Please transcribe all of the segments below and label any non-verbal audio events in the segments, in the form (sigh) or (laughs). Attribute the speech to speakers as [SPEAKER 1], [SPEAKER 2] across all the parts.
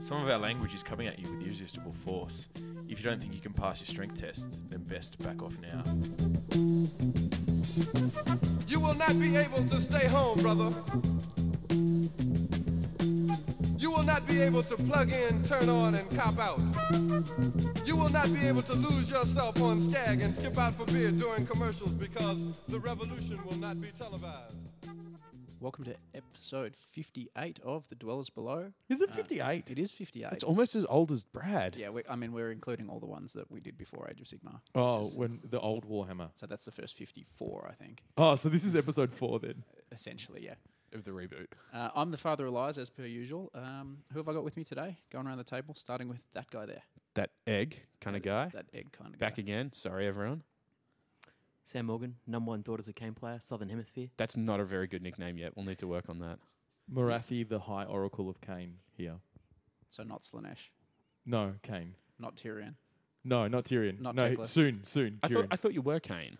[SPEAKER 1] Some of our language is coming at you with irresistible force. If you don't think you can pass your strength test, then best back off now.
[SPEAKER 2] You will not be able to stay home, brother. You will not be able to plug in, turn on, and cop out. You will not be able to lose yourself on Skag and skip out for beer during commercials because the revolution will not be televised.
[SPEAKER 3] Welcome to episode 58 of The Dwellers Below.
[SPEAKER 4] Is it
[SPEAKER 3] Uh,
[SPEAKER 4] 58?
[SPEAKER 3] it is 58.
[SPEAKER 4] It's almost as old as Brad.
[SPEAKER 3] yeah, we, I mean, we're including all the ones that we did before Age of Sigma.
[SPEAKER 4] Oh,
[SPEAKER 3] Just-
[SPEAKER 4] when the old Warhammer.
[SPEAKER 3] So that's the first 54, I think,
[SPEAKER 4] Oh, so this is episode four then
[SPEAKER 3] essentially, yeah.
[SPEAKER 4] of the reboot.
[SPEAKER 3] Uh, I'm the father of lies, as per usual. Um, who have I got with me today? Going around the table, starting with that guy there.
[SPEAKER 4] That egg kind of guy.
[SPEAKER 3] That egg kind of
[SPEAKER 4] Back
[SPEAKER 3] guy.
[SPEAKER 4] again. Sorry, everyone.
[SPEAKER 5] Sam Morgan, number one thought as a cane player, Southern Hemisphere.
[SPEAKER 4] That's not a very good nickname yet. We'll need to work on that.
[SPEAKER 6] Marathi, the High Oracle of Cain here.
[SPEAKER 3] So not Slanesh,
[SPEAKER 6] No, Cain.
[SPEAKER 3] not Tyrion.
[SPEAKER 6] No, not Tyrion.
[SPEAKER 3] Not
[SPEAKER 6] no,
[SPEAKER 3] Teclis.
[SPEAKER 6] soon, soon.
[SPEAKER 4] I thought,
[SPEAKER 6] Tyrion.
[SPEAKER 4] I thought you were Kane.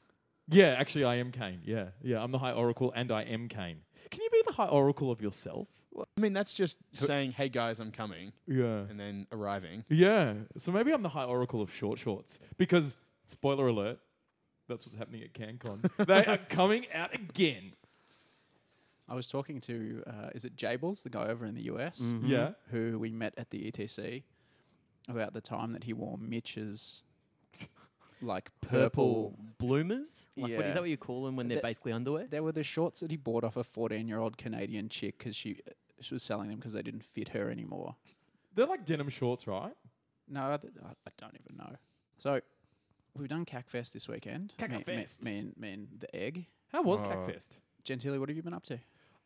[SPEAKER 6] yeah, actually, I am Cain. Yeah, yeah. I'm the High Oracle, and I am Cain. Can you be the High Oracle of yourself?
[SPEAKER 4] Well, I mean, that's just saying, hey guys, I'm coming,
[SPEAKER 6] Yeah,
[SPEAKER 4] and then arriving.
[SPEAKER 6] yeah. So maybe I'm the High Oracle of short shorts because spoiler alert, that's what's happening at CanCon. they are coming out again.
[SPEAKER 3] I was talking to, uh, is it Jables, the guy over in the US,
[SPEAKER 5] Mm-hmm.
[SPEAKER 6] Yeah.
[SPEAKER 3] who we met at the ETC about the time that he wore Mitch's, like,
[SPEAKER 5] (laughs)
[SPEAKER 3] purple
[SPEAKER 5] bloomers? Like, what,
[SPEAKER 3] Yeah.
[SPEAKER 5] is that what you call them when they're
[SPEAKER 3] That-
[SPEAKER 5] basically underwear?
[SPEAKER 3] They were the shorts that he bought off a 14 year old Canadian chick because she, she was selling them because they didn't fit her anymore.
[SPEAKER 6] They're like denim shorts, right?
[SPEAKER 3] No, I, th- I I don't even know. So we've done CACFest this weekend. Me- me-
[SPEAKER 6] Cacfest.
[SPEAKER 3] Me, and, me and the egg.
[SPEAKER 6] How was
[SPEAKER 4] Uh,
[SPEAKER 6] Cacfest?
[SPEAKER 3] Gentili, what have you been up to?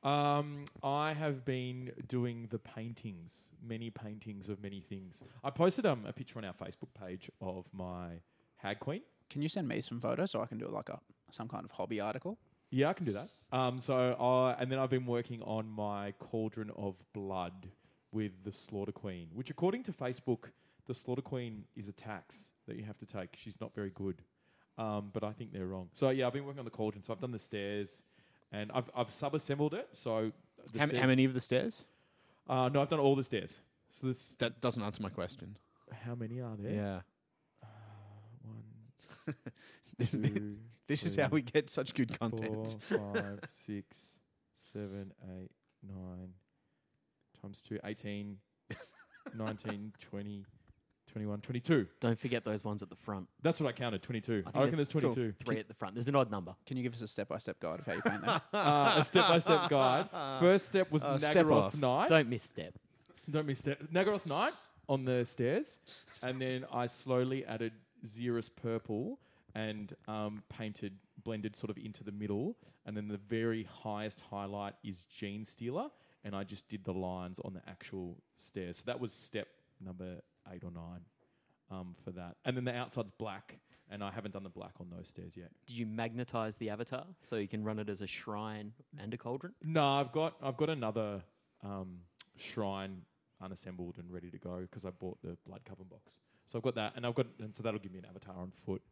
[SPEAKER 6] Um, I have been doing the paintings, many paintings of many things. I posted um, a picture on our Facebook page of my hag queen.
[SPEAKER 3] Can you send me some photos so I can do like a some kind of hobby article?
[SPEAKER 6] Yeah, I can do that. Um, so uh, and then I've been working on my cauldron of blood with the slaughter queen, which according to Facebook, the slaughter queen is a tax that you have to take. She's not very good, um, but I think they're wrong. So yeah, I've been working on the cauldron. So I've done the stairs, and I've I've sub-assembled it. So the
[SPEAKER 4] How,
[SPEAKER 6] stair-
[SPEAKER 4] how many of the stairs?
[SPEAKER 6] Uh, no, I've done all the stairs. So this
[SPEAKER 4] That doesn't answer my question.
[SPEAKER 6] How many are there? Uh,
[SPEAKER 4] (laughs)
[SPEAKER 6] One, two,
[SPEAKER 4] this is
[SPEAKER 6] three,
[SPEAKER 4] how we get such good
[SPEAKER 6] four,
[SPEAKER 4] content.
[SPEAKER 6] (laughs) five, six, seven, eight, nine, times two,
[SPEAKER 4] (laughs)
[SPEAKER 6] 18, 19, 20, 21, 22.
[SPEAKER 5] Don't forget those ones at the front.
[SPEAKER 6] That's what I counted, 22. I,
[SPEAKER 5] I think
[SPEAKER 6] reckon
[SPEAKER 5] that's
[SPEAKER 6] there's 22.
[SPEAKER 5] Three at the front. There's an odd number.
[SPEAKER 3] Can you give us a step by step guide of how you paint them?
[SPEAKER 6] (laughs) Uh, a step by step
[SPEAKER 4] (laughs)
[SPEAKER 6] guide. First
[SPEAKER 3] (laughs)
[SPEAKER 6] step was
[SPEAKER 4] Uh, step
[SPEAKER 6] Nagaroth
[SPEAKER 4] off.
[SPEAKER 6] Night.
[SPEAKER 5] Don't misstep.
[SPEAKER 6] Don't miss that. Nagaroth Knight on the stairs, and then I slowly added Xerus purple and um, painted, blended sort of into the middle, and then the very highest highlight is Gene Stealer, and I just did the lines on the actual stairs. So that was step number eight or nine um, for that, and then the outside's black, and I haven't done the black on those stairs yet.
[SPEAKER 5] Did you magnetize the avatar so you can run it as a shrine and a cauldron?
[SPEAKER 6] No, I've got I've got another um, shrine unassembled and ready to go because I bought the blood coven box. So I've got that, and I've got and so that'll give me an avatar on foot.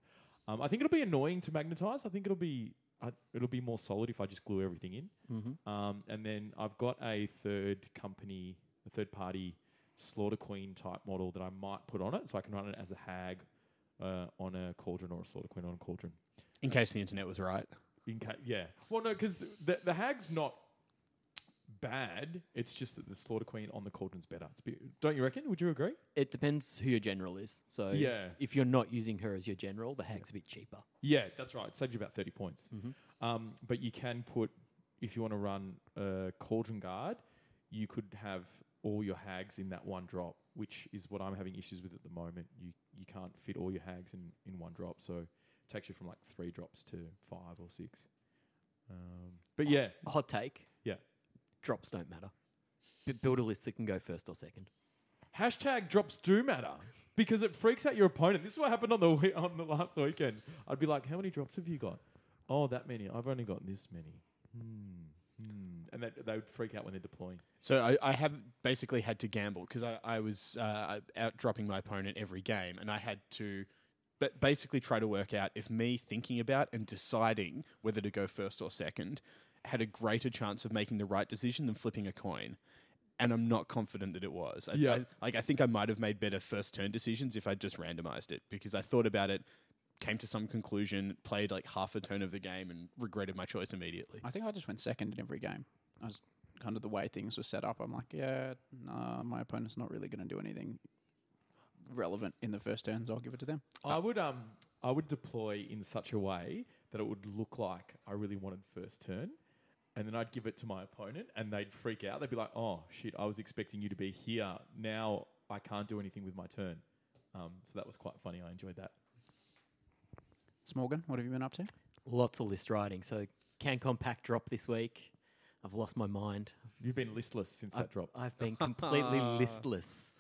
[SPEAKER 6] Um, I think it'll be annoying to magnetize. I think it'll be I, it'll be more solid if I just glue everything in.
[SPEAKER 4] Mm-hmm.
[SPEAKER 6] Um, and then I've got a third company, a third party slaughter queen type model that I might put on it, so I can run it as a hag uh, on a cauldron or a slaughter queen on a cauldron.
[SPEAKER 4] In case the internet was right.
[SPEAKER 6] In ca- yeah. Well, no, because the, the hag's not bad. It's just that the slaughter queen on the cauldron's better. It's be- don't you reckon? Would you agree?
[SPEAKER 5] It depends who your general is. So
[SPEAKER 6] Yeah.
[SPEAKER 5] if you're not using her as your general, the hag's a bit cheaper.
[SPEAKER 6] Yeah, that's right. It saves you about 30 points.
[SPEAKER 5] Mm-hmm.
[SPEAKER 6] Um, but you can put, if you want to run a cauldron guard, you could have all your hags in that one drop, which is what I'm having issues with at the moment. You, you can't fit all your hags in, in one drop. So it takes you from like three drops to five or six. Um, but yeah,
[SPEAKER 5] Hot take.
[SPEAKER 6] yeah.
[SPEAKER 5] Drops don't matter. B- build a list that can go first or second.
[SPEAKER 6] Hashtag drops do matter because it freaks out your opponent. This is what happened on the we- on the last weekend. I'd be like, "How many drops have you got?" Oh, that many. I've only got this many. Hmm. Hmm. And that, they would freak out when they're deploying.
[SPEAKER 4] So I, I have basically had to gamble because I, I was uh, out dropping my opponent every game, and I had to, but basically try to work out if me thinking about and deciding whether to go first or second had a greater chance of making the right decision than flipping a coin. and I'm not confident that it was. I,
[SPEAKER 6] Yeah.
[SPEAKER 4] I- like I think I might have made better first turn decisions if I just randomized it because I thought about it, came to some conclusion, played like half a turn of the game, and regretted my choice immediately.
[SPEAKER 3] I think I just went second in every game. I was kind of the way things were set up. I'm like, yeah, nah, my opponent's not really going to do anything relevant in the first turns. I'll give it to them.
[SPEAKER 6] I would um I would deploy in such a way that it would look like I really wanted first turn, and then I'd give it to my opponent, and they'd freak out. They'd be like, "Oh shit! I was expecting you to be here. Now I can't do anything with my turn." Um, so that was quite funny. I enjoyed that.
[SPEAKER 3] Smorgan, what have you been up to?
[SPEAKER 5] Lots of list riding. So CanCon pack drop this week. I've lost my mind.
[SPEAKER 6] You've been listless since that dropped. Hmm.
[SPEAKER 5] I've
[SPEAKER 6] (laughs)
[SPEAKER 5] been completely listless.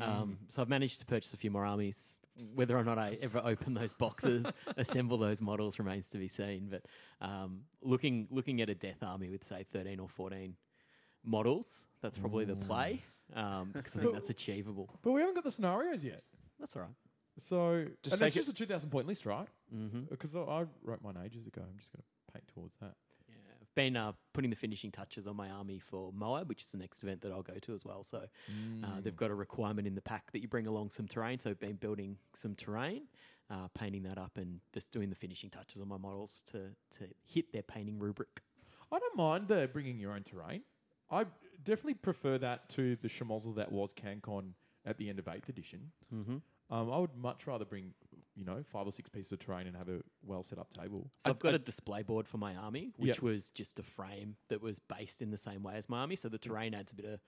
[SPEAKER 5] Um, so I've managed to purchase a few more armies. Whether or not I ever (laughs) open those boxes, assemble those models remains to be seen. But um, looking looking at a death army with say thirteen or fourteen models, that's probably
[SPEAKER 6] Hmm.
[SPEAKER 5] the play um, because I
[SPEAKER 6] (laughs)
[SPEAKER 5] think that's achievable.
[SPEAKER 6] but we haven't got the scenarios yet.
[SPEAKER 5] That's all right.
[SPEAKER 6] So
[SPEAKER 4] Just
[SPEAKER 6] and that's
[SPEAKER 4] take it-
[SPEAKER 6] just a two thousand point list, right?
[SPEAKER 5] Mm-hmm.
[SPEAKER 6] Because I wrote mine ages ago. I'm just going to paint towards that.
[SPEAKER 5] Yeah, I've been uh, putting the finishing touches on my army for Moab, which is the next event that I'll go to as well. So
[SPEAKER 6] Mm.
[SPEAKER 5] uh, they've got a requirement in the pack that you bring along some terrain. So I've been building some terrain, uh, painting that up, and just doing the finishing touches on my models to to hit their painting rubric.
[SPEAKER 6] I don't mind the bringing your own terrain. I definitely prefer that to the schmozzle that was CanCon at the end of eighth edition.
[SPEAKER 5] Mm-hmm.
[SPEAKER 6] Um, I would much rather bring, you know, five or six pieces of terrain and have a well set up table.
[SPEAKER 5] So I've, got
[SPEAKER 6] a
[SPEAKER 5] a display board for my army, which was just a frame that was based in the same way as my army. So the terrain adds a bit of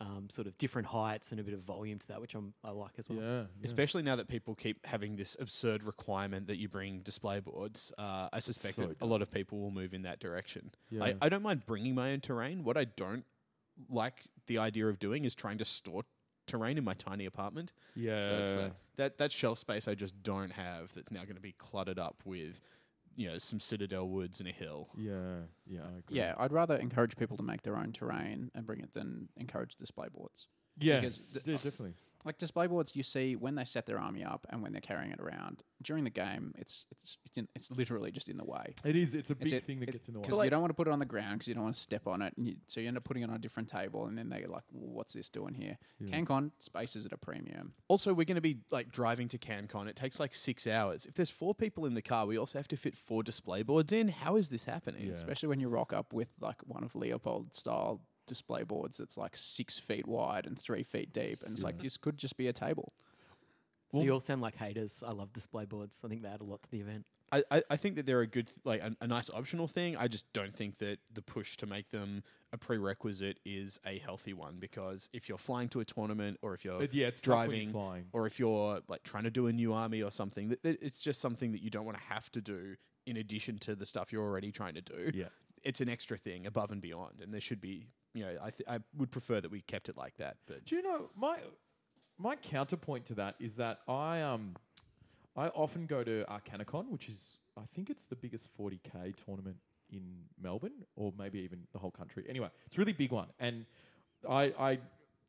[SPEAKER 5] um, sort of different heights and a bit of volume to that, which I'm, I like as well.
[SPEAKER 6] yeah, Mm, yeah.
[SPEAKER 4] Especially now that people keep having this absurd requirement that you bring display boards, uh, I suspect
[SPEAKER 6] so
[SPEAKER 4] that a lot of people will move in that direction. I,
[SPEAKER 6] Yeah.
[SPEAKER 4] I don't mind bringing my own terrain. What I don't like the idea of doing is trying to store terrain in my tiny apartment.
[SPEAKER 6] yeah.
[SPEAKER 4] So it's like that that shelf space I just don't have. That's now going to be cluttered up with, you know, some citadel woods and a hill.
[SPEAKER 6] yeah, yeah, I agree.
[SPEAKER 3] Yeah, I'd rather encourage people to make their own terrain and bring it than encourage display boards.
[SPEAKER 6] yeah,
[SPEAKER 3] because
[SPEAKER 6] d-
[SPEAKER 3] the-
[SPEAKER 6] definitely.
[SPEAKER 3] Like display boards, you see when they set their army up and when they're carrying it around during the game. It's it's it's, in, it's literally just in the way.
[SPEAKER 6] It is. It's a big
[SPEAKER 3] It's it-
[SPEAKER 6] thing that
[SPEAKER 3] it-
[SPEAKER 6] gets in the way.
[SPEAKER 3] because you don't want to put it on the ground because you don't want to step on it, and you, so you end up putting it on a different table, and then they're like, well, "What's this doing here?" CanCon space is at a premium.
[SPEAKER 4] Also, we're going to be like driving to CanCon. It takes like six hours. If there's four people in the car, we also have to fit four display boards in. How is this happening?
[SPEAKER 6] Yeah.
[SPEAKER 3] especially when you rock up with like one of Leopold style display boards that's like six feet wide and three feet deep, and it's like this could just be a table.
[SPEAKER 5] So you all sound like haters. I love display boards. I think they add a lot to the event.
[SPEAKER 4] I, I, I think that they're a good, like a, a nice optional thing. I just don't think that the push to make them a prerequisite is a healthy one because if you're flying to a tournament or if you're
[SPEAKER 6] It- yeah, it's tough when you're
[SPEAKER 4] driving
[SPEAKER 6] flying.
[SPEAKER 4] or if you're like trying to do a new army or something, that, that it's just something that you don't want to have to do in addition to the stuff you're already trying to do.
[SPEAKER 6] Yeah.
[SPEAKER 4] It's an extra thing above and beyond. And there should be, you know, I, th- I would prefer that we kept it like that. But
[SPEAKER 6] Do you know my my counterpoint to that is that I um I often go to Arcanicon, which is I think it's the biggest 40k tournament in Melbourne or maybe even the whole country. Anyway, it's a really big one, and I I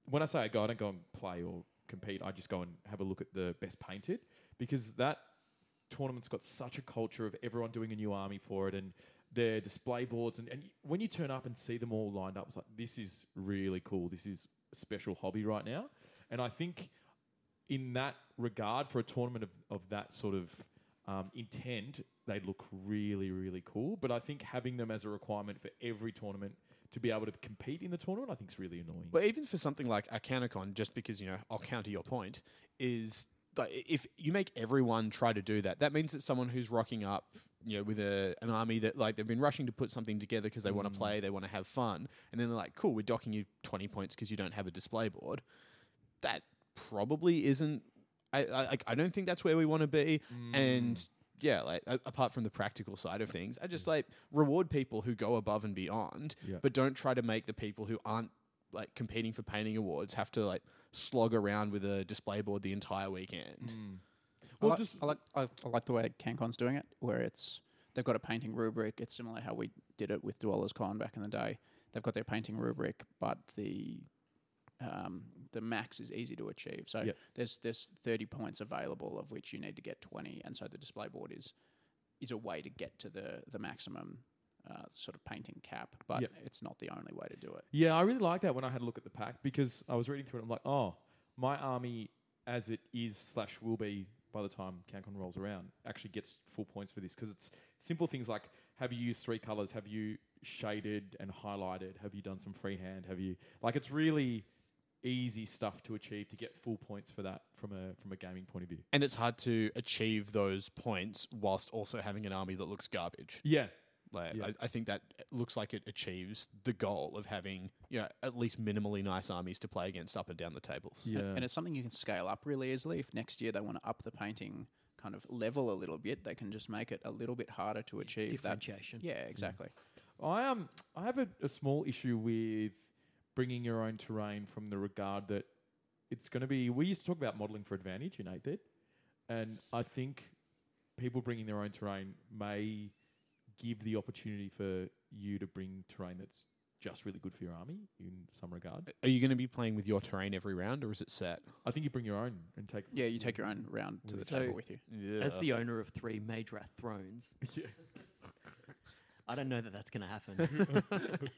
[SPEAKER 6] when I say I go, I don't go and play or compete. I just go and have a look at the best painted because that tournament's got such a culture of everyone doing a new army for it and their display boards and, and when you turn up and see them all lined up it's like this is really cool this is a special hobby right now and i think in that regard for a tournament of, of that sort of um, intent they look really really cool but i think having them as a requirement for every tournament to be able to compete in the tournament i think is really annoying
[SPEAKER 4] But even for something like Arcanicon, just because you know I'll counter your point, is like i- if you make everyone try to do that, that means that someone who's rocking up, you know, with a, an army that like they've been rushing to put something together because they want to play, they want to have fun, and then they're like, "Cool, we're docking you twenty points because you don't have a display board." That probably isn't. I I, like, I don't think that's where we want to be, and. Yeah, like a- apart from the practical side of things, I just like reward people who go above and beyond,
[SPEAKER 6] Yeah.
[SPEAKER 4] but don't try to make the people who aren't like competing for painting awards have to like slog around with a display board the entire weekend.
[SPEAKER 6] Well,
[SPEAKER 3] I like,
[SPEAKER 6] just-
[SPEAKER 3] I like I, I like the way CanCon's doing it, where it's they've got a painting rubric. It's similar to how we did it with Dwellers Con back in the day. They've got their painting rubric, but the um, the max is easy to achieve. So
[SPEAKER 6] Yep.
[SPEAKER 3] there's there's 30 points available, of which you need to get 20, and so the display board is is a way to get to the the maximum uh, sort of painting cap, but
[SPEAKER 6] Yep.
[SPEAKER 3] it's not the only way to do it.
[SPEAKER 6] Yeah, I really like that when I had a look at the pack because I was reading through it. I'm like, oh, my army as it is slash will be by the time CanCon rolls around actually gets full points for this because it's simple things like have you used three colors? Have you shaded and highlighted? Have you done some freehand? Have you like it's really easy stuff to achieve to get full points for that from a from a gaming point of view.
[SPEAKER 4] And it's hard to achieve those points whilst also having an army that looks garbage.
[SPEAKER 6] Yeah,
[SPEAKER 4] Like,
[SPEAKER 6] Yeah.
[SPEAKER 4] I, I think that looks like it achieves the goal of having you know, at least minimally nice armies to play against up and down the tables.
[SPEAKER 6] yeah,
[SPEAKER 3] And it's something you can scale up really easily. If next year they want to up the painting kind of level a little bit, they can just make it a little bit harder to achieve
[SPEAKER 5] Differentiation.
[SPEAKER 3] that. Yeah, exactly.
[SPEAKER 5] (laughs)
[SPEAKER 3] (laughs)
[SPEAKER 6] I um I have a, a small issue with bringing your own terrain from the regard that it's going to be. We used to talk about modeling for advantage in eighth ed, and I think people bringing their own terrain may give the opportunity for you to bring terrain that's just really good for your army in some regard.
[SPEAKER 4] Are you going to be playing with your terrain every round or is it set?
[SPEAKER 6] I think you bring your own and take.
[SPEAKER 3] Yeah, you take your own round to the
[SPEAKER 5] So-
[SPEAKER 3] table with you.
[SPEAKER 5] As the owner of three Madrath thrones,
[SPEAKER 6] (laughs) Yeah.
[SPEAKER 5] I don't know that that's going to
[SPEAKER 6] (laughs)
[SPEAKER 5] happen.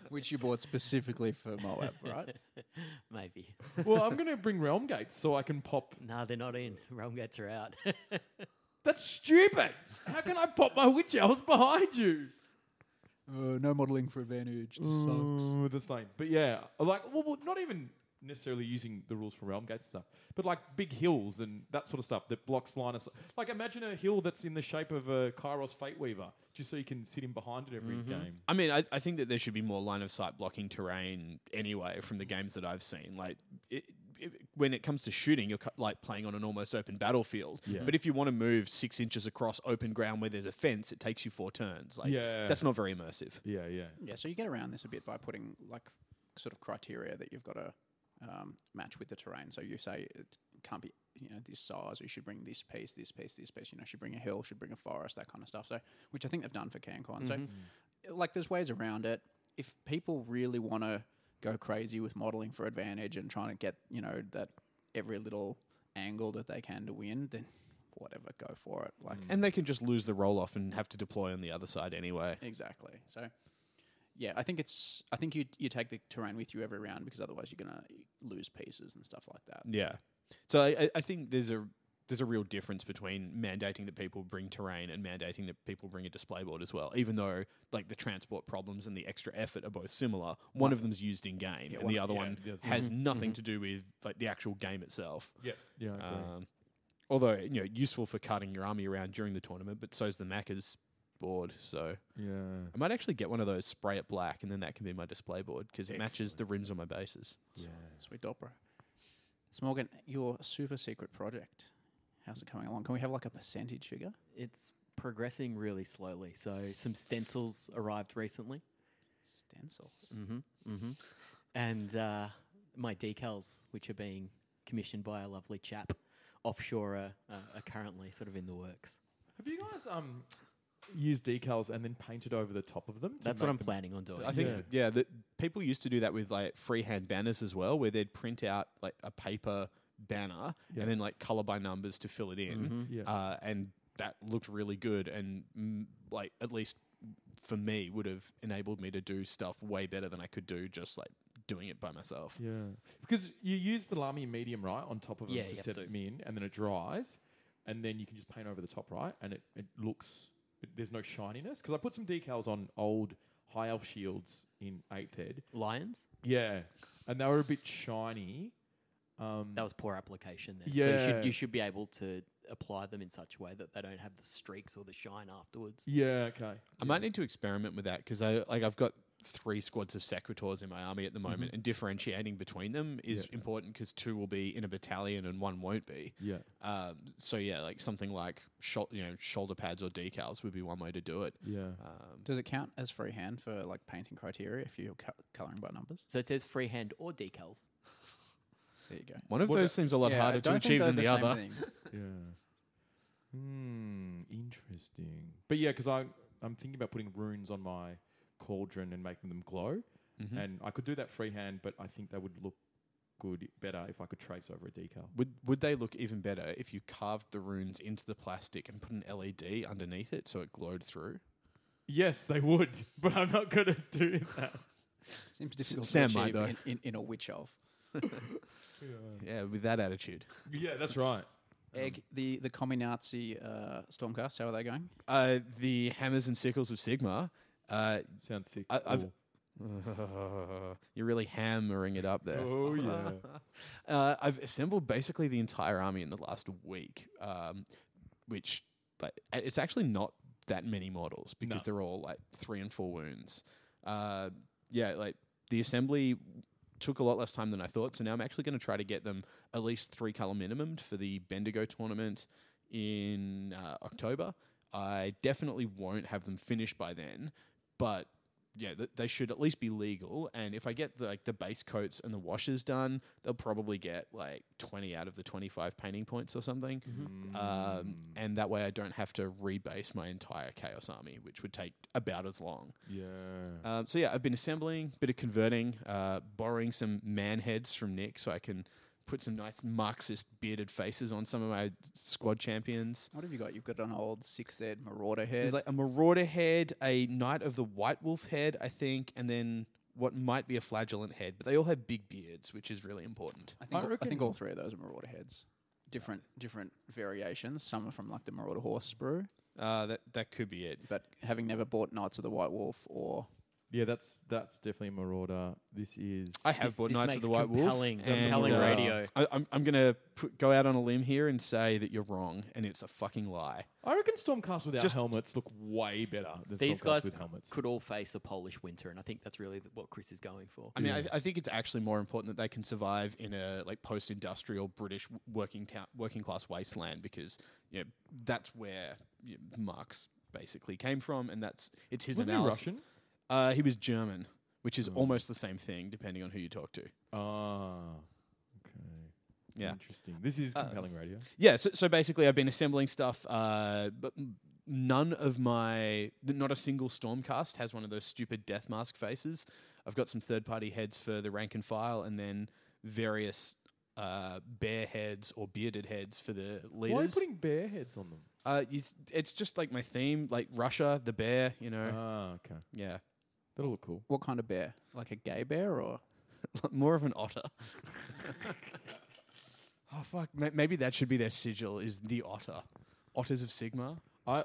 [SPEAKER 5] (laughs)
[SPEAKER 3] Which you bought specifically for Moab, right?
[SPEAKER 5] (laughs) Maybe.
[SPEAKER 6] well, I'm going to bring realm gates so I can pop.
[SPEAKER 5] No, they're not in. Realm gates are out. (laughs)
[SPEAKER 6] That's stupid. How can I pop my witch elves behind you?
[SPEAKER 3] Uh, no modelling for advantage. This sucks.
[SPEAKER 6] Ooh, that's lame. But yeah, like, well, well, not even necessarily using the rules for realm gates and stuff, but like big hills and that sort of stuff that blocks line of sight. Like, imagine a hill that's in the shape of a Kairos Fate Weaver, just so you can sit in behind it
[SPEAKER 5] Mm-hmm.
[SPEAKER 6] every game.
[SPEAKER 4] I mean, I, I think that there should be more line of sight blocking terrain anyway from the games that I've seen. Like, it, it, when it comes to shooting, you're cu- like playing on an almost open battlefield.
[SPEAKER 6] Yeah.
[SPEAKER 4] But if you want to move six inches across open ground where there's a fence, it takes you four turns. Like,
[SPEAKER 6] Yeah.
[SPEAKER 4] that's not very immersive.
[SPEAKER 6] Yeah, yeah.
[SPEAKER 3] Yeah, so you get around this a bit by putting like sort of criteria that you've got to um, match with the terrain. So you say it can't be you know this size. Or you should bring this piece, this piece, this piece. You know, should bring a hill, should bring a forest, that kind of stuff. So which I think they've done for CanCon. So like there's ways around it. If people really want to go crazy with modeling for advantage and trying to get you know that every little angle that they can to win, then (laughs) whatever, go for it. Like
[SPEAKER 4] And they can just lose the roll off and have to deploy on the other side anyway.
[SPEAKER 3] Exactly. So, yeah, I think it's. I think you you take the terrain with you every round because otherwise you're gonna lose pieces and stuff like that.
[SPEAKER 4] Yeah. So I, I- I think there's a there's a real difference between mandating that people bring terrain and mandating that people bring a display board as well. Even though like the transport problems and the extra effort are both similar, one of them's used in game and the other
[SPEAKER 6] yeah,
[SPEAKER 4] one
[SPEAKER 6] the other-
[SPEAKER 4] has nothing to do with like the actual game itself.
[SPEAKER 6] Mm-hmm. Yeah, yeah. I agree.
[SPEAKER 4] Um, although you know useful for carting your army around during the tournament, but so's the Macca's board. So
[SPEAKER 6] yeah.
[SPEAKER 4] I might actually get one of those spray it black and then that can be my display board because it matches the rims on my bases.
[SPEAKER 3] Sweet opera. So Morgan, your super secret project, how's it coming along? Can we have like a percentage figure?
[SPEAKER 5] it's progressing really slowly. So some stencils arrived recently.
[SPEAKER 3] Stencils.
[SPEAKER 5] Mm-hmm. Mm-hmm. And uh, my decals, which are being commissioned by a lovely chap offshore, are, uh, are currently sort of in the works.
[SPEAKER 6] Have you guys um used decals and then painted over the top of them? to
[SPEAKER 5] That's what
[SPEAKER 6] make
[SPEAKER 5] I'm
[SPEAKER 6] them-
[SPEAKER 5] planning on doing.
[SPEAKER 4] I think
[SPEAKER 6] Yeah.
[SPEAKER 4] yeah, yeah that people used to do that with like freehand banners as well, where they'd print out like a paper banner
[SPEAKER 6] Yeah.
[SPEAKER 4] and then like color by numbers to fill it
[SPEAKER 5] Mm-hmm.
[SPEAKER 4] in,
[SPEAKER 6] Yeah.
[SPEAKER 4] uh, and that looked really good and mm, like at least for me would have enabled me to do stuff way better than I could do just like doing it by myself.
[SPEAKER 6] Yeah. Because you use the lamy medium, right, on top of them
[SPEAKER 5] Yeah,
[SPEAKER 6] to
[SPEAKER 5] you have
[SPEAKER 6] set
[SPEAKER 5] to.
[SPEAKER 6] them in, and then it dries, and then you can just paint over the top, right? And it, it looks, it, there's no shininess. Because I put some decals on old high elf shields in 8th Ed.
[SPEAKER 5] Lions.
[SPEAKER 6] Yeah. And they were a bit shiny. Um,
[SPEAKER 5] That was poor application there. So you
[SPEAKER 6] Yeah.
[SPEAKER 5] should, you should be able to apply them in such a way that they don't have the streaks or the shine afterwards.
[SPEAKER 6] yeah, okay.
[SPEAKER 4] I might need to experiment with that because I like I've got three squads of secretors in my army at
[SPEAKER 6] Mm-hmm.
[SPEAKER 4] the moment, and differentiating between them is important because two will be in a battalion and one won't be.
[SPEAKER 6] Yeah.
[SPEAKER 4] Um, so yeah, like something like shou- you know shoulder pads or decals would be one way to do it.
[SPEAKER 6] Yeah.
[SPEAKER 4] Um,
[SPEAKER 3] Does it count as freehand for like painting criteria if you're coloring by numbers?
[SPEAKER 5] So it says freehand or decals.
[SPEAKER 3] There you go.
[SPEAKER 4] one of
[SPEAKER 6] What-
[SPEAKER 4] those seems a lot
[SPEAKER 3] Yeah, I
[SPEAKER 4] harder to
[SPEAKER 3] don't think
[SPEAKER 4] achieve
[SPEAKER 3] they're
[SPEAKER 4] than the,
[SPEAKER 3] same
[SPEAKER 4] other.
[SPEAKER 3] thing.
[SPEAKER 5] (laughs)
[SPEAKER 6] Yeah. Hmm. Interesting. But yeah, because I I'm thinking about putting runes on my cauldron and making them glow,
[SPEAKER 4] Mm-hmm.
[SPEAKER 6] and I could do that freehand, but I think they would look good better if I could trace over a decal.
[SPEAKER 4] Would would they look even better if E
[SPEAKER 6] (laughs)
[SPEAKER 4] you carved the runes into the plastic and put an LED underneath it so it glowed through? (laughs)
[SPEAKER 6] Yes, they would, (laughs) but I'm not going to (laughs) do that.
[SPEAKER 3] Seems difficult
[SPEAKER 4] (laughs) Sam
[SPEAKER 3] to
[SPEAKER 4] might,
[SPEAKER 3] achieve
[SPEAKER 4] though.
[SPEAKER 3] in, in, in a witch of.
[SPEAKER 4] Yeah, with that attitude.
[SPEAKER 6] Yeah, that's right.
[SPEAKER 3] Egg, the the Nazi uh, Stormcast. How are they going?
[SPEAKER 4] Uh, the hammers and sickles of Sigma. Uh,
[SPEAKER 6] Sounds sick.
[SPEAKER 4] I- I've-
[SPEAKER 6] Cool.
[SPEAKER 4] (laughs) you're really hammering it up there. (laughs)
[SPEAKER 6] oh yeah.
[SPEAKER 4] Uh, I've assembled basically the entire army in the last week, um, which like, a- it's actually not that many models because
[SPEAKER 6] No.
[SPEAKER 4] they're all like three and four wounds. Uh, yeah, like the assembly took a lot less time than I thought, so now I'm actually going to try to get them at least three color minimum for the Bendigo tournament in uh, October. I definitely won't have them finished by then, but yeah, th- they should at least be legal. And if I get the, like the base coats and the washes done, they'll probably get like twenty out of the twenty-five painting points or something. Um, and that way, I don't have to rebase my entire Chaos Army, which would take about as long.
[SPEAKER 6] Yeah.
[SPEAKER 4] Um, so yeah, I've been assembling, bit of converting, uh, borrowing some man heads from Nick so I can put some nice Marxist bearded faces on some of my squad champions.
[SPEAKER 3] What have you got? You've got an old six-head marauder head.
[SPEAKER 4] There's like a Marauder head, a Knight of the White Wolf head, I think, and then what might be a Flagellant head, but they all have big beards, which is really important.
[SPEAKER 3] I think
[SPEAKER 6] I
[SPEAKER 3] all, I think
[SPEAKER 6] reckon-
[SPEAKER 3] all three of those are marauder heads. Different different variations. Some are from like the marauder horse brew,
[SPEAKER 4] Uh, that that could be it.
[SPEAKER 3] but having never bought Knights of the White Wolf or
[SPEAKER 6] Yeah, that's that's definitely Marauder. This is
[SPEAKER 4] I have
[SPEAKER 5] This-
[SPEAKER 4] bought
[SPEAKER 5] this
[SPEAKER 4] Knights of
[SPEAKER 5] makes
[SPEAKER 4] the White Wolf. uh,
[SPEAKER 5] compelling- compelling radio.
[SPEAKER 4] I, I'm, I'm going to go out on a limb here and say that you're wrong, and it's a fucking lie.
[SPEAKER 6] I reckon Stormcast without
[SPEAKER 4] Just-
[SPEAKER 6] helmets look way better than
[SPEAKER 5] These
[SPEAKER 6] Stormcast
[SPEAKER 5] guys
[SPEAKER 6] with helmets.
[SPEAKER 5] could all face a Polish winter, and I think that's really th- what Chris is going for.
[SPEAKER 4] I mean, I, I think it's actually more important that they can survive in a like post-industrial British w- working town, working class wasteland because you know, that's where you know, Marx basically came from, and that's it's his
[SPEAKER 6] Wasn't he
[SPEAKER 4] analysis.
[SPEAKER 6] Russian?
[SPEAKER 4] Uh, he was German, which is almost the same thing, depending on who you talk to.
[SPEAKER 6] Ah, okay.
[SPEAKER 4] Yeah. Uh,
[SPEAKER 6] Interesting. This is compelling radio.
[SPEAKER 4] Yeah, so, so basically, I've been assembling stuff, uh, but m- none of my, not a single Stormcast has one of those stupid death mask faces. I've got some third party heads for the rank and file, and then various uh, bear heads or bearded heads for the leaders.
[SPEAKER 6] Why are you putting bear heads on them?
[SPEAKER 4] uh, it's, it's just like my theme, like Russia, the bear, you know.
[SPEAKER 6] Ah, okay.
[SPEAKER 4] yeah.
[SPEAKER 6] That'll look cool.
[SPEAKER 3] what kind of bear? Like a gay bear or
[SPEAKER 4] (laughs) More of an
[SPEAKER 3] (laughs)
[SPEAKER 4] otter. oh, fuck. Ma- Maybe that should be their sigil, is the otter. Otters of Sigma.
[SPEAKER 6] I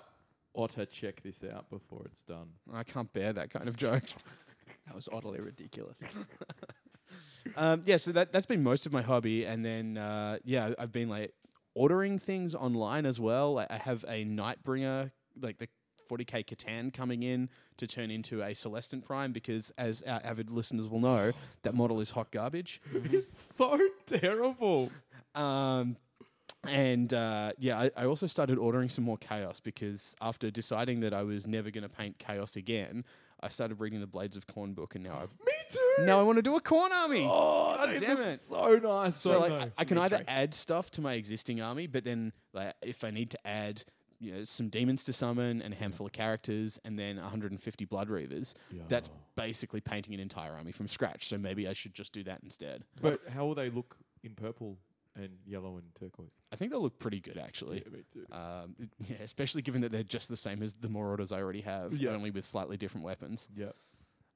[SPEAKER 6] ought to check this out before it's done.
[SPEAKER 4] I can't bear that kind of joke.
[SPEAKER 3] that was oddly ridiculous.
[SPEAKER 4] (laughs) um, yeah, so that that's been most of my hobby, and then uh, yeah, I've been like ordering things online as well. Like, I have a Nightbringer, like the 40k Catan coming in to turn into a Celestant Prime because, as our avid listeners will know, that model is hot garbage.
[SPEAKER 6] (laughs) it's so terrible.
[SPEAKER 4] Um, and uh, yeah, I, I also started ordering some more chaos because after deciding that I was never going to paint chaos again, I started reading the Blades of Corn book, and now I
[SPEAKER 6] Me too.
[SPEAKER 4] now I want to do a corn army.
[SPEAKER 6] Oh,
[SPEAKER 4] God
[SPEAKER 6] they
[SPEAKER 4] damn
[SPEAKER 6] look
[SPEAKER 4] it.
[SPEAKER 6] So nice.
[SPEAKER 4] So
[SPEAKER 6] don't
[SPEAKER 4] like,
[SPEAKER 6] they?
[SPEAKER 4] I, I can either add stuff to my existing army, but then like if I need to add you know, some demons to summon and a handful of characters and then 150 blood reavers, that's basically painting an entire army from scratch. So maybe I should just do that instead.
[SPEAKER 6] But how will they look in purple and yellow and turquoise?
[SPEAKER 4] I think they'll look pretty good actually.
[SPEAKER 6] me too.
[SPEAKER 4] Um, it- (laughs) yeah, especially given that they're just the same as the Marauders I already have,
[SPEAKER 6] Yeah.
[SPEAKER 4] only with slightly different weapons.
[SPEAKER 6] Yeah.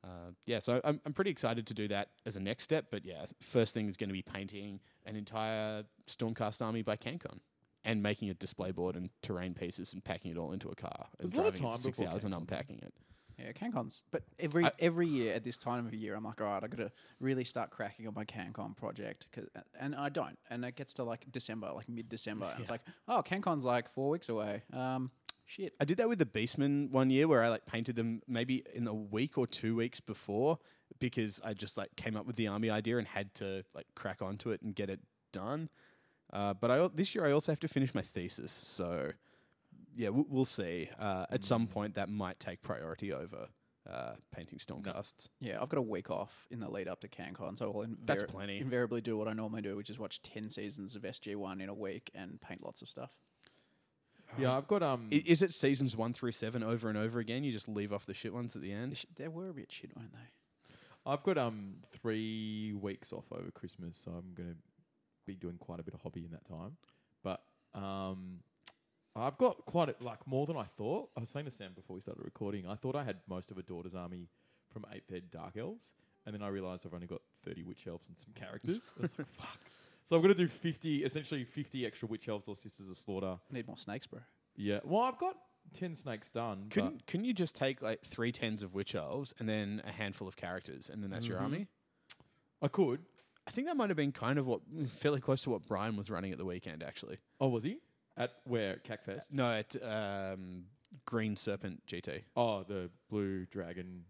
[SPEAKER 4] Uh, yeah, so I'm, I'm pretty excited to do that as a next step. But yeah, first thing is going to be painting an entire Stormcast army by CanCon and making a display board and terrain pieces and packing it all into a car and
[SPEAKER 6] There's a lot of
[SPEAKER 4] driving it for
[SPEAKER 6] time
[SPEAKER 4] six
[SPEAKER 6] before
[SPEAKER 4] hours and
[SPEAKER 6] CanCon.
[SPEAKER 4] unpacking it.
[SPEAKER 3] Yeah, CanCons. But every every year at this time of year, I'm like, all right, I got to really start cracking on my CanCon project, 'cause- uh, and I don't. And it gets to like December, like mid December, and it's like, oh, CanCon's like four weeks away. Um, shit.
[SPEAKER 4] I did that with the Beastmen one year where I like painted them maybe in a week or two weeks before because I just like came up with the army idea and had to like crack onto it and get it done. Uh, but I al- this year I also have to finish my thesis, so yeah, we'll, we'll see. Uh, at some point, that might take priority over uh, painting Stormcasts.
[SPEAKER 3] Yeah, I've got a week off in the lead up to CanCon, so I'll invari-
[SPEAKER 4] That's plenty.
[SPEAKER 3] invariably do what I normally do, which is watch ten seasons of SG One in a week and paint lots of stuff.
[SPEAKER 6] Yeah, I've got um.
[SPEAKER 4] I- Is it seasons one through seven over and over again? You just leave off the shit ones at the
[SPEAKER 3] They
[SPEAKER 4] end.
[SPEAKER 3] sh- They were a bit shit, weren't they?
[SPEAKER 6] I've got um three weeks off over Christmas, so I'm going to be doing quite a bit of hobby in that time. But um, I've got quite a, like more than I thought. I was saying to Sam before we started recording, I thought I had most of a daughter's army from eighth ed Dark Elves, and then I realised I've only got thirty Witch Elves and some characters. (laughs) I was like, fuck. So I'm gonna do fifty, essentially fifty extra Witch Elves or Sisters of Slaughter.
[SPEAKER 3] Need more snakes, bro.
[SPEAKER 6] Yeah. Well, I've got ten snakes done. but-
[SPEAKER 4] Couldn't couldn't you just take like three tens of witch elves and then a handful of characters and then that's your army?
[SPEAKER 6] Mm-hmm. I could.
[SPEAKER 4] I think that might have been kind of what (laughs) fairly close to what Brian was running at the weekend actually.
[SPEAKER 6] Oh, was he at where Cacfest?
[SPEAKER 4] No, at um, Green Serpent GT
[SPEAKER 6] Oh, the Blue Dragon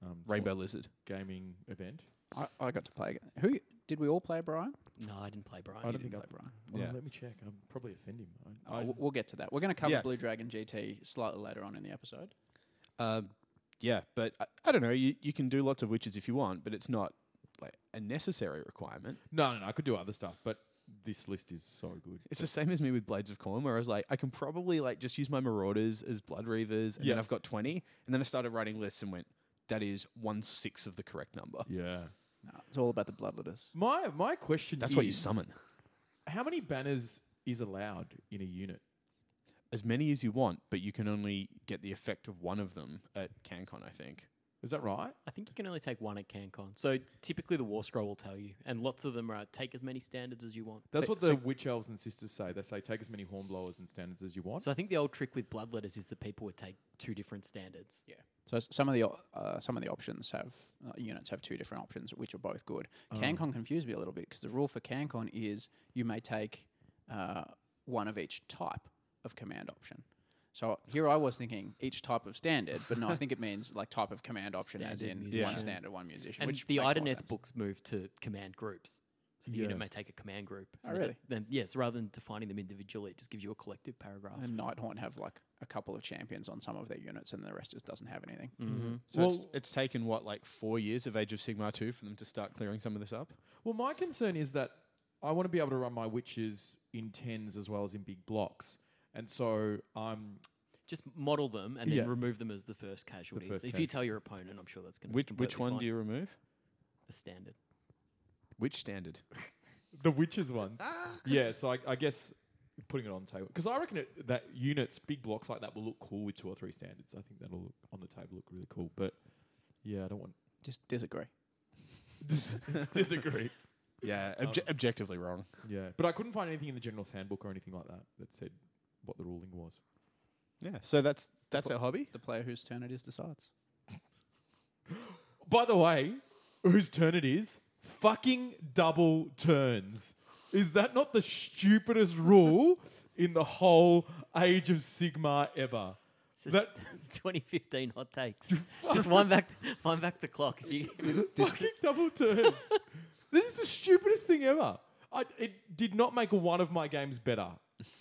[SPEAKER 6] um,
[SPEAKER 4] Rainbow Lizard.
[SPEAKER 6] gaming event.
[SPEAKER 3] I, I got to play. ag- Who did we all play, Brian?
[SPEAKER 5] No, I didn't play Brian.
[SPEAKER 6] I
[SPEAKER 5] You
[SPEAKER 6] don't think
[SPEAKER 5] didn't
[SPEAKER 6] I.
[SPEAKER 3] Play Brian.
[SPEAKER 6] Well,
[SPEAKER 4] Yeah.
[SPEAKER 6] Let me check. I'm probably offend him. I,
[SPEAKER 3] Oh,
[SPEAKER 6] I-
[SPEAKER 3] we'll- we'll get to that. We're going to cover
[SPEAKER 4] Yeah.
[SPEAKER 3] Blue Dragon GT slightly later on in the episode.
[SPEAKER 4] Um, yeah, but I, I don't know. You, you can do lots of witches if you want, but it's not like a necessary requirement.
[SPEAKER 6] no, no, no. I could do other stuff, but this list is so good.
[SPEAKER 4] It's the same as me with Blades of Corn, where I was like, I can probably like just use my Marauders as Blood Reavers, and
[SPEAKER 6] Yeah.
[SPEAKER 4] then I've got twenty, and then I started writing lists and went, that is one sixth of the correct number.
[SPEAKER 6] Yeah.
[SPEAKER 3] No, it's all about the bloodletters.
[SPEAKER 6] My my question.
[SPEAKER 4] That's what you
[SPEAKER 6] is,
[SPEAKER 4] summon
[SPEAKER 6] How many banners is allowed in a unit?
[SPEAKER 4] as many as you want, but you can only get the effect of one of them at CanCon, I think.
[SPEAKER 6] Is that right?
[SPEAKER 5] I think you can only take one at CanCon. So typically the War Scroll will tell you, and lots of them are take as many standards as you want.
[SPEAKER 6] That's
[SPEAKER 3] So-
[SPEAKER 6] what the
[SPEAKER 3] so-
[SPEAKER 6] witch elves and sisters say. They say take as many hornblowers and standards as you want.
[SPEAKER 5] So I think the old trick with bloodletters is that people would take two different standards.
[SPEAKER 3] Yeah. So s- some of the o- uh, some of the options have uh, units have two different options, which are both good.
[SPEAKER 5] Oh.
[SPEAKER 3] CanCon confused me a little bit because the rule for CanCon is you may take uh, one of each type of command option. So here I was thinking each type of standard, but no, I think it means like type of command option, as
[SPEAKER 5] Standard
[SPEAKER 3] in one
[SPEAKER 5] musician.
[SPEAKER 3] standard, one musician.
[SPEAKER 5] And
[SPEAKER 3] which
[SPEAKER 5] the
[SPEAKER 3] makes more
[SPEAKER 5] Ideneth
[SPEAKER 3] sense.
[SPEAKER 5] books move to command groups. So the
[SPEAKER 6] Yeah.
[SPEAKER 5] unit may take a command group.
[SPEAKER 3] Oh,
[SPEAKER 5] and then-
[SPEAKER 3] really?
[SPEAKER 5] Then yes, rather than defining them individually, it just gives you a collective paragraph.
[SPEAKER 3] And Nighthorn have like a couple of champions on some of their units, and the rest just doesn't have anything.
[SPEAKER 6] Mm-hmm.
[SPEAKER 5] Mm-hmm.
[SPEAKER 4] So it's,
[SPEAKER 6] Well-
[SPEAKER 4] it's taken what like four years of Age of Sigmar two for them to start clearing some of this up.
[SPEAKER 6] Well, my concern is that I want to be able to run my witches in tens as well as in big blocks, and so I'm
[SPEAKER 5] Just model them and then
[SPEAKER 6] Yeah.
[SPEAKER 5] remove them as the first casualty.
[SPEAKER 6] first
[SPEAKER 5] so if
[SPEAKER 6] casualty.
[SPEAKER 5] you tell your opponent, I'm sure that's going to
[SPEAKER 4] Which which one do you remove?
[SPEAKER 5] the standard?
[SPEAKER 4] Which standard?
[SPEAKER 6] (laughs)
[SPEAKER 4] Ah.
[SPEAKER 6] the witches ones. yeah, so I, I guess putting it on the table because I reckon it, that units, big blocks like that, will look cool with two or three standards. I think that'll look on the table look really cool. But yeah, I don't want
[SPEAKER 3] Just disagree.
[SPEAKER 6] dis- (laughs)
[SPEAKER 5] (laughs)
[SPEAKER 6] disagree.
[SPEAKER 4] (laughs) Yeah, obje-
[SPEAKER 5] Um,
[SPEAKER 4] objectively wrong.
[SPEAKER 6] Um, Yeah, but I couldn't find anything in the general's handbook or anything like that that said what the ruling was.
[SPEAKER 4] Yeah, so that's that's our hobby.
[SPEAKER 3] The player whose turn it is decides.
[SPEAKER 6] By the way, whose turn it is? Fucking double turns. Is that not the stupidest rule in the whole Age of Sigma ever?
[SPEAKER 5] So
[SPEAKER 6] That-
[SPEAKER 5] (laughs) it's 2015
[SPEAKER 6] (laughs)
[SPEAKER 5] hot takes. just wind back, wind back the clock. If you,
[SPEAKER 6] Fucking double
[SPEAKER 4] (laughs)
[SPEAKER 6] turns. this is the stupidest thing ever. I, it did not make one of my games better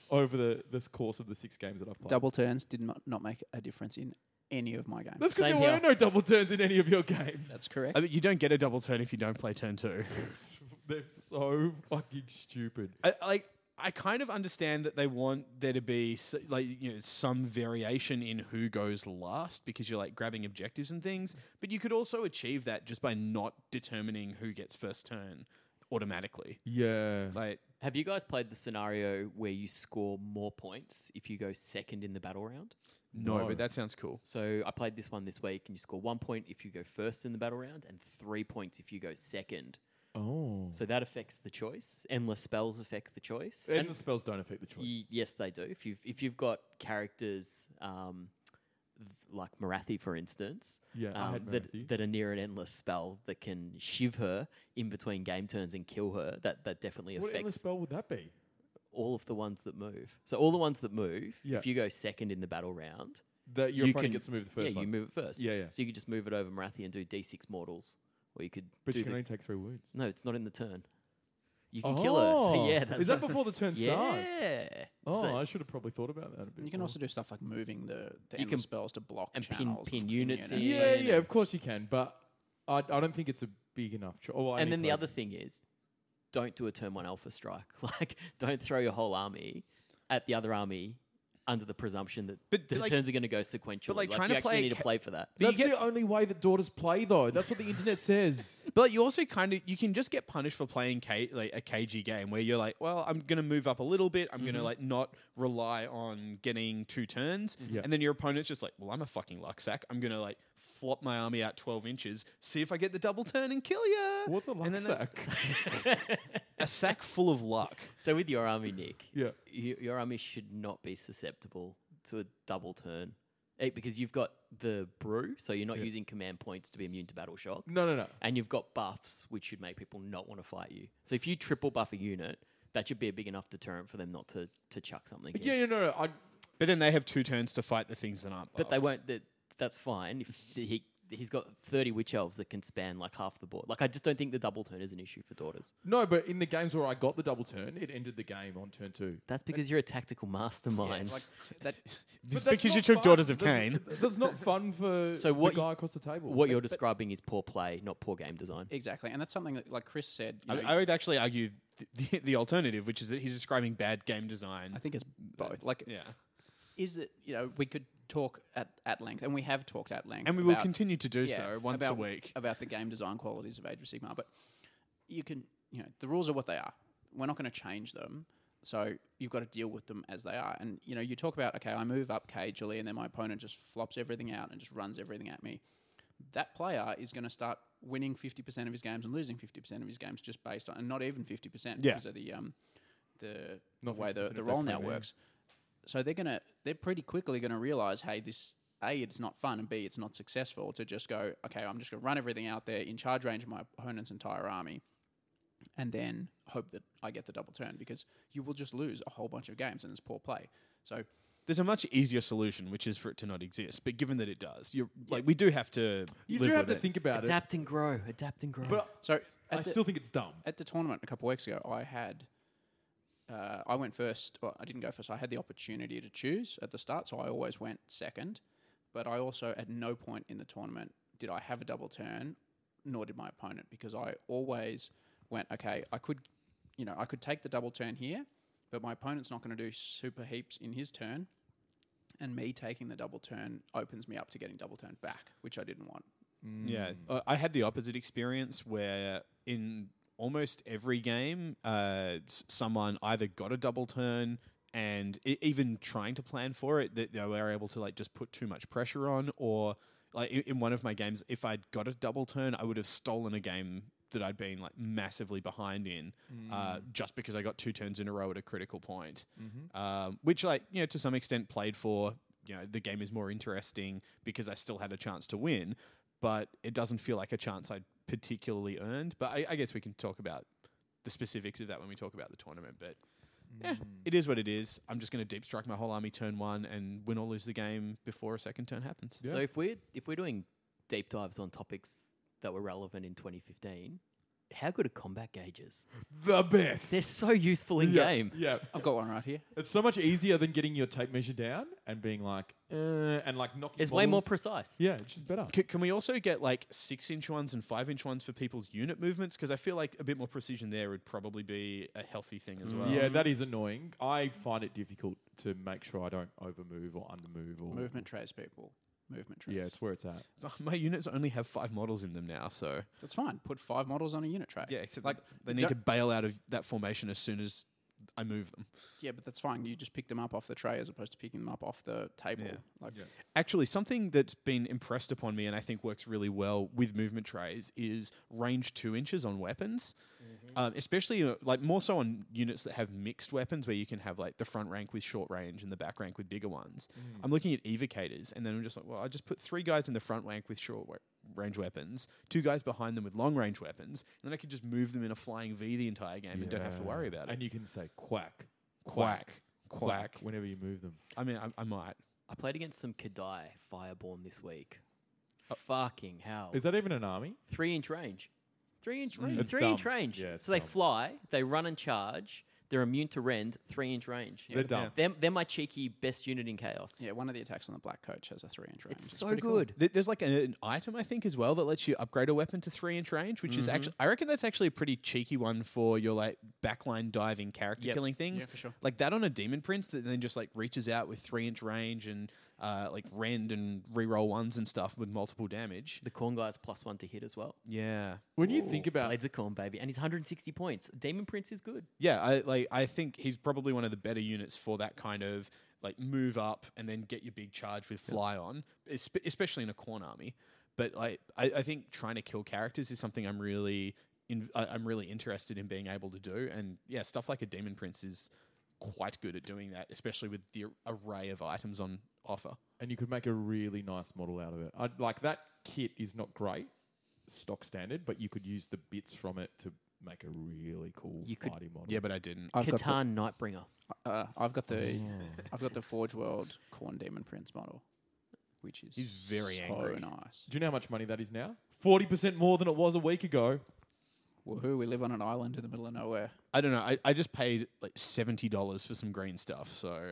[SPEAKER 6] over the this course of the six games that I've played.
[SPEAKER 3] Double turns did not, not make a difference in any of my games.
[SPEAKER 6] That's because there
[SPEAKER 5] Same
[SPEAKER 6] were
[SPEAKER 5] here.
[SPEAKER 6] no double turns in any of your games.
[SPEAKER 3] That's correct.
[SPEAKER 4] I mean, you don't get a double turn if you don't play turn two. (laughs)
[SPEAKER 6] They're so fucking stupid.
[SPEAKER 4] I, like I kind of understand that they want there to be s- like you know some variation in who goes last because you're like grabbing objectives and things, but you could also achieve that just by not determining who gets first turn automatically.
[SPEAKER 6] Yeah.
[SPEAKER 4] Like
[SPEAKER 5] have you guys played the scenario where you score more points if you go second in the battle round?
[SPEAKER 4] no,
[SPEAKER 6] No.
[SPEAKER 4] but that sounds cool.
[SPEAKER 5] So I played this one this week, and you score one point if you go first in the battle round, and three points if you go second.
[SPEAKER 6] Oh.
[SPEAKER 5] So that affects the choice. Endless spells affect the choice.
[SPEAKER 6] And
[SPEAKER 5] And-
[SPEAKER 6] the spells don't affect the choice.
[SPEAKER 5] Y- yes, they do. If you've if you've got characters um, th- like Marathi, for instance,
[SPEAKER 6] Yeah, I had
[SPEAKER 5] um, that
[SPEAKER 6] Marathi.
[SPEAKER 5] that are near an endless spell that can shiv her in between game turns and kill her, that that definitely
[SPEAKER 6] What endless
[SPEAKER 5] affects
[SPEAKER 6] spell would that be?
[SPEAKER 5] all of the ones that move. So all the ones that move,
[SPEAKER 6] Yeah.
[SPEAKER 5] if you go second in the battle round,
[SPEAKER 6] That your
[SPEAKER 5] you
[SPEAKER 6] opponent
[SPEAKER 5] can
[SPEAKER 6] gets to move the first
[SPEAKER 5] yeah,
[SPEAKER 6] one.
[SPEAKER 5] you move it first.
[SPEAKER 6] Yeah, yeah.
[SPEAKER 5] So you could just move it over Marathi and do D six mortals, or you could
[SPEAKER 6] but
[SPEAKER 5] do
[SPEAKER 6] you can
[SPEAKER 5] the-
[SPEAKER 6] only take three wounds.
[SPEAKER 5] no, it's not in the turn. You can kill her. So yeah, that's
[SPEAKER 6] Oh. is that
[SPEAKER 5] what-
[SPEAKER 6] before the turn starts?
[SPEAKER 5] (laughs) Yeah.
[SPEAKER 6] Oh,
[SPEAKER 5] So-
[SPEAKER 6] I should have probably thought about that a bit.
[SPEAKER 3] You can
[SPEAKER 6] more.
[SPEAKER 3] also do stuff like moving the, the
[SPEAKER 5] You
[SPEAKER 3] endless
[SPEAKER 5] can-
[SPEAKER 3] spells to block
[SPEAKER 5] and pin-
[SPEAKER 3] channels
[SPEAKER 5] pin
[SPEAKER 3] and
[SPEAKER 5] units in.
[SPEAKER 3] units.
[SPEAKER 6] Yeah,
[SPEAKER 5] Yeah,
[SPEAKER 6] yeah,
[SPEAKER 5] no.
[SPEAKER 6] of course you can, but I, I don't think it's a big enough. Cho- oh, I
[SPEAKER 5] and
[SPEAKER 6] need
[SPEAKER 5] then the
[SPEAKER 6] to-
[SPEAKER 5] other thing is, (laughs) don't do a turn one alpha strike. Like, don't throw your whole army at the other army under the presumption that
[SPEAKER 4] But,
[SPEAKER 5] the
[SPEAKER 4] like-
[SPEAKER 5] turns are going to go sequentially.
[SPEAKER 4] like,
[SPEAKER 5] like
[SPEAKER 4] trying
[SPEAKER 5] you
[SPEAKER 4] to
[SPEAKER 5] actually
[SPEAKER 4] play
[SPEAKER 5] need
[SPEAKER 4] ca-
[SPEAKER 5] to play for that.
[SPEAKER 4] Uh, But
[SPEAKER 6] That's
[SPEAKER 4] you get-
[SPEAKER 6] the only way that daughters play, though. That's what the internet says.
[SPEAKER 4] (laughs) But like, you also kind of you can just get punished for playing K, like a cagey game where you're like, well, I'm gonna move up a little bit. I'm
[SPEAKER 6] Mm-hmm.
[SPEAKER 4] gonna like not rely on getting two turns,
[SPEAKER 6] Mm-hmm. Yeah.
[SPEAKER 4] and then your opponent's just like, well, I'm a fucking lucksack. I'm gonna like flop my army out twelve inches, see if I get the double turn and kill you.
[SPEAKER 6] What's a
[SPEAKER 4] And
[SPEAKER 6] luck
[SPEAKER 4] then that-
[SPEAKER 6] sack?
[SPEAKER 4] A sack full of luck.
[SPEAKER 5] So with your army, Nick,
[SPEAKER 6] Yeah.
[SPEAKER 5] you, your army should not be susceptible to a double turn Eh, because you've got the brew, so you're not using command points to be immune to battle shock,
[SPEAKER 6] No, no, no.
[SPEAKER 5] and you've got buffs, which should make people not want to fight you. So if you triple buff a unit, that should be a big enough deterrent for them not to, to chuck something. in.
[SPEAKER 6] Yeah, yeah, no, no. I,
[SPEAKER 4] But then they have two turns to fight the things that aren't.
[SPEAKER 5] but they
[SPEAKER 4] buffed.
[SPEAKER 5] won't. That, that's fine. If the- he he's got thirty witch elves that can span like half the board. Like I just don't think the double turn is an issue for daughters.
[SPEAKER 6] no, but in the games where I got the double turn, it ended the game on turn two.
[SPEAKER 5] That's because you're a tactical mastermind. (laughs)
[SPEAKER 3] That,
[SPEAKER 4] Just
[SPEAKER 6] But that's
[SPEAKER 4] because you
[SPEAKER 6] not
[SPEAKER 4] took
[SPEAKER 6] fun.
[SPEAKER 4] Daughters of
[SPEAKER 6] That's-
[SPEAKER 4] Cain.
[SPEAKER 6] (laughs) That's not fun for
[SPEAKER 5] So what
[SPEAKER 6] the
[SPEAKER 5] you-
[SPEAKER 6] guy across the table.
[SPEAKER 5] what you're describing is poor play, not poor game design.
[SPEAKER 3] exactly. And that's something that, like Chris said, you
[SPEAKER 4] I,
[SPEAKER 3] know,
[SPEAKER 4] I would actually argue (laughs) the, the, the alternative, which is that he's describing bad game design.
[SPEAKER 3] I think it's both. Like,
[SPEAKER 4] yeah,
[SPEAKER 3] is that you know we could talk at, at length, and we have talked at length,
[SPEAKER 4] and we will
[SPEAKER 3] about-
[SPEAKER 4] continue to do
[SPEAKER 3] yeah,
[SPEAKER 4] so once
[SPEAKER 3] about,
[SPEAKER 4] a week.
[SPEAKER 3] about the game design qualities of Age of Sigmar. But you can, you know, the rules are what they are. We're not going to change them, so you've got to deal with them as they are. And you know, you talk about okay, I move up cagely, and then my opponent just flops everything out and just runs everything at me. That player is going to start winning fifty percent of his games and losing fifty percent of his games just based on, and not even fifty percent
[SPEAKER 4] Yeah.
[SPEAKER 3] because of the um, the
[SPEAKER 6] Not
[SPEAKER 3] way
[SPEAKER 6] 50%
[SPEAKER 3] the,
[SPEAKER 6] if
[SPEAKER 3] the
[SPEAKER 6] they're
[SPEAKER 3] roll now
[SPEAKER 6] premium.
[SPEAKER 3] works. So they're gonna they're pretty quickly gonna realize, hey, this a it's not fun and b it's not successful to just go, okay, I'm just gonna run everything out there in charge range of my opponent's entire army, and then hope that I get the double turn because you will just lose a whole bunch of games and it's poor play. So
[SPEAKER 4] There's a much easier solution, which is for it to not exist. But given that it does, you're like we do have to.
[SPEAKER 6] You
[SPEAKER 4] live
[SPEAKER 6] do have to
[SPEAKER 4] with it.
[SPEAKER 6] think about it.
[SPEAKER 5] Adapt and grow. Adapt and grow.
[SPEAKER 6] But
[SPEAKER 3] so
[SPEAKER 6] I
[SPEAKER 3] at the-
[SPEAKER 6] still think it's dumb.
[SPEAKER 3] at the tournament a couple weeks ago, I had, uh, I went first. Well, I didn't go first. I had the opportunity to choose at the start, so I always went second. But I also, at no point in the tournament, did I have a double turn, nor did my opponent, because I always went, okay, I could, you know, I could take the double turn here, but my opponent's not going to do super heaps in his turn. And me taking the double turn opens me up to getting double turned back, which I didn't want.
[SPEAKER 4] Yeah, uh, I had the opposite experience where in almost every game, uh, s- someone either got a double turn and e- even trying to plan for it, that they were able to like just put too much pressure on, or like i- in one of my games, if I'd got a double turn, I would have stolen a game that I'd been like massively behind in, uh,
[SPEAKER 6] Mm.
[SPEAKER 4] just because I got two turns in a row at a critical point,
[SPEAKER 6] Mm-hmm.
[SPEAKER 4] um, which like you know to some extent played for. You know the game is more interesting because I still had a chance to win, but it doesn't feel like a chance I particularly earned. But I, I guess we can talk about the specifics of that when we talk about the tournament. But
[SPEAKER 6] Mm.
[SPEAKER 4] yeah, it is what it is. I'm just going to deep strike my whole army turn one and win or lose the game before a second turn happens.
[SPEAKER 5] So if we're if we're doing deep dives on topics that were relevant in 2015, how good are combat gauges?
[SPEAKER 6] The best.
[SPEAKER 5] They're so useful in
[SPEAKER 6] yeah,
[SPEAKER 5] game.
[SPEAKER 6] Yeah.
[SPEAKER 3] I've got one right here.
[SPEAKER 6] It's so much easier than getting your tape measure down and being like, uh, and like knocking.
[SPEAKER 5] It's way more
[SPEAKER 6] models.
[SPEAKER 5] precise.
[SPEAKER 6] Yeah, it's just better.
[SPEAKER 4] C- can we also get like six inch ones and five inch ones for people's unit movements? Because I feel like a bit more precision there would probably be a healthy thing as well.
[SPEAKER 6] Mm. Yeah, that is annoying. I find it difficult to make sure I don't overmove or undermove or
[SPEAKER 3] Movement trays, people. Movement trays.
[SPEAKER 6] Yeah, it's where it's at.
[SPEAKER 4] (laughs) My units only have five models in them now, so
[SPEAKER 3] That's fine. Put five models on a unit tray.
[SPEAKER 4] yeah. Except
[SPEAKER 3] like
[SPEAKER 4] like they need
[SPEAKER 3] don't-
[SPEAKER 4] to bail out of that formation as soon as I move them.
[SPEAKER 3] yeah, but that's fine. You just pick them up off the tray as opposed to picking them up off the table.
[SPEAKER 4] Yeah.
[SPEAKER 3] Like
[SPEAKER 4] Actually, something that's been impressed upon me and I think works really well with movement trays is range two inches on weapons,
[SPEAKER 6] Mm-hmm.
[SPEAKER 4] um, especially uh, like more so on units that have mixed weapons where you can have like the front rank with short range and the back rank with bigger ones.
[SPEAKER 6] Mm.
[SPEAKER 4] I'm looking at evocators and then I'm just like, well, I just put three guys in the front rank with short we- range weapons, two guys behind them with long range weapons, and then I could just move them in a flying V the entire game and don't have to
[SPEAKER 6] Yeah.
[SPEAKER 4] worry about it.
[SPEAKER 6] And you can say quack,
[SPEAKER 4] quack, quack.
[SPEAKER 6] whenever you move them.
[SPEAKER 4] I mean, I, I might.
[SPEAKER 5] I played against some Kadai Fireborn this week.
[SPEAKER 4] Oh.
[SPEAKER 5] Fucking
[SPEAKER 3] Oh.
[SPEAKER 5] hell.
[SPEAKER 6] Is that even an army?
[SPEAKER 5] three inch range. Three inch range.
[SPEAKER 4] Mm.
[SPEAKER 6] It's
[SPEAKER 5] three inch
[SPEAKER 6] dumb.
[SPEAKER 5] range.
[SPEAKER 6] Yeah, it's
[SPEAKER 5] so they
[SPEAKER 6] dumb.
[SPEAKER 5] fly, they run and charge, They're immune to rend, three inch range.
[SPEAKER 6] They're dumb.
[SPEAKER 5] They're, they're my cheeky best unit in chaos.
[SPEAKER 3] Yeah, one of the attacks on the black coach has a three inch range.
[SPEAKER 5] It's
[SPEAKER 3] It's
[SPEAKER 5] so
[SPEAKER 3] pretty cool.
[SPEAKER 5] good.
[SPEAKER 4] Th- There's like an, an item I think as well that lets you upgrade a weapon to three inch range, which
[SPEAKER 3] Mm-hmm.
[SPEAKER 4] is actually I reckon that's actually a pretty cheeky one for your like backline diving character
[SPEAKER 5] Yep.
[SPEAKER 4] killing things.
[SPEAKER 3] Yeah, for sure.
[SPEAKER 4] Like that on a demon prince that then just like reaches out with three inch range and uh, like rend and reroll ones and stuff with multiple damage.
[SPEAKER 5] The corn guy's plus one to hit as well.
[SPEAKER 4] Yeah,
[SPEAKER 6] When you think about
[SPEAKER 5] Blades of corn, baby, and he's 160 points. Demon Prince is good.
[SPEAKER 4] yeah. I like I think he's probably one of the better units for that kind of like move up and then get your big charge with fly on, espe- especially in a corn army. But like I, I think trying to kill characters is something I'm really in, I, I'm really interested in being able to do, and yeah, stuff like a demon prince is quite good at doing that, especially with the array of items on offer.
[SPEAKER 6] and you could make a really nice model out of it. I'd, like that kit is not great, stock standard, but you could use the bits from it to make a really cool
[SPEAKER 5] You could-
[SPEAKER 6] fighting model.
[SPEAKER 4] Yeah, but I didn't.
[SPEAKER 3] I've got, the,
[SPEAKER 5] Catan Nightbringer.
[SPEAKER 3] uh, I've got the I've got the Forge World Corn Demon Prince model, which is
[SPEAKER 4] He's very
[SPEAKER 3] so
[SPEAKER 4] angry.
[SPEAKER 3] nice.
[SPEAKER 6] Do you know how much money that is now? Forty percent more than it was a week ago.
[SPEAKER 3] Woohoo! We live on an island in the middle of nowhere.
[SPEAKER 4] I don't know. I, I just paid like seventy dollars for some green stuff, so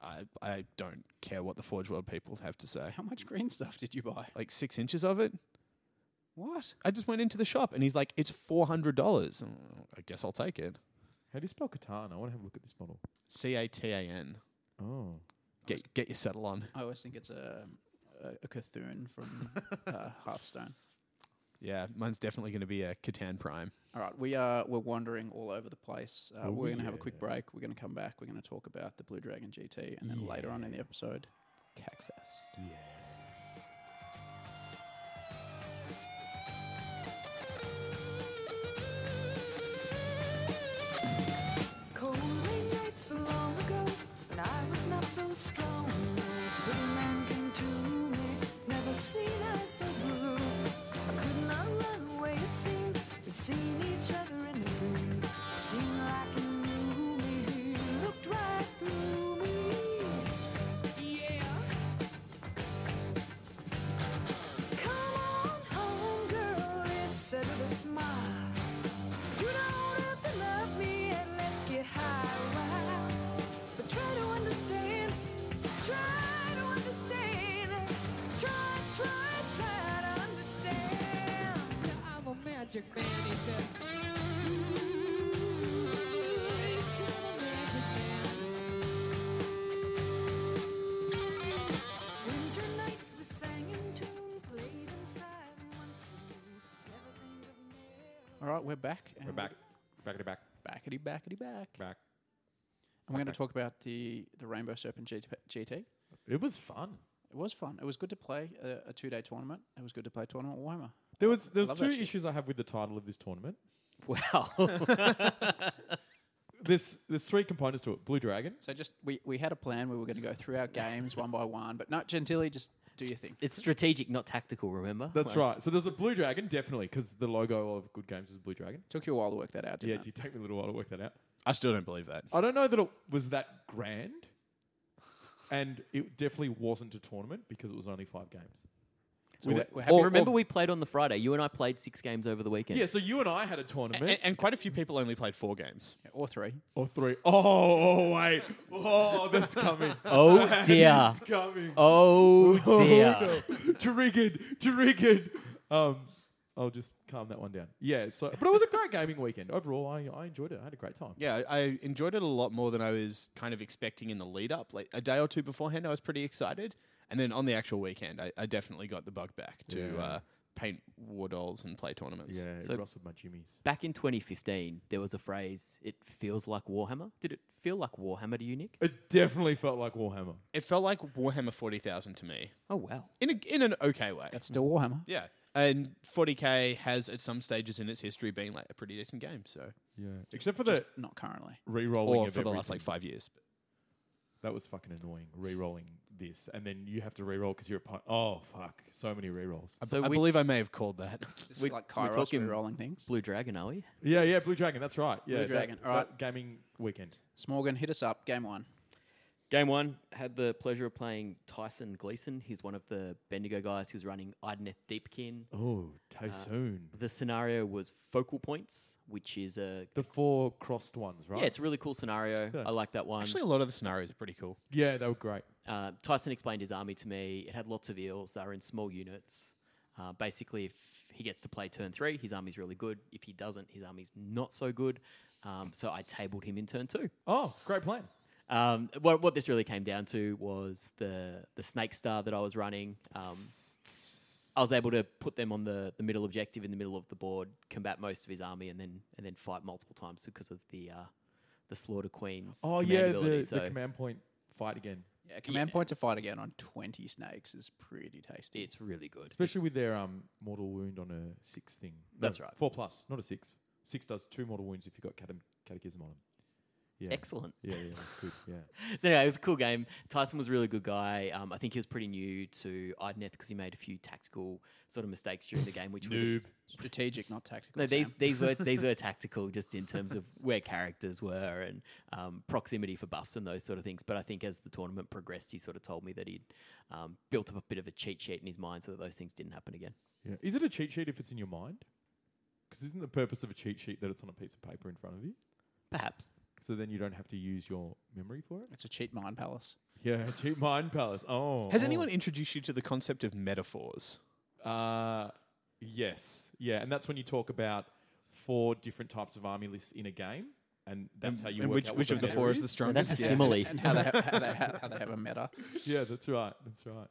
[SPEAKER 4] I I don't care what the Forge World people have to say.
[SPEAKER 3] How much green stuff did you buy?
[SPEAKER 4] Like six inches of it.
[SPEAKER 3] What?
[SPEAKER 4] I just went into the shop and he's like, "It's four hundred dollars." I guess I'll take it.
[SPEAKER 6] How do you spell Catan? I want to have a look at this model.
[SPEAKER 4] C A T A N.
[SPEAKER 6] Oh,
[SPEAKER 4] Get get your saddle on.
[SPEAKER 3] I always think it's a a, a Cthulhu from
[SPEAKER 4] (laughs)
[SPEAKER 3] uh, Hearthstone.
[SPEAKER 4] Yeah, mine's definitely going to be a Catan Prime.
[SPEAKER 3] All right, we are we're wandering all over the place. Uh,
[SPEAKER 6] Oh,
[SPEAKER 3] we're going to have a
[SPEAKER 6] yeah.
[SPEAKER 3] quick break. We're going to come back. We're going to talk about the Blue Dragon GT, and then later on in the episode, Cagfest.
[SPEAKER 7] Cold rain nights so long ago, when I was not so strong. But a man came to me, never seen I so blue. I could not run away, it seemed. We'd seen each other in the room. Seemed like he knew me, he looked right through me. Yeah. Come on home, girl, he said with a smile. You don't have to love me and let's get high. Wow. But try to understand. Try to understand. Try, try, try to understand. Now, I'm a magic man, he said. He said, "I'm a magic man." Winter nights we sang in tune, played inside once again. Never think of marriage.
[SPEAKER 3] All right, we're back.
[SPEAKER 6] we're
[SPEAKER 3] and
[SPEAKER 6] back, back to back,
[SPEAKER 3] Backety backety back.
[SPEAKER 6] back.
[SPEAKER 3] And we're going to talk about the the Rainbow Serpent GT. GT. It
[SPEAKER 6] It was fun.
[SPEAKER 3] was fun. It was good to play a, a two day tournament. It was good to play tournament warmer.
[SPEAKER 6] There was there was
[SPEAKER 3] Love
[SPEAKER 6] two
[SPEAKER 3] that shit.
[SPEAKER 6] issues I have with the title of this tournament.
[SPEAKER 5] Wow.
[SPEAKER 6] (laughs) There's there's three components to it. Blue Dragon.
[SPEAKER 3] So just we, we had a plan. We were going to go through our
[SPEAKER 6] (laughs)
[SPEAKER 3] games one by one, but not Gentili. Just do your thing.
[SPEAKER 5] it's strategic, not tactical,
[SPEAKER 3] Oh
[SPEAKER 5] remember?
[SPEAKER 6] That's right. So there's a blue dragon, definitely, because the logo of Good Games is a blue dragon.
[SPEAKER 3] Took you a while to work that out,
[SPEAKER 6] yeah,
[SPEAKER 3] didn't
[SPEAKER 6] it
[SPEAKER 3] it?
[SPEAKER 6] did take me a little while to work that out.
[SPEAKER 4] I still don't believe that.
[SPEAKER 6] I don't know that it was that grand, and it definitely wasn't a tournament because it was only five games.
[SPEAKER 3] So we're, we're happy.
[SPEAKER 5] Well, remember we played on the Friday. You and I played six games over the weekend.
[SPEAKER 6] Yeah, so you and I had a tournament
[SPEAKER 4] And, and quite a few people only played four games.
[SPEAKER 3] or three.
[SPEAKER 6] or three. Oh, oh wait, oh that's (laughs) coming.
[SPEAKER 5] Oh
[SPEAKER 6] That
[SPEAKER 5] dear.
[SPEAKER 6] is coming.
[SPEAKER 5] Oh dear.
[SPEAKER 6] no. triggered, triggered. Um, I'll just calm that one down. Yeah, so but it was a great gaming weekend overall. I, I enjoyed it. I had a great time.
[SPEAKER 4] Yeah, I, I enjoyed it a lot more than I was kind of expecting in the lead up. Like a day or two beforehand, I was pretty excited, and then on the actual weekend, I, I definitely got the bug back to
[SPEAKER 6] Yeah.
[SPEAKER 4] uh, paint war dolls and play tournaments.
[SPEAKER 6] Yeah,
[SPEAKER 5] So-
[SPEAKER 6] Ross with my jimmies.
[SPEAKER 5] Back in 2015, there was a phrase, it feels like Warhammer. Did it feel like Warhammer to you, Nick?
[SPEAKER 6] It definitely felt like Warhammer.
[SPEAKER 4] It felt like Warhammer forty thousand to me
[SPEAKER 5] Oh, wow.
[SPEAKER 4] in a, in an okay way.
[SPEAKER 3] That's still Warhammer.
[SPEAKER 4] yeah, and forty k has at some stages in its history been like a pretty decent game. So
[SPEAKER 6] Yeah, except for the
[SPEAKER 3] Not currently.
[SPEAKER 6] re-rolling
[SPEAKER 4] or
[SPEAKER 6] of
[SPEAKER 4] for the last
[SPEAKER 6] everything.
[SPEAKER 4] like five years.
[SPEAKER 6] That was fucking annoying. Re-rolling this, and then you have to re-roll because you're a pun- oh fuck, so many re-rolls.
[SPEAKER 5] So
[SPEAKER 4] I
[SPEAKER 5] we,
[SPEAKER 4] believe I may have called that.
[SPEAKER 3] This
[SPEAKER 5] We-
[SPEAKER 3] is like
[SPEAKER 5] we're
[SPEAKER 3] Kairos
[SPEAKER 5] talking-
[SPEAKER 3] re-rolling things.
[SPEAKER 5] Blue Dragon, are we?
[SPEAKER 6] Yeah, yeah, Blue Dragon. That's right. Yeah,
[SPEAKER 3] Blue Dragon,
[SPEAKER 6] That,
[SPEAKER 3] all right.
[SPEAKER 6] that gaming weekend.
[SPEAKER 3] Smorgan, hit us up. Game one.
[SPEAKER 5] Game one had the pleasure of playing Tyson Gleason. He's one of the Bendigo guys who's running Idneth Deepkin.
[SPEAKER 6] Oh,
[SPEAKER 5] Uh,
[SPEAKER 6] too soon.
[SPEAKER 5] The scenario was focal points, which is a
[SPEAKER 6] The four crossed ones, right?
[SPEAKER 5] yeah, it's a really cool scenario. I like that one.
[SPEAKER 4] Actually, a lot of the scenarios are pretty cool.
[SPEAKER 6] Yeah, they were great.
[SPEAKER 5] Uh, Tyson explained his army to me. It had lots of eels. They were in small units. Uh, basically, if he gets to play turn three, his army's really good. If he doesn't, his army's not so good. Um, so I tabled him in turn two.
[SPEAKER 6] Oh, great plan.
[SPEAKER 5] Um, what, what this really came down to was the the snake star that I was running. Um, I was able to put them on the, the middle objective in the middle of the board, combat most of his army, and then and then fight multiple times because of the uh, the slaughter queen's.
[SPEAKER 6] Oh
[SPEAKER 5] command
[SPEAKER 6] yeah,
[SPEAKER 5] ability.
[SPEAKER 6] the,
[SPEAKER 5] so
[SPEAKER 6] the command point fight again,
[SPEAKER 3] Yeah, command point to fight again on 20 snakes is pretty tasty.
[SPEAKER 5] it's really good.
[SPEAKER 6] especially with their um mortal wound on a six thing. No,
[SPEAKER 5] That's right.
[SPEAKER 6] Four plus, not a six. Six does two mortal wounds if you got cate- catechism on them. Yeah.
[SPEAKER 5] Excellent.
[SPEAKER 6] Yeah, yeah, that's good. Yeah.
[SPEAKER 5] (laughs) So anyway, it was a cool game. Tyson was a really good guy. Um, I think he was pretty new to Idneth because he made a few tactical sort of mistakes during the game, which were just-
[SPEAKER 3] Strategic, not tactical.
[SPEAKER 5] no, these
[SPEAKER 3] Sam.
[SPEAKER 5] these
[SPEAKER 3] (laughs)
[SPEAKER 5] were these were tactical, just in terms of where characters were and um, proximity for buffs and those sort of things. But I think as the tournament progressed, he sort of told me that he'd um, built up a bit of a cheat sheet in his mind so that those things didn't happen again.
[SPEAKER 6] yeah. Is it a cheat sheet if it's in your mind? Because isn't the purpose of a cheat sheet that it's on a piece of paper in front of you?
[SPEAKER 5] Perhaps.
[SPEAKER 6] So then you don't have to use your memory for it.
[SPEAKER 3] It's a cheat mind palace.
[SPEAKER 6] Yeah, cheat mind palace. (laughs) Oh.
[SPEAKER 4] Has
[SPEAKER 6] oh.
[SPEAKER 4] anyone introduced you to the concept of metaphors?
[SPEAKER 6] Uh, yes. Yeah, and that's when you talk about four different types of army lists in a game, and that's how you
[SPEAKER 4] and
[SPEAKER 6] work
[SPEAKER 4] which,
[SPEAKER 6] out what
[SPEAKER 4] which of the
[SPEAKER 6] meta
[SPEAKER 4] four is
[SPEAKER 6] is.
[SPEAKER 4] the
[SPEAKER 5] And
[SPEAKER 4] strongest?
[SPEAKER 5] that's a
[SPEAKER 4] Yeah.
[SPEAKER 5] simile.
[SPEAKER 3] (laughs) And how they, ha- how, they ha- how they have a meta.
[SPEAKER 6] Yeah, that's right. That's right.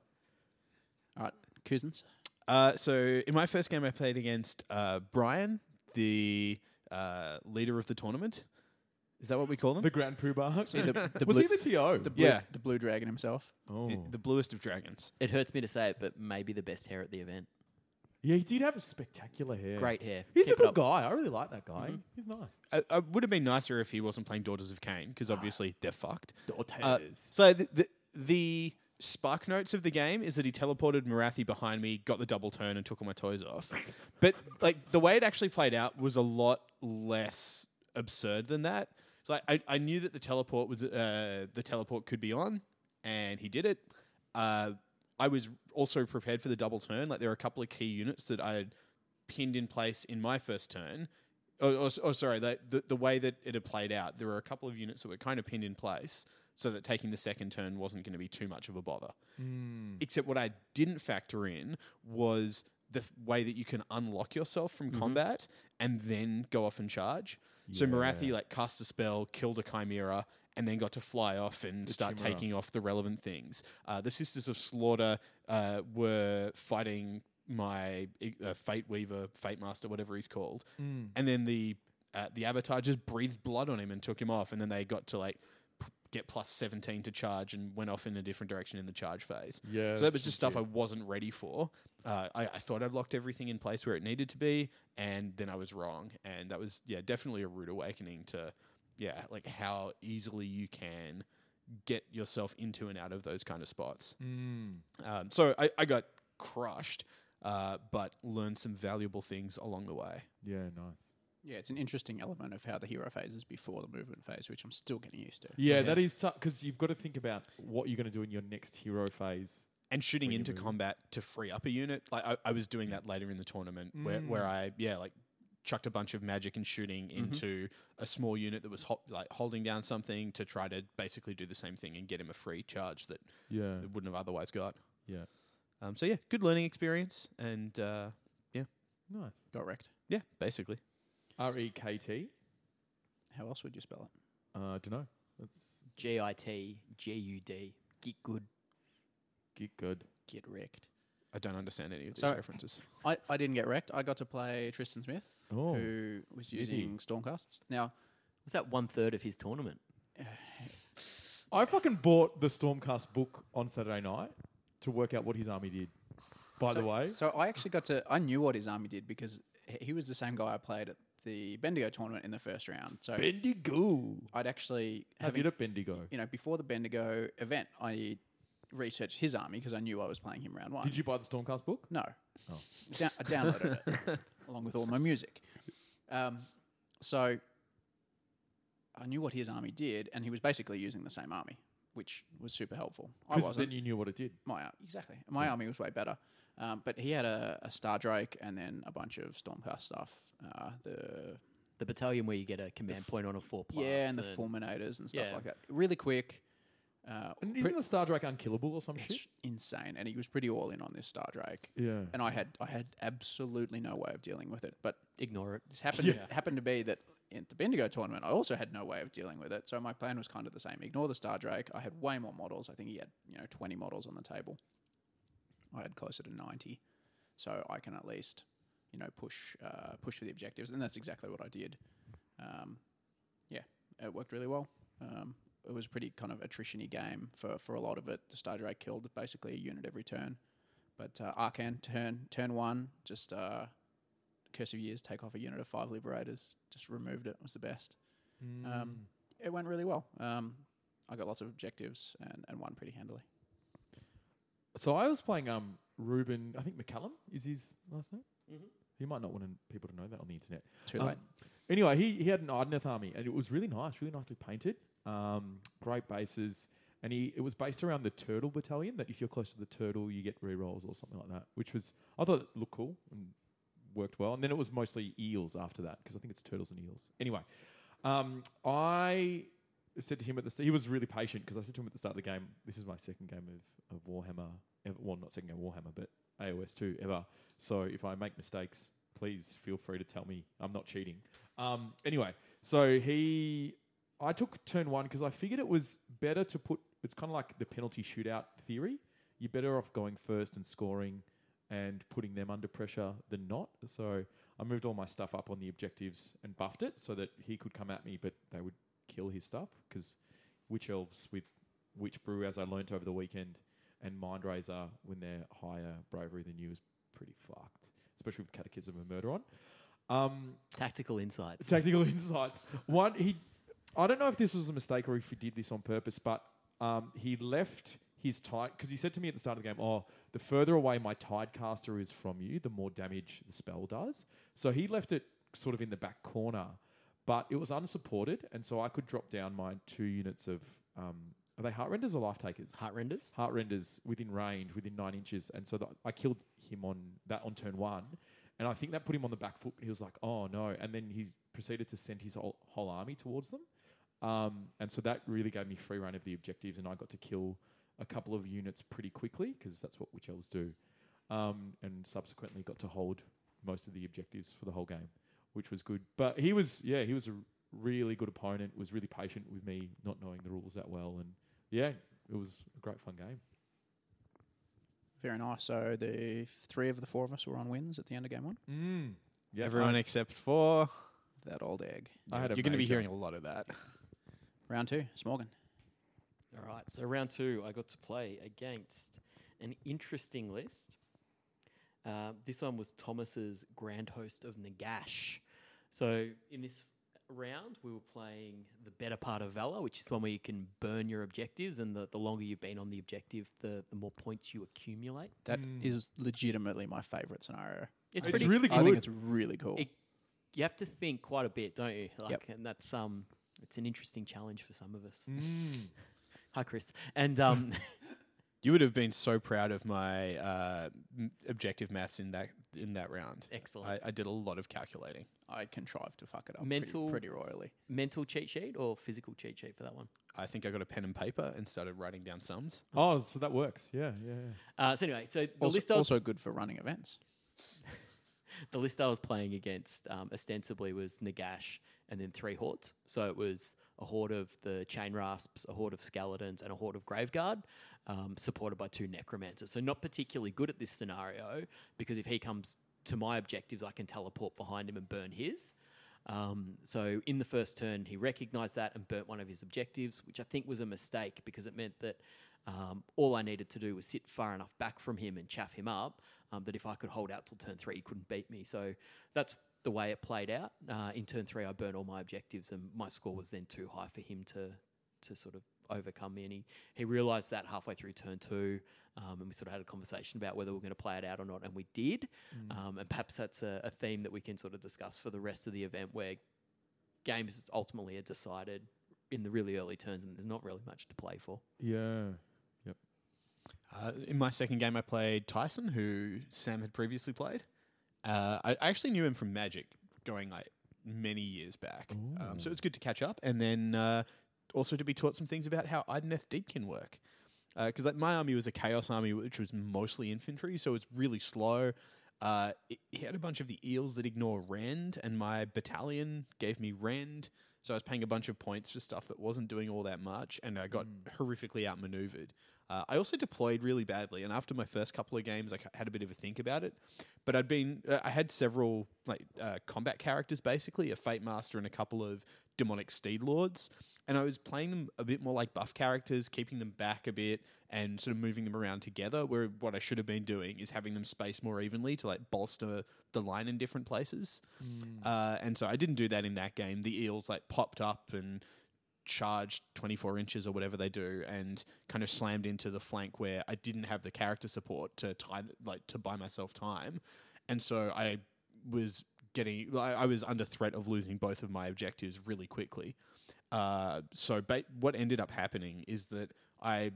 [SPEAKER 3] All right, Cousins.
[SPEAKER 4] Uh, so in my first game, I played against uh, Brian, the uh, leader of the tournament. Is that what we call them?
[SPEAKER 6] The Grand Poobah.
[SPEAKER 3] See, the,
[SPEAKER 4] (laughs)
[SPEAKER 3] the,
[SPEAKER 6] Was
[SPEAKER 3] blue,
[SPEAKER 6] he the TO?
[SPEAKER 3] the blue-
[SPEAKER 4] Yeah.
[SPEAKER 3] the blue dragon himself.
[SPEAKER 6] oh.
[SPEAKER 4] The- the bluest of dragons.
[SPEAKER 5] It hurts me to say it, but maybe the best hair at the event.
[SPEAKER 6] yeah, he did have a spectacular hair.
[SPEAKER 5] Great hair.
[SPEAKER 6] He's a
[SPEAKER 5] Keep it
[SPEAKER 6] good
[SPEAKER 5] up.
[SPEAKER 6] guy. I really like that guy. He's nice.
[SPEAKER 4] I, I Uh, would have been nicer if he wasn't playing Daughters of Cain because obviously they're fucked. Uh,
[SPEAKER 6] Daughters.
[SPEAKER 4] so the, the the spark notes of the game is that he teleported Marathi behind me, got the double turn, and took all my toys off. but like the way it actually played out was a lot less absurd than that. So I, I, I knew that the teleport was uh, the teleport could be on, and he did it. Uh, I was also prepared for the double turn. Like there were a couple of key units that I had pinned in place in my first turn. Oh, oh, s- oh, sorry, the, the, the way that it had played out, there were a couple of units that were kind of pinned in place so that taking the second turn wasn't going to be too much of a bother. Except what I didn't factor in was the f- way that you can unlock yourself from combat and then go off and charge. So Marathi like cast a spell, killed a chimera, and then got to fly off and start
[SPEAKER 6] chimera.
[SPEAKER 4] taking off the relevant things. Uh, the Sisters of Slaughter uh, were fighting my uh, Fate Weaver, Fate Master, whatever he's called,
[SPEAKER 6] Hmm.
[SPEAKER 4] and then the uh, the Avatar just breathed blood on him and took him off, and then they got to like p- get plus 17 to charge and went off in a different direction in the charge phase.
[SPEAKER 6] Yeah,
[SPEAKER 4] So that
[SPEAKER 6] that's
[SPEAKER 4] was just stuff I wasn't ready for. Uh, I, I thought I'd locked everything in place where it needed to be, and then I was wrong. And that was, yeah, definitely a rude awakening to, yeah, like how easily you can get yourself into and out of those kind of spots.
[SPEAKER 6] Mm.
[SPEAKER 4] Um, so I, I got crushed, uh, but learned some valuable things along the way.
[SPEAKER 6] Yeah, nice.
[SPEAKER 3] Yeah, it's an interesting element of how the hero phase is before the movement phase, which I'm still getting used to.
[SPEAKER 6] Yeah, that is tough because you've got to think about what you're going to do in your next hero phase.
[SPEAKER 4] and shooting into combat to free up a unit. Like I, I was doing that later in the tournament where,
[SPEAKER 6] Mm.
[SPEAKER 4] where I yeah like chucked a bunch of magic and shooting
[SPEAKER 6] Mm-hmm.
[SPEAKER 4] into a small unit that was ho- like holding down something to try to basically do the same thing and get him a free charge that
[SPEAKER 6] Yeah,
[SPEAKER 4] it wouldn't have otherwise got.
[SPEAKER 6] yeah,
[SPEAKER 4] Um, so yeah, good learning experience and uh,
[SPEAKER 6] nice.
[SPEAKER 3] Got wrecked.
[SPEAKER 4] yeah, basically.
[SPEAKER 6] R E K T.
[SPEAKER 3] How else would you spell it?
[SPEAKER 6] Uh, don't know. That's
[SPEAKER 5] G I T G U D. Get good.
[SPEAKER 6] get good.
[SPEAKER 3] Get wrecked.
[SPEAKER 4] I don't understand any of these
[SPEAKER 3] Sorry.
[SPEAKER 4] references.
[SPEAKER 3] I, I didn't get wrecked. I got to play Tristan Smith,
[SPEAKER 6] Oh,
[SPEAKER 3] who was
[SPEAKER 6] Smithy.
[SPEAKER 3] using Stormcasts. Now,
[SPEAKER 5] Was that one third of his tournament?
[SPEAKER 6] I fucking bought the Stormcast book on Saturday night to work out what his army did. By the way,
[SPEAKER 3] so I actually got to. I knew what his army did because h- he was the same guy I played at the Bendigo tournament in the first round. So
[SPEAKER 6] Bendigo.
[SPEAKER 3] I'd actually
[SPEAKER 6] I
[SPEAKER 3] having-
[SPEAKER 6] did a Bendigo.
[SPEAKER 3] you know before the Bendigo event, I researched his army because I knew I was playing him round one.
[SPEAKER 6] Did you buy the Stormcast book?
[SPEAKER 3] No.
[SPEAKER 6] Oh.
[SPEAKER 3] Down- I downloaded
[SPEAKER 6] (laughs)
[SPEAKER 3] it along with all my music. Um, so I knew what his army did, and he was basically using the same army. which was super helpful. I
[SPEAKER 6] Because
[SPEAKER 3] wasn't.
[SPEAKER 6] then you knew what it did.
[SPEAKER 3] my ar- exactly. My army was way better. Um, but he had a, a Star Drake and then a bunch of Stormcast stuff. Uh, the
[SPEAKER 5] The battalion where you get a command point on a four plus.
[SPEAKER 3] yeah, and the fulminators and stuff
[SPEAKER 5] yeah.
[SPEAKER 3] like that. Really quick. Uh,
[SPEAKER 6] And
[SPEAKER 3] pre-
[SPEAKER 6] isn't the Star Trek unkillable or some shit?
[SPEAKER 3] it's insane, and he was pretty all in on this Star Drake.
[SPEAKER 6] Yeah.
[SPEAKER 3] And
[SPEAKER 5] Mm.
[SPEAKER 3] I had I had absolutely no way of dealing with it. But
[SPEAKER 5] Ignore it.
[SPEAKER 3] this happened to, happened to be that in the Bendigo tournament, I also had no way of dealing with it. So my plan was kind of the same: ignore the Star Drake. I had way more models. I think he had you know twenty models on the table. I had closer to ninety, so I can at least you know push uh, push for the objectives, and that's exactly what I did. Um, yeah, it worked really well. Um, it was a pretty kind of attrition-y game for, for a lot of it. The Star Drake killed basically a unit every turn. But uh, Arcan, turn turn one, just uh, Curse of Years, take off a unit of five Liberators, just removed it, was the best.
[SPEAKER 6] Mm.
[SPEAKER 3] Um, it went really well. Um, I got lots of objectives and, and won pretty handily.
[SPEAKER 6] So I was playing um Ruben. I think McCallum is his last name.
[SPEAKER 5] Mhm.
[SPEAKER 6] He might not want people to know that on the internet.
[SPEAKER 3] Too
[SPEAKER 6] Um,
[SPEAKER 3] late.
[SPEAKER 6] Anyway, he, he had an Ardeneth army, and it was really nice, really nicely painted. Um, great bases, and he it was based around the Turtle Battalion. That if you're close to the Turtle, you get rerolls or something like that. Which was I thought it looked cool and worked well. And then it was mostly eels after that because I think it's turtles and eels. Anyway, um, I said to him at the st- he was really patient because I said to him at the start of the game, this is my second game of, of Warhammer, ever, well not second game of Warhammer, but AOS two ever. So if I make mistakes, please feel free to tell me I'm not cheating. Um, anyway, so he, I took turn one because I figured it was better to put. It's kind of like the penalty shootout theory. You're better off going first and scoring and putting them under pressure than not. So I moved all my stuff up on the objectives and buffed it so that he could come at me, but they would kill his stuff because witch elves with witch brew, as I learnt over the weekend, and mind razor when they're higher bravery than you is pretty fucked, especially with catechism and murder on. Um,
[SPEAKER 5] Tactical insights.
[SPEAKER 6] tactical (laughs) insights. One, he, I don't know if this was a mistake or if he did this on purpose, but um, he left his tide because he said to me at the start of the game, "Oh, the further away my tidecaster is from you, the more damage the spell does." So he left it sort of in the back corner, but it was unsupported, and so I could drop down my two units of um, are they heart renders or life takers?
[SPEAKER 5] Heart renders.
[SPEAKER 6] Heart renders within range, within nine inches, and so the, I killed him on that on turn one, and I think that put him on the back foot. He was like, "Oh no!" And then he proceeded to send his whole, whole army towards them, um, and so that really gave me free reign of the objectives, and I got to kill a couple of units pretty quickly because that's what witch elves do, um, and subsequently got to hold most of the objectives for the whole game, which was good. But he was, yeah, he was a really good opponent. Was really patient with me, not knowing the rules that well, and yeah, it was a great fun game.
[SPEAKER 3] Very nice. So the three of the four of us were on wins at the end of game one.
[SPEAKER 6] Mm. Yeah,
[SPEAKER 4] Everyone except for
[SPEAKER 3] That old egg.
[SPEAKER 6] I, I had a
[SPEAKER 4] you're going to be
[SPEAKER 6] major-
[SPEAKER 4] hearing a lot of that.
[SPEAKER 3] Round two, Smorgan.
[SPEAKER 5] All right. So round two, I got to play against an interesting list. Uh, this one was Thomas's Grand Host of Nagash. So in this round, we were playing the better part of Valor, which is one where you can burn your objectives, and the, the longer you've been on the objective, the, the more points you accumulate.
[SPEAKER 3] That is legitimately my favourite scenario.
[SPEAKER 5] It's,
[SPEAKER 6] pretty- really
[SPEAKER 3] Mm. I think
[SPEAKER 6] good.
[SPEAKER 3] it's really cool.
[SPEAKER 5] It- You have to think quite a bit, don't you? Like,
[SPEAKER 3] Yep.
[SPEAKER 5] and that's um, it's an interesting challenge for some of us. Hi, Chris, and um,
[SPEAKER 4] (laughs)
[SPEAKER 5] (laughs)
[SPEAKER 4] You would have been so proud of my uh, m- objective maths in that in that round.
[SPEAKER 5] excellent.
[SPEAKER 4] I, I did a lot of calculating.
[SPEAKER 3] I contrived to fuck it up
[SPEAKER 5] Mental-
[SPEAKER 3] pretty, pretty royally.
[SPEAKER 5] mental cheat sheet or physical cheat sheet for that one.
[SPEAKER 4] I think I got a pen and paper and started writing down sums.
[SPEAKER 6] Oh, so that works. Yeah, yeah. yeah.
[SPEAKER 5] Uh, so anyway, so the
[SPEAKER 3] Also,
[SPEAKER 5] list I was,
[SPEAKER 3] also good for running events.
[SPEAKER 5] (laughs) the list I was playing against um, ostensibly was Nagash and then three hordes. So it was a horde of the chain rasps, a horde of skeletons, and a horde of graveguard, um, supported by two necromancers. So not particularly good at this scenario because if he comes to my objectives, I can teleport behind him and burn his. Um, so in the first turn, he recognised that and burnt one of his objectives, which I think was a mistake because it meant that um, all I needed to do was sit far enough back from him and chaff him up. Um, that if I could hold out till turn three, he couldn't beat me. So that's the way it played out. Uh, in turn three, I burnt all my objectives, and my score was then too high for him to to sort of overcome me. And he, he realised that halfway through turn two, um, and we sort of had a conversation about whether we are going to play it out or not, and we did. Um, and perhaps that's a, a theme that we can sort of discuss for the rest of the event where games ultimately are decided in the really early turns, and there's not really much to play for.
[SPEAKER 6] Yeah.
[SPEAKER 4] Uh, in my second game, I played Tyson, who Sam had previously played. Uh, I I actually knew him from Magic, going like many years back. Um, so it's good to catch up, and then uh, also to be taught some things about how Ideneth Deep can work. Because like my army was a chaos army, which was mostly infantry, so it's really slow. Uh, it, he had a bunch of the eels that ignore rend, and my battalion gave me rend, so I was paying a bunch of points for stuff that wasn't doing all that much, and I got horrifically outmaneuvered. Uh, I also deployed really badly, and after my first couple of games, I ca- had a bit of a think about it. But I'd been, uh, I had several like uh, combat characters, basically a Fate Master and a couple of demonic steed lords, and I was playing them a bit more like buff characters, keeping them back a bit and sort of moving them around together. Where what I should have been doing is having them space more evenly to like bolster the line in different places. Uh, and so I didn't do that in that game. The eels like popped up and charged 24 inches or whatever they do and kind of slammed into the flank where I didn't have the character support to time like to buy myself time and so I was getting I, I was under threat of losing both of my objectives really quickly uh, so ba- what ended up happening is that I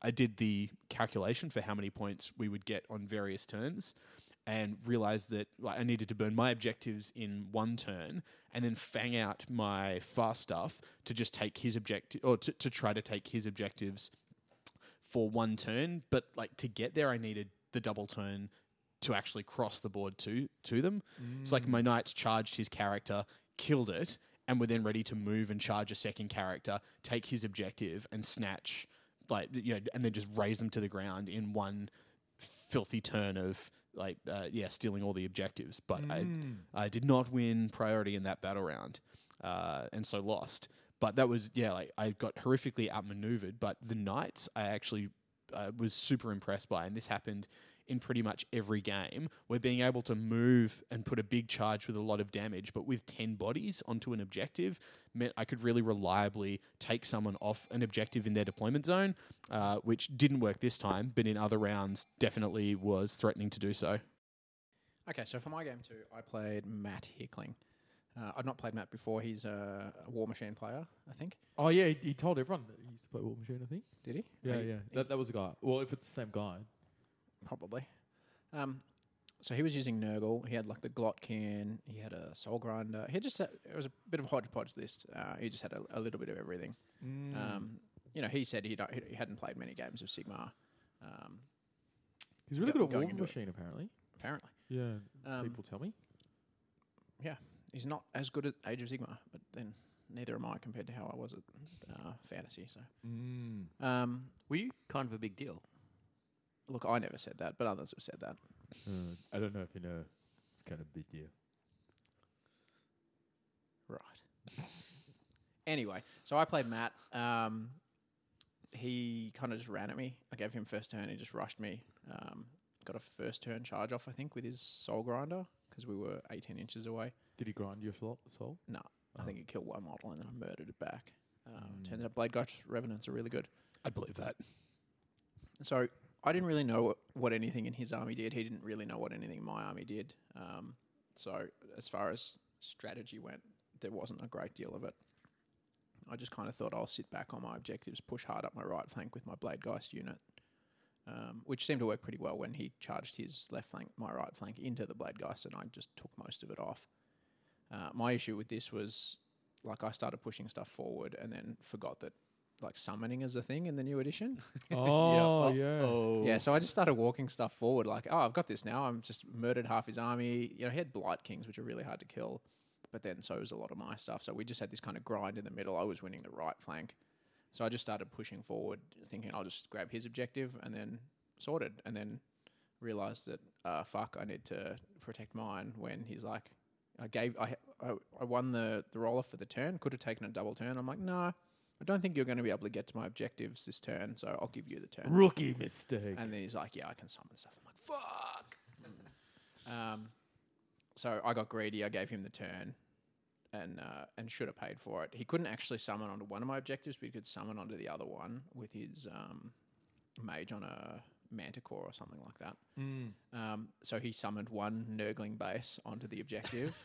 [SPEAKER 4] I did the calculation for how many points we would get on various turns and realized that like, I needed to burn my objectives in one turn and then fang out my fast stuff to just take his objective or to, to try to take his objectives for one turn, but like to get there, I needed the double turn to actually cross the board to to them. So like my knights charged his character, killed it, and were then ready to move and charge a second character, take his objective, and snatch like you know, and then just raise them to the ground in one filthy turn of like uh, yeah, stealing all the objectives. But I I uh, did not win priority in that battle round, uh, and so lost. But that was yeah, like I got horrifically outmaneuvered. But the knights, I actually uh, was super impressed by, and this happened in pretty much every game. We're being able to move and put a big charge with a lot of damage, but with ten bodies onto an objective, meant I could really reliably take someone off an objective in their deployment zone, uh, which didn't work this time, but in other rounds definitely was threatening to do so.
[SPEAKER 3] Okay, so for my game two, I played Matt Hickling. Uh, I've not played Matt before. He's a, a War Machine player, I think.
[SPEAKER 6] Oh yeah, he, he told everyone that he used to play War Machine. I think.
[SPEAKER 3] Did he?
[SPEAKER 6] Yeah,
[SPEAKER 3] He-
[SPEAKER 6] yeah. That, that was a guy. Well, if it's the same guy.
[SPEAKER 3] probably. Um, so he was using Nurgle. He had like the Glotkin. He had a Soul Grinder. He had just a, it was a bit of a hodgepodge list. Uh, he just had a, a little bit of everything.
[SPEAKER 6] Mm.
[SPEAKER 3] Um, you know, he said he he hadn't played many games of Sigma. Um,
[SPEAKER 6] He's really
[SPEAKER 3] Go-
[SPEAKER 6] good at
[SPEAKER 3] going
[SPEAKER 6] War
[SPEAKER 3] into it.
[SPEAKER 6] Machine, apparently.
[SPEAKER 3] apparently,
[SPEAKER 6] Yeah.
[SPEAKER 3] um,
[SPEAKER 6] people tell me.
[SPEAKER 3] he's not as good at Age of Sigma, but then neither am I compared to how I was at uh, Fantasy. So,
[SPEAKER 6] Mm.
[SPEAKER 3] um,
[SPEAKER 5] Were you kind of a big deal?
[SPEAKER 3] look, I never said that, but others have said that.
[SPEAKER 6] Uh, I don't know if you know. It's kind of big deal.
[SPEAKER 3] Right. anyway, so I played Matt. Um, he kind of just ran at me. I gave him first turn. He just rushed me. Um, got a first turn charge off, I think, with his soul grinder because we were 18 inches away.
[SPEAKER 6] Did he grind your sol- soul? Oh.
[SPEAKER 3] No, I think he killed one model and then I murdered it back. Um,
[SPEAKER 6] Mm.
[SPEAKER 3] Turns out Blade Ghost Revenants are really good.
[SPEAKER 4] I believe that.
[SPEAKER 3] So I didn't really know what, what anything in his army did. He didn't really know what anything in my army did. Um, so as far as strategy went, there wasn't a great deal of it. I just kind of thought I'll sit back on my objectives, push hard up my right flank with my Blade Geist unit, um, which seemed to work pretty well when he charged his left flank, my right flank, into the Blade Geist, and I just took most of it off. Uh, my issue with this was like I started pushing stuff forward and then forgot that like summoning is a thing in the new edition.
[SPEAKER 6] (laughs) Oh yeah.
[SPEAKER 3] Yeah, so I just started walking stuff forward, like, oh, I've got this now. I'm just murdered half his army. You know, he had Blight Kings, which are really hard to kill, but then so was a lot of my stuff. So we just had this kind of grind in the middle. I was winning the right flank. So I just started pushing forward, thinking I'll just grab his objective and then sorted. And then realized that, uh, fuck, I need to protect mine when he's like, I gave, I, I, I won the, the roll off for the turn, could have taken a double turn. I'm like, no, I don't think you're going to be able to get to my objectives this turn, so I'll give you the turn.
[SPEAKER 6] Rookie mistake.
[SPEAKER 3] And then he's like, "Yeah, I can summon stuff." I'm like, "Fuck." um, so I got greedy. I gave him the turn, and uh, and should have paid for it. He couldn't actually summon onto one of my objectives, but he could summon onto the other one with his um, mage on a manticore or something like that. Um, so he summoned one Nurgling base onto the objective,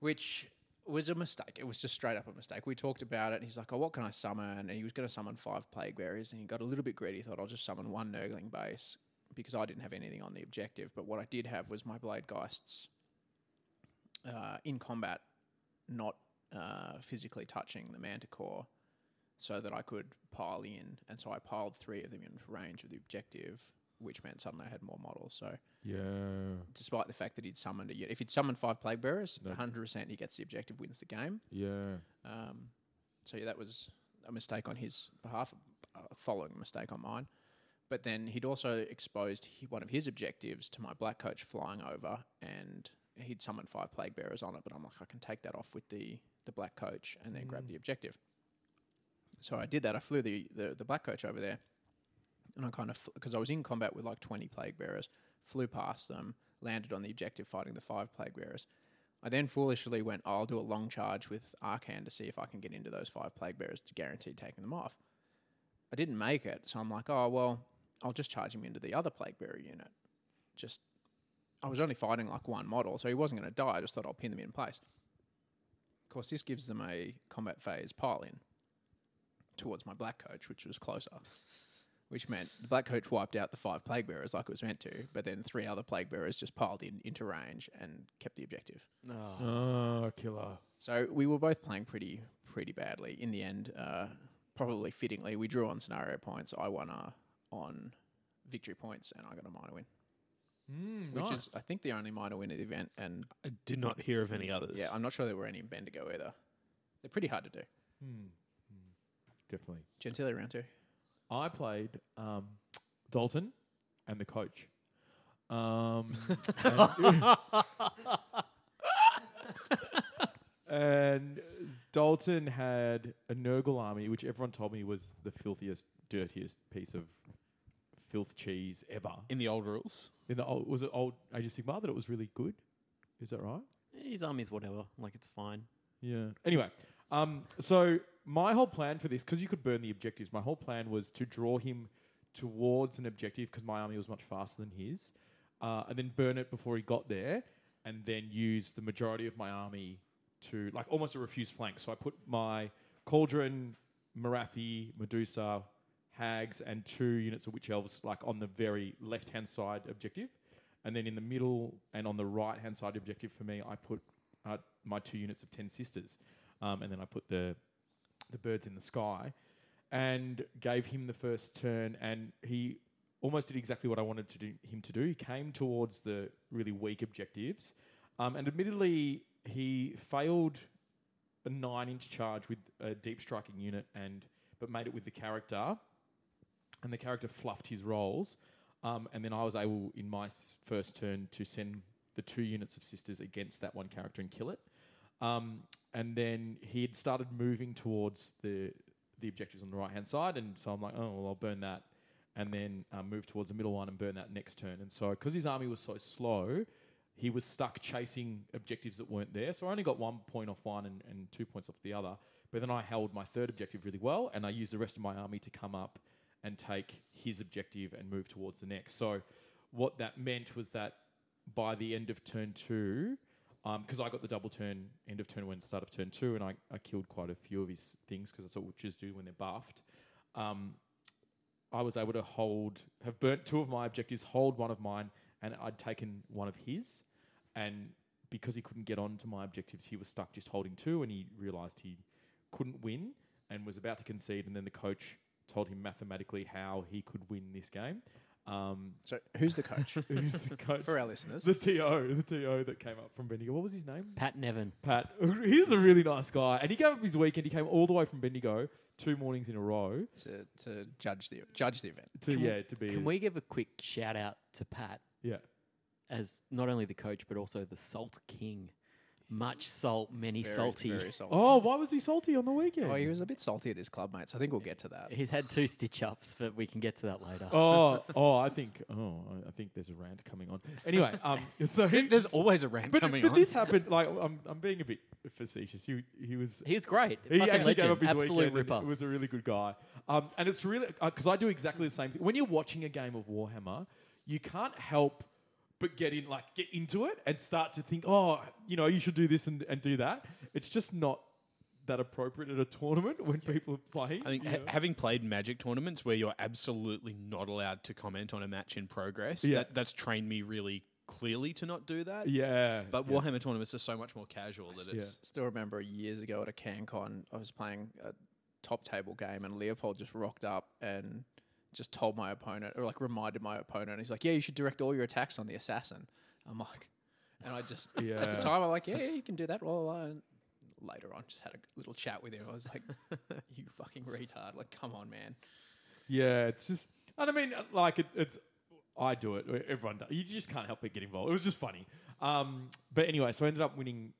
[SPEAKER 3] which was a mistake. It was just straight up a mistake. We talked about it. He's like, "Oh, what can I summon?" And he was going to summon five plague bearers, and he got a little bit greedy. Thought I'll just summon one Nurgling base because I didn't have anything on the objective. But what I did have was my Blade Geists uh, in combat, not uh, physically touching the Manticore, so that I could pile in. And so I piled three of them in range of the objective, which meant suddenly I had more models. So
[SPEAKER 6] Yeah.
[SPEAKER 3] despite the fact that he'd summoned it. If he'd summoned five plague bearers,
[SPEAKER 6] No.
[SPEAKER 3] 100% he gets the objective, wins the game.
[SPEAKER 6] Yeah.
[SPEAKER 3] Um, so yeah, that was a mistake on his behalf, a following mistake on mine. But then he'd also exposed he, one of his objectives to my black coach flying over, and he'd summoned five plague bearers on it. But I'm like, I can take that off with the the black coach and then grab the objective. So I did that. I flew the the, the black coach over there, and I kind of because I was in combat with like 20 plague bearers, flew past them, landed on the objective, fighting the five plague bearers. I then foolishly went, oh, I'll do a long charge with Arcan to see if I can get into those five plague bearers to guarantee taking them off. I didn't make it, so I'm like, oh, well, I'll just charge him into the other plague bearer unit. Just, I was only fighting like one model, so he wasn't going to die. I just thought I'll pin them in place. Of course, this gives them a combat phase pile in towards my black coach, which was closer. Which meant the black coach wiped out the five plague bearers like it was meant to, but then three other plague bearers just piled in into range and kept the objective.
[SPEAKER 5] Oh,
[SPEAKER 6] Oh, killer.
[SPEAKER 3] So we were both playing pretty pretty badly. In the end, uh, probably fittingly, we drew on scenario points. I won uh, on victory points, and I got a minor win,
[SPEAKER 6] Mm,
[SPEAKER 3] which
[SPEAKER 6] nice.
[SPEAKER 3] is I think the only minor win of the event. And
[SPEAKER 4] I did not hear of any others.
[SPEAKER 3] yeah, I'm not sure there were any in Bendigo either. They're pretty hard to do.
[SPEAKER 6] Mm, mm, Definitely.
[SPEAKER 3] Gentilly round two.
[SPEAKER 6] I played um, Dalton and the coach. Um, and, (laughs) and Dalton had a Nurgle army, which everyone told me was the filthiest, dirtiest piece of filth cheese ever.
[SPEAKER 4] In the old rules.
[SPEAKER 6] In the old, was it old Age of Sigmar that it was really good? Is that right?
[SPEAKER 5] Eh, his army's whatever. Like it's fine.
[SPEAKER 6] Yeah. Anyway, um, so my whole plan for this, because you could burn the objectives, my whole plan was to draw him towards an objective because my army was much faster than his, uh, and then burn it before he got there, and then use the majority of my army to like almost a refuse flank. So I put my cauldron, Marathi, Medusa, hags, and two units of witch elves like on the very left hand side objective, and then in the middle and on the right hand side objective for me, I put uh, my two units of ten sisters, um, and then I put the the birds in the sky, and gave him the first turn, and he almost did exactly what I wanted to do him to do. He came towards the really weak objectives, um, and admittedly he failed a nine inch charge with a deep striking unit, and but made it with the character, and the character fluffed his rolls. Um, and then I was able, in my s- first turn, to send the two units of sisters against that one character and kill it. Um, and then he had started moving towards the the objectives on the right hand side, and so I'm like, oh well, I'll burn that, and then um, move towards the middle one and burn that next turn. And so because his army was so slow, he was stuck chasing objectives that weren't there. So I only got one point off one and, and two points off the other. But then I held my third objective really well, and I used the rest of my army to come up and take his objective and move towards the next. So what that meant was that by the end of turn two, because I got the double turn, end of turn one, start of turn two, and I, I killed quite a few of his things because that's what witches do when they're buffed. Um, I was able to hold, have burnt two of my objectives, hold one of mine, and I'd taken one of his. And because he couldn't get on to my objectives, he was stuck just holding two, and he realized he couldn't win and was about to concede. And then the coach told him mathematically how he could win this game. Um,
[SPEAKER 3] So who's the coach
[SPEAKER 6] (laughs) who's the coach?
[SPEAKER 3] for our listeners?
[SPEAKER 6] the TO, the TO that came up from Bendigo. What was his name?
[SPEAKER 5] Pat Nevin.
[SPEAKER 6] Pat. (laughs) He was a really nice guy, and he gave up his weekend. He came all the way from Bendigo two mornings in a row
[SPEAKER 3] To, to judge the judge the event.
[SPEAKER 6] to
[SPEAKER 5] Can we-
[SPEAKER 6] yeah to be
[SPEAKER 5] Can we give a quick shout out to Pat
[SPEAKER 6] yeah
[SPEAKER 5] as not only the coach but also the Salt King? Much salt, many
[SPEAKER 3] Very,
[SPEAKER 5] salty.
[SPEAKER 3] very salty.
[SPEAKER 6] Oh, why was he salty on the weekend?
[SPEAKER 3] Oh, he was a bit salty at his club mates. I think we'll get to that.
[SPEAKER 5] He's had two stitch ups, but we can get to that later.
[SPEAKER 6] (laughs)
[SPEAKER 5] (laughs)
[SPEAKER 6] oh, oh, I think, oh, I- I think there's a rant coming on. Anyway,
[SPEAKER 4] (laughs)
[SPEAKER 6] um, (laughs) so he,
[SPEAKER 4] There's always a rant
[SPEAKER 6] but,
[SPEAKER 4] coming
[SPEAKER 6] but
[SPEAKER 4] on.
[SPEAKER 6] this happened. Like, I'm, I'm being a bit facetious. He, he was,
[SPEAKER 5] He was great.
[SPEAKER 6] He
[SPEAKER 5] Fucking
[SPEAKER 6] actually gave
[SPEAKER 5] legend.
[SPEAKER 6] up his
[SPEAKER 5] Absolute
[SPEAKER 6] weekend. and
[SPEAKER 5] ripper.
[SPEAKER 6] It was a really good guy. Um, and it's really because I do exactly the same thing. When you're watching a game of Warhammer, you can't help but get in, like, get into it and start to think, oh, you know, you should do this and, and do that. It's just not that appropriate at a tournament when people are (laughs) playing.
[SPEAKER 4] I think
[SPEAKER 6] you
[SPEAKER 4] ha-
[SPEAKER 6] know?
[SPEAKER 4] having played Magic tournaments where you're absolutely not allowed to comment on a match in progress,
[SPEAKER 6] Yeah.
[SPEAKER 4] that, that's trained me really clearly to not do that.
[SPEAKER 6] yeah,
[SPEAKER 4] But
[SPEAKER 6] yeah.
[SPEAKER 4] Warhammer tournaments are so much more casual that
[SPEAKER 6] Yeah.
[SPEAKER 4] it's
[SPEAKER 3] Still remember years ago at a CanCon, I was playing a top table game, and Leopold just rocked up and just told my opponent, or like reminded my opponent, he's like, "Yeah, you should direct all your attacks on the assassin." I'm like, (laughs) and I just at
[SPEAKER 6] Yeah.
[SPEAKER 3] the time I'm like, "Yeah, yeah, you can do that." Well, I, later on, just had a little chat with him. I (laughs) was like, "You fucking retard! Like, come on, man."
[SPEAKER 6] Yeah, it's just, and I mean, uh, like it, it's, I do it. Everyone does. You just can't help but get involved. It was just funny. Um, but anyway, so I ended up winning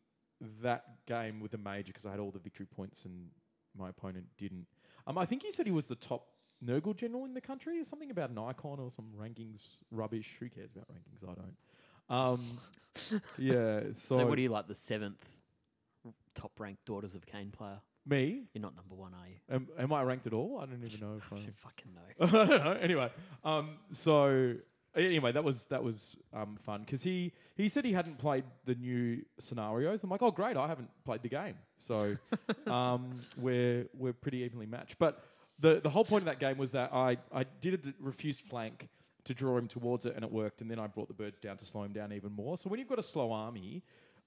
[SPEAKER 6] that game with the major because I had all the victory points and my opponent didn't. Um, I think he said he was the top Nurgle general in the country or something about an icon or some rankings rubbish. Who cares about rankings? I don't. Um,
[SPEAKER 5] (laughs)
[SPEAKER 6] yeah. So,
[SPEAKER 5] So, what are you like the seventh top ranked Daughters of Cain player?
[SPEAKER 6] me?
[SPEAKER 5] You're not number one, are you?
[SPEAKER 6] Am, am I ranked at all? I don't even know if
[SPEAKER 5] (laughs) I
[SPEAKER 6] I'm.
[SPEAKER 5] don't fucking know.
[SPEAKER 6] (laughs) I don't know. Anyway, um, so anyway, that was that was um, fun because he he said he hadn't played the new scenarios. I'm like, oh great, I haven't played the game,
[SPEAKER 5] (laughs)
[SPEAKER 6] so um, we're we're pretty evenly matched. But the the whole point of that game was that I I did a refused flank to draw him towards it, and it worked. And then I brought the birds down to slow him down even more. So when you've got a slow army,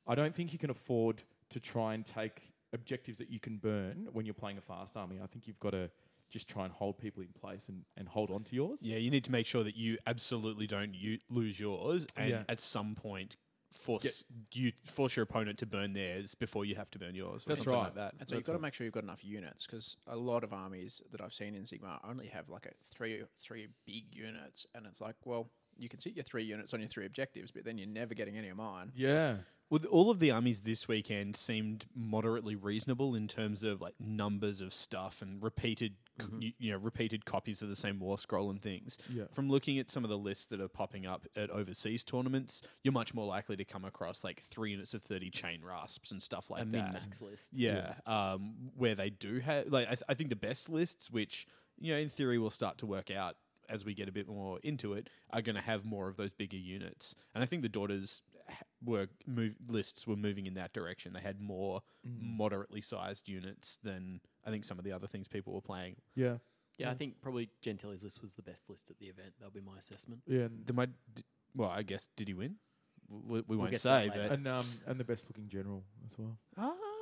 [SPEAKER 6] I don't think you can afford to try and take objectives that you can burn when you're playing a fast army. I think you've got to just try and hold people in place and, and hold on to yours.
[SPEAKER 4] yeah, you need to make sure that you absolutely don't you lose yours, and
[SPEAKER 6] Yeah.
[SPEAKER 4] at some point force you force your opponent to burn theirs before you have to burn yours. Or
[SPEAKER 6] That's
[SPEAKER 4] something Like
[SPEAKER 6] right.
[SPEAKER 4] that.
[SPEAKER 3] And so you've got to make sure you've got enough units because a lot of armies that I've seen in Sigma only have like a three three big units, and it's like, well, you can sit your three units on your three objectives, but then you're never getting any of mine.
[SPEAKER 6] Yeah.
[SPEAKER 4] Well, th- all of the armies this weekend seemed moderately reasonable in terms of like numbers of stuff and repeated, c you, you know, repeated copies of the same war scroll and things.
[SPEAKER 6] Yeah.
[SPEAKER 4] From looking at some of the lists that are popping up at overseas tournaments, you're much more likely to come across like three units of thirty chain rasps and stuff like
[SPEAKER 5] A min
[SPEAKER 4] that.
[SPEAKER 5] max list.
[SPEAKER 4] Yeah, Um, where they do have like I, th- I think the best lists, which you know in theory will start to work out as we get a bit more into it, are going to have more of those bigger units. And I think the daughters ha- were move lists were moving in that direction. They had more moderately sized units than I think some of the other things people were playing.
[SPEAKER 6] Yeah.
[SPEAKER 5] Yeah, I think probably Gentili's list was the best list at the event. That'll be my assessment.
[SPEAKER 6] Yeah.
[SPEAKER 4] Did my d- well, I guess did he win? We, we won't
[SPEAKER 5] get to that
[SPEAKER 4] say,
[SPEAKER 5] later.
[SPEAKER 4] but
[SPEAKER 6] And um and the best looking general as well.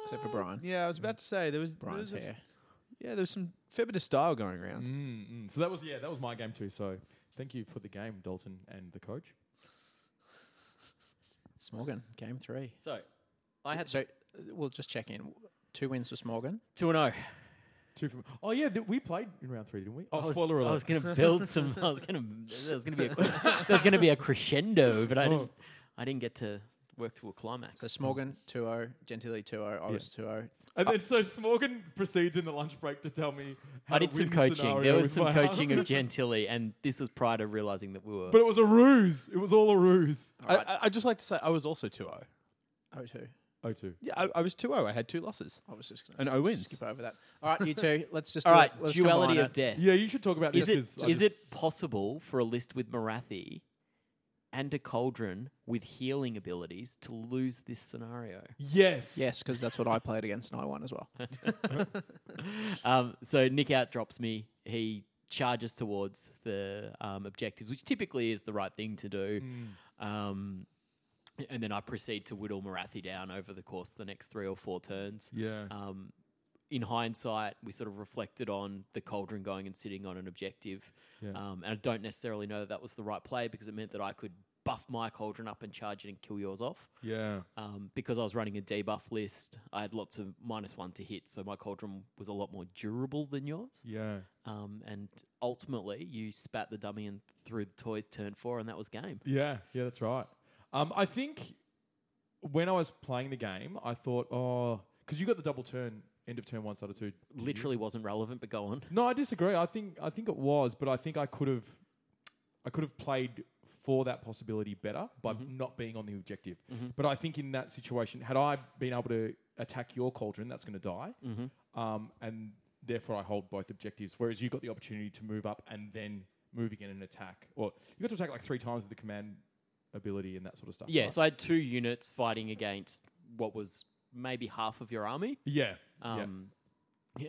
[SPEAKER 3] Except for Brian.
[SPEAKER 4] yeah, I was about to say there was there
[SPEAKER 3] Brian's
[SPEAKER 4] was a f-
[SPEAKER 3] hair.
[SPEAKER 4] yeah, there was some fair bit of style going around.
[SPEAKER 6] Mm, mm. So that was yeah, that was my game too. So thank you for the game, Dalton and the coach.
[SPEAKER 3] Smorgon, game three.
[SPEAKER 5] So I had
[SPEAKER 3] So uh, we'll just check in. Two wins for Smorgon.
[SPEAKER 5] two and zero.
[SPEAKER 6] Two from oh yeah, th- we played in round three, didn't we? Oh,
[SPEAKER 5] I was,
[SPEAKER 6] spoiler
[SPEAKER 5] (laughs) I
[SPEAKER 6] alert!
[SPEAKER 5] was
[SPEAKER 6] (laughs)
[SPEAKER 5] going to build some. I was going to. There was going to be a. There was going to be a crescendo, but I
[SPEAKER 6] Oh.
[SPEAKER 5] didn't. I didn't get to work to a climax.
[SPEAKER 3] So Smorgon oh, 2 0, Gentili 2 0, Iris oh. Uh, 2 0.
[SPEAKER 6] and then so Smorgan proceeds in the lunch break to tell me how
[SPEAKER 5] I
[SPEAKER 6] to
[SPEAKER 5] did some
[SPEAKER 6] win
[SPEAKER 5] coaching.
[SPEAKER 6] scenario
[SPEAKER 5] There was
[SPEAKER 6] with
[SPEAKER 5] some
[SPEAKER 6] my (laughs)
[SPEAKER 5] coaching
[SPEAKER 6] army.
[SPEAKER 5] of Gentili, and this was prior to realizing that we were.
[SPEAKER 6] but it was a ruse. It was all a ruse.
[SPEAKER 4] I, I, I'd just like to say I was also 2 0.
[SPEAKER 3] 0 2.
[SPEAKER 6] Oh two.
[SPEAKER 4] Yeah, I, I was 2 0. I had two losses.
[SPEAKER 3] I was just going
[SPEAKER 4] And
[SPEAKER 3] to
[SPEAKER 4] O wins.
[SPEAKER 3] skip over that. All right, you
[SPEAKER 4] (laughs)
[SPEAKER 3] two, let's just
[SPEAKER 5] All
[SPEAKER 3] do
[SPEAKER 5] right,
[SPEAKER 3] it. Let's
[SPEAKER 5] duality
[SPEAKER 3] combine
[SPEAKER 5] of
[SPEAKER 3] it.
[SPEAKER 5] death.
[SPEAKER 6] uh, Yeah, you should talk about
[SPEAKER 5] Is
[SPEAKER 6] this
[SPEAKER 5] it
[SPEAKER 6] 'cause I
[SPEAKER 5] is
[SPEAKER 6] just-
[SPEAKER 5] it possible for a list with Marathi and a cauldron with healing abilities to lose this scenario?
[SPEAKER 6] Yes.
[SPEAKER 3] Yes, because that's what I played against and I won as well.
[SPEAKER 5] (laughs) Um, so Nick out drops me. He charges towards the um, objectives, which typically is the right thing to do.
[SPEAKER 6] Hmm.
[SPEAKER 5] Um, and then I proceed to whittle Marathi down over the course of the next three or four turns.
[SPEAKER 6] Yeah.
[SPEAKER 5] Um, in hindsight, we sort of reflected on the cauldron going and sitting on an objective.
[SPEAKER 6] Yeah.
[SPEAKER 5] Um, and I don't necessarily know that that was the right play because it meant that I could buff my cauldron up and charge it and kill yours off.
[SPEAKER 6] yeah.
[SPEAKER 5] Um, because I was running a debuff list, I had lots of minus one to hit, so my cauldron was a lot more durable than yours.
[SPEAKER 6] Yeah.
[SPEAKER 5] Um, and ultimately, you spat the dummy and threw the toys turn four, and that was game.
[SPEAKER 6] Yeah, yeah, that's right. Um, I think when I was playing the game, I thought, oh, because you got the double turn, end of turn one, side of two. didn't you?
[SPEAKER 5] Literally wasn't relevant, but go on.
[SPEAKER 6] No, I disagree. I think I think it was, but I think I could have, I could have played for that possibility better by
[SPEAKER 5] Mm-hmm.
[SPEAKER 6] not being on the objective. But I think in that situation, had I been able to attack your cauldron, that's going to die,
[SPEAKER 5] Mm-hmm.
[SPEAKER 6] um, and therefore I hold both objectives. Whereas you got the opportunity to move up and then move again and attack, or you got to attack like three times with the command. ability and that sort of stuff.
[SPEAKER 5] Yeah,
[SPEAKER 6] right?
[SPEAKER 5] so I had two units fighting against what was maybe half of your army.
[SPEAKER 6] yeah, yeah.
[SPEAKER 5] Um,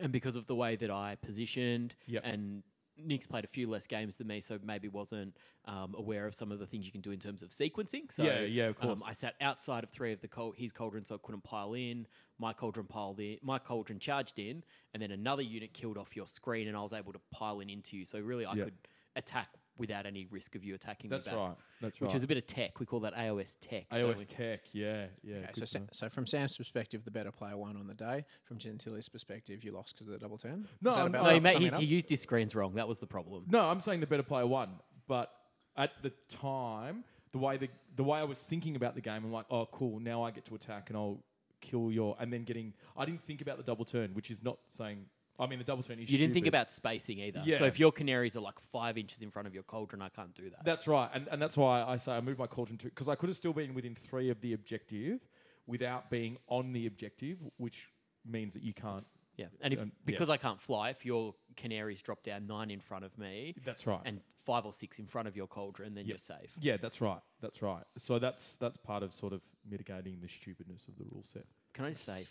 [SPEAKER 5] And because of the way that I positioned,
[SPEAKER 6] Yep.
[SPEAKER 5] and Nick's played a few less games than me, so maybe wasn't um, aware of some of the things you can do in terms of sequencing. So
[SPEAKER 6] Yeah, yeah, of course.
[SPEAKER 5] Um, I sat outside of three of the col- his cauldron, so I couldn't pile in. My cauldron piled in. My cauldron charged in, and then another unit killed off your screen, and I was able to pile in into you. So really, I
[SPEAKER 6] Yeah.
[SPEAKER 5] could attack without any risk of you attacking
[SPEAKER 6] That's
[SPEAKER 5] me back.
[SPEAKER 6] right. That's right.
[SPEAKER 5] Which is a bit of tech. We call that AOS tech. don't we?
[SPEAKER 6] AOS Tech. Yeah, yeah.
[SPEAKER 3] Okay, so,
[SPEAKER 6] good
[SPEAKER 3] Sa-
[SPEAKER 6] to know.
[SPEAKER 3] so from Sam's perspective, the better player won on the day. From Gentili's perspective, you lost because of the double turn.
[SPEAKER 6] No,
[SPEAKER 3] Is that
[SPEAKER 6] I'm-
[SPEAKER 3] about
[SPEAKER 5] No, he,
[SPEAKER 3] sum-
[SPEAKER 5] ma-
[SPEAKER 3] summing
[SPEAKER 5] he's,
[SPEAKER 3] it
[SPEAKER 5] he
[SPEAKER 3] up?
[SPEAKER 5] used his screens wrong. That was the problem.
[SPEAKER 6] No, I'm saying the better player won, but at the time, the way the the way I was thinking about the game, I'm like, oh, cool. Now I get to attack, and I'll kill your. And then getting, I didn't think about the double turn, which is not saying. I mean, the double turn is.
[SPEAKER 5] You didn't think
[SPEAKER 6] stupid.
[SPEAKER 5] about spacing either.
[SPEAKER 6] Yeah.
[SPEAKER 5] So if your canaries are like five inches in front of your cauldron, I can't do that.
[SPEAKER 6] That's right, and and that's why I say I moved my cauldron to because I could have still been within three of the objective, without being on the objective, which means that you can't.
[SPEAKER 5] yeah. And if
[SPEAKER 6] Um, yeah.
[SPEAKER 5] because I can't fly, if your canaries drop down nine in front of me,
[SPEAKER 6] That's right.
[SPEAKER 5] and five or six in front of your cauldron, then you're safe.
[SPEAKER 6] yeah, that's right. That's right. So that's that's part of sort of mitigating the stupidness of the rule set.
[SPEAKER 5] Can I just say,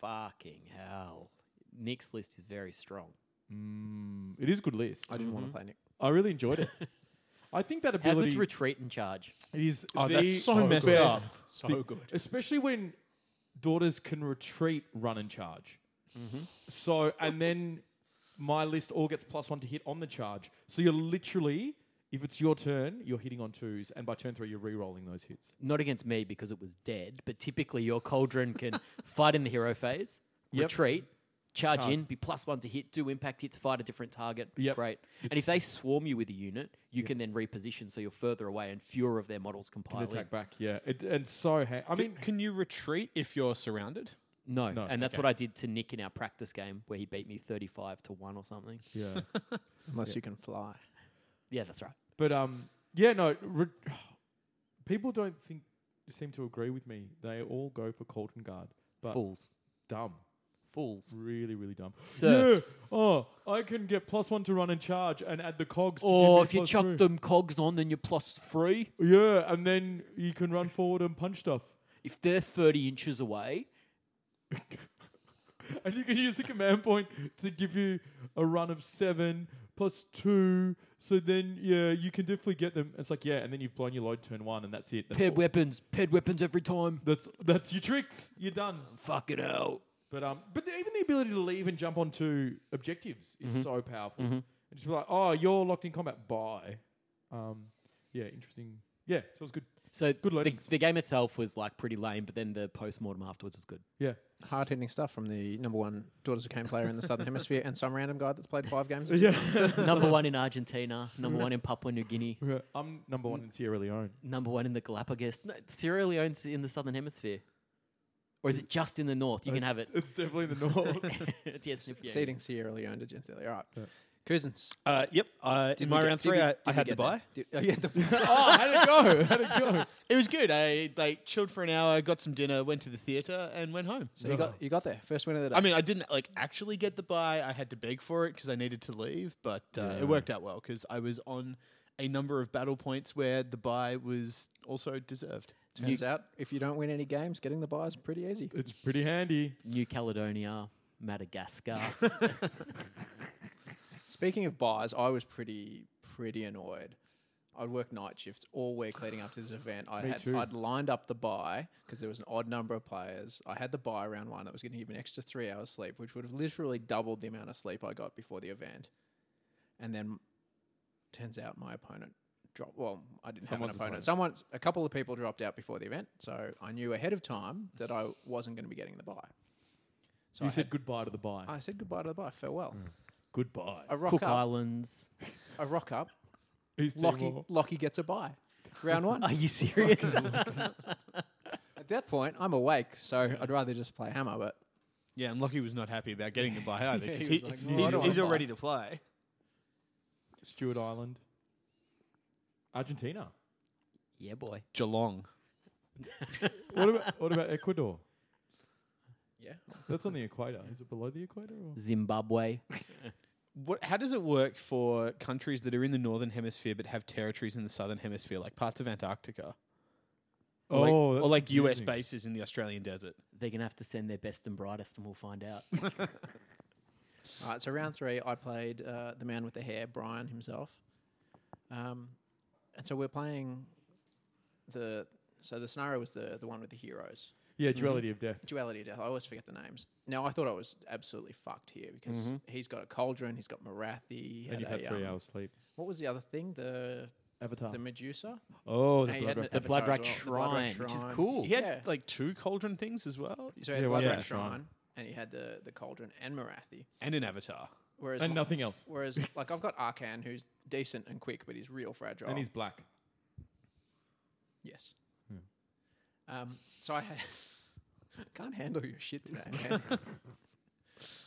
[SPEAKER 5] fucking hell, Nick's list is very strong.
[SPEAKER 6] Mm, it is a good list.
[SPEAKER 3] I didn't want to play Nick.
[SPEAKER 6] I really enjoyed it. I think that
[SPEAKER 5] Mm-hmm. How
[SPEAKER 6] ability
[SPEAKER 5] good's retreat and charge?
[SPEAKER 6] it is
[SPEAKER 4] Oh,
[SPEAKER 6] the
[SPEAKER 4] that's so messed up.
[SPEAKER 6] best, thi- especially when daughters can retreat, run, and charge.
[SPEAKER 5] Mm-hmm.
[SPEAKER 6] So, and then my list all gets plus one to hit on the charge. So you're literally, if it's your turn, you're hitting on twos, and by turn three, you're re-rolling those hits.
[SPEAKER 5] Not against me because it was dead, but typically your cauldron can (laughs) fight in the hero phase,
[SPEAKER 6] Yep.
[SPEAKER 5] retreat. Charge
[SPEAKER 6] Charge.
[SPEAKER 5] in, be plus one to hit, do impact hits, fight a different target.
[SPEAKER 6] Yep.
[SPEAKER 5] Great. and if they swarm you with a unit, you can then reposition so you're further away and fewer of their models can pile in.
[SPEAKER 6] Attack back, yeah. It, and so, ha- I mean,
[SPEAKER 4] can you retreat if you're surrounded?
[SPEAKER 5] No,
[SPEAKER 6] No,
[SPEAKER 5] and that's
[SPEAKER 6] okay.
[SPEAKER 5] what I did to Nick in our practice game where he beat me 35 to 1 or something.
[SPEAKER 6] yeah.
[SPEAKER 3] Unless you can fly.
[SPEAKER 5] (laughs) Yeah, that's right.
[SPEAKER 6] But um, yeah, no, re- (sighs) people don't think seem to agree with me. They all go for Colton Guard, but
[SPEAKER 5] Fools.
[SPEAKER 6] dumb,
[SPEAKER 5] Fools.
[SPEAKER 6] really, really dumb.
[SPEAKER 5] Serfs.
[SPEAKER 6] Yeah, oh, I can get plus one to run and charge, and add the cogs.
[SPEAKER 5] Or
[SPEAKER 6] to
[SPEAKER 5] if
[SPEAKER 6] give me
[SPEAKER 5] you
[SPEAKER 6] plus
[SPEAKER 5] chuck
[SPEAKER 6] three.
[SPEAKER 5] them cogs on, then you're plus 3.
[SPEAKER 6] yeah, and then you can run forward and punch stuff,
[SPEAKER 5] If they're 30 inches away,
[SPEAKER 6] (laughs) and you can use the command point to give you a run of seven plus two. So then, yeah, you can definitely get them. It's like yeah, and then you've blown your load turn one, and that's it. That's
[SPEAKER 5] paired
[SPEAKER 6] all-
[SPEAKER 5] weapons, paired weapons every time.
[SPEAKER 6] that's that's your tricks. You're done.
[SPEAKER 5] Fuck it out.
[SPEAKER 6] But um, but the, even the ability to leave and jump onto objectives
[SPEAKER 5] Mm-hmm.
[SPEAKER 6] is so powerful. And just be like, oh, you're locked in combat. Bye. Um, yeah, interesting. Yeah, so it was good.
[SPEAKER 5] So
[SPEAKER 6] Good
[SPEAKER 5] the,
[SPEAKER 6] learnings.
[SPEAKER 5] the game itself was like pretty lame, but then the post-mortem afterwards was good.
[SPEAKER 6] Yeah, (laughs)
[SPEAKER 3] Hard hitting stuff from the number one Daughters of Cain player in the Southern Hemisphere and some random guy that's played five games.
[SPEAKER 6] yeah.
[SPEAKER 5] (laughs) number one in Argentina, number one in Papua
[SPEAKER 6] (laughs)
[SPEAKER 5] New Guinea,
[SPEAKER 6] I'm number one in Sierra Leone.
[SPEAKER 5] number one in the Galapagos. No, Sierra Leone's in the Southern Hemisphere. Or is it just in the north? You can have it.
[SPEAKER 6] It's definitely the north.
[SPEAKER 5] (laughs) yes, if you-
[SPEAKER 3] Seeding E Sierra Leone to Gentili. All right. Cousins.
[SPEAKER 4] Uh, yep. Uh, in
[SPEAKER 3] did we
[SPEAKER 4] my
[SPEAKER 3] get-
[SPEAKER 4] round
[SPEAKER 3] did
[SPEAKER 4] three,
[SPEAKER 3] we-
[SPEAKER 4] I,
[SPEAKER 3] did
[SPEAKER 4] I
[SPEAKER 3] we
[SPEAKER 4] had
[SPEAKER 3] get
[SPEAKER 4] to buy.
[SPEAKER 3] that? Did- oh, you
[SPEAKER 4] (laughs)
[SPEAKER 3] had the-
[SPEAKER 6] oh, how'd it go? How'd it
[SPEAKER 3] (laughs)
[SPEAKER 6] go?
[SPEAKER 4] It was good. I like chilled for an hour, got some dinner, went to the theater, and went home.
[SPEAKER 3] So you got you got there. First win of the day.
[SPEAKER 4] I mean, I didn't like actually get the buy. I had to beg for it because I needed to leave, but uh, it worked out well because I was on a number of battle points where the buy was also deserved.
[SPEAKER 3] turns out if you don't win any games, getting the buy is pretty easy.
[SPEAKER 6] It's pretty handy.
[SPEAKER 5] New Caledonia, Madagascar.
[SPEAKER 3] Speaking of buys, I was pretty pretty annoyed. I'd worked night shifts all week leading up to this event. I had
[SPEAKER 6] too.
[SPEAKER 3] I'd lined up the buy because there was an odd number of players. I had the buy round one that was going to give me an extra three hours sleep, which would have literally doubled the amount of sleep I got before the event. And then turns out my opponent dropped. Well, I didn't
[SPEAKER 6] Someone's
[SPEAKER 3] have an
[SPEAKER 6] opponent.
[SPEAKER 3] opponent. Someone, a couple of people dropped out before the event, so I knew ahead of time that I wasn't going to be getting the buy. So
[SPEAKER 6] you
[SPEAKER 3] I,
[SPEAKER 6] said
[SPEAKER 3] had-
[SPEAKER 6] goodbye to the buy. Mm.
[SPEAKER 3] I said goodbye to the buy, farewell.
[SPEAKER 6] goodbye.
[SPEAKER 3] I rock
[SPEAKER 5] Cook
[SPEAKER 3] up.
[SPEAKER 5] Islands.
[SPEAKER 3] I rock up.
[SPEAKER 6] He's
[SPEAKER 3] Lockie,
[SPEAKER 6] Timor.
[SPEAKER 3] Lockie gets a bye. Round one.
[SPEAKER 5] (laughs) Are you
[SPEAKER 3] (laughs)
[SPEAKER 5] serious?
[SPEAKER 3] At that point, I'm awake, so I'd rather just play hammer. But
[SPEAKER 4] Yeah, and Lockie was not happy about getting
[SPEAKER 3] (laughs)
[SPEAKER 4] the buy either. 'cause
[SPEAKER 3] he
[SPEAKER 4] he
[SPEAKER 3] was like, "No, I
[SPEAKER 4] he's
[SPEAKER 3] don't wanna
[SPEAKER 4] he's all
[SPEAKER 3] buy."
[SPEAKER 4] ready to fly.
[SPEAKER 6] Stewart Island. Argentina.
[SPEAKER 5] yeah, boy.
[SPEAKER 4] Geelong.
[SPEAKER 6] What about what about Ecuador?
[SPEAKER 3] yeah,
[SPEAKER 6] That's on the equator. Is it below the equator? Or?
[SPEAKER 5] Zimbabwe.
[SPEAKER 4] (laughs) What, how does it work for countries that are in the northern hemisphere but have territories in the southern hemisphere, like parts of Antarctica? Or like,
[SPEAKER 6] Oh,
[SPEAKER 4] or
[SPEAKER 6] that's
[SPEAKER 4] like US
[SPEAKER 6] confusing.
[SPEAKER 4] bases in the Australian desert.
[SPEAKER 5] They're gonna have to send their best and brightest, and we'll find
[SPEAKER 4] (laughs)
[SPEAKER 5] out.
[SPEAKER 3] All right, so round three, I played uh, the man with the hair, Brian himself. Um, and so we're playing the. So the scenario was the the one with the heroes, Mm-hmm.
[SPEAKER 6] Yeah, duality of death.
[SPEAKER 3] duality of death. I always forget the names. Now I thought I was absolutely fucked here because he's got a cauldron, he's got Marathi, he
[SPEAKER 6] Mm-hmm. and you've
[SPEAKER 3] had
[SPEAKER 6] had
[SPEAKER 3] a,
[SPEAKER 6] three
[SPEAKER 3] um,
[SPEAKER 6] hours sleep.
[SPEAKER 3] What was the other thing? The
[SPEAKER 6] Avatar.
[SPEAKER 3] the Medusa.
[SPEAKER 6] oh,
[SPEAKER 3] And
[SPEAKER 6] the
[SPEAKER 3] he had
[SPEAKER 6] blood
[SPEAKER 3] an
[SPEAKER 6] rack.
[SPEAKER 5] the Blood
[SPEAKER 3] avatar
[SPEAKER 5] Rack
[SPEAKER 3] as well, the Blood Rack
[SPEAKER 5] Shrine, which is
[SPEAKER 3] Shrine.
[SPEAKER 5] cool.
[SPEAKER 4] He had
[SPEAKER 3] Yeah.
[SPEAKER 4] like two cauldron things as well,
[SPEAKER 3] So he had
[SPEAKER 6] Yeah,
[SPEAKER 3] Blood
[SPEAKER 6] well,
[SPEAKER 3] Rack
[SPEAKER 6] yeah.
[SPEAKER 3] Shrine,
[SPEAKER 6] Shrine.
[SPEAKER 3] and he had the the cauldron and Marathi.
[SPEAKER 4] and an avatar.
[SPEAKER 3] Whereas
[SPEAKER 6] And
[SPEAKER 3] my-
[SPEAKER 6] nothing else. (laughs)
[SPEAKER 3] Whereas like I've got Arcan, who's decent and quick, but he's real fragile.
[SPEAKER 6] And he's black.
[SPEAKER 3] Yes. Um, so I had, (laughs) can't handle your shit today,
[SPEAKER 6] (laughs)
[SPEAKER 3] man.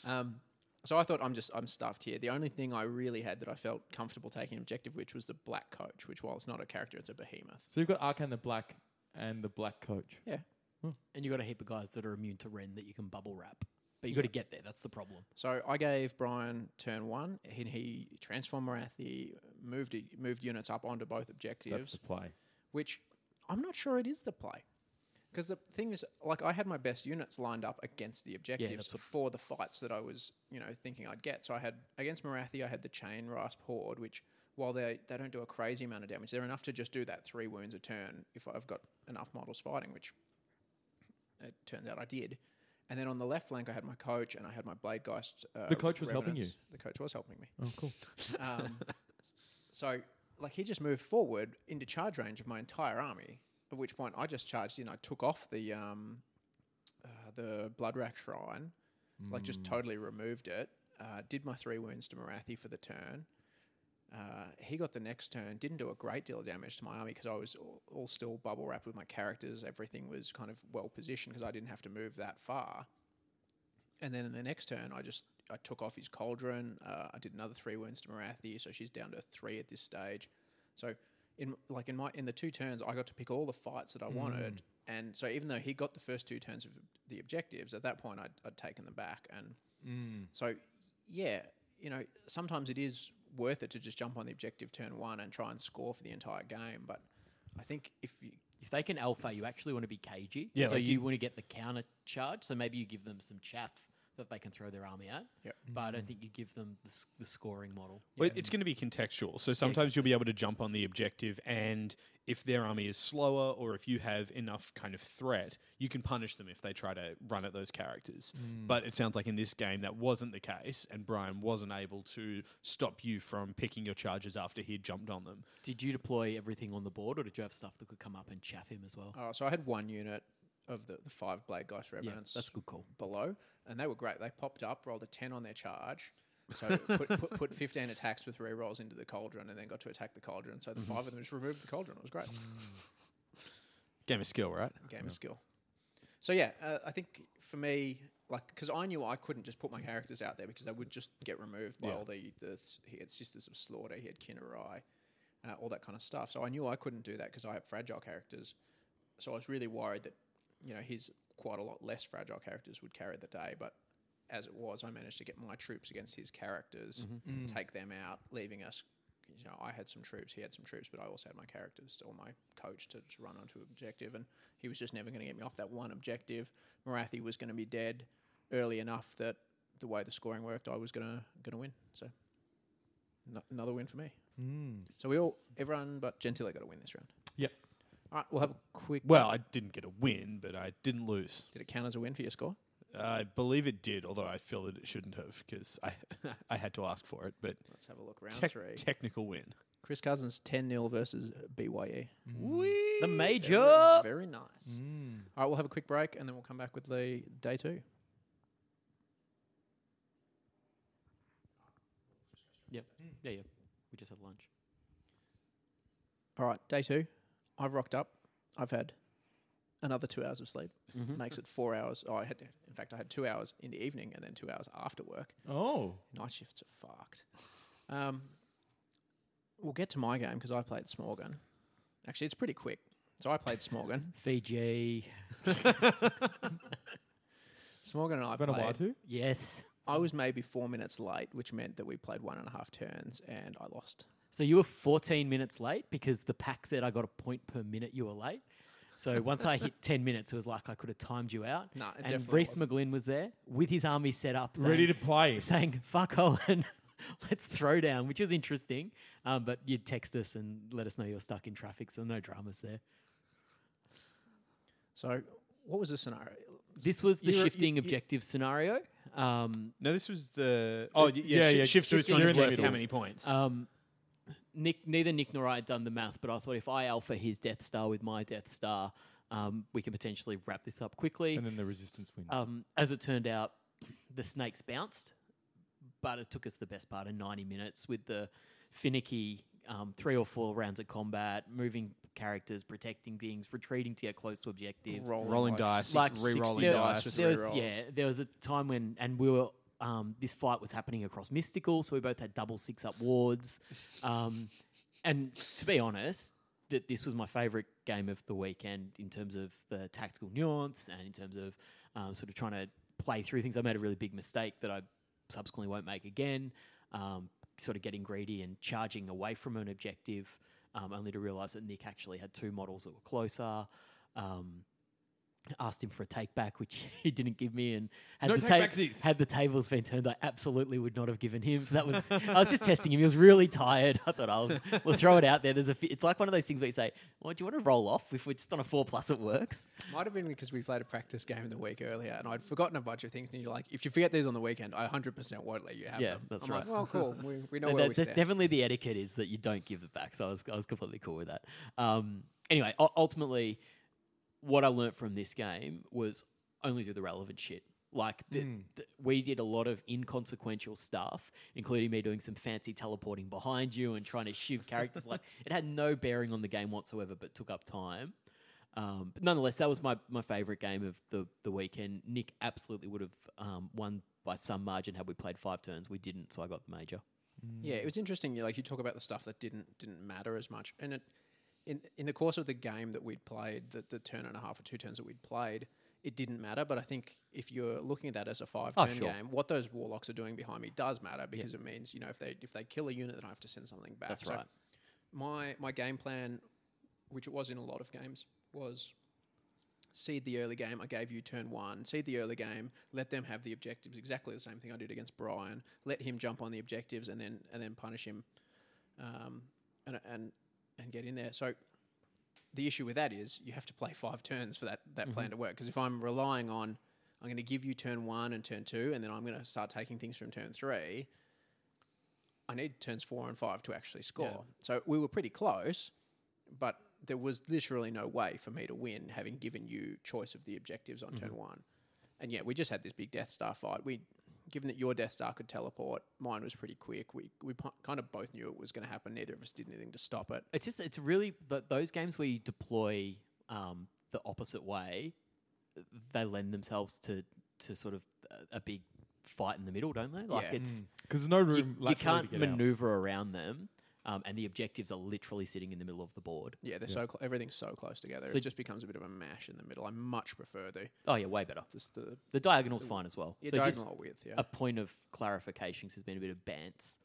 [SPEAKER 3] um, so I thought I'm just I'm stuffed here. The only thing I really had that I felt comfortable taking objective, which was the black coach, which while it's not a character, it's a behemoth.
[SPEAKER 6] So you've got Arkan the black and the black coach.
[SPEAKER 3] Yeah.
[SPEAKER 5] And you got a heap of guys that are immune to Ren that you can bubble wrap, but you got to get there. That's the problem.
[SPEAKER 3] So I gave Brian turn one, and he transformed Marathi, moved moved units up onto both
[SPEAKER 6] That's
[SPEAKER 3] objectives.
[SPEAKER 6] the play.
[SPEAKER 3] which I'm not sure it is the play. Because the thing is, like, I had my best units lined up against the objectives
[SPEAKER 5] that's what-
[SPEAKER 3] for the fights that I was, you know, thinking I'd get. So I had against Marathi, I had the Chain Rasp Horde, which while they they don't do a crazy amount of damage, they're enough to just do that three wounds a turn if I've got enough models fighting, which it turns out I did. And then on the left flank, I had my coach and I had my Blade Geist. Uh,
[SPEAKER 6] The coach was helping
[SPEAKER 3] revenants. The coach was helping me.
[SPEAKER 6] Oh, cool.
[SPEAKER 3] (laughs) Um, so, like, he just moved forward into charge range of my entire army. At which point, I just charged in. I took off the um, uh, the blood rack shrine, like just
[SPEAKER 6] Mm.
[SPEAKER 3] totally removed it. Uh, did my three wounds to Marathi for the turn. Uh, he got the next turn. Didn't do a great deal of damage to my army because I was all, all still bubble wrapped with my characters. Everything was kind of well positioned because I didn't have to move that far. And then in the next turn, I just I took off his cauldron. Uh, I did another three wounds to Marathi, so she's down to three at this stage. So in like in my in the two turns, I got to pick all the fights
[SPEAKER 4] Mm.
[SPEAKER 3] that I wanted. And so even though he got the first two turns of the objectives, at that point I'd, I'd taken them back. And
[SPEAKER 6] Mm.
[SPEAKER 3] so yeah, you know sometimes it is worth it to just jump on the objective turn one and try and score for the entire game. But I think if you
[SPEAKER 5] If they can alpha, you actually want to be cagey.
[SPEAKER 4] Yeah,
[SPEAKER 5] so
[SPEAKER 4] like
[SPEAKER 5] you,
[SPEAKER 4] you-
[SPEAKER 5] want to get the counter charge. So maybe you give them some chaff that they can throw their army at.
[SPEAKER 3] Yep.
[SPEAKER 5] But I
[SPEAKER 6] Mm-hmm.
[SPEAKER 5] don't think you give them the, s- the scoring model.
[SPEAKER 4] Well, It's going to be contextual. So sometimes you'll be able to jump on the objective, and if their army is slower or if you have enough kind of threat, you can punish them if they try to run at those characters.
[SPEAKER 3] Mm.
[SPEAKER 4] But it sounds like in this game that wasn't the case, and Brian wasn't able to stop you from picking your charges after he had jumped on them.
[SPEAKER 5] Did you deploy everything on the board, or did you have stuff that could come up and chaff him as well?
[SPEAKER 3] uh, so I had one unit of the, the five blade geist
[SPEAKER 5] yeah,
[SPEAKER 3] revenants.
[SPEAKER 5] that's a good call.
[SPEAKER 3] below, and they were great. They popped up, rolled a 10 on their charge. So put, put, put 15 attacks with rerolls into the cauldron and then got to attack the cauldron. So the
[SPEAKER 5] Mm-hmm.
[SPEAKER 3] five of them just removed the cauldron. It was great.
[SPEAKER 5] Mm.
[SPEAKER 4] Game of skill, right?
[SPEAKER 3] Game of skill. So yeah, uh, I think for me, like, because I knew I couldn't just put my characters out there because they would just get removed by all the, the s- he had Sisters of Slaughter, he had Kinnerai, uh, all that kind of stuff. So I knew I couldn't do that because I had fragile characters. So I was really worried that, you know, his quite a lot less fragile characters would carry the day. But as it was, I managed to get my troops against his characters, take them out, leaving us. You know, I had some troops, he had some troops, but I also had my characters or my coach to just run onto objective, and he was just never going to get me off that one objective. Marathi was going to be dead early enough that the way the scoring worked, I was going to going to win. So no, another win for me. So we all, everyone but Gentile got a win this round.
[SPEAKER 6] Yep.
[SPEAKER 3] All right, we'll have a quick.
[SPEAKER 4] Well, I didn't get a win, but I didn't lose.
[SPEAKER 3] did it count as a win for your score?
[SPEAKER 4] I believe it did, although I feel that it shouldn't have because I (laughs) I had to ask for it. But
[SPEAKER 3] Let's have a look. Round
[SPEAKER 4] tec-
[SPEAKER 3] three.
[SPEAKER 4] technical win.
[SPEAKER 3] Chris Cousins 10 0 versus BYE.
[SPEAKER 5] The major.
[SPEAKER 3] Mm. Very nice. Mm. All right, we'll have a quick break and then we'll come back with the day two.
[SPEAKER 5] Yep. Mm. Yeah, yeah. We just had lunch.
[SPEAKER 3] All right, day two. I've rocked up. I've had another two hours of sleep. Makes it four hours. Oh, I had, in fact, I had two hours in the evening and then two hours after work.
[SPEAKER 6] Oh.
[SPEAKER 3] Night shifts are fucked. Um, we'll get to my game because I played Smorgon. Actually, it's pretty quick. So I played Smorgon.
[SPEAKER 5] (laughs) Fiji.
[SPEAKER 3] (laughs) Smorgon and I played.
[SPEAKER 6] Vanuatu?
[SPEAKER 5] Yes.
[SPEAKER 3] I was maybe four minutes late, which meant that we played one and a half turns and I lost.
[SPEAKER 5] So you were 14 minutes late because the pack said I got a point per minute you were late. So once I hit 10 minutes, it was like I could have timed you out.
[SPEAKER 3] Nah, it
[SPEAKER 5] and
[SPEAKER 3] definitely
[SPEAKER 5] Reese
[SPEAKER 3] wasn't.
[SPEAKER 5] McGlynn was there with his army set up. Saying,
[SPEAKER 6] Ready to play.
[SPEAKER 5] Saying, fuck Owen, (laughs) let's throw down, which is interesting. Um, but you'd text us and let us know you're stuck in traffic, so no dramas there.
[SPEAKER 3] So, what was the scenario?
[SPEAKER 5] This was the
[SPEAKER 4] You're- you-
[SPEAKER 5] shifting
[SPEAKER 4] you-
[SPEAKER 5] objective scenario. Um,
[SPEAKER 4] No, this was the oh yeah, yeah,
[SPEAKER 6] yeah,
[SPEAKER 4] shi-
[SPEAKER 6] yeah,
[SPEAKER 4] shift to its
[SPEAKER 5] shifting
[SPEAKER 4] own
[SPEAKER 5] your
[SPEAKER 4] worth how
[SPEAKER 5] levels.
[SPEAKER 4] many points?
[SPEAKER 5] um, Nick, neither Nick nor I had done the math, but I thought if I alpha his Death Star with my Death Star, um, we can potentially wrap this up quickly.
[SPEAKER 6] And then the resistance wins.
[SPEAKER 5] Um, as it turned out, the snakes bounced, but it took us the best part of 90 minutes with the finicky um, three or four rounds of combat, moving characters, protecting things, retreating to get close to objectives.
[SPEAKER 4] rolling dice,
[SPEAKER 5] like
[SPEAKER 3] 60
[SPEAKER 4] re-rolling dice.
[SPEAKER 3] dice.
[SPEAKER 5] There was,
[SPEAKER 3] Rerolls.
[SPEAKER 5] yeah, there was a time when, and we were. Um, this fight was happening across Mystical, so we both had double six up wards. Um, and to be honest, that this was my favourite game of the weekend in terms of the tactical nuance and in terms of um, sort of trying to play through things. I made a really big mistake that I subsequently won't make again. Um, sort of getting greedy and charging away from an objective, um, only to realise that Nick actually had two models that were closer. Um, asked him for a take back, which (laughs) he didn't give me, and had
[SPEAKER 6] No
[SPEAKER 5] the
[SPEAKER 6] take-backsies.
[SPEAKER 5] had the tables been turned, I absolutely would not have given him. So that was I was just testing him. He was really tired. (laughs) I thought I'll we'll throw it out there. There's a fi- it's like one of those things where you say, "Well, do you want to roll off? If we're just on a four plus, it works."
[SPEAKER 3] Might have been because we played a practice game the week earlier, and I'd forgotten a bunch of things. And you're like, if you forget these on the weekend, I 100% won't let you have
[SPEAKER 5] Yeah,
[SPEAKER 3] them.
[SPEAKER 5] that's
[SPEAKER 3] I'm
[SPEAKER 5] right.
[SPEAKER 3] like, well, cool. We, we
[SPEAKER 5] (laughs)
[SPEAKER 3] know
[SPEAKER 5] No,
[SPEAKER 3] where
[SPEAKER 5] that-
[SPEAKER 3] we
[SPEAKER 5] that's
[SPEAKER 3] stand.
[SPEAKER 5] definitely the etiquette is that you don't give it back. So I was, I was completely cool with that. Um, anyway, u- ultimately, what I learnt from this game was only do the relevant shit. Like the, the- we did a lot of inconsequential stuff, including me doing some fancy teleporting behind you and trying to shiv characters. like it had no bearing on the game whatsoever, but took up time. Um, but nonetheless, that was my, my favorite game of the, the weekend. Nick absolutely would have um, won by some margin had we played five turns. We didn't, so I got the major.
[SPEAKER 3] Yeah,
[SPEAKER 5] Mm.
[SPEAKER 3] it was interesting. you- Like you talk about the stuff that didn't didn't matter as much, and it in in the course of the game that we'd played, the, the turn and a half or two turns that we'd played, it didn't matter. But I think if you're looking at that as a five turn
[SPEAKER 5] Oh, sure.
[SPEAKER 3] game, what those warlocks are doing behind me does matter because it means you know if they if they kill a unit, then I have to send something back.
[SPEAKER 5] That's
[SPEAKER 3] So
[SPEAKER 5] right.
[SPEAKER 3] My my game plan, which it was in a lot of games, was seed the early game. I gave you turn one. Seed the early game. Let them have the objectives. Exactly the same thing I did against Brian. Let him jump on the objectives and then and then punish him, um, and and and get in there. So the issue with that is you have to play five turns for that that plan to work. Because if I'm relying on I'm going to give you turn one and turn two, and then I'm going to start taking things from turn three. I need turns four and five to actually score. So we were pretty close, but there was literally no way for me to win having given you choice of the objectives on
[SPEAKER 5] Mm-hmm.
[SPEAKER 3] turn one. And yeah, we just had this big Death Star fight. We, given that your Death Star could teleport, mine was pretty quick. We we pu- kind of both knew it was going to happen. Neither of us did anything to stop it.
[SPEAKER 5] It's just it's really th- those games where you deploy um, the opposite way, they lend themselves to to sort of a, a big fight in the middle, don't they? Like
[SPEAKER 3] Yeah.
[SPEAKER 5] it's
[SPEAKER 6] Because Hmm. there's no
[SPEAKER 5] you-
[SPEAKER 6] room.
[SPEAKER 5] you,
[SPEAKER 6] laterally to
[SPEAKER 5] can't
[SPEAKER 6] get out.
[SPEAKER 5] maneuver around them, um, and the objectives are literally sitting in the middle of the board.
[SPEAKER 3] Yeah, they're so cl- everything's so close together.
[SPEAKER 5] So-
[SPEAKER 3] it just becomes a bit of a mash in the middle. I much prefer the
[SPEAKER 5] Oh yeah, way better.
[SPEAKER 3] this the
[SPEAKER 5] The diagonal's fine as well.
[SPEAKER 3] yeah,
[SPEAKER 5] so just
[SPEAKER 3] diagonal width. Yeah,
[SPEAKER 5] a point of clarification 'cause there's been a bit of bants.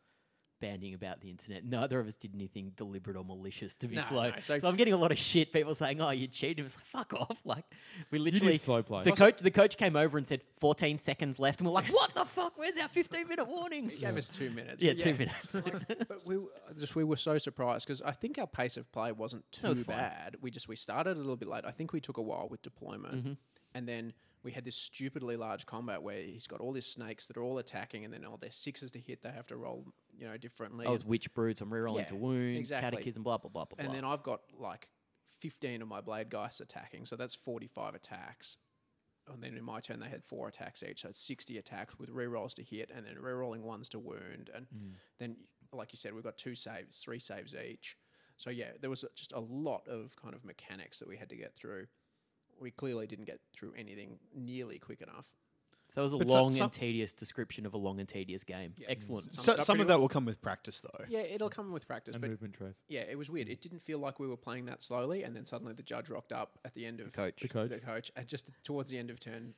[SPEAKER 5] Banding about the internet. Neither of us did anything deliberate or malicious to be
[SPEAKER 3] No,
[SPEAKER 5] slow.
[SPEAKER 3] no,
[SPEAKER 5] so,
[SPEAKER 3] so-
[SPEAKER 5] I'm getting a lot of shit. People saying, "Oh, you cheated." It's like, "Fuck off!" (laughs) Like we
[SPEAKER 6] You
[SPEAKER 5] literally
[SPEAKER 6] did slow play.
[SPEAKER 5] The coach, the coach came over and said, 14 seconds left. And we're like, what the fuck? Where's our 15 minute warning?
[SPEAKER 3] He gave us two minutes.
[SPEAKER 5] Yeah,
[SPEAKER 3] but (laughs)
[SPEAKER 5] two minutes.
[SPEAKER 3] Like, but we w- uh, just we were so surprised because I think our pace of play wasn't too
[SPEAKER 5] was fine.
[SPEAKER 3] bad. We just we started a little bit late. I think we took a while with deployment,
[SPEAKER 5] Mm-hmm.
[SPEAKER 3] and then we had this stupidly large combat where he's got all his snakes that are all attacking, and then all their sixes to hit. They have to roll, you know, differently.
[SPEAKER 5] I was
[SPEAKER 3] and-
[SPEAKER 5] Oh, witch broods. I'm rerolling
[SPEAKER 3] Yeah,
[SPEAKER 5] to wounds,
[SPEAKER 3] exactly.
[SPEAKER 5] catechism, blah, blah, blah, blah,
[SPEAKER 3] and
[SPEAKER 5] blah.
[SPEAKER 3] then I've got like 15 of my blade guys attacking, so that's 45 attacks. And then in my turn, they had four attacks each, so it's 60 attacks with rerolls to hit, and then rerolling ones to wound, and
[SPEAKER 5] Mm.
[SPEAKER 3] then like you said, we've got two saves, three saves each. So yeah, there was just a lot of kind of mechanics that we had to get through. We clearly didn't get through anything nearly quick enough.
[SPEAKER 5] so it was a
[SPEAKER 4] But so-
[SPEAKER 5] long
[SPEAKER 4] some-
[SPEAKER 5] and tedious description of a long and tedious game. Excellent.
[SPEAKER 3] Some
[SPEAKER 4] so,
[SPEAKER 3] stuff
[SPEAKER 4] some
[SPEAKER 3] we
[SPEAKER 4] of that will come with practice, though.
[SPEAKER 3] Yeah, it'll come with practice,
[SPEAKER 6] And
[SPEAKER 3] but
[SPEAKER 6] movement trace.
[SPEAKER 3] yeah, it was weird. It didn't feel like we were playing that slowly, and then suddenly the judge rocked up at the end of
[SPEAKER 5] coach.
[SPEAKER 6] The coach.
[SPEAKER 3] the coach, and just towards the end of turn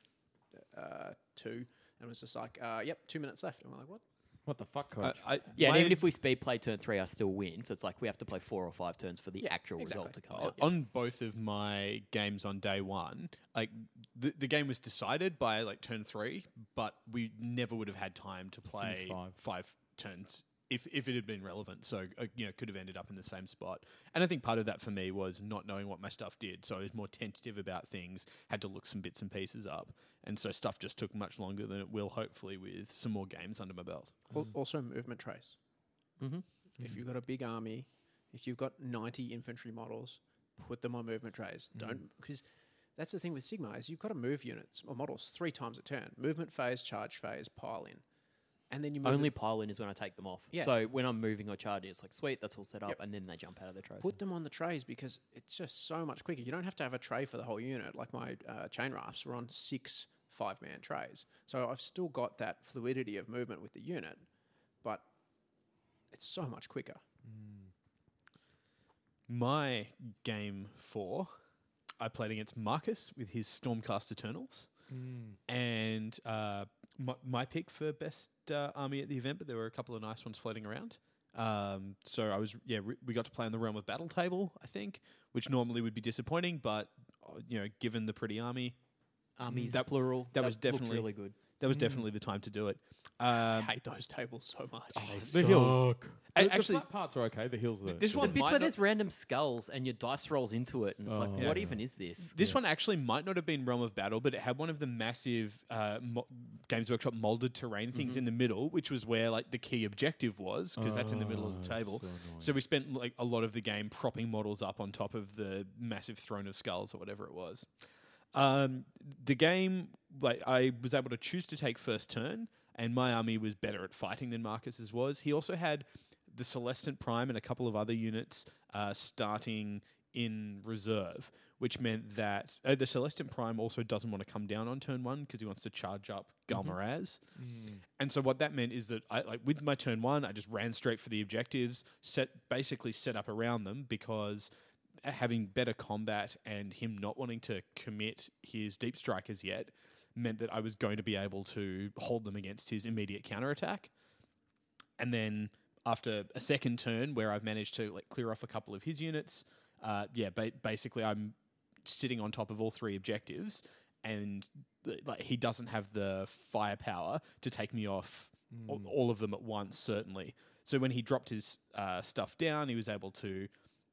[SPEAKER 3] uh, two, and was just like, uh, "Yep, two minutes left." And we're like, "What?"
[SPEAKER 6] What the fuck, coach?
[SPEAKER 4] I,
[SPEAKER 5] Yeah, and
[SPEAKER 4] my-
[SPEAKER 5] even if we speed play turn three, I still win. So it's like we have to play four or five turns for the actual result to come
[SPEAKER 4] o-
[SPEAKER 5] out.
[SPEAKER 4] on both of my games on day one, like the, the game was decided by like turn three, but we never would have had time to play
[SPEAKER 6] five.
[SPEAKER 4] turns if, if it had been relevant. So uh, you know, could have ended up in the same spot. And I think part of that for me was not knowing what my stuff did, so I was more tentative about things. Had to look some bits and pieces up, and so stuff just took much longer than it will. Hopefully, with some more games under my belt.
[SPEAKER 6] Mm-hmm.
[SPEAKER 3] Al- Also, movement trace.
[SPEAKER 5] Mhm.
[SPEAKER 3] If you've got a big army, if you've got 90 infantry models, put them on movement trays.
[SPEAKER 6] Mm-hmm.
[SPEAKER 3] Don't because that's the thing with Sigma is you've got to move units or models three times a turn: movement phase, charge phase, pile in, and then you move
[SPEAKER 5] Only
[SPEAKER 3] them-
[SPEAKER 5] pile in is when I take them off.
[SPEAKER 3] Yeah.
[SPEAKER 5] So when I'm moving or charging, it's like sweet, that's all set up,
[SPEAKER 3] Yep.
[SPEAKER 5] and then they jump out of the trophy.
[SPEAKER 3] put them on the trays because it's just so much quicker. You don't have to have a tray for the whole unit. Like my uh, chain rafts were on six five-man trays, so I've still got that fluidity of movement with the unit, but it's so much quicker.
[SPEAKER 6] Mm.
[SPEAKER 4] My game four, I played against Marcus with his Stormcast Eternals.
[SPEAKER 5] Hmm.
[SPEAKER 4] And uh, my, my pick for best uh, army at the event, but there were a couple of nice ones floating around. Um, so I was, yeah, re- we got to play in the realm of battle table, I think, which normally would be disappointing, but uh, you know, given the pretty army,
[SPEAKER 5] Armies
[SPEAKER 4] that-
[SPEAKER 5] plural.
[SPEAKER 4] that was
[SPEAKER 5] looked
[SPEAKER 4] definitely-
[SPEAKER 5] really good. Hmm.
[SPEAKER 4] that was definitely the time to do it. Um,
[SPEAKER 3] hate those tables so much.
[SPEAKER 6] the hills.
[SPEAKER 4] I-
[SPEAKER 6] Oh, The, the
[SPEAKER 4] actually-
[SPEAKER 6] flat parts are okay. The hills are.
[SPEAKER 4] this
[SPEAKER 6] the
[SPEAKER 4] one
[SPEAKER 6] bit.
[SPEAKER 5] Bits
[SPEAKER 4] might
[SPEAKER 5] where
[SPEAKER 4] not-
[SPEAKER 5] there's random skulls and your dice rolls into it, and it's like,
[SPEAKER 6] Oh,
[SPEAKER 5] what
[SPEAKER 6] yeah.
[SPEAKER 5] even is this?
[SPEAKER 4] This one actually might not have been Realm of Battle, but it had one of the massive uh, mo- Games Workshop molded terrain things
[SPEAKER 6] Mm-hmm.
[SPEAKER 4] in the middle, which was where like the key objective was because that's in the middle of the
[SPEAKER 6] Oh,
[SPEAKER 4] table.
[SPEAKER 6] so
[SPEAKER 4] So,
[SPEAKER 6] annoying.
[SPEAKER 4] we spent like a lot of the game propping models up on top of the massive throne of skulls or whatever it was. Um, the game, like I was able to choose to take first turn, and my army was better at fighting than Marcus's was. He also had the Celestant Prime and a couple of other units uh, starting in reserve, which meant that uh, the Celestant Prime also doesn't want to come down on turn one because he wants to charge up Galmaraz. Mm. And so what that meant is that I like with my turn one, I just ran straight for the objectives, set basically set up around them because uh, having better combat and him not wanting to commit his deep strikers yet meant that I was going to be able to hold them against his immediate counterattack. And then after a second turn where I've managed to like clear off a couple of his units, uh, yeah, ba- basically I'm sitting on top of all three objectives, and th- like he doesn't have the firepower to take me off a- all of them at once, certainly. So when he dropped his uh, stuff down, he was able to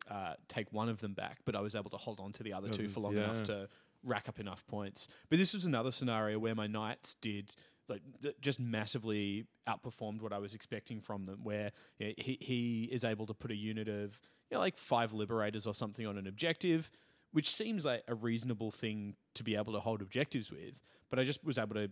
[SPEAKER 4] uh, take one of them back, but I was able to hold on to the other two for
[SPEAKER 6] Others,
[SPEAKER 4] long enough
[SPEAKER 6] yeah.
[SPEAKER 4] to rack up enough points. But this was another scenario where my knights did like th- just massively outperformed what I was expecting from them. Where you know, he he is able to put a unit of you know, like five liberators or something on an objective, which seems like a reasonable thing to be able to hold objectives with. But I just was able to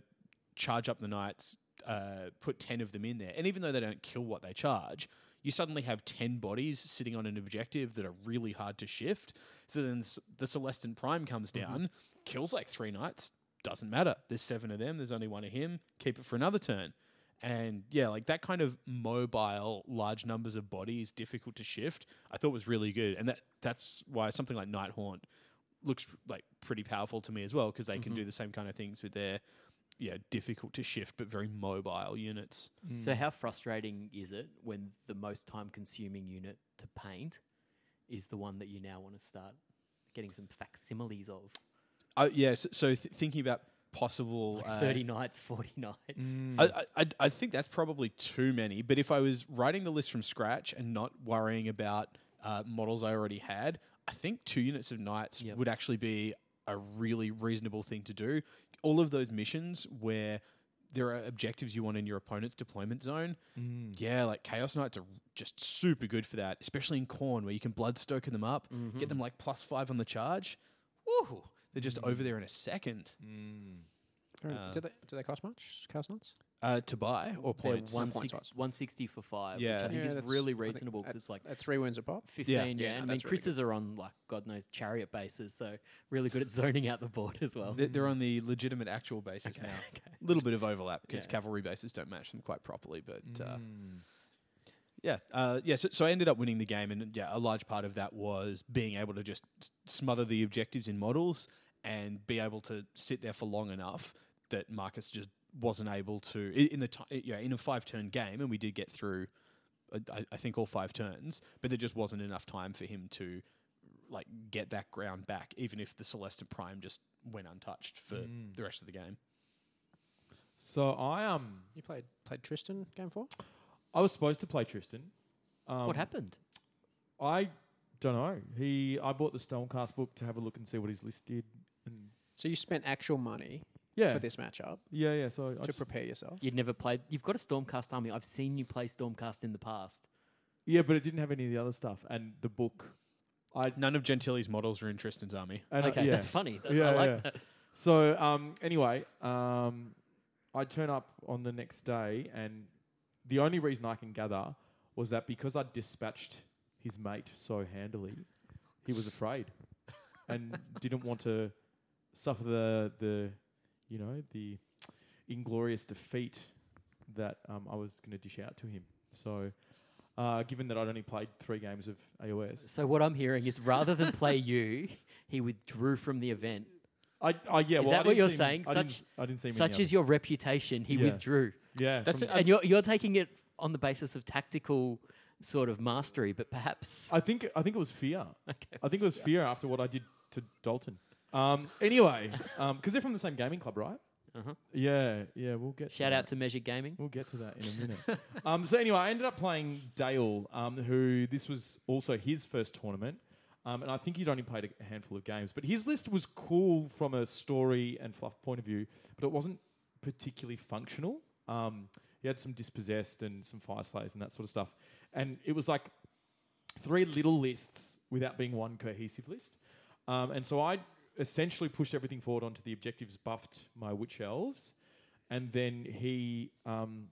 [SPEAKER 4] charge up the knights, uh, put ten of them in there, and even though they don't kill what they charge. You suddenly have 10 bodies sitting on an objective that are really hard to shift. So then s- the Celestin Prime comes down, kills like three knights, doesn't matter. There's seven of them. There's only one of him. Keep it for another turn. And yeah, like that kind of mobile, large numbers of bodies, difficult to shift. I thought was really good, and that that's why something like Night Haunt looks like pretty powerful to me as well because they can do the same kind of things with their yeah difficult to shift but very mobile units.
[SPEAKER 5] So how frustrating is it when the most time-consuming unit to paint is the one that you now want to start getting some facsimiles of?
[SPEAKER 4] Oh yeah, so, so th- thinking about possible
[SPEAKER 5] Like
[SPEAKER 4] uh,
[SPEAKER 5] Thirty nights, forty nights.
[SPEAKER 4] I, I- I, I think that's probably too many. But if I was writing the list from scratch and not worrying about uh, models I already had, I think two units of knights
[SPEAKER 5] Yep.
[SPEAKER 4] would actually be a really reasonable thing to do. All of those missions where there are objectives you want in your opponent's deployment zone,
[SPEAKER 6] Mm.
[SPEAKER 4] yeah, like Chaos Knights are just super good for that, especially in Corn where you can bloodstoke them up, get them like plus five on the charge. Woo! They're just over there in a second Uh,
[SPEAKER 3] do they do they cost much? Cow's nuts?
[SPEAKER 4] uh, to buy or points.
[SPEAKER 5] One
[SPEAKER 3] points
[SPEAKER 5] six,
[SPEAKER 3] wise.
[SPEAKER 5] one sixty for five,
[SPEAKER 4] Yeah.
[SPEAKER 5] which I think
[SPEAKER 3] Yeah,
[SPEAKER 5] is
[SPEAKER 3] that's-
[SPEAKER 5] really
[SPEAKER 3] I think
[SPEAKER 5] reasonable because
[SPEAKER 3] at-
[SPEAKER 5] it's like
[SPEAKER 3] At three wounds a pop.
[SPEAKER 5] fifteen.
[SPEAKER 3] Yeah,
[SPEAKER 5] Yeah,
[SPEAKER 3] no,
[SPEAKER 5] and I mean
[SPEAKER 3] that's really
[SPEAKER 5] Chris's are on like God knows chariot bases, so really good at zoning out the board as well.
[SPEAKER 4] They- They're on the legitimate actual basis now. A little bit of overlap because cavalry bases don't match them quite properly, but uh, yeah, uh, yeah. So, so I ended up winning the game, and yeah, a large part of that was being able to just s- smother the objectives in models and be able to sit there for long enough that Marcus just wasn't able to i- in the ti yeah in a five turn game, and we did get through. uh, I, I think all five turns, but there just wasn't enough time for him to like get that ground back, even if the Celestin Prime just went untouched for the rest of the game.
[SPEAKER 6] So I um
[SPEAKER 3] You played played Tristan game four.
[SPEAKER 6] I was supposed to play Tristan. Um,
[SPEAKER 5] what happened?
[SPEAKER 6] I don't know. He I bought the Stonecast book to have a look and see what his list did. And
[SPEAKER 3] So you spent actual money
[SPEAKER 6] yeah,
[SPEAKER 3] for this matchup
[SPEAKER 6] yeah, yeah. So
[SPEAKER 3] to
[SPEAKER 6] I just,
[SPEAKER 3] prepare yourself.
[SPEAKER 5] You'd never played. You've got a Stormcast army. I've seen you play Stormcast in the past.
[SPEAKER 6] yeah, but it didn't have any of the other stuff and the book. I
[SPEAKER 4] None of Gentili's models are in Tristan's army.
[SPEAKER 6] and I-
[SPEAKER 5] okay,
[SPEAKER 6] yeah.
[SPEAKER 5] that's funny. That's,
[SPEAKER 6] Yeah,
[SPEAKER 5] I like
[SPEAKER 6] yeah.
[SPEAKER 5] that.
[SPEAKER 6] So um, anyway, um, I turn up on the next day, and the only reason I can gather was that because I dispatched his mate so handily, he was afraid
[SPEAKER 5] (laughs)
[SPEAKER 6] and didn't want to suffer the the you know the inglorious defeat that um, I was going to dish out to him. So. Uh, given that I'd only played three games of AOS,
[SPEAKER 5] So what I'm hearing is, rather than play you, he withdrew from the event. (laughs)
[SPEAKER 6] I, I Oh, yeah.
[SPEAKER 5] Is
[SPEAKER 6] well, I
[SPEAKER 5] that what
[SPEAKER 6] didn't
[SPEAKER 5] you're
[SPEAKER 6] see him-
[SPEAKER 5] saying?
[SPEAKER 6] I didn't,
[SPEAKER 5] Such-
[SPEAKER 6] I didn't see him. in
[SPEAKER 5] Such
[SPEAKER 6] the
[SPEAKER 5] is your reputation. He
[SPEAKER 6] Yeah.
[SPEAKER 5] withdrew,
[SPEAKER 6] other- yeah.
[SPEAKER 4] That's
[SPEAKER 6] from-
[SPEAKER 4] it. I-
[SPEAKER 5] and you're you're taking it on the basis of tactical sort of mastery, but perhaps
[SPEAKER 6] I think I think it was fear. I think it was fear after what I did to Dalton. Um, anyway, because they're from the same gaming club, right?
[SPEAKER 5] Uh-huh.
[SPEAKER 6] Yeah, yeah. We'll get
[SPEAKER 5] shout
[SPEAKER 6] to
[SPEAKER 5] out
[SPEAKER 6] that.
[SPEAKER 5] (laughs) to Measure Gaming.
[SPEAKER 6] We'll get to that in a minute. um, so anyway, I ended up playing Dale, um, who this was also his first tournament, um, and I think he'd only played a handful of games. But his list was cool from a story and fluff point of view, but it wasn't particularly functional. Um, he had some dispossessed and some fire slayers and that sort of stuff, and it was like three little lists without being one cohesive list. Um, and so I essentially pushed everything forward onto the objectives, buffed my witch elves, and then he um,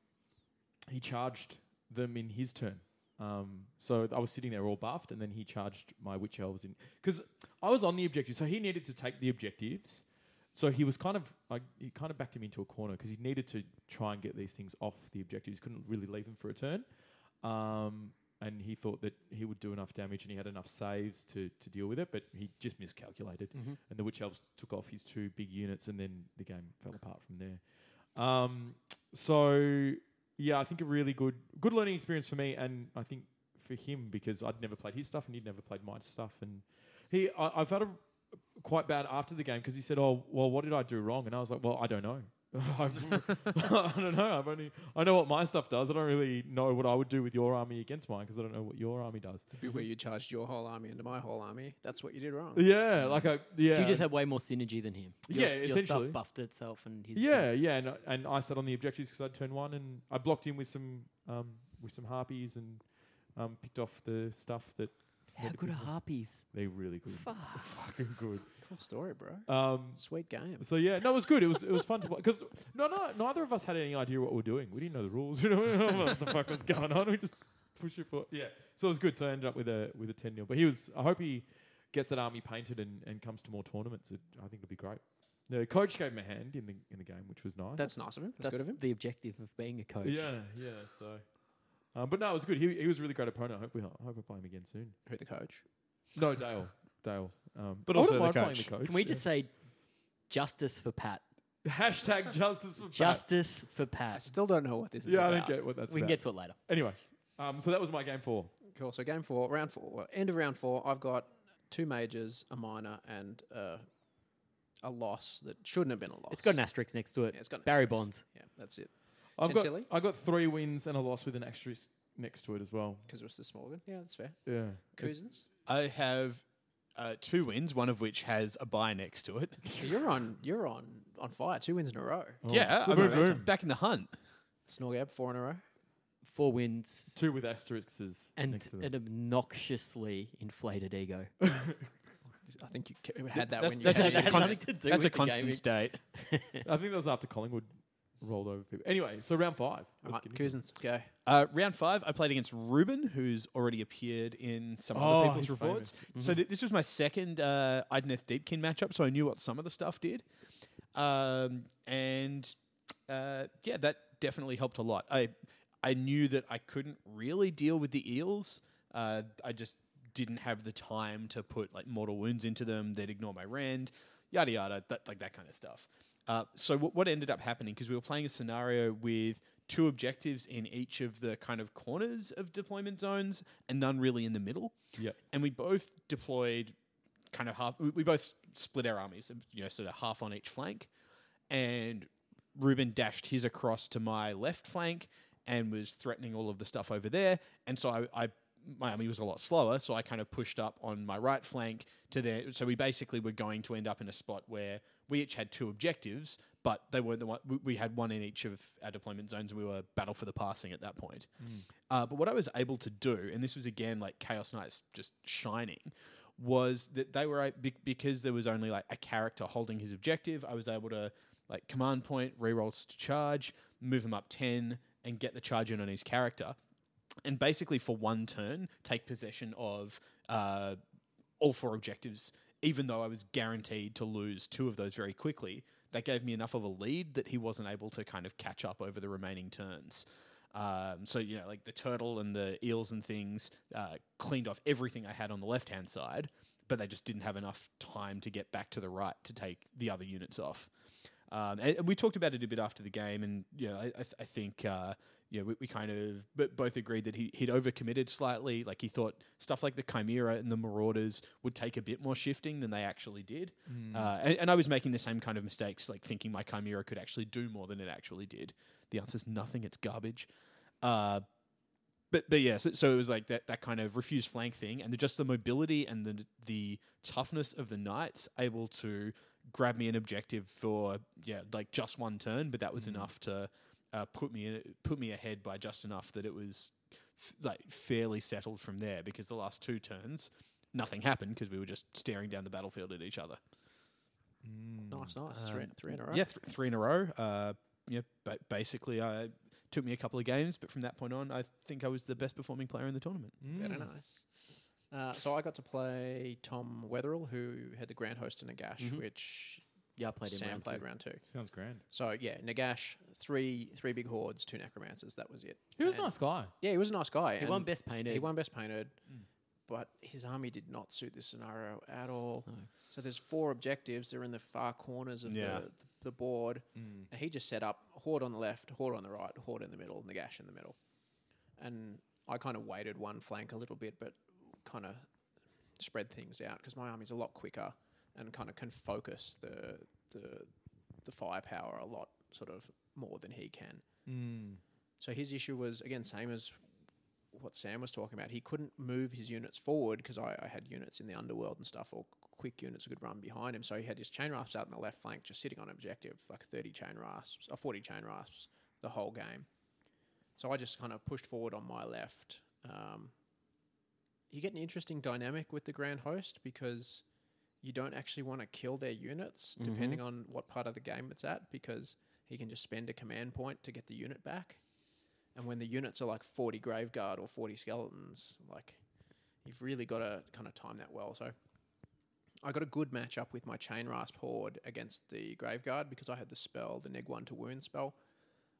[SPEAKER 6] he charged them in his turn. Um, so I was sitting there all buffed, and then he charged my witch elves in because I was on the objective. So he needed to take the objectives. So he was kind of I, he kind of backed him into a corner because he needed to try and get these things off the objectives. Couldn't really leave him for a turn. Um, and he thought that he would do enough damage and he had enough saves to, to deal with it, but he just miscalculated.
[SPEAKER 3] Mm-hmm.
[SPEAKER 6] And the Witch Elves took off his two big units, and then the game fell apart from there. Um, so, yeah, I think a really good good learning experience for me, and I think for him because I'd never played his stuff and he'd never played my stuff. And he, I, I felt a, quite bad after the game because he said, "Oh, well, what did I do wrong?" And I was like, "Well, I don't know. (laughs) I've- (laughs) I don't know. I've only I know what my stuff does. I don't really know what I would do with your army against mine because I don't know what your army does."
[SPEAKER 3] Be Where you charged your whole army into my whole army. That's what you did wrong.
[SPEAKER 6] Yeah, like I yeah.
[SPEAKER 5] So you just had way more synergy than him.
[SPEAKER 6] Yeah,
[SPEAKER 5] your, your
[SPEAKER 6] essentially.
[SPEAKER 5] stuff buffed itself, and his
[SPEAKER 6] yeah, yeah, and, and I sat on the objectives because I'd turned one, and I blocked in with some um, with some harpies and um, picked off the stuff that
[SPEAKER 5] How good are harpies?
[SPEAKER 6] they really good,
[SPEAKER 5] Fuck.
[SPEAKER 6] fucking good.
[SPEAKER 3] Cool story, bro.
[SPEAKER 6] Um,
[SPEAKER 3] Sweet game.
[SPEAKER 6] So yeah, no, it was good. It was it was fun to play because no, no, neither of us had any idea what we were doing. We didn't know the rules. (laughs) You know what the fuck was going on. We just pushed it forward. Yeah, so it was good. So I ended up with a with a ten 0 But he was. I hope he gets that army painted and, and comes to more tournaments. It, I think it'll be great. The coach gave him a hand in the in the game, which was nice.
[SPEAKER 3] That's nice of him. That's, good of him.
[SPEAKER 5] the objective of being a coach.
[SPEAKER 6] yeah, yeah. So, um, but no, it was good. He he was a really great opponent. I hope we I hope we play him again soon.
[SPEAKER 3] Who the coach?
[SPEAKER 6] No, Dale, Dale. Um,
[SPEAKER 4] But
[SPEAKER 6] I
[SPEAKER 4] also
[SPEAKER 6] wouldn't
[SPEAKER 4] the
[SPEAKER 6] mind playing
[SPEAKER 4] coach.
[SPEAKER 6] the coach.
[SPEAKER 5] Can we
[SPEAKER 6] yeah.
[SPEAKER 5] just say justice for Pat?
[SPEAKER 6] hashtag justice for Hmm. Pat.
[SPEAKER 5] Justice for
[SPEAKER 3] I
[SPEAKER 5] Pat.
[SPEAKER 3] still don't know what this is.
[SPEAKER 6] Yeah, I
[SPEAKER 3] about.
[SPEAKER 6] don't get what that's.
[SPEAKER 5] We can
[SPEAKER 6] about.
[SPEAKER 5] get to it later.
[SPEAKER 6] Anyway, um, so that was my game four.
[SPEAKER 3] Cool. So game four, round four, well, end of round four. I've got two majors, a minor, and uh, a loss that shouldn't have been a loss.
[SPEAKER 5] It's got an asterisk next to it.
[SPEAKER 3] Yeah, it's got an
[SPEAKER 5] Barry
[SPEAKER 3] asterisk.
[SPEAKER 5] Bonds.
[SPEAKER 3] Yeah, that's it.
[SPEAKER 6] I've got,
[SPEAKER 3] Chantilly?
[SPEAKER 6] I got three wins and a loss with an asterisk next to it as well.
[SPEAKER 3] Because it was the small one. Yeah, that's fair.
[SPEAKER 6] Yeah.
[SPEAKER 3] Cousins.
[SPEAKER 4] I have uh, two wins, one of which has a buy next to it.
[SPEAKER 3] you're on. You're on on fire. Two wins in a row.
[SPEAKER 4] yeah, I'm
[SPEAKER 6] Oh. Boom, boom.
[SPEAKER 4] back in the hunt.
[SPEAKER 3] Snorgab, four in a row.
[SPEAKER 5] Four wins.
[SPEAKER 6] Two with asterisks
[SPEAKER 5] And
[SPEAKER 6] next to it.
[SPEAKER 5] an obnoxiously inflated ego.
[SPEAKER 6] (laughs)
[SPEAKER 3] I think you ca- had that
[SPEAKER 4] that's
[SPEAKER 3] when you.
[SPEAKER 4] that's
[SPEAKER 5] had
[SPEAKER 4] just
[SPEAKER 5] it.
[SPEAKER 4] a
[SPEAKER 5] Had
[SPEAKER 4] constant,
[SPEAKER 5] (laughs) nothing to do
[SPEAKER 4] that's a
[SPEAKER 5] with the
[SPEAKER 4] constant
[SPEAKER 5] gaming.
[SPEAKER 4] state.
[SPEAKER 6] (laughs) I think that was after Collingwood rolled over people. Anyway, so round five.
[SPEAKER 3] All right,
[SPEAKER 6] Let's get into it.
[SPEAKER 3] Cousins, go.
[SPEAKER 4] Uh, round five, I played against Ruben, who's already appeared in some
[SPEAKER 6] Oh,
[SPEAKER 4] other people's
[SPEAKER 6] he's Mm-hmm.
[SPEAKER 4] reports. So th- this was my second uh, Ideneth Deepkin matchup, so I knew what some of the stuff did, um, and uh, yeah, that definitely helped a lot. I I knew that I couldn't really deal with the eels. Uh, I just didn't have the time to put like mortal wounds into them. They'd ignore my rend, yada yada, that, like that kind of stuff. Uh, so what what ended up happening because we were playing a scenario with two objectives in each of the kind of corners of deployment zones and none really in the middle.
[SPEAKER 6] Yep.
[SPEAKER 4] And we both deployed kind of half. We, we both split our armies, you know, sort of half on each flank. And Ruben dashed his across to my left flank and was threatening all of the stuff over there. And so I, I my army was a lot slower, so I kind of pushed up on my right flank to there. So we basically were going to end up in a spot where we each had two objectives, but they weren't the one. we- We had one in each of our deployment zones. and We were battle for the passing at that point. Uh, but what I was able to do, and this was again like Chaos Knights just shining, was that they were a- be- because there was only like a character holding his objective. I was able to like command point, rerolls to charge, move him up ten, and get the charge in on his character and basically for one turn take possession of uh, all four objectives. Even though I was guaranteed to lose two of those very quickly, that gave me enough of a lead that he wasn't able to kind of catch up over the remaining turns. Um, so you know, like the turtle and the eels and things uh, cleaned off everything I had on the left hand side, but they just didn't have enough time to get back to the right to take the other units off. Um, and, and we talked about it a bit after the game, and you know, I, I, th- I think uh, you know, we, we kind of but both agreed that he, he'd overcommitted slightly. Like he thought stuff like the Chimera and the Marauders would take a bit more shifting than they actually did. Uh, and, and I was making the same kind of mistakes, like thinking my Chimera could actually do more than it actually did. The answer's nothing. It's garbage. Uh, but but yeah, so, so it was like that that kind of refused flank thing, and the, just the mobility and the the toughness of the knights able to grab me an objective for yeah like just one turn, but that was enough to uh, put me in, put me ahead by just enough that it was f- like fairly settled from there because the last two turns nothing happened because we were just staring down the battlefield at each other.
[SPEAKER 3] Nice, nice. three, three in a row.
[SPEAKER 4] mm, um, Yeah, th- three in a row. Uh, yeah, ba- basically, I took me a couple of games, but from that point on, I think I was the best performing player in the tournament.
[SPEAKER 6] Mm.
[SPEAKER 3] Very Mm. nice. Uh, so I got to play Tom Wetherill, who had the Grand Host in Nagash, which
[SPEAKER 5] Mm-hmm. Yeah, I played him.
[SPEAKER 3] Sam
[SPEAKER 5] round
[SPEAKER 3] played
[SPEAKER 5] two.
[SPEAKER 3] round two.
[SPEAKER 6] Sounds grand.
[SPEAKER 3] So yeah, Nagash, three three big hordes, two necromancers. That was it.
[SPEAKER 6] He was a
[SPEAKER 3] And-
[SPEAKER 6] nice guy.
[SPEAKER 3] Yeah, he was a nice guy.
[SPEAKER 5] He
[SPEAKER 3] and
[SPEAKER 5] won best painted. Hmm.
[SPEAKER 3] He won best painted, but his army did not suit this scenario at all. So there's four objectives. They're in the far corners of
[SPEAKER 4] Yeah.
[SPEAKER 3] the, the board,
[SPEAKER 5] Hmm.
[SPEAKER 3] and he just set up horde on the left, horde on the right, horde in the middle, and the gash in the middle. And I kind of weighted one flank a little bit, but kind of spread things out because my army's a lot quicker and kind of can focus the the the firepower a lot sort of more than he can.
[SPEAKER 5] Hmm.
[SPEAKER 3] So his issue was again same as what Sam was talking about. He couldn't move his units forward because I, I had units in the underworld and stuff, or quick units who could run behind him. So he had his chain rafts out in the left flank, just sitting on objective, like thirty chain rasps or forty chain rasps the whole game. So I just kind of pushed forward on my left. Um, you get an interesting dynamic with the grand host because you don't actually want to kill their units depending on what part of the game it's at because he can just spend a command point to get the unit back and when the units are like 40 grave guard or 40 skeletons like you've really got to kind of time that well so i got a good match up with my chain rasp horde against the grave guard because i had the spell the neg one to wound spell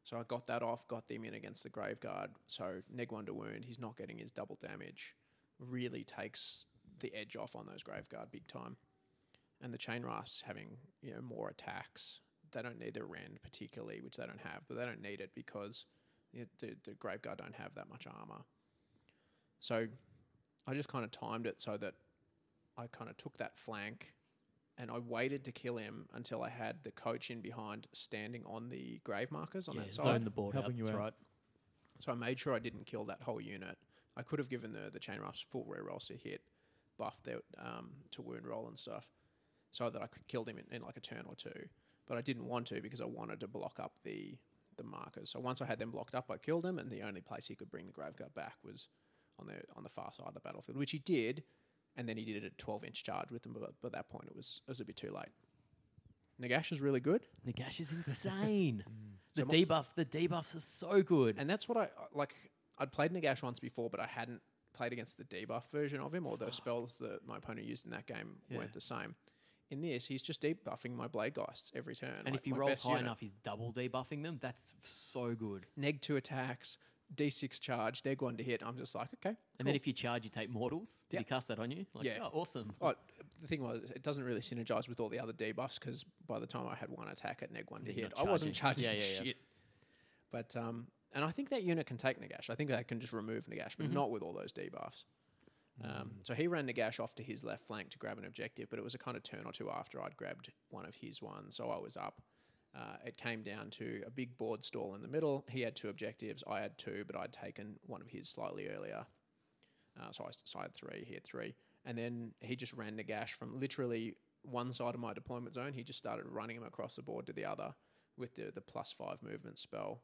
[SPEAKER 3] so i got that off got them in against the grave guard so neg one to wound he's not getting his double damage really takes the edge off on those grave guard big time and the chain rasps having you know more attacks they don't need their rend particularly which they don't have but they don't need it because it, the, the grave guard don't have that much armor. So I just kind of timed it so that I kind of took that flank and I waited to kill him until I had the coach in behind standing on the grave markers on
[SPEAKER 5] Yeah,
[SPEAKER 3] that side.
[SPEAKER 5] zone the board out.
[SPEAKER 6] Helping you
[SPEAKER 5] That's
[SPEAKER 6] out.
[SPEAKER 5] right.
[SPEAKER 3] So I made sure I didn't kill that whole unit. I could have given the, the chain rafts full rerolls to hit, buff their um, to wound roll and stuff, so that I could kill them in, in like a turn or two. But I didn't want to because I wanted to block up the the markers. So once I had them blocked up, I killed them, and the only place he could bring the graveguard back was on the on the far side of the battlefield, which he did. And then he did it at 12 inch charge with them, but by that point it was it was a bit too late. Nagash is really good.
[SPEAKER 5] Nagash
[SPEAKER 3] (laughs)
[SPEAKER 5] is insane. Mm. the
[SPEAKER 3] So my-
[SPEAKER 5] debuff, the debuffs are so good.
[SPEAKER 3] And that's what I like. I'd played Nagash once before, but I hadn't played against the debuff version of him, or those spells that my opponent used in that game
[SPEAKER 5] Ah. Yeah.
[SPEAKER 3] weren't the same. In this, he's just debuffing my Blade Geists every turn.
[SPEAKER 5] And
[SPEAKER 3] like,
[SPEAKER 5] if he
[SPEAKER 3] my
[SPEAKER 5] rolls
[SPEAKER 3] best
[SPEAKER 5] high
[SPEAKER 3] unit.
[SPEAKER 5] enough, he's double debuffing them. That's so good.
[SPEAKER 3] neg two attacks, D6 charge, they're going to hit. I'm just like, okay.
[SPEAKER 5] And then if you charge, you take mortals. Did
[SPEAKER 3] Yeah.
[SPEAKER 5] he cast that on you? Like,
[SPEAKER 3] Yeah.
[SPEAKER 5] Oh, awesome.
[SPEAKER 3] Oh, the thing was, it doesn't really synergize with all the other debuffs because by the time I had one attack at Neg one to
[SPEAKER 5] Yeah, you're
[SPEAKER 3] hit,
[SPEAKER 5] not
[SPEAKER 3] I wasn't
[SPEAKER 5] charging.
[SPEAKER 3] charging
[SPEAKER 5] (laughs) Yeah, yeah, yeah.
[SPEAKER 3] shit. But um, and I think that unit can take Nagash. I think that can just remove Nagash,
[SPEAKER 5] Mm-hmm.
[SPEAKER 3] but not with all those debuffs. Um, so he ran Nagash off to his left flank to grab an objective, but it was a kind of turn or two after I'd grabbed one of his ones, so I was up. Uh, it came down to a big board stall in the middle. He had two objectives. I had two, but I'd taken one of his slightly earlier. Uh, so I, s- so I had three, he had three. And then he just ran Nagash from literally one side of my deployment zone. He just started running him across the board to the other with the, the plus five movement spell.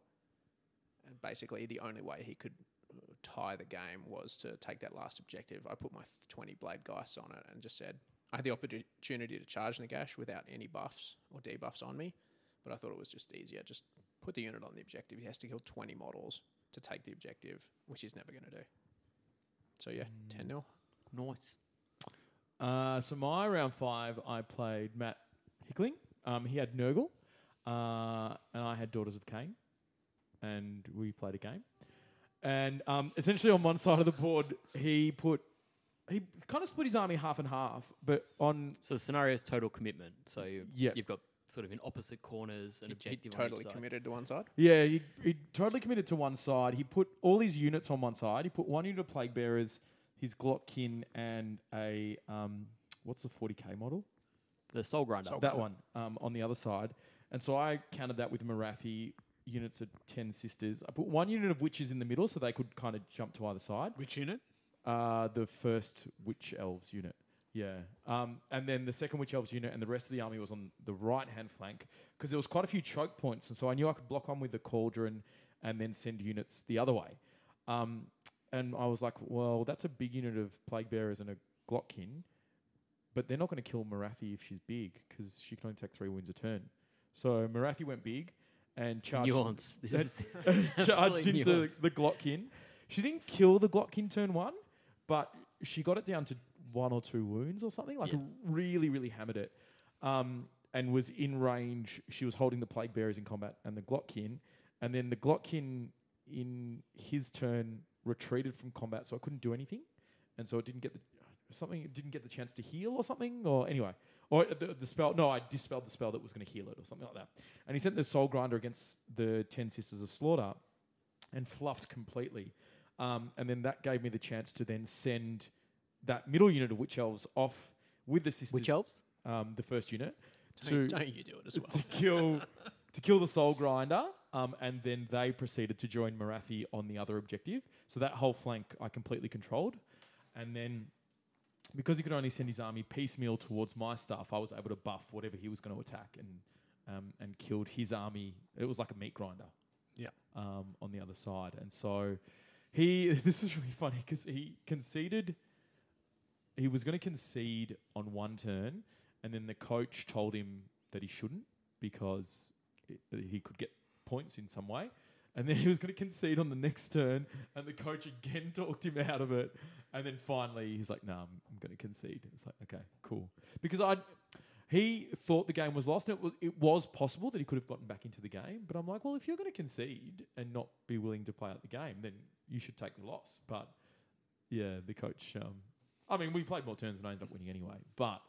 [SPEAKER 3] And basically, the only way he could uh, tie the game was to take that last objective. I put my 20 Blade Geist on it and just said, I had the opportunity to charge Nagash without any buffs or debuffs on me, but I thought it was just easier. Just put the unit on the objective. He has to kill 20 models to take the objective, which he's never going to do. So yeah, 10 0.
[SPEAKER 5] Nice.
[SPEAKER 6] Uh, so my round five, I played Matt Hickling. Um, he had Nurgle, uh, and I had Daughters of Cain, and we played a game. And um, essentially, on one side of the board, he put he kind of split his army half and half, but on
[SPEAKER 5] So the scenario is total commitment. So
[SPEAKER 6] Yeah.
[SPEAKER 5] you've got sort of in opposite corners an
[SPEAKER 3] He
[SPEAKER 5] objective. on
[SPEAKER 3] totally
[SPEAKER 5] each side.
[SPEAKER 3] committed to one side.
[SPEAKER 6] Yeah, he, he totally committed to one side. He put all his units on one side. He put one unit of Plague Bearers, his Glockkin, and a um, what's the 40k model?
[SPEAKER 5] The soul grinder.
[SPEAKER 6] That one um, on the other side. And so I countered that with Marathi units of 10 sisters. I put one unit of witches in the middle so they could kind of jump to either side.
[SPEAKER 4] Which unit?
[SPEAKER 6] Uh, the first witch elves unit. Yeah. Um, and then the second witch elves unit and the rest of the army was on the right hand flank because there was quite a few choke points. And so I knew I could block on with the cauldron and then send units the other way. Um, and I was like, well, that's a big unit of plague bearers and a Glockin, but they're not going to kill Marathi if she's big because she can only take three wounds a turn. So Marathi went big and charged
[SPEAKER 5] Nuance.
[SPEAKER 6] (laughs)
[SPEAKER 5] This is
[SPEAKER 6] charged
[SPEAKER 5] absolute
[SPEAKER 6] into
[SPEAKER 5] nuance.
[SPEAKER 6] the Glockin. She didn't kill the Glockin turn one, but she got it down to one or two wounds or something. Like
[SPEAKER 5] Yeah.
[SPEAKER 6] really, really hammered it, um, and was in range. She was holding the plague bearers in combat and the Glockin, and then the Glockin in his turn retreated from combat, so I couldn't do anything, and so it didn't get the something. It didn't get the chance to heal or something, or anyway. Or the, the spell, no, I dispelled the spell that was going to heal it or something like that. And he sent the Soul Grinder against the Ten Sisters of Slaughter and fluffed completely. Um, and then that gave me the chance to then send that middle unit of Witch Elves off with the sisters.
[SPEAKER 5] Witch elves.
[SPEAKER 6] Um, the first unit.
[SPEAKER 3] Don't,
[SPEAKER 6] to,
[SPEAKER 3] don't (laughs) you do it as well.
[SPEAKER 6] to
[SPEAKER 3] (laughs)
[SPEAKER 6] kill to kill the Soul Grinder. Um, and then they proceeded to join Marathi on the other objective. So that whole flank I completely controlled. And then because he could only send his army piecemeal towards my stuff, I was able to buff whatever he was going to attack and um, and killed his army. It was like a meat grinder.
[SPEAKER 4] Yeah.
[SPEAKER 6] Um, on the other side, and so he. (laughs) This is really funny because he conceded. He was going to concede on one turn, and then the coach told him that he shouldn't because it, that he could get points in some way. And then he was going to concede on the next turn, and the coach again (laughs) talked him out of it. And then finally, he's like, "No, I'm, I'm going to concede." It's like, "Okay, cool," because I he thought the game was lost, and it was it was possible that he could have gotten back into the game. But I'm like, "Well, if you're going to concede and not be willing to play out the game, then you should take the loss." But yeah, the coach. Um, I mean, we played more turns and I ended up winning anyway. But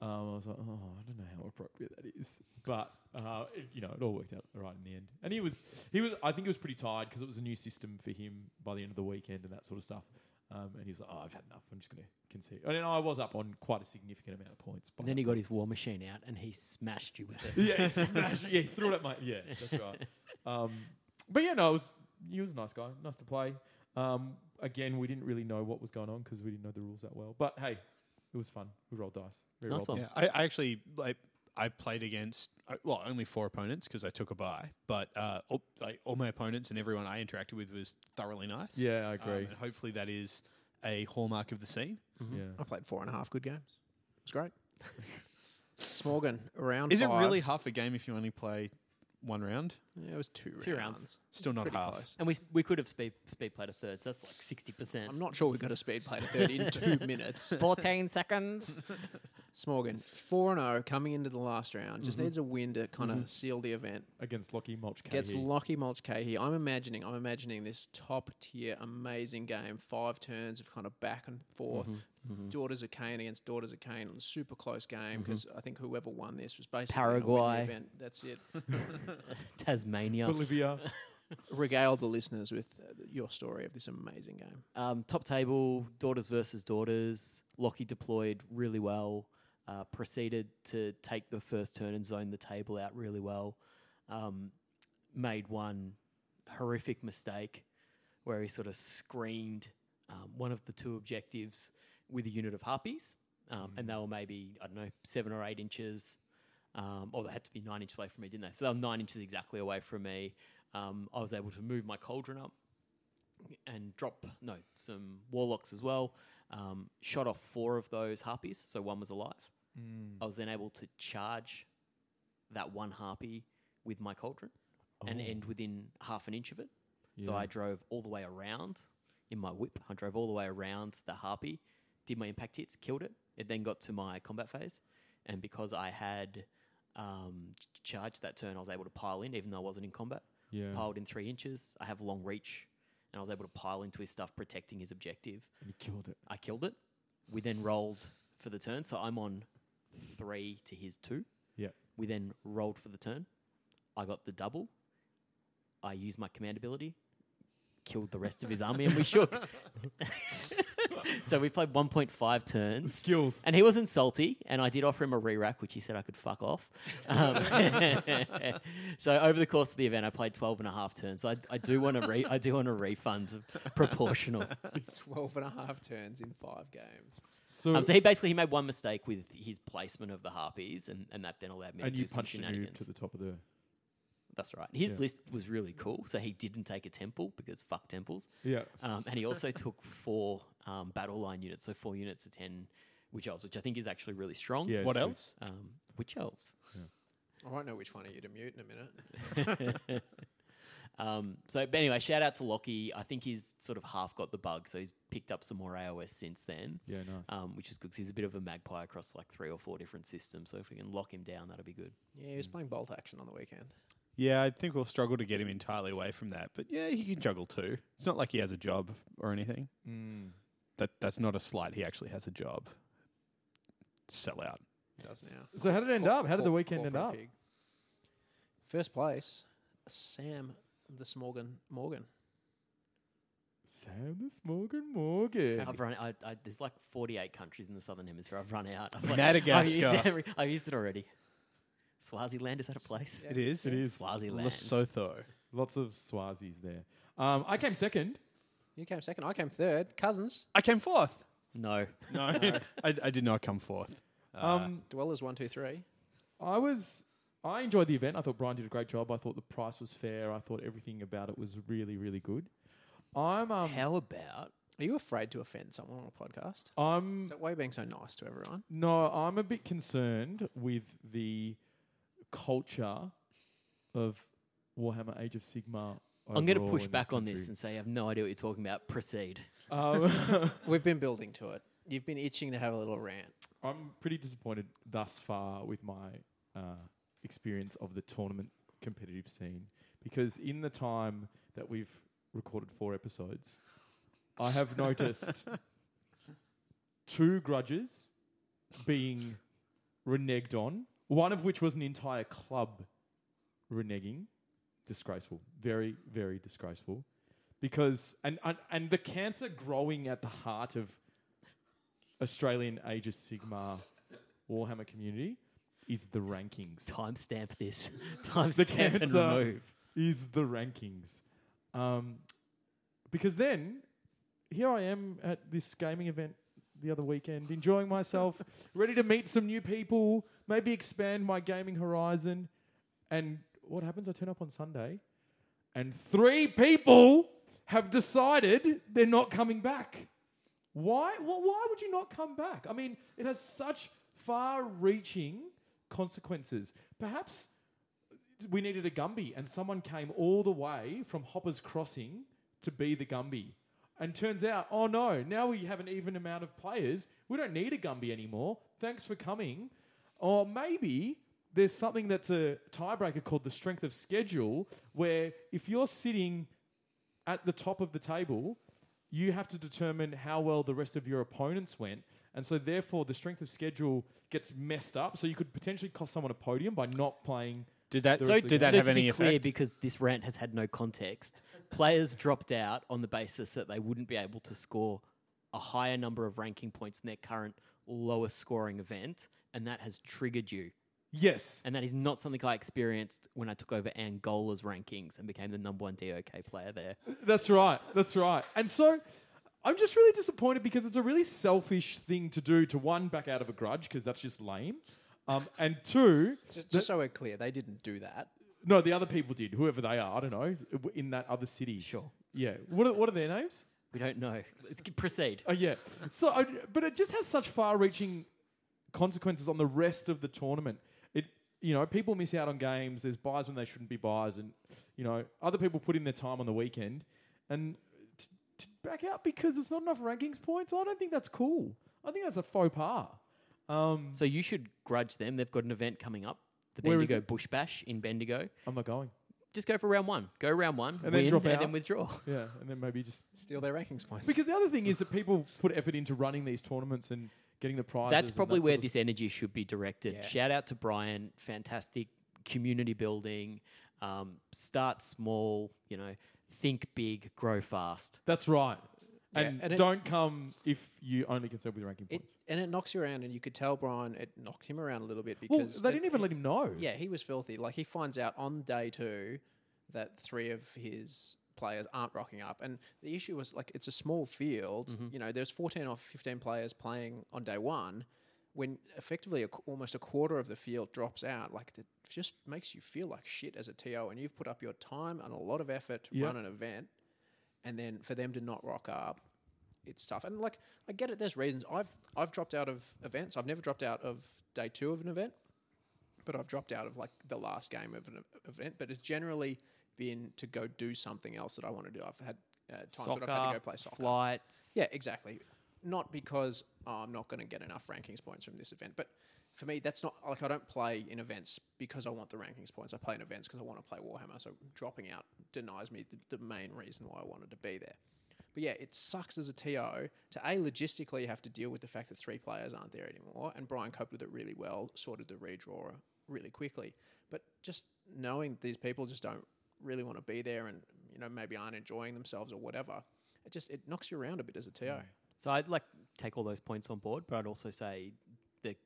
[SPEAKER 6] um, I was like, oh, I don't know how appropriate that is. But uh, it, you know, it all worked out all right in the end. And he was, he was. I think he was pretty tired because it was a new system for him by the end of the weekend and that sort of stuff. Um, and he was like, oh, I've had enough. I'm just going to concede. And then I was up on quite a significant amount of points. by
[SPEAKER 5] And then
[SPEAKER 6] that
[SPEAKER 5] he got his war machine out and he smashed you with it.
[SPEAKER 6] (laughs)
[SPEAKER 5] (laughs)
[SPEAKER 6] yeah, he smashed it. Yeah, he threw it at my. Yeah, that's right. Um, but yeah, no, it was, he was a nice guy. Nice to play. Um, again, we didn't really know what was going on because we didn't know the rules that well. But hey, it was fun. We rolled dice. We
[SPEAKER 5] Nice
[SPEAKER 6] rolled
[SPEAKER 5] one.
[SPEAKER 4] Yeah, I, I actually like I played against uh, well only four opponents because I took a bye, but uh, all, like all my opponents and everyone I interacted with was thoroughly nice.
[SPEAKER 6] Yeah, I
[SPEAKER 4] Um,
[SPEAKER 6] agree.
[SPEAKER 4] and hopefully that is a hallmark of the scene.
[SPEAKER 6] Yeah.
[SPEAKER 3] Mm-hmm. I played four and a half good games. It was
[SPEAKER 4] (laughs)
[SPEAKER 3] great. Smorgan, round
[SPEAKER 4] Is it
[SPEAKER 3] five.
[SPEAKER 4] really half a game if you only play one round?
[SPEAKER 3] Yeah, it was two,
[SPEAKER 5] Two rounds.
[SPEAKER 3] rounds.
[SPEAKER 4] Still not
[SPEAKER 3] Pretty
[SPEAKER 4] half.
[SPEAKER 3] close.
[SPEAKER 5] And we, s- we could have speed, speed played a third, so that's like
[SPEAKER 3] (laughs)
[SPEAKER 5] 60%. (laughs)
[SPEAKER 3] I'm not sure we got a speed play to 30 in two minutes. (laughs)
[SPEAKER 5] 14 seconds.
[SPEAKER 3] Smorgan, 4 and 0 coming into the last round,
[SPEAKER 4] Mm-hmm.
[SPEAKER 3] just needs a win to kind of seal the event.
[SPEAKER 6] against Lockie Mulch.
[SPEAKER 3] Gets
[SPEAKER 6] Cahy.
[SPEAKER 3] Lockie Mulch Cahey. I'm imagining, I'm imagining this top tier, amazing game. Five turns of kind of back and forth.
[SPEAKER 4] Mm-hmm.
[SPEAKER 3] Daughters of Cain against Daughters of Cain. Super close game because I think whoever won this was basically gonna win the
[SPEAKER 5] Paraguay.
[SPEAKER 3] event. That's it.
[SPEAKER 4] (laughs)
[SPEAKER 3] (laughs)
[SPEAKER 5] Tasmania.
[SPEAKER 6] Bolivia.
[SPEAKER 3] Regale the listeners with uh, your story of this amazing game.
[SPEAKER 5] Um, top table, daughters versus daughters. Lockie deployed really well. Uh, proceeded to take the first turn and zone the table out really well. Um, made one horrific mistake where he sort of screened um, one of the two objectives with a unit of harpies. Um, And they were maybe, I don't know, seven or eight inches. Um, or they had to be nine inches away from me, didn't they? So they were nine inches exactly away from me. Um, I was able to move my cauldron up and drop no some warlocks as well. Um, shot off four of those harpies, so one was alive. I was then able to charge that one harpy with my cauldron and end within half an inch of it. So I drove all the way around in my whip. I drove all the way around the harpy, did my impact hits, killed it. It then got to my combat phase, and because I had um, ch- charged that turn, I was able to pile in, even though I wasn't in combat.
[SPEAKER 6] Yeah.
[SPEAKER 5] Piled in three inches. I have long reach, and I was able to pile into his stuff, protecting his objective.
[SPEAKER 6] and he killed it.
[SPEAKER 5] I killed it. We then rolled for the turn, so I'm on three to his two.
[SPEAKER 6] Yeah.
[SPEAKER 5] We then rolled for the turn. I got the double. I used my command ability, killed the rest of his army,
[SPEAKER 6] (laughs)
[SPEAKER 5] and we shook. (laughs) so we played 1.5 turns.
[SPEAKER 6] Skills.
[SPEAKER 5] And he wasn't salty, and I did offer him a re rack, which he said I could fuck off. Um,
[SPEAKER 6] (laughs)
[SPEAKER 5] (laughs) so over the course of the event, I played 12 and a half turns. I, I do want to re- I do want a refund
[SPEAKER 3] (laughs)
[SPEAKER 5] of proportional.
[SPEAKER 3] 12 and a half turns in five games.
[SPEAKER 6] So,
[SPEAKER 5] Um, so he basically he made one mistake with his placement of the harpies, and, and that then allowed me
[SPEAKER 6] and
[SPEAKER 5] to do
[SPEAKER 6] you
[SPEAKER 5] some
[SPEAKER 6] punched him
[SPEAKER 5] shenanigans.
[SPEAKER 6] to the top of the.
[SPEAKER 5] That's right. His
[SPEAKER 6] Yeah.
[SPEAKER 5] list was really cool. So he didn't take a temple because fuck temples.
[SPEAKER 6] Yeah.
[SPEAKER 5] Um, and
[SPEAKER 6] (laughs)
[SPEAKER 5] he also took four um, battle line units, so four units of ten witch elves, which I think is actually really strong.
[SPEAKER 6] Yeah.
[SPEAKER 4] What
[SPEAKER 6] it's good.
[SPEAKER 4] else?
[SPEAKER 5] Um, witch elves.
[SPEAKER 3] I won't know which one of you to mute in a minute.
[SPEAKER 6] (laughs)
[SPEAKER 5] (laughs) Um, so, but anyway, shout out to Lockie. I think he's sort of half got the bug, so he's picked up some more AOS since then.
[SPEAKER 6] Yeah, nice.
[SPEAKER 5] Um, which is good because he's a bit of a magpie across like three or four different systems. So if we can lock him down, that'll be good.
[SPEAKER 3] Yeah, he was playing bolt action on the weekend.
[SPEAKER 4] Yeah, I think we'll struggle to get him entirely away from that. But yeah, he can juggle too. It's not like he has a job or anything.
[SPEAKER 6] Mm.
[SPEAKER 4] That that's not a slight. He actually has a job. Sell out.
[SPEAKER 3] Does now.
[SPEAKER 6] So how did it end
[SPEAKER 3] Cor-
[SPEAKER 6] up? How did the
[SPEAKER 3] cor-
[SPEAKER 6] weekend end
[SPEAKER 3] corporate
[SPEAKER 6] up?
[SPEAKER 3] pig. First place, Sam the Smorgan Morgan.
[SPEAKER 6] Sam this Morgan Morgan.
[SPEAKER 5] I've run. I, I, there's like 48 countries in the southern hemisphere. I've run out. I've like, I've used,
[SPEAKER 4] Madagascar.
[SPEAKER 5] every, I've used it already. Swaziland is that a place?
[SPEAKER 4] It is.
[SPEAKER 6] It is
[SPEAKER 5] Swaziland.
[SPEAKER 4] Lesotho.
[SPEAKER 6] lots of Swazis there. Um, I came second.
[SPEAKER 3] You came second. I came third. Cousins.
[SPEAKER 4] I came fourth.
[SPEAKER 5] no.
[SPEAKER 4] No, (laughs) I, I did not come fourth.
[SPEAKER 3] Uh,
[SPEAKER 6] Um,
[SPEAKER 3] Dwellers one, two, three.
[SPEAKER 6] I was. I enjoyed the event. I thought Brian did a great job. I thought the price was fair. I thought everything about it was really, really good. I'm um,
[SPEAKER 5] How about
[SPEAKER 3] Are you afraid to offend someone on a podcast?
[SPEAKER 6] I'm
[SPEAKER 3] Is that why you're being so nice to everyone?
[SPEAKER 6] No, I'm a bit concerned with the culture of Warhammer Age of Sigma.
[SPEAKER 5] I'm going to
[SPEAKER 6] overall
[SPEAKER 5] push
[SPEAKER 6] in
[SPEAKER 5] back on this
[SPEAKER 6] country.
[SPEAKER 5] and say I have no idea what you're talking about. Proceed.
[SPEAKER 6] Um, (laughs)
[SPEAKER 3] (laughs) We've been building to it. You've been itching to have a little rant.
[SPEAKER 6] I'm pretty disappointed thus far with my uh, experience of the tournament competitive scene because in the time that we've recorded four episodes,
[SPEAKER 3] (laughs)
[SPEAKER 6] I have noticed two grudges being reneged on, one of which was an entire club reneging. Disgraceful. Very, very disgraceful. Because, and, and, and the cancer growing at the heart of Australian Age of Sigma Warhammer community is the rankings.
[SPEAKER 5] Timestamp this. Timestamp and
[SPEAKER 6] cancer.
[SPEAKER 5] remove.
[SPEAKER 6] Is the rankings. Um, because then, here I am at this gaming event the other weekend, enjoying myself, ready to meet some new people, maybe expand my gaming horizon. And what happens? I turn up on Sunday, and three people have decided they're not coming back. Why? Well, why would you not come back? I mean, it has such far-reaching consequences. Perhaps we needed a Gumby, and someone came all the way from Hopper's Crossing to be the Gumby. And turns out, oh no, now we have an even amount of players. We don't need a Gumby anymore. Thanks for coming. Or maybe there's something that's a tiebreaker called the strength of schedule, where if you're sitting at the top of the table, you have to determine how well the rest of your opponents went. And so, therefore, the strength of schedule gets messed up. So, you could potentially cost someone a podium by not playing.
[SPEAKER 4] Did that-
[SPEAKER 6] seriously
[SPEAKER 4] did
[SPEAKER 6] good.
[SPEAKER 4] that
[SPEAKER 5] so
[SPEAKER 4] have
[SPEAKER 5] to
[SPEAKER 4] any
[SPEAKER 5] be clear,
[SPEAKER 4] effect?
[SPEAKER 5] because this rant has had no context, players dropped out on the basis that they wouldn't be able to score a higher number of ranking points in their current lowest scoring event, and that has triggered you.
[SPEAKER 6] Yes.
[SPEAKER 5] And that is not something I experienced when I took over Angola's rankings and became the number one DOK player there.
[SPEAKER 6] That's right. That's right. And so I'm just really disappointed because it's a really selfish thing to do to one, back out of a grudge because that's just lame. Um, and two,
[SPEAKER 3] Just, just so we're clear, they didn't do that.
[SPEAKER 6] no, the other people did, whoever they are, I don't know, in that other city.
[SPEAKER 5] Sure.
[SPEAKER 6] Yeah. What are, what are their names?
[SPEAKER 5] We don't know. Let's g- proceed.
[SPEAKER 6] Oh, yeah. So, I, but it just has such far-reaching consequences on the rest of the tournament. It, you know, people miss out on games. There's buys when they shouldn't be buys, and you know, other people put in their time on the weekend and t- t- back out because it's not enough rankings points. I don't think that's cool. I think that's a faux pas. Um,
[SPEAKER 5] So you should grudge them. They've got an event coming up, the
[SPEAKER 6] Where is
[SPEAKER 5] Bendigo
[SPEAKER 6] it?
[SPEAKER 5] Bush Bash in Bendigo.
[SPEAKER 6] I'm not going.
[SPEAKER 5] Just go for round one. Go round one,
[SPEAKER 6] And then
[SPEAKER 5] win,
[SPEAKER 6] drop
[SPEAKER 5] and
[SPEAKER 6] out.
[SPEAKER 5] then withdraw.
[SPEAKER 6] (laughs) Yeah, and then maybe just
[SPEAKER 3] Steal their rankings points.
[SPEAKER 6] because the other thing
[SPEAKER 3] (laughs)
[SPEAKER 6] is that people put effort into running these tournaments and getting the prizes.
[SPEAKER 5] That's
[SPEAKER 6] and
[SPEAKER 5] probably
[SPEAKER 6] that
[SPEAKER 5] where
[SPEAKER 6] sort of
[SPEAKER 5] this energy should be directed.
[SPEAKER 3] Yeah.
[SPEAKER 5] Shout out to Brian, fantastic community building. Um, start small, you know, think big, grow fast.
[SPEAKER 6] That's right.
[SPEAKER 3] Yeah,
[SPEAKER 6] And,
[SPEAKER 3] and it-
[SPEAKER 6] don't come if you only concerned with ranking
[SPEAKER 3] it,
[SPEAKER 6] points.
[SPEAKER 3] and it knocks you around, and you could tell Brian it knocked him around a little bit
[SPEAKER 6] Well,
[SPEAKER 3] because
[SPEAKER 6] they
[SPEAKER 3] it-
[SPEAKER 6] didn't even
[SPEAKER 3] it-
[SPEAKER 6] let him know.
[SPEAKER 3] Yeah, he was filthy. Like he finds out on day two that three of his players aren't rocking up, and the issue was like it's a small field.
[SPEAKER 6] Mm-hmm.
[SPEAKER 3] You know, there's 14 or 15 players playing on day one. When effectively a, qu- almost a quarter of the field drops out, like it just makes you feel like shit as a TO, and you've put up your time and a lot of effort to
[SPEAKER 6] Yeah.
[SPEAKER 3] run an event, and then for them to not rock up, it's tough. And like I get it, there's reasons. I've I've dropped out of events. I've never dropped out of day two of an event but I've dropped out of like the last game of an e- event. But it's generally been to go do something else that I want to do. I've had uh, times that I've had to go play soccer.
[SPEAKER 5] flights.
[SPEAKER 3] Yeah, exactly. Not because oh, I'm not going to get enough rankings points from this event, but for me, that's not like I don't play in events because I want the rankings points. I play in events because I want to play Warhammer. So dropping out denies me the, the main reason why I wanted to be there. But yeah, it sucks as a TO to a logistically have to deal with the fact that three players aren't there anymore, and Brian coped with it really well, sorted the redraw really quickly. But just knowing these people just don't really want to be there, and you know maybe aren't enjoying themselves or whatever, it just it knocks you around a bit as a TO.
[SPEAKER 5] So I'd like take all those points on board, but I'd also say that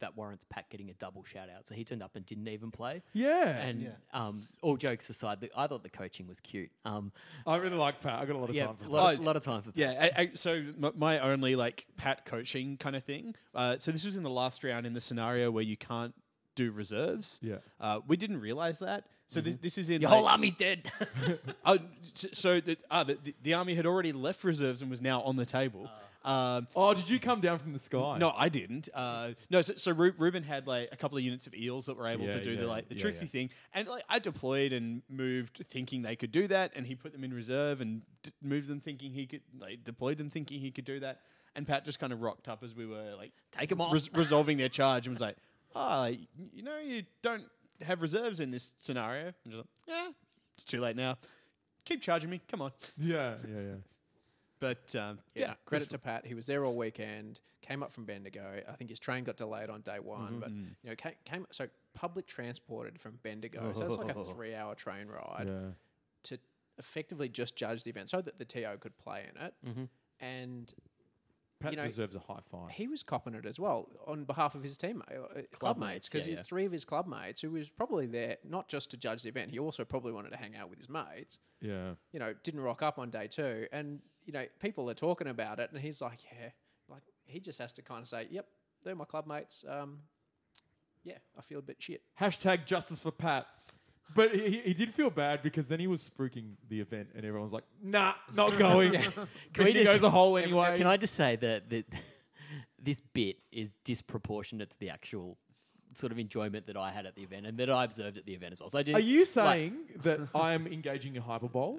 [SPEAKER 5] that warrants Pat getting a double shout out. So he turned up and didn't even play.
[SPEAKER 6] Yeah.
[SPEAKER 5] And um, all jokes aside, the, I thought the coaching was cute. Um,
[SPEAKER 6] I really like Pat. I got a lot of
[SPEAKER 5] yeah,
[SPEAKER 6] time
[SPEAKER 5] a
[SPEAKER 6] for
[SPEAKER 5] lot,
[SPEAKER 6] Pat.
[SPEAKER 5] of- lot of time for Pat.
[SPEAKER 4] Yeah. I, I, so my, my only like pat coaching kind of thing. Uh, so this was in the last round in the scenario where you can't do reserves.
[SPEAKER 6] Yeah. Mm-hmm.
[SPEAKER 4] Uh, we didn't realize that. So thi- this, is in
[SPEAKER 5] Your
[SPEAKER 4] like-
[SPEAKER 5] whole army's dead.
[SPEAKER 4] (laughs) Oh, so- so the, ah, the, the, the army had already left reserves and was now on the table.
[SPEAKER 5] Uh.
[SPEAKER 4] Um,
[SPEAKER 6] Oh, did you come down from the sky?
[SPEAKER 4] no, I didn't. Uh, no, so, so Ru- Ruben had like a couple of units of eels that were able
[SPEAKER 6] Yeah,
[SPEAKER 4] to do the
[SPEAKER 6] yeah,
[SPEAKER 4] like the
[SPEAKER 6] yeah,
[SPEAKER 4] tricksy
[SPEAKER 6] yeah.
[SPEAKER 4] thing, and like I deployed and moved thinking they could do that, and he put them in reserve and d- moved them thinking he could like deployed them thinking he could do that, and Pat just kind of rocked up as we were like
[SPEAKER 5] Take 'em off.
[SPEAKER 4] res- resolving their charge and was like, ah, you know you don't have reserves in this scenario. And just like, yeah, it's too late now. Keep charging me, come on.
[SPEAKER 6] Yeah, yeah, yeah.
[SPEAKER 4] But um,
[SPEAKER 3] Yeah,
[SPEAKER 4] yeah,
[SPEAKER 3] credit to Pat. He was there all weekend. Came up from Bendigo. I think his train got delayed on day one,
[SPEAKER 6] Mm-hmm.
[SPEAKER 3] but you know came, came so public transported from Bendigo. So it's
[SPEAKER 6] (laughs)
[SPEAKER 3] like a three-hour train ride
[SPEAKER 6] yeah.
[SPEAKER 3] to effectively just judge the event so that the TO could play in it. And
[SPEAKER 6] Mm-hmm. Pat
[SPEAKER 3] you know,
[SPEAKER 6] deserves a high five.
[SPEAKER 3] he was copping it as well on behalf of his teammate, uh, club mates,
[SPEAKER 5] mates,
[SPEAKER 3] because
[SPEAKER 5] yeah, yeah.
[SPEAKER 3] three of his club mates, who was probably there not just to judge the event, he also probably wanted to hang out with his mates.
[SPEAKER 6] yeah.
[SPEAKER 3] you know, didn't rock up on day two. And, you know, people are talking about it. And he's like, yeah, like he just has to kind of say, yep, they're my club mates. Um, yeah, I feel a bit shit.
[SPEAKER 6] Hashtag justice for Pat. But he, he- he did feel bad because then he was spooking the event and everyone was like, nah,
[SPEAKER 5] (laughs)
[SPEAKER 6] not going. (laughs)
[SPEAKER 5] Can
[SPEAKER 6] Can he
[SPEAKER 5] we just-
[SPEAKER 6] goes a hole
[SPEAKER 5] Can-
[SPEAKER 6] anyway.
[SPEAKER 5] (laughs) Can I just say that, that this bit is disproportionate to the actual sort of enjoyment that I had at the event and that I observed at the event as well. So I did.
[SPEAKER 6] Are you saying that I'm engaging in hyperbole?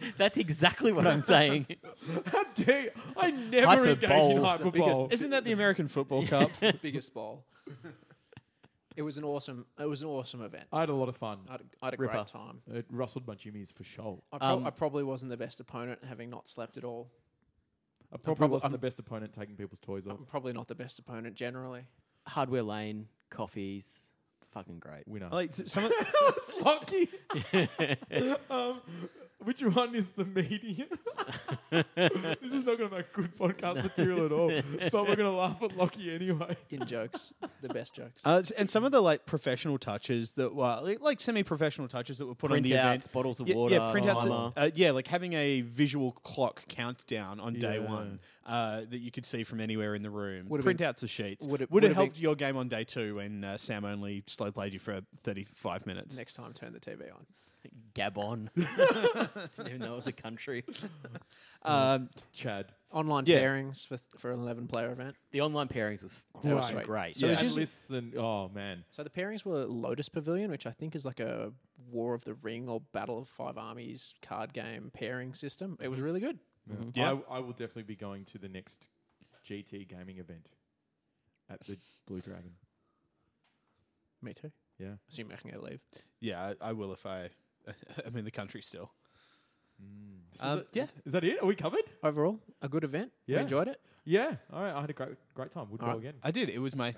[SPEAKER 5] (laughs) that's exactly what I'm saying.
[SPEAKER 6] (laughs) How dare you? I never engage in
[SPEAKER 5] Hyperbole's the
[SPEAKER 6] hyperbole.
[SPEAKER 4] Isn't that
[SPEAKER 6] (laughs)
[SPEAKER 4] the American Football Cup?
[SPEAKER 3] (laughs) the biggest bowl. It was an awesome. It was an awesome event. I
[SPEAKER 6] I had a lot of fun.
[SPEAKER 3] had, I had a
[SPEAKER 5] Ripper.
[SPEAKER 3] great time.
[SPEAKER 6] It rustled my jimmies for sure.
[SPEAKER 3] I, prob-
[SPEAKER 5] Um,
[SPEAKER 3] I probably wasn't the best opponent, having not slept at all.
[SPEAKER 6] I probably
[SPEAKER 3] prob-
[SPEAKER 6] wasn't
[SPEAKER 3] I'm-
[SPEAKER 6] the best opponent taking people's toys off.
[SPEAKER 3] I'm probably not the best opponent generally.
[SPEAKER 5] Hardware Lane, coffees, fucking great.
[SPEAKER 6] Winner.
[SPEAKER 4] like s-
[SPEAKER 6] (laughs)
[SPEAKER 4] some of,
[SPEAKER 5] (laughs)
[SPEAKER 6] lucky. um, which one is the median? (laughs) this is not going to make good
[SPEAKER 3] (laughs)
[SPEAKER 6] podcast material at all. But we're going to laugh at Lockie anyway.
[SPEAKER 3] In jokes, the best jokes.
[SPEAKER 4] uh, s- and some of the like professional touches that were like, like semi-professional touches that were put on the event.
[SPEAKER 5] Printouts, bottles of
[SPEAKER 4] Yeah,
[SPEAKER 5] water,
[SPEAKER 4] yeah, printouts.
[SPEAKER 5] timer.
[SPEAKER 4] Uh, yeah, like having a visual clock countdown on day
[SPEAKER 6] Yeah.
[SPEAKER 4] one uh, that you could see from anywhere in the room.
[SPEAKER 3] Would've been-
[SPEAKER 4] printouts of sheets
[SPEAKER 3] would've-
[SPEAKER 4] would have
[SPEAKER 3] would've
[SPEAKER 4] helped your game on day two when uh, Sam only slow played you for thirty-five minutes.
[SPEAKER 3] Next time, turn the TV
[SPEAKER 6] (laughs)
[SPEAKER 3] on.
[SPEAKER 4] (laughs)
[SPEAKER 5] Gabon. Didn't even know it was
[SPEAKER 3] (laughs)
[SPEAKER 5] a country.
[SPEAKER 4] Um,
[SPEAKER 6] Chad.
[SPEAKER 3] Online
[SPEAKER 4] Yeah.
[SPEAKER 3] pairings for for an eleven player event.
[SPEAKER 5] The online pairings was
[SPEAKER 3] They were
[SPEAKER 5] fucking
[SPEAKER 3] sweet.
[SPEAKER 5] great.
[SPEAKER 3] So
[SPEAKER 6] Yeah,
[SPEAKER 3] it's
[SPEAKER 6] and
[SPEAKER 3] usually-
[SPEAKER 6] lists and oh man,
[SPEAKER 3] So the pairings were Lotus Pavilion, which I think is like a War of the Ring or Battle of Five Armies card game pairing system.
[SPEAKER 6] Mm-hmm.
[SPEAKER 3] It was really good.
[SPEAKER 5] mhm.
[SPEAKER 4] Yeah.
[SPEAKER 6] I, I will definitely be going to the next GT gaming event at the Blue Dragon.
[SPEAKER 3] Me too.
[SPEAKER 6] Yeah,
[SPEAKER 3] Assuming I can get a leave.
[SPEAKER 4] yeah, I, I will if I. (laughs) I'm in the country still.
[SPEAKER 6] Is
[SPEAKER 4] Um,
[SPEAKER 6] that-
[SPEAKER 4] yeah.
[SPEAKER 6] Is that it? Are we covered?
[SPEAKER 3] Overall, a good event.
[SPEAKER 6] Yeah.
[SPEAKER 3] We enjoyed it.
[SPEAKER 6] Yeah. All right. I had a great great time. Would go
[SPEAKER 3] Alright.
[SPEAKER 6] again.
[SPEAKER 4] I did. It was my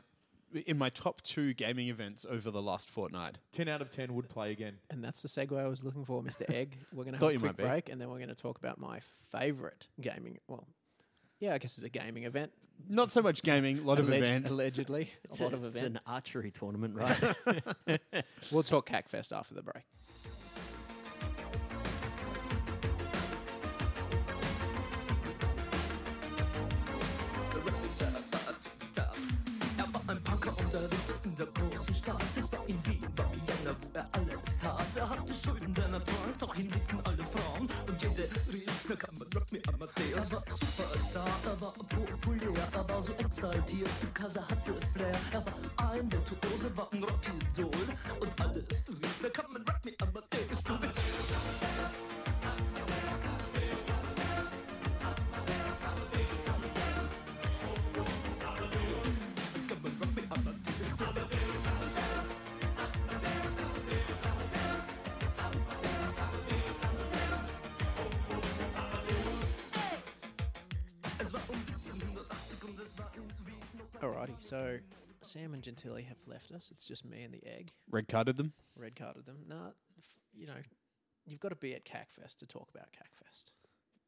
[SPEAKER 4] in my top two gaming events over the last fortnight.
[SPEAKER 6] Ten out of ten would play again.
[SPEAKER 3] And that's the segue I was looking for,
[SPEAKER 4] (laughs)
[SPEAKER 3] Mr. Egg. We're going to
[SPEAKER 4] Thought
[SPEAKER 3] have a
[SPEAKER 4] you
[SPEAKER 3] quick
[SPEAKER 4] might be.
[SPEAKER 3] break and then we're going to talk about my favorite gaming. Well, yeah, I guess it's a gaming event.
[SPEAKER 4] Not so much gaming, a lot of
[SPEAKER 3] Alleg-
[SPEAKER 4] events.
[SPEAKER 3] Allegedly. a lot of
[SPEAKER 5] it's
[SPEAKER 3] event.
[SPEAKER 5] an archery
[SPEAKER 3] (laughs)
[SPEAKER 5] tournament, right?
[SPEAKER 3] We'll talk Cackfest after the break.
[SPEAKER 8] Er war ein Punker unterrichtet in der großen Stadt. Es war in Wien, war Vienna, wo er alles tat. Er hatte Schulden, denn er trank, doch ihn liebten alle Frauen. Und jede rief, na kann man Rock mir Amadeus. Er war Superstar, er war populär, er war so exaltiert, because er hatte Flair. Er war ein Virtuose, war ein Rockidol. Und alles rief, na kann man Rock mir Amadeus. Du mit Es war um 1780 und es war in Wien.
[SPEAKER 3] Alrighty, so Sam and Gentili have left us. It's just me and the egg.
[SPEAKER 4] Red carded them.
[SPEAKER 3] Red carded them. Nah, f- you know, you've got to be at CACFest to talk about CACFest.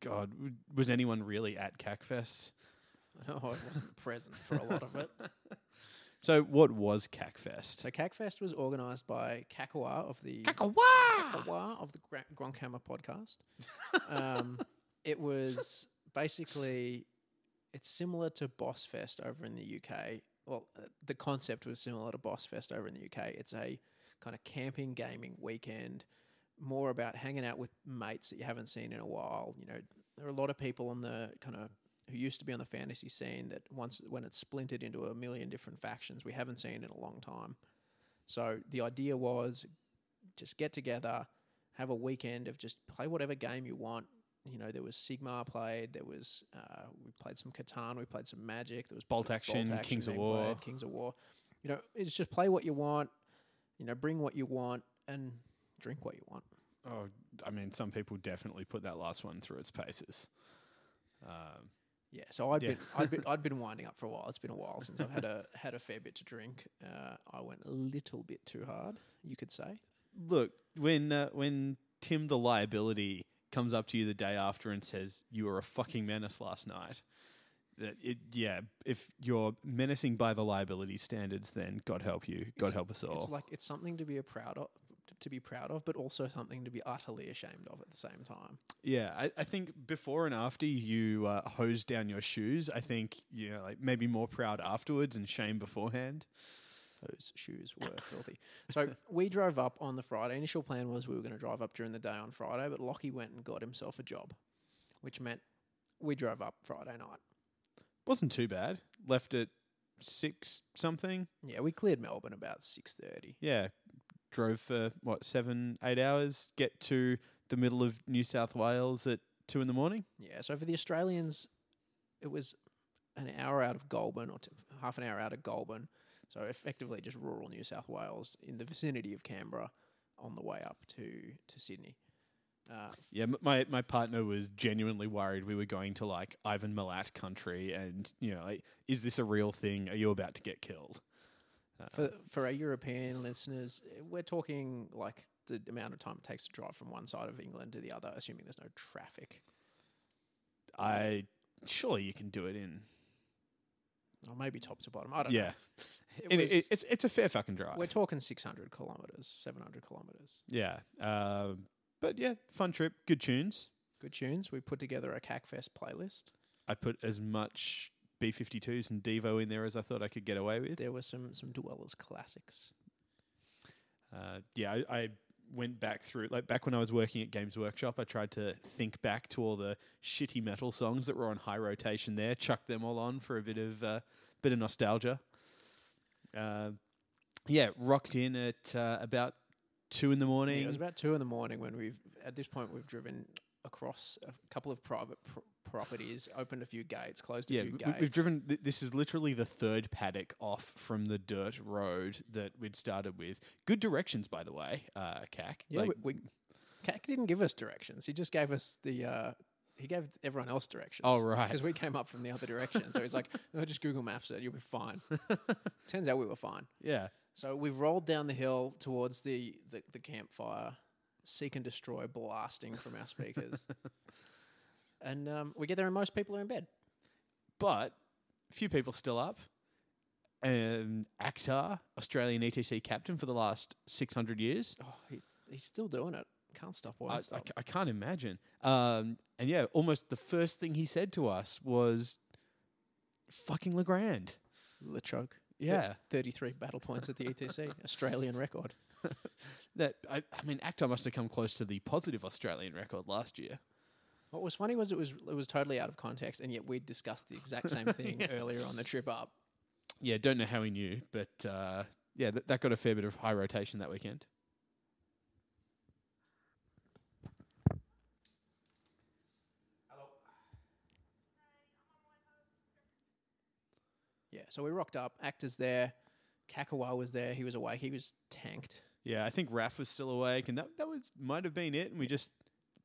[SPEAKER 4] God, w- was anyone really at CACFest?
[SPEAKER 3] I know I wasn't present for a lot of it.
[SPEAKER 4] (laughs) So, what was CACFest?
[SPEAKER 3] So CACFest was organised by Kakawa of the Kakawa of the Gra- Gronkhammer podcast. um, it was basically it's similar to Boss Fest over in the UK. Well, uh, the concept was similar to Boss Fest over in the UK. It's a kind of camping gaming weekend, more about hanging out with mates that you haven't seen in a while. You know, there are a lot of people on the kind of who used to be on the fantasy scene that once when it's splintered into a million different factions we haven't seen in a long time. So the idea was just get together, have a weekend of just play whatever game you want. You know, there was Sigma played, there was uh, we played some Catan, we played some Magic, there was
[SPEAKER 4] Bolt action, Kings of
[SPEAKER 3] being
[SPEAKER 4] War.
[SPEAKER 3] played, Kings of War. You know, it's just play what you want, you know, bring what you want and drink what you want.
[SPEAKER 4] Oh, I mean, some people definitely put that last one through its paces. Um,
[SPEAKER 3] Yeah, so I'd
[SPEAKER 4] Yeah.
[SPEAKER 3] been I'd
[SPEAKER 4] (laughs)
[SPEAKER 3] been I'd been winding up for a while. It's been a while since I've had a had a fair bit to drink. Uh, I went a little bit too hard, you could say.
[SPEAKER 4] look, when uh, when Tim the liability comes up to you the day after and says you were a fucking menace last night, that it yeah, if you're menacing by the liability standards, then God help you, God help us all.
[SPEAKER 3] It's like it's something to be a proud of, to be proud of, but also something to be utterly ashamed of at the same time.
[SPEAKER 4] Yeah, I, I think before and after you uh, hose down your shoes, I think you know, like maybe more proud afterwards and shame beforehand.
[SPEAKER 3] Those shoes were filthy. So we drove up on the Friday. Initial plan was we were going to drive up during the day on Friday, but Lockie went and got himself a job, which meant we drove up Friday night.
[SPEAKER 4] Wasn't too bad. Left at six something.
[SPEAKER 3] Yeah, we cleared Melbourne about six thirty.
[SPEAKER 4] Yeah, drove for what seven, eight hours. Get to the middle of New South Wales at two in the morning.
[SPEAKER 3] Yeah, so for the Australians, it was an hour out of Goulburn or t- half an hour out of Goulburn. So effectively, just rural New South Wales in the vicinity of Canberra on the way up to to Sydney. Uh,
[SPEAKER 4] Yeah, m- my my partner was genuinely worried we were going to like Ivan Milat country, and you know, like, is this a real thing? Are you about to get killed? Uh,
[SPEAKER 3] for for our European listeners, eh, we're talking like the amount of time it takes to drive from one side of England to the other, assuming there's no traffic.
[SPEAKER 4] I surely you can do it in.
[SPEAKER 3] Or maybe top to bottom. I don't
[SPEAKER 4] Yeah,
[SPEAKER 3] know. (laughs) It
[SPEAKER 4] And
[SPEAKER 3] was-
[SPEAKER 4] it- it's it's a fair fucking drive.
[SPEAKER 3] we're talking 600 kilometers, 700 kilometers.
[SPEAKER 4] yeah, um, but yeah, fun trip, good tunes.
[SPEAKER 3] Good tunes. We put together a Cacfest playlist.
[SPEAKER 4] I put as much B52s and Devo in there as I thought I could get away with.
[SPEAKER 3] There were some some Dwellers classics.
[SPEAKER 4] Uh, yeah, I, I went back through like back when I was working at Games Workshop. I tried to think back to all the shitty metal songs that were on high rotation there, chucked them all on for a bit of uh, bit of nostalgia. Uh, yeah, rocked in at uh, about two in the morning.
[SPEAKER 3] it was about two in the morning when we've at this point we've driven across a couple of private pr- properties, opened a few gates, closed a
[SPEAKER 4] yeah,
[SPEAKER 3] few
[SPEAKER 4] we-
[SPEAKER 3] gates.
[SPEAKER 4] we've driven. th- This is literally the third paddock off from the dirt road that we'd started with. Good directions, by the way, uh, CAC.
[SPEAKER 3] Yeah,
[SPEAKER 4] Like,
[SPEAKER 3] we, we Cac didn't give us directions. He just gave us the. Uh, he gave everyone else directions.
[SPEAKER 4] Oh, right.
[SPEAKER 3] because we came up from the other direction. so he's
[SPEAKER 4] (laughs)
[SPEAKER 3] like, "Oh, "Just Google Maps it. You'll be fine." Turns out we were fine.
[SPEAKER 4] yeah.
[SPEAKER 3] So we've rolled down the hill towards the the, the campfire, seek and destroy blasting from our
[SPEAKER 4] (laughs)
[SPEAKER 3] speakers, and um, we get there and most people are in bed.
[SPEAKER 4] but a few people still up. Um, Akhtar, Australian ETC captain for the last 600 years.
[SPEAKER 3] Oh, he, he's still doing it. Can't stop. Won't
[SPEAKER 4] I, I
[SPEAKER 3] stop.
[SPEAKER 4] c- I can't imagine. Um, and yeah, almost the first thing he said to us was fucking Legrand.
[SPEAKER 3] Lechoke.
[SPEAKER 4] Yeah.
[SPEAKER 3] Thirty-three battle points at the
[SPEAKER 4] (laughs)
[SPEAKER 3] ETC, Australian record.
[SPEAKER 4] That I, I mean, Akhtar must have come close to the positive Australian record last year.
[SPEAKER 3] What was funny was it was it was totally out of context, and yet we discussed the exact
[SPEAKER 4] (laughs)
[SPEAKER 3] same thing earlier on the trip up.
[SPEAKER 4] Yeah, don't know how he knew, but uh, yeah, that, that got a fair bit of high rotation that weekend.
[SPEAKER 3] Yeah, so we rocked up. Actors there. Kakawa was there. He was awake. He was tanked.
[SPEAKER 4] Yeah, I think Raf was still awake, and that that was might have been it. And we just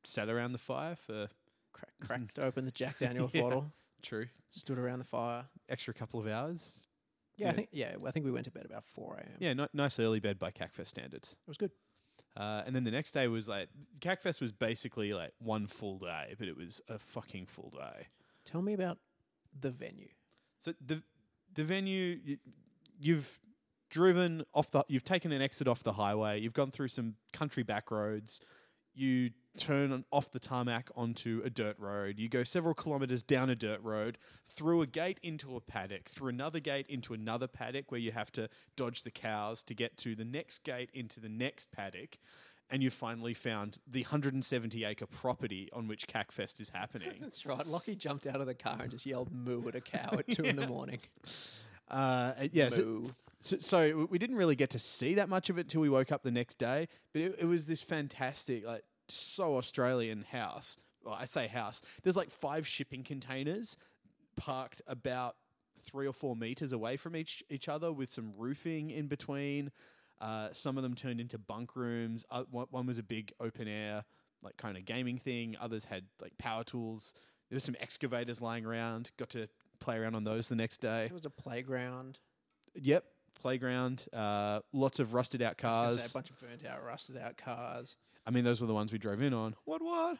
[SPEAKER 4] sat around the fire for
[SPEAKER 3] Crack,
[SPEAKER 4] (laughs)
[SPEAKER 3] cracked open the Jack Daniel
[SPEAKER 4] Yeah.
[SPEAKER 3] bottle.
[SPEAKER 4] true
[SPEAKER 3] Stood around the fire.
[SPEAKER 4] extra couple of hours.
[SPEAKER 3] Yeah, I
[SPEAKER 4] Yeah.
[SPEAKER 3] think yeah, I think we went to bed about four a.m.
[SPEAKER 4] Yeah, ni- nice early bed by Cacfest standards.
[SPEAKER 3] It was good.
[SPEAKER 4] Uh, and then the next day was like Cacfest was basically like one full day, but it was a fucking full day.
[SPEAKER 3] Tell me about the venue.
[SPEAKER 4] So the the venue you, you've driven off the you've taken an exit off the highway. You've gone through some country back roads. You turn on, off the tarmac onto a dirt road. You go several kilometers down a dirt road, through a gate into a paddock, through another gate into another paddock where you have to dodge the cows to get to the next gate into the next paddock. And you finally found the 170 acre property on which CACFest is happening.
[SPEAKER 3] (laughs) That's right. Lockie jumped out of the car and just yelled "moo" at a cow at two
[SPEAKER 4] (laughs)
[SPEAKER 3] in the morning.
[SPEAKER 4] Uh, uh, yeah, so,
[SPEAKER 3] Moo.
[SPEAKER 4] so, so w- we didn't really get to see that much of it till we woke up the next day. But it, it was this fantastic, like so Australian house. Well, I say house. There's like five shipping containers parked about three or four meters away from each each other, with some roofing in between. Uh, some of them turned into bunk rooms. Uh, one, one was a big open air, like kind of gaming thing. Others had like power tools. There was some excavators lying around. Got to play around on those the next day.
[SPEAKER 3] There was a playground.
[SPEAKER 4] Yep, playground. Uh, lots of rusted out
[SPEAKER 3] I was gonna say
[SPEAKER 4] cars.
[SPEAKER 3] a bunch of burnt out, rusted out cars.
[SPEAKER 4] I mean, those were the ones we drove in on. What? What?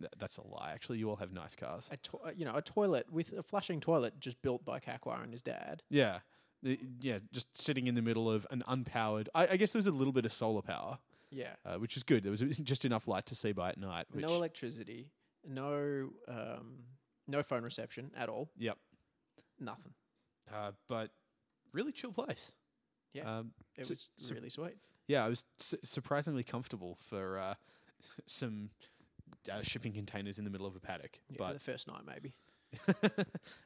[SPEAKER 4] Th- that's a lie. Actually, you all have nice cars.
[SPEAKER 3] A to- uh, you know, a toilet with a flushing toilet just built by Kakwa and his dad.
[SPEAKER 4] Yeah, The- yeah. Just sitting in the middle of an unpowered. I, I guess there was a little bit of solar power,
[SPEAKER 3] Yeah.
[SPEAKER 4] uh, which is good. There was (laughs) just enough light to see by at night. Which,
[SPEAKER 3] no electricity. No um, no phone reception at all.
[SPEAKER 4] yep.
[SPEAKER 3] Nothing.
[SPEAKER 4] Uh, but really chill place.
[SPEAKER 3] Yeah.
[SPEAKER 4] Um,
[SPEAKER 3] It
[SPEAKER 4] so-
[SPEAKER 3] was
[SPEAKER 4] so-
[SPEAKER 3] really sweet.
[SPEAKER 4] yeah, I was su- surprisingly comfortable for uh, (laughs) some uh, shipping containers in the middle of a paddock.
[SPEAKER 3] Yeah,
[SPEAKER 4] but
[SPEAKER 3] the first night maybe.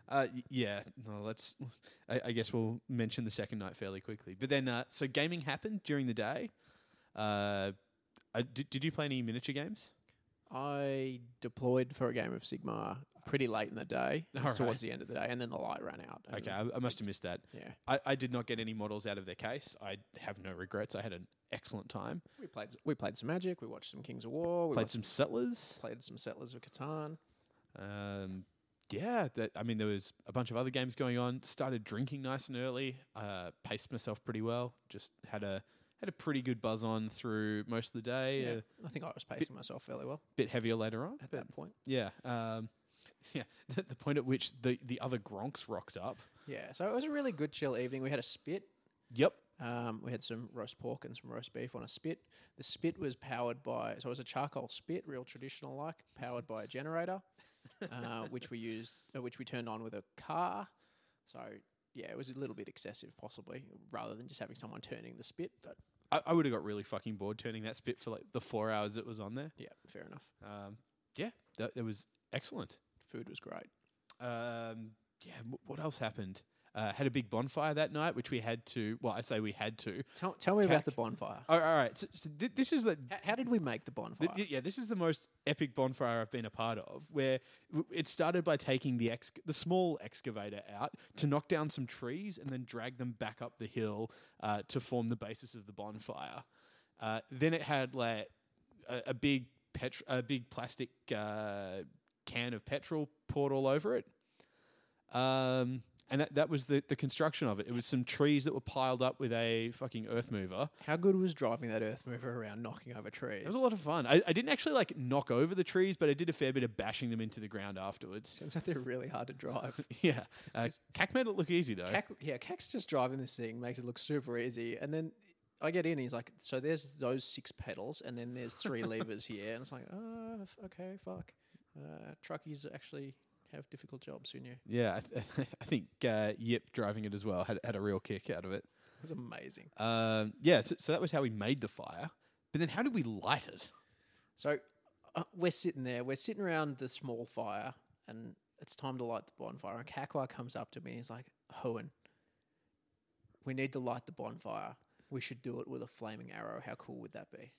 [SPEAKER 4] uh, y- yeah, no, let's. I, I guess we'll mention the second night fairly quickly. But then, uh, so gaming happened during the day. Uh, I, did, did you play any miniature games?
[SPEAKER 3] I deployed for a game of Sigma pretty late in the day,
[SPEAKER 4] (laughs) All right.
[SPEAKER 3] towards the end of the day, and then the light ran out. and
[SPEAKER 4] Okay, I, I must have missed that.
[SPEAKER 3] Yeah.
[SPEAKER 4] I, I did not get any models out of their case. I have no regrets. I had an excellent time.
[SPEAKER 3] We played s- we played some Magic. We watched some Kings of War. We
[SPEAKER 4] Played
[SPEAKER 3] watched-
[SPEAKER 4] some settlers.
[SPEAKER 3] played some Settlers of Catan.
[SPEAKER 4] Um, yeah, that, I mean, there was a bunch of other games going on. Started drinking nice and early. Uh, paced myself pretty well. Just had a had a pretty good buzz on through most of the day.
[SPEAKER 3] Yeah.
[SPEAKER 4] A
[SPEAKER 3] I think I was pacing myself fairly well
[SPEAKER 4] bit heavier later on.
[SPEAKER 3] at
[SPEAKER 4] but
[SPEAKER 3] that point.
[SPEAKER 4] yeah, um, (laughs) yeah. The, the point at which the the other Gronks rocked up.
[SPEAKER 3] Yeah, so it was a really good chill evening. We had a spit.
[SPEAKER 4] Yep.
[SPEAKER 3] Um, we had some roast pork and some roast beef on a spit. The spit was powered by so it was a charcoal spit, real traditional like, powered by a generator, uh, which we used, uh, which we turned on with a car. So yeah, it was a little bit excessive, possibly, rather than just having someone turning the spit. But
[SPEAKER 4] I, I would have got really fucking bored turning that spit for like the four hours it was on there.
[SPEAKER 3] yeah, fair enough.
[SPEAKER 4] Um, yeah, that, that was excellent.
[SPEAKER 3] Food was great.
[SPEAKER 4] um, yeah, wh- what else happened? Uh, had a big bonfire that night, which we had to. Well, I say we had to.
[SPEAKER 3] Tell, tell me about
[SPEAKER 4] Cack.
[SPEAKER 3] the bonfire.
[SPEAKER 4] Oh, all right, so, so thi- this is the.
[SPEAKER 3] How, how did we make the bonfire?
[SPEAKER 4] thi- thi- yeah, this is the most epic bonfire I've been a part of. Where w- it started by taking the ex- the small excavator out to knock down some trees and then drag them back up the hill uh, to form the basis of the bonfire. Uh, then it had like a, a big petr- a big plastic uh, can of petrol poured all over it. Um, and that, that was the, the construction of it. It was some trees that were piled up with a fucking earth mover.
[SPEAKER 3] How good was driving that earth mover around, knocking over trees?
[SPEAKER 4] It was a lot of fun. I, I didn't actually like knock over the trees, but I did a fair bit of bashing them into the ground afterwards.
[SPEAKER 3] Turns out they're really hard to drive.
[SPEAKER 4] (laughs) yeah. Uh, Cack made it look easy though.
[SPEAKER 3] Cack, yeah, Cack's just driving this thing, makes it look super easy, and then I get in, and he's like, "So there's those six pedals, and then there's
[SPEAKER 4] (laughs)
[SPEAKER 3] three levers here," and it's like, "Oh, f- okay, fuck." Uh, truckies actually have difficult jobs, who knew? It
[SPEAKER 4] Yeah. I, th- (laughs) I think uh, Yip driving it as well had, had a real kick out of it.
[SPEAKER 3] was amazing.
[SPEAKER 4] Um, yeah. So, so that was how we made the fire. But then how did we light it?
[SPEAKER 3] So uh, we're sitting there, we're sitting around the small fire, and it's time to light the bonfire. And Kakwa comes up to me and he's like, Hohen, we need to light the bonfire. We should do it with a flaming arrow. How cool would that be?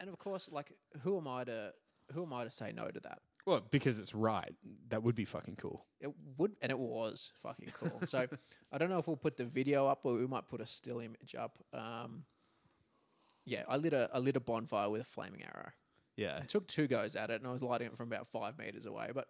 [SPEAKER 3] and of course, like, who am I to who am I to say no to that?
[SPEAKER 4] Well, because it's right. That would be fucking cool.
[SPEAKER 3] It would, and it was fucking cool.
[SPEAKER 4] (laughs)
[SPEAKER 3] so I don't know if we'll put the video up, or we might put a still image up. Um, yeah, I lit a I lit a bonfire with a flaming arrow.
[SPEAKER 4] Yeah.
[SPEAKER 3] I took two goes at it, and I was lighting it from about five meters away, but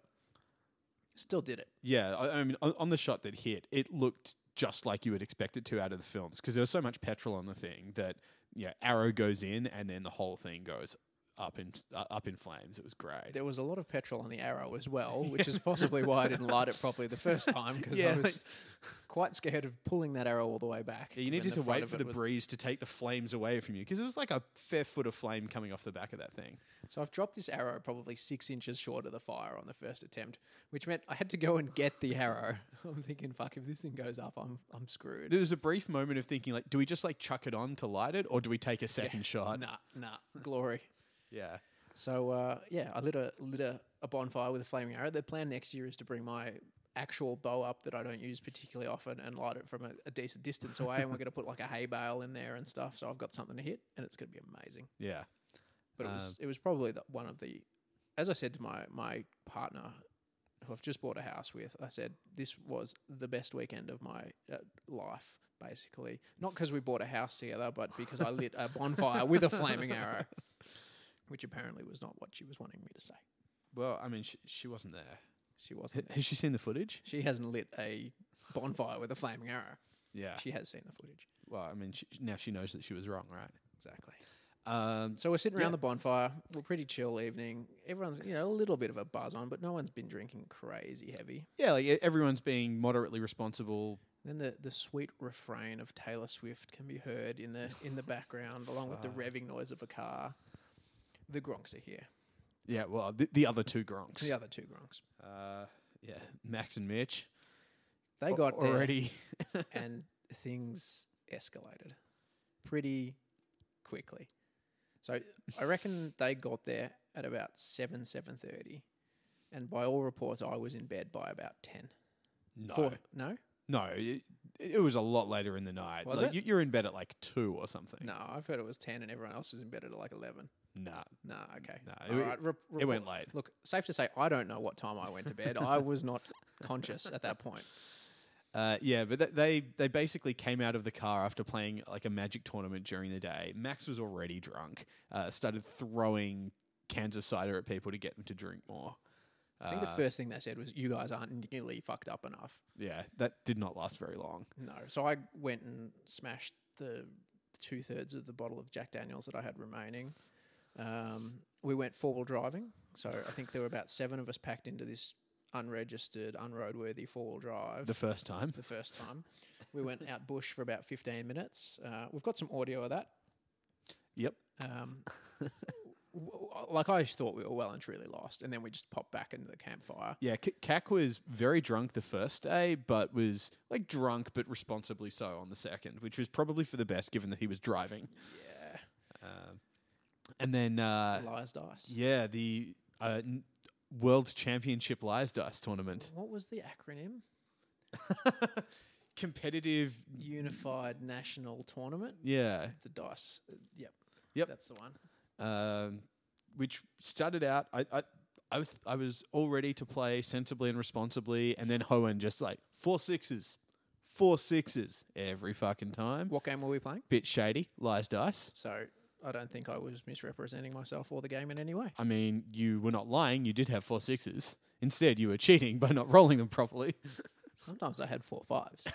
[SPEAKER 3] still did it.
[SPEAKER 4] Yeah, I, I mean, on, on the shot that hit, it looked just like you would expect it to out of the films because there was so much petrol on the thing that yeah, arrow goes in and then the whole thing goes up in uh, up in flames. It was great.
[SPEAKER 3] There was a lot of petrol on the arrow as well, which is possibly why I didn't light it properly the first time because
[SPEAKER 4] (laughs) Yeah,
[SPEAKER 3] I was
[SPEAKER 4] like-
[SPEAKER 3] quite scared of pulling that arrow all the way back.
[SPEAKER 4] Yeah, you
[SPEAKER 3] given
[SPEAKER 4] needed
[SPEAKER 3] the
[SPEAKER 4] to
[SPEAKER 3] front
[SPEAKER 4] wait
[SPEAKER 3] of
[SPEAKER 4] for
[SPEAKER 3] it
[SPEAKER 4] the
[SPEAKER 3] was-
[SPEAKER 4] breeze to take the flames away from you because it was like a fair foot of flame coming off the back of that thing.
[SPEAKER 3] So I've dropped this arrow probably six inches short of the fire on the first attempt, which meant I had to go and get the arrow. (laughs) I'm thinking, fuck, if this thing goes up, I'm I'm screwed.
[SPEAKER 4] There was a brief moment of thinking like, do we just like chuck it on to light it, or do we take a second shot?
[SPEAKER 3] Nah, nah, (laughs) glory.
[SPEAKER 4] Yeah.
[SPEAKER 3] So uh, yeah, I lit a lit a, a bonfire with a flaming arrow. The plan next year is to bring my actual bow up that I don't use particularly often and light it from a, a decent distance away. and we're going to put like a hay bale in there and stuff. So I've got something to hit, and it's going to be amazing.
[SPEAKER 4] Yeah. Um,
[SPEAKER 3] But it was it was probably the, one of the, as I said to my my partner, who I've just bought a house with. I said this was the best weekend of my uh, life, basically. Not because we bought a house together, but because I lit a bonfire with a flaming arrow, which apparently was not what she was wanting me to say.
[SPEAKER 4] Well, I mean, she, she wasn't there.
[SPEAKER 3] She wasn't. there.
[SPEAKER 4] Has she seen the footage?
[SPEAKER 3] She hasn't lit a bonfire with a flaming arrow.
[SPEAKER 4] Yeah.
[SPEAKER 3] She has seen the footage.
[SPEAKER 4] well, I mean, she, now she knows that she was wrong, right?
[SPEAKER 3] Exactly.
[SPEAKER 4] Um,
[SPEAKER 3] So we're sitting around the bonfire. We're pretty chill evening. Everyone's, you know, a little bit of a buzz on, but no one's been drinking crazy heavy.
[SPEAKER 4] Yeah, like e- everyone's being moderately responsible.
[SPEAKER 3] Then the, the sweet refrain of Taylor Swift can be heard in the in the background, along
[SPEAKER 4] (laughs) Uh.
[SPEAKER 3] with the revving noise of a car. The Gronks are here.
[SPEAKER 4] Yeah, well, the, the other two Gronks.
[SPEAKER 3] The other two Gronks.
[SPEAKER 4] Uh, yeah, Max and Mitch.
[SPEAKER 3] They
[SPEAKER 4] al-
[SPEAKER 3] got
[SPEAKER 4] already. (laughs)
[SPEAKER 3] there, and things escalated pretty quickly. So I reckon they got there at about seven seven thirty, and by all reports, I was in bed by about ten.
[SPEAKER 4] No,
[SPEAKER 3] Four- no,
[SPEAKER 4] no, it, it was a lot later in the night.
[SPEAKER 3] Was
[SPEAKER 4] like,
[SPEAKER 3] it?
[SPEAKER 4] You, you're in bed at like two or something.
[SPEAKER 3] no. I've heard it was ten, and everyone else was in bed at like eleven.
[SPEAKER 4] nah,
[SPEAKER 3] No, okay.
[SPEAKER 4] Nah,
[SPEAKER 3] All
[SPEAKER 4] it-
[SPEAKER 3] right, re-
[SPEAKER 4] it
[SPEAKER 3] report-
[SPEAKER 4] went late.
[SPEAKER 3] Look, safe to say, I don't know what time I went to bed. I was not conscious at that point.
[SPEAKER 4] Uh, yeah, but th- they they basically came out of the car after playing like a magic tournament during the day. Max was already drunk. Uh, started throwing cans of cider at people to get them to drink more. Uh,
[SPEAKER 3] I think the first thing they said was, "You guys aren't nearly fucked up enough."
[SPEAKER 4] Yeah, that did not last very long.
[SPEAKER 3] No, so I went and smashed the two thirds of the bottle of Jack Daniels that I had remaining. Um, we went four wheel driving, so I think there were about seven of us packed into this unregistered, unroadworthy four wheel drive.
[SPEAKER 4] The first time.
[SPEAKER 3] the first time, we went out bush for about fifteen minutes. Uh, we've got some audio of that.
[SPEAKER 4] Yep. (laughs)
[SPEAKER 3] Um, w- w- like I just thought we were well and truly lost, and then we just popped back into the campfire.
[SPEAKER 4] Yeah, K- Kak was very drunk the first day, but was like drunk but responsibly so on the second, which was probably for the best given that he was driving. Um,
[SPEAKER 3] Yeah,
[SPEAKER 4] And then, uh,
[SPEAKER 3] lies dice.
[SPEAKER 4] yeah, the uh, n- World Championship Lies Dice tournament.
[SPEAKER 3] What was the acronym?
[SPEAKER 4] (laughs) Competitive,
[SPEAKER 3] Unified National Tournament.
[SPEAKER 4] yeah.
[SPEAKER 3] The dice. uh, Yep.
[SPEAKER 4] Yep.
[SPEAKER 3] That's the one.
[SPEAKER 4] um, which started out. I, I, I, was, I was all ready to play sensibly and responsibly, and then Hoenn just like four sixes, four sixes every fucking time.
[SPEAKER 3] What game were we playing?
[SPEAKER 4] Bit shady, lies dice.
[SPEAKER 3] So I don't think I was misrepresenting myself or the game in any way.
[SPEAKER 4] I mean, you were not lying. You did have four sixes. Instead, you were cheating by not rolling them properly.
[SPEAKER 3] Sometimes I had four fives.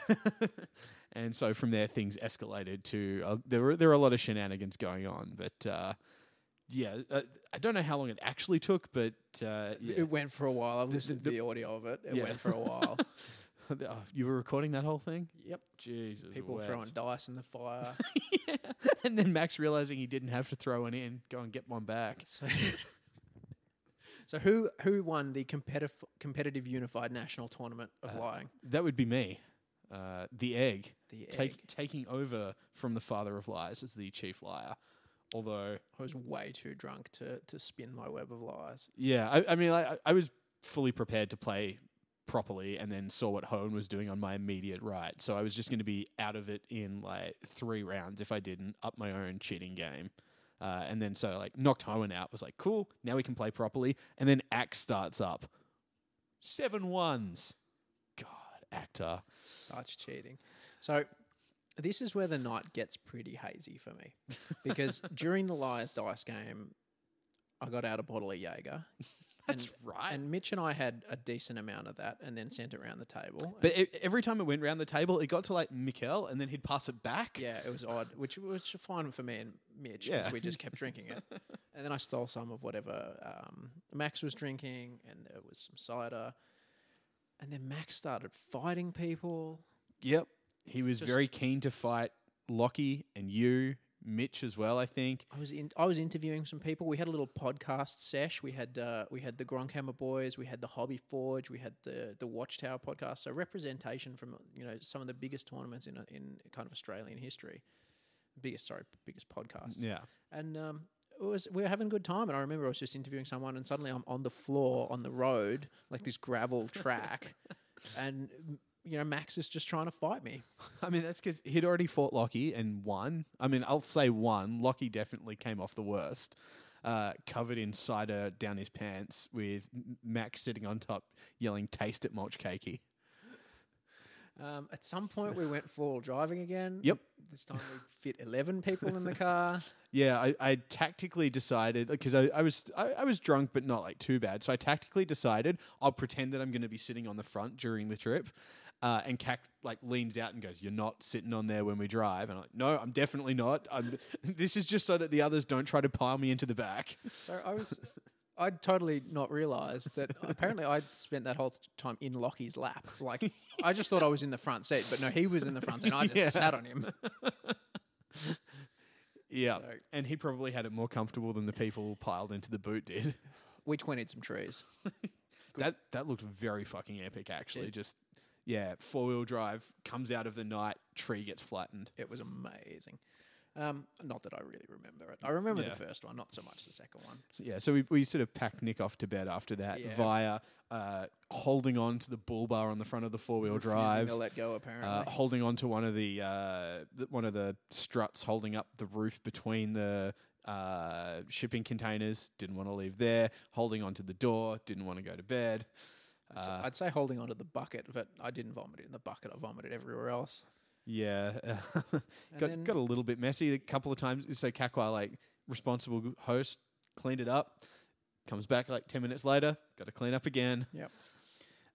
[SPEAKER 4] and so from there, things escalated to uh, there were there were a lot of shenanigans going on, but. Uh, yeah, uh, I don't know how long it actually took, but uh, yeah.
[SPEAKER 3] It went for a while.
[SPEAKER 4] (laughs)
[SPEAKER 3] I've listened to the audio of it. It
[SPEAKER 4] Yeah.
[SPEAKER 3] went for a
[SPEAKER 4] (laughs)
[SPEAKER 3] while.
[SPEAKER 4] Oh, you were recording that whole thing. (laughs)
[SPEAKER 3] yep.
[SPEAKER 4] Jesus,
[SPEAKER 3] People
[SPEAKER 4] wept.
[SPEAKER 3] throwing dice in the fire.
[SPEAKER 4] and then Max realizing he didn't have to throw one in, go and (laughs) get one back.
[SPEAKER 3] So,
[SPEAKER 4] (laughs)
[SPEAKER 3] so who who won the competitive competitive unified national tournament (laughs) of lying?
[SPEAKER 4] Uh, That would be me, uh, the egg,
[SPEAKER 3] The egg.
[SPEAKER 4] taking over from the father of lies as the chief liar. Although,
[SPEAKER 3] I was way too drunk to to spin my web of lies.
[SPEAKER 4] yeah, I, I mean, I, I- I was fully prepared to play properly, and then saw what Hone was doing on my immediate right. So I was just going to be out of it in like three rounds if I didn't up my own cheating game. Uh, and then so like knocked Hohen out was like cool now we can play properly and then Axe starts up seven ones God actor
[SPEAKER 3] Such cheating. So this is where the night gets pretty hazy for me
[SPEAKER 4] (laughs)
[SPEAKER 3] because during the liars dice game, I got out a bottle of Jaeger.
[SPEAKER 4] (laughs) That's
[SPEAKER 3] and,
[SPEAKER 4] right.
[SPEAKER 3] And Mitch and I had a decent amount of that, and then sent it around the table.
[SPEAKER 4] But e every time it went round the table, it got to like Mikel, and then he'd pass it back.
[SPEAKER 3] Yeah, it was odd, which was fine for me and Mitch because
[SPEAKER 4] Yeah.
[SPEAKER 3] we just kept drinking
[SPEAKER 4] (laughs)
[SPEAKER 3] it. And then I stole some of whatever um, Max was drinking, and there was some cider. And then Max started fighting people.
[SPEAKER 4] Yep. He was
[SPEAKER 3] Just-
[SPEAKER 4] very keen to fight Lockie and you, Mitch as well. I think.
[SPEAKER 3] I was in, I was interviewing some people. We had a little podcast sesh. We had uh, we had the Gronkhammer Boys, we had the Hobby Forge, we had the the Watchtower podcast. So representation from you know some of the biggest tournaments in in kind of Australian history, biggest sorry biggest podcast.
[SPEAKER 4] Yeah.
[SPEAKER 3] and um, it was we were having a good time. And I remember I was just interviewing someone, and suddenly I'm on the floor on the road, like this gravel
[SPEAKER 4] (laughs)
[SPEAKER 3] track, and you know Max is just trying to fight me.
[SPEAKER 4] I mean, that's because he'd already fought Lockie and won. I mean, I'll say won. Lockie definitely came off the worst. Uh, covered in cider down his pants, with M- Max sitting on top, yelling "Taste it, mulch cakey."
[SPEAKER 3] Um, at some point, we went full driving again.
[SPEAKER 4] Yep.
[SPEAKER 3] Mm. This time we fit eleven people in the
[SPEAKER 4] (laughs)
[SPEAKER 3] car.
[SPEAKER 4] Yeah, I, I tactically decided because I, I was I, I was drunk but not like too bad, so I tactically decided I'll pretend that I'm going to be sitting on the front during the trip, uh, and Cac like leans out and goes, "You're not sitting on there when we drive," and I'm like, "No, I'm definitely not. I'm, (laughs) this is just so that the others don't try to pile me into the back."
[SPEAKER 3] So I was, I totally not realised that apparently I spent that whole time in Lockie's lap. Like I just thought I was in the front seat, but no, he was in the front seat. and I just
[SPEAKER 4] Yeah.
[SPEAKER 3] sat on
[SPEAKER 4] (laughs)
[SPEAKER 3] him.
[SPEAKER 4] Yeah, and he probably had it more comfortable than the people piled into the boot did.
[SPEAKER 3] (laughs) We twented some trees.
[SPEAKER 4] (laughs) That that looked very fucking epic, actually. Just yeah, four wheel drive comes out of the night, tree gets flattened.
[SPEAKER 3] It was amazing. Um, not that I really remember it. I remember
[SPEAKER 4] Yeah.
[SPEAKER 3] the first one, not so much the second one.
[SPEAKER 4] So, yeah, so we, we sort of packed Nick off to bed after that
[SPEAKER 3] Yeah.
[SPEAKER 4] via uh, holding on to the bull bar on the front of the four wheel
[SPEAKER 3] Refusing
[SPEAKER 4] drive,
[SPEAKER 3] to let go apparently.
[SPEAKER 4] uh, holding on to one of the uh, th- one of the struts holding up the roof between the uh, shipping containers. Didn't want to leave there. Holding on to the door. Didn't want to go to bed.
[SPEAKER 3] It's-
[SPEAKER 4] uh,
[SPEAKER 3] I'd say holding onto the bucket, but I didn't vomit in the bucket. I vomited everywhere else.
[SPEAKER 4] Yeah, (laughs)
[SPEAKER 3] then-
[SPEAKER 4] got, got a little bit messy a couple of times. So Kakwa, like responsible host, cleaned it up. Comes back like ten minutes later. Got to clean up again.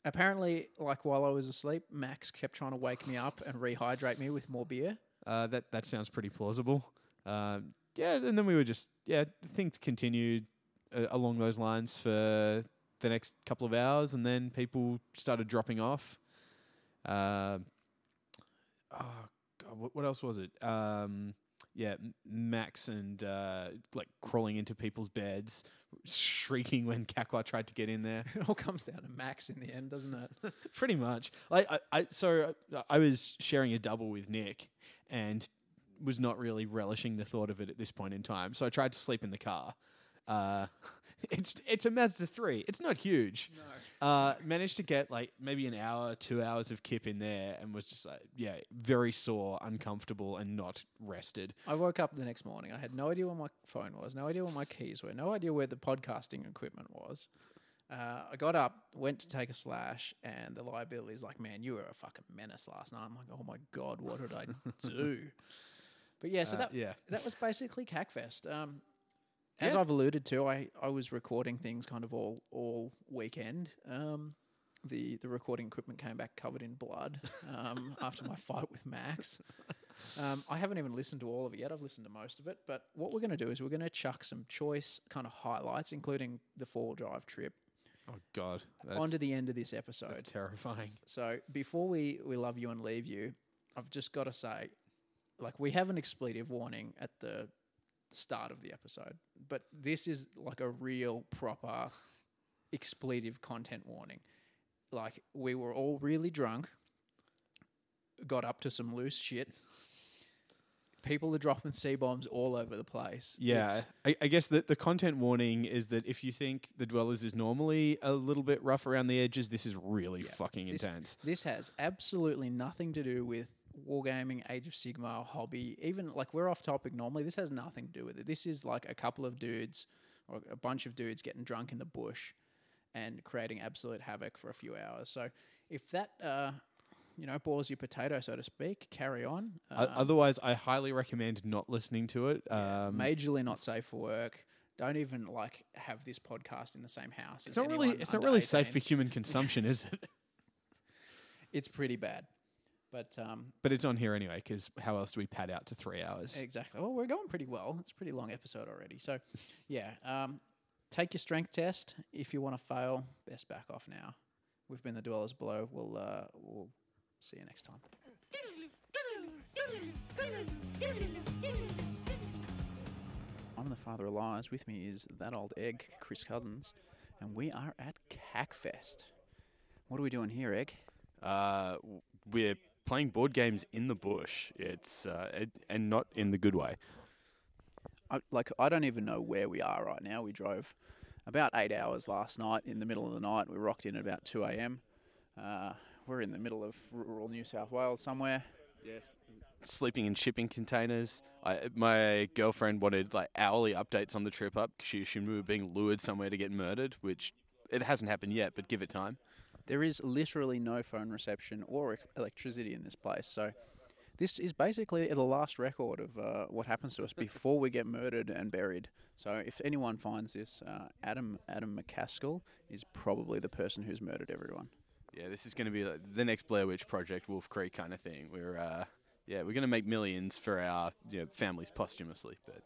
[SPEAKER 3] Apparently, like while I was asleep, Max kept trying to wake me up and rehydrate me with more beer.
[SPEAKER 4] Uh, that that sounds pretty plausible. Um, yeah, and then we were just yeah things continued uh, along those lines for the next couple of hours, and then people started dropping off. Um oh God, what, what else was it? Um, yeah, M- Max and uh, like crawling into people's beds, (laughs) shrieking when Kakwa tried to get in there
[SPEAKER 3] (laughs) It all comes down to Max in the end, doesn't it?
[SPEAKER 4] pretty much. Like I, I so I, I was sharing a double with Nick, and was not really relishing the thought of it at this point in time. So I tried to sleep in the car. Uh, (laughs) it's it's a Mazda three. It's not huge. No. Uh, managed to get like maybe an hour, two hours of kip in there, and was just like yeah, very sore, uncomfortable, and not rested.
[SPEAKER 3] I woke up the next morning. I had no idea where my phone was, no idea where my keys were, no idea where the podcasting equipment was. Uh, I got up, went to take a slash, and the liability's like, man, you were a fucking menace last night. I'm like, oh my God, what did I do? But yeah,
[SPEAKER 9] Uh,
[SPEAKER 7] Uh,
[SPEAKER 3] so that
[SPEAKER 4] yeah.
[SPEAKER 3] that was basically Cackfest. Um, as I've alluded to, I, I was recording things kind of all all weekend. Um, the the recording equipment came back covered in blood um, after my fight with Max. Um, I haven't even listened to all of it yet. I've listened to most of it, but what we're going to do is we're going to chuck some choice kind of highlights, including the four wheel drive trip,
[SPEAKER 4] Oh God, that's
[SPEAKER 3] onto the end of this episode.
[SPEAKER 4] terrifying.
[SPEAKER 3] So before we we love you and leave you, I've just got to say, like we have an expletive warning at the start of the episode, but this is like a real proper expletive content warning. Like we were all really drunk, got up to some loose shit. People are dropping c bombs all over the place.
[SPEAKER 4] Yeah,
[SPEAKER 3] It's-
[SPEAKER 4] I, I guess the, the content warning is that if you think the Dwellers is normally a little bit rough around the edges, this is really fucking
[SPEAKER 3] This-
[SPEAKER 4] intense.
[SPEAKER 3] This has absolutely nothing to do with wargaming, Age of Sigma, hobby. Even like we're off topic normally. This has nothing to do with it. This is like a couple of dudes or a bunch of dudes getting drunk in the bush and creating absolute havoc for a few hours. So if that uh, you know bores your potato, so to speak, carry on.
[SPEAKER 4] O-
[SPEAKER 3] Uh,
[SPEAKER 4] Otherwise, I highly recommend not listening to it. Um,
[SPEAKER 3] majorly not safe for work. Don't even like have this podcast in the same house.
[SPEAKER 4] it's not really it's not really safe for human consumption, is
[SPEAKER 3] (laughs)
[SPEAKER 4] it?
[SPEAKER 3] It's pretty bad, but um,
[SPEAKER 4] But it's on here anyway because how else do we pad out to three hours?
[SPEAKER 3] Exactly. Well, we're going pretty well. It's a pretty long episode already. So, yeah, um, take your strength test. If you want to fail, best back off now. We've been the Dwellers Below. We'll, uh, we'll see you next time. I'm the father of lies. With me is that old egg, Chris Cousins, and we are at Cackfest. What are we doing here, Egg?
[SPEAKER 10] Uh, w- we're playing board games in the bush. It's uh, it, and not in the good way.
[SPEAKER 3] I, like I don't even know where we are right now. We drove about eight hours last night in the middle of the night. We rocked in at about two a.m. Uh, we're in the middle of rural New South Wales somewhere.
[SPEAKER 10] Yes. Sleeping in shipping containers. I, my girlfriend wanted like hourly updates on the trip up 'cause she assumed we were being lured somewhere to get murdered, which it hasn't happened yet, but give it time.
[SPEAKER 3] There is literally no phone reception or ex- electricity in this place. So this is basically the last record of uh, what happens to us before we get murdered and buried. So if anyone finds this, uh, Adam Adam McCaskill is probably the person who's murdered everyone.
[SPEAKER 10] Yeah, this is going to be like the next Blair Witch Project, Wolf Creek kind of thing. We're uh, yeah, we're going to make millions for our you know, families posthumously, but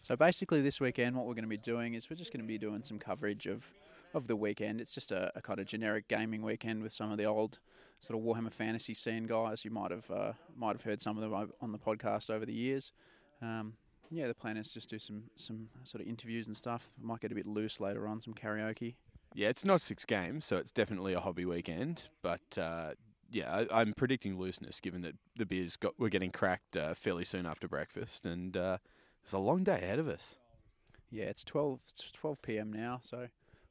[SPEAKER 3] So basically, this weekend, what we're going to be doing is we're just going to be doing some coverage of, of the weekend. It's just a, a kind of generic gaming weekend with some of the old sort of Warhammer Fantasy scene guys. You might have uh, might have heard some of them o- on the podcast over the years. Um, yeah, the plan is just do some some sort of interviews and stuff. Might get a bit loose later on, some karaoke.
[SPEAKER 10] Yeah, it's not six games, so it's definitely a hobby weekend. But uh,
[SPEAKER 4] yeah, I, I'm predicting looseness given that the beers got were getting cracked uh, fairly soon after breakfast, and uh, there's a long day ahead of us.
[SPEAKER 3] Yeah, it's 12, it's 12 p.m. now, so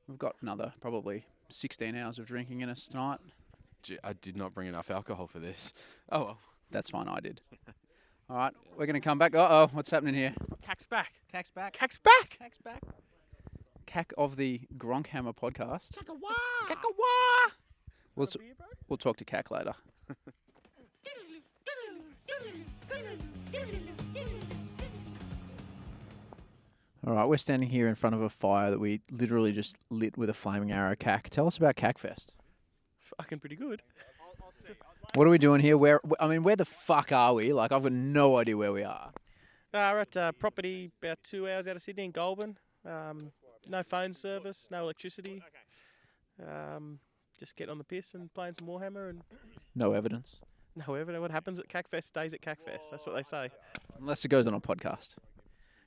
[SPEAKER 3] we've got another probably 16 hours of drinking in us tonight.
[SPEAKER 4] Gee, I did not bring enough alcohol for this. (laughs) Oh well,
[SPEAKER 3] That's fine, I did. All right, we're going to come back. Uh oh, what's happening here?
[SPEAKER 4] Cack's back.
[SPEAKER 3] Cack's back.
[SPEAKER 4] Cack's back.
[SPEAKER 3] Cack's back. Cack of the Gronkhammer podcast. We'll, t- we'll talk to Cack later. All right, we're standing here in front of a fire that we literally just lit with a flaming arrow. Cack, tell us about Cackfest.
[SPEAKER 4] Fucking pretty good.
[SPEAKER 3] What are we doing here? Where I mean, where the fuck are we? Like, I've got no idea where we are.
[SPEAKER 9] Uh, we're at uh, property about two hours out of Sydney in Goulburn. Um, no phone service, no electricity. Um, just getting on the piss and playing some Warhammer and (laughs)
[SPEAKER 3] No evidence,
[SPEAKER 9] no evidence. What happens at CACFest stays at CACFest. That's what they say.
[SPEAKER 3] unless it goes on a podcast.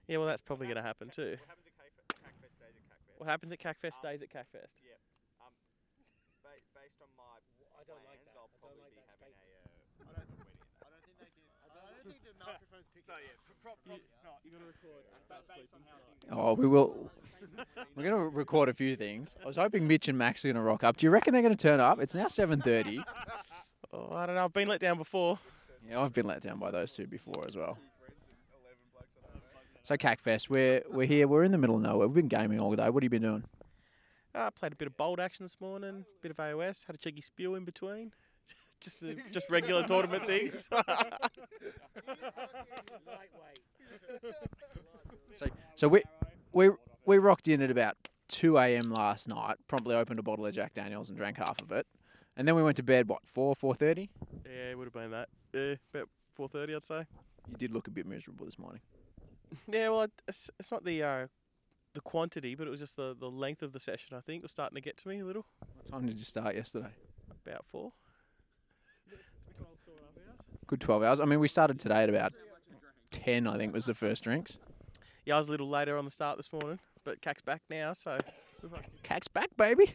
[SPEAKER 9] Yeah, well, that's probably going to happen too. What happens at CACFest stays at CACFest.
[SPEAKER 11] uh,
[SPEAKER 3] Oh, we will. We're gonna record a few things. I was hoping Mitch and Max are gonna rock up. Do you reckon they're gonna turn up? It's now seven thirty.
[SPEAKER 9] Oh, I don't know. I've been let down before.
[SPEAKER 3] Yeah, I've been let down by those two before as well. So Cackfest, we're we're here. We're in the middle of nowhere. We've been gaming all day. What have you been doing?
[SPEAKER 9] Uh, I played a bit of bold action this morning, bit of AOS, had a cheeky spew in between. (laughs) just the, just
[SPEAKER 7] (laughs)
[SPEAKER 9] regular tournament things. (laughs)
[SPEAKER 3] So so we we we rocked in at about two a.m. last night. Promptly opened a bottle of Jack Daniels and drank half of it, and then we went to bed. What four four thirty?
[SPEAKER 9] yeah, it would have been that. Yeah, about 4.30 I'd say.
[SPEAKER 3] You did look a bit miserable this morning.
[SPEAKER 9] Yeah, well, it- it's, it's not the uh, the quantity, but it was just the, the length of the session. I think it was starting to get to me a little.
[SPEAKER 3] What time did you start yesterday?
[SPEAKER 9] About four.
[SPEAKER 3] Good twelve hours. I mean, we started today at about ten. I think was the first drinks.
[SPEAKER 9] Yeah, I was a little later on the start this morning, but Cack's back now, so
[SPEAKER 3] Cack's (laughs) back, baby.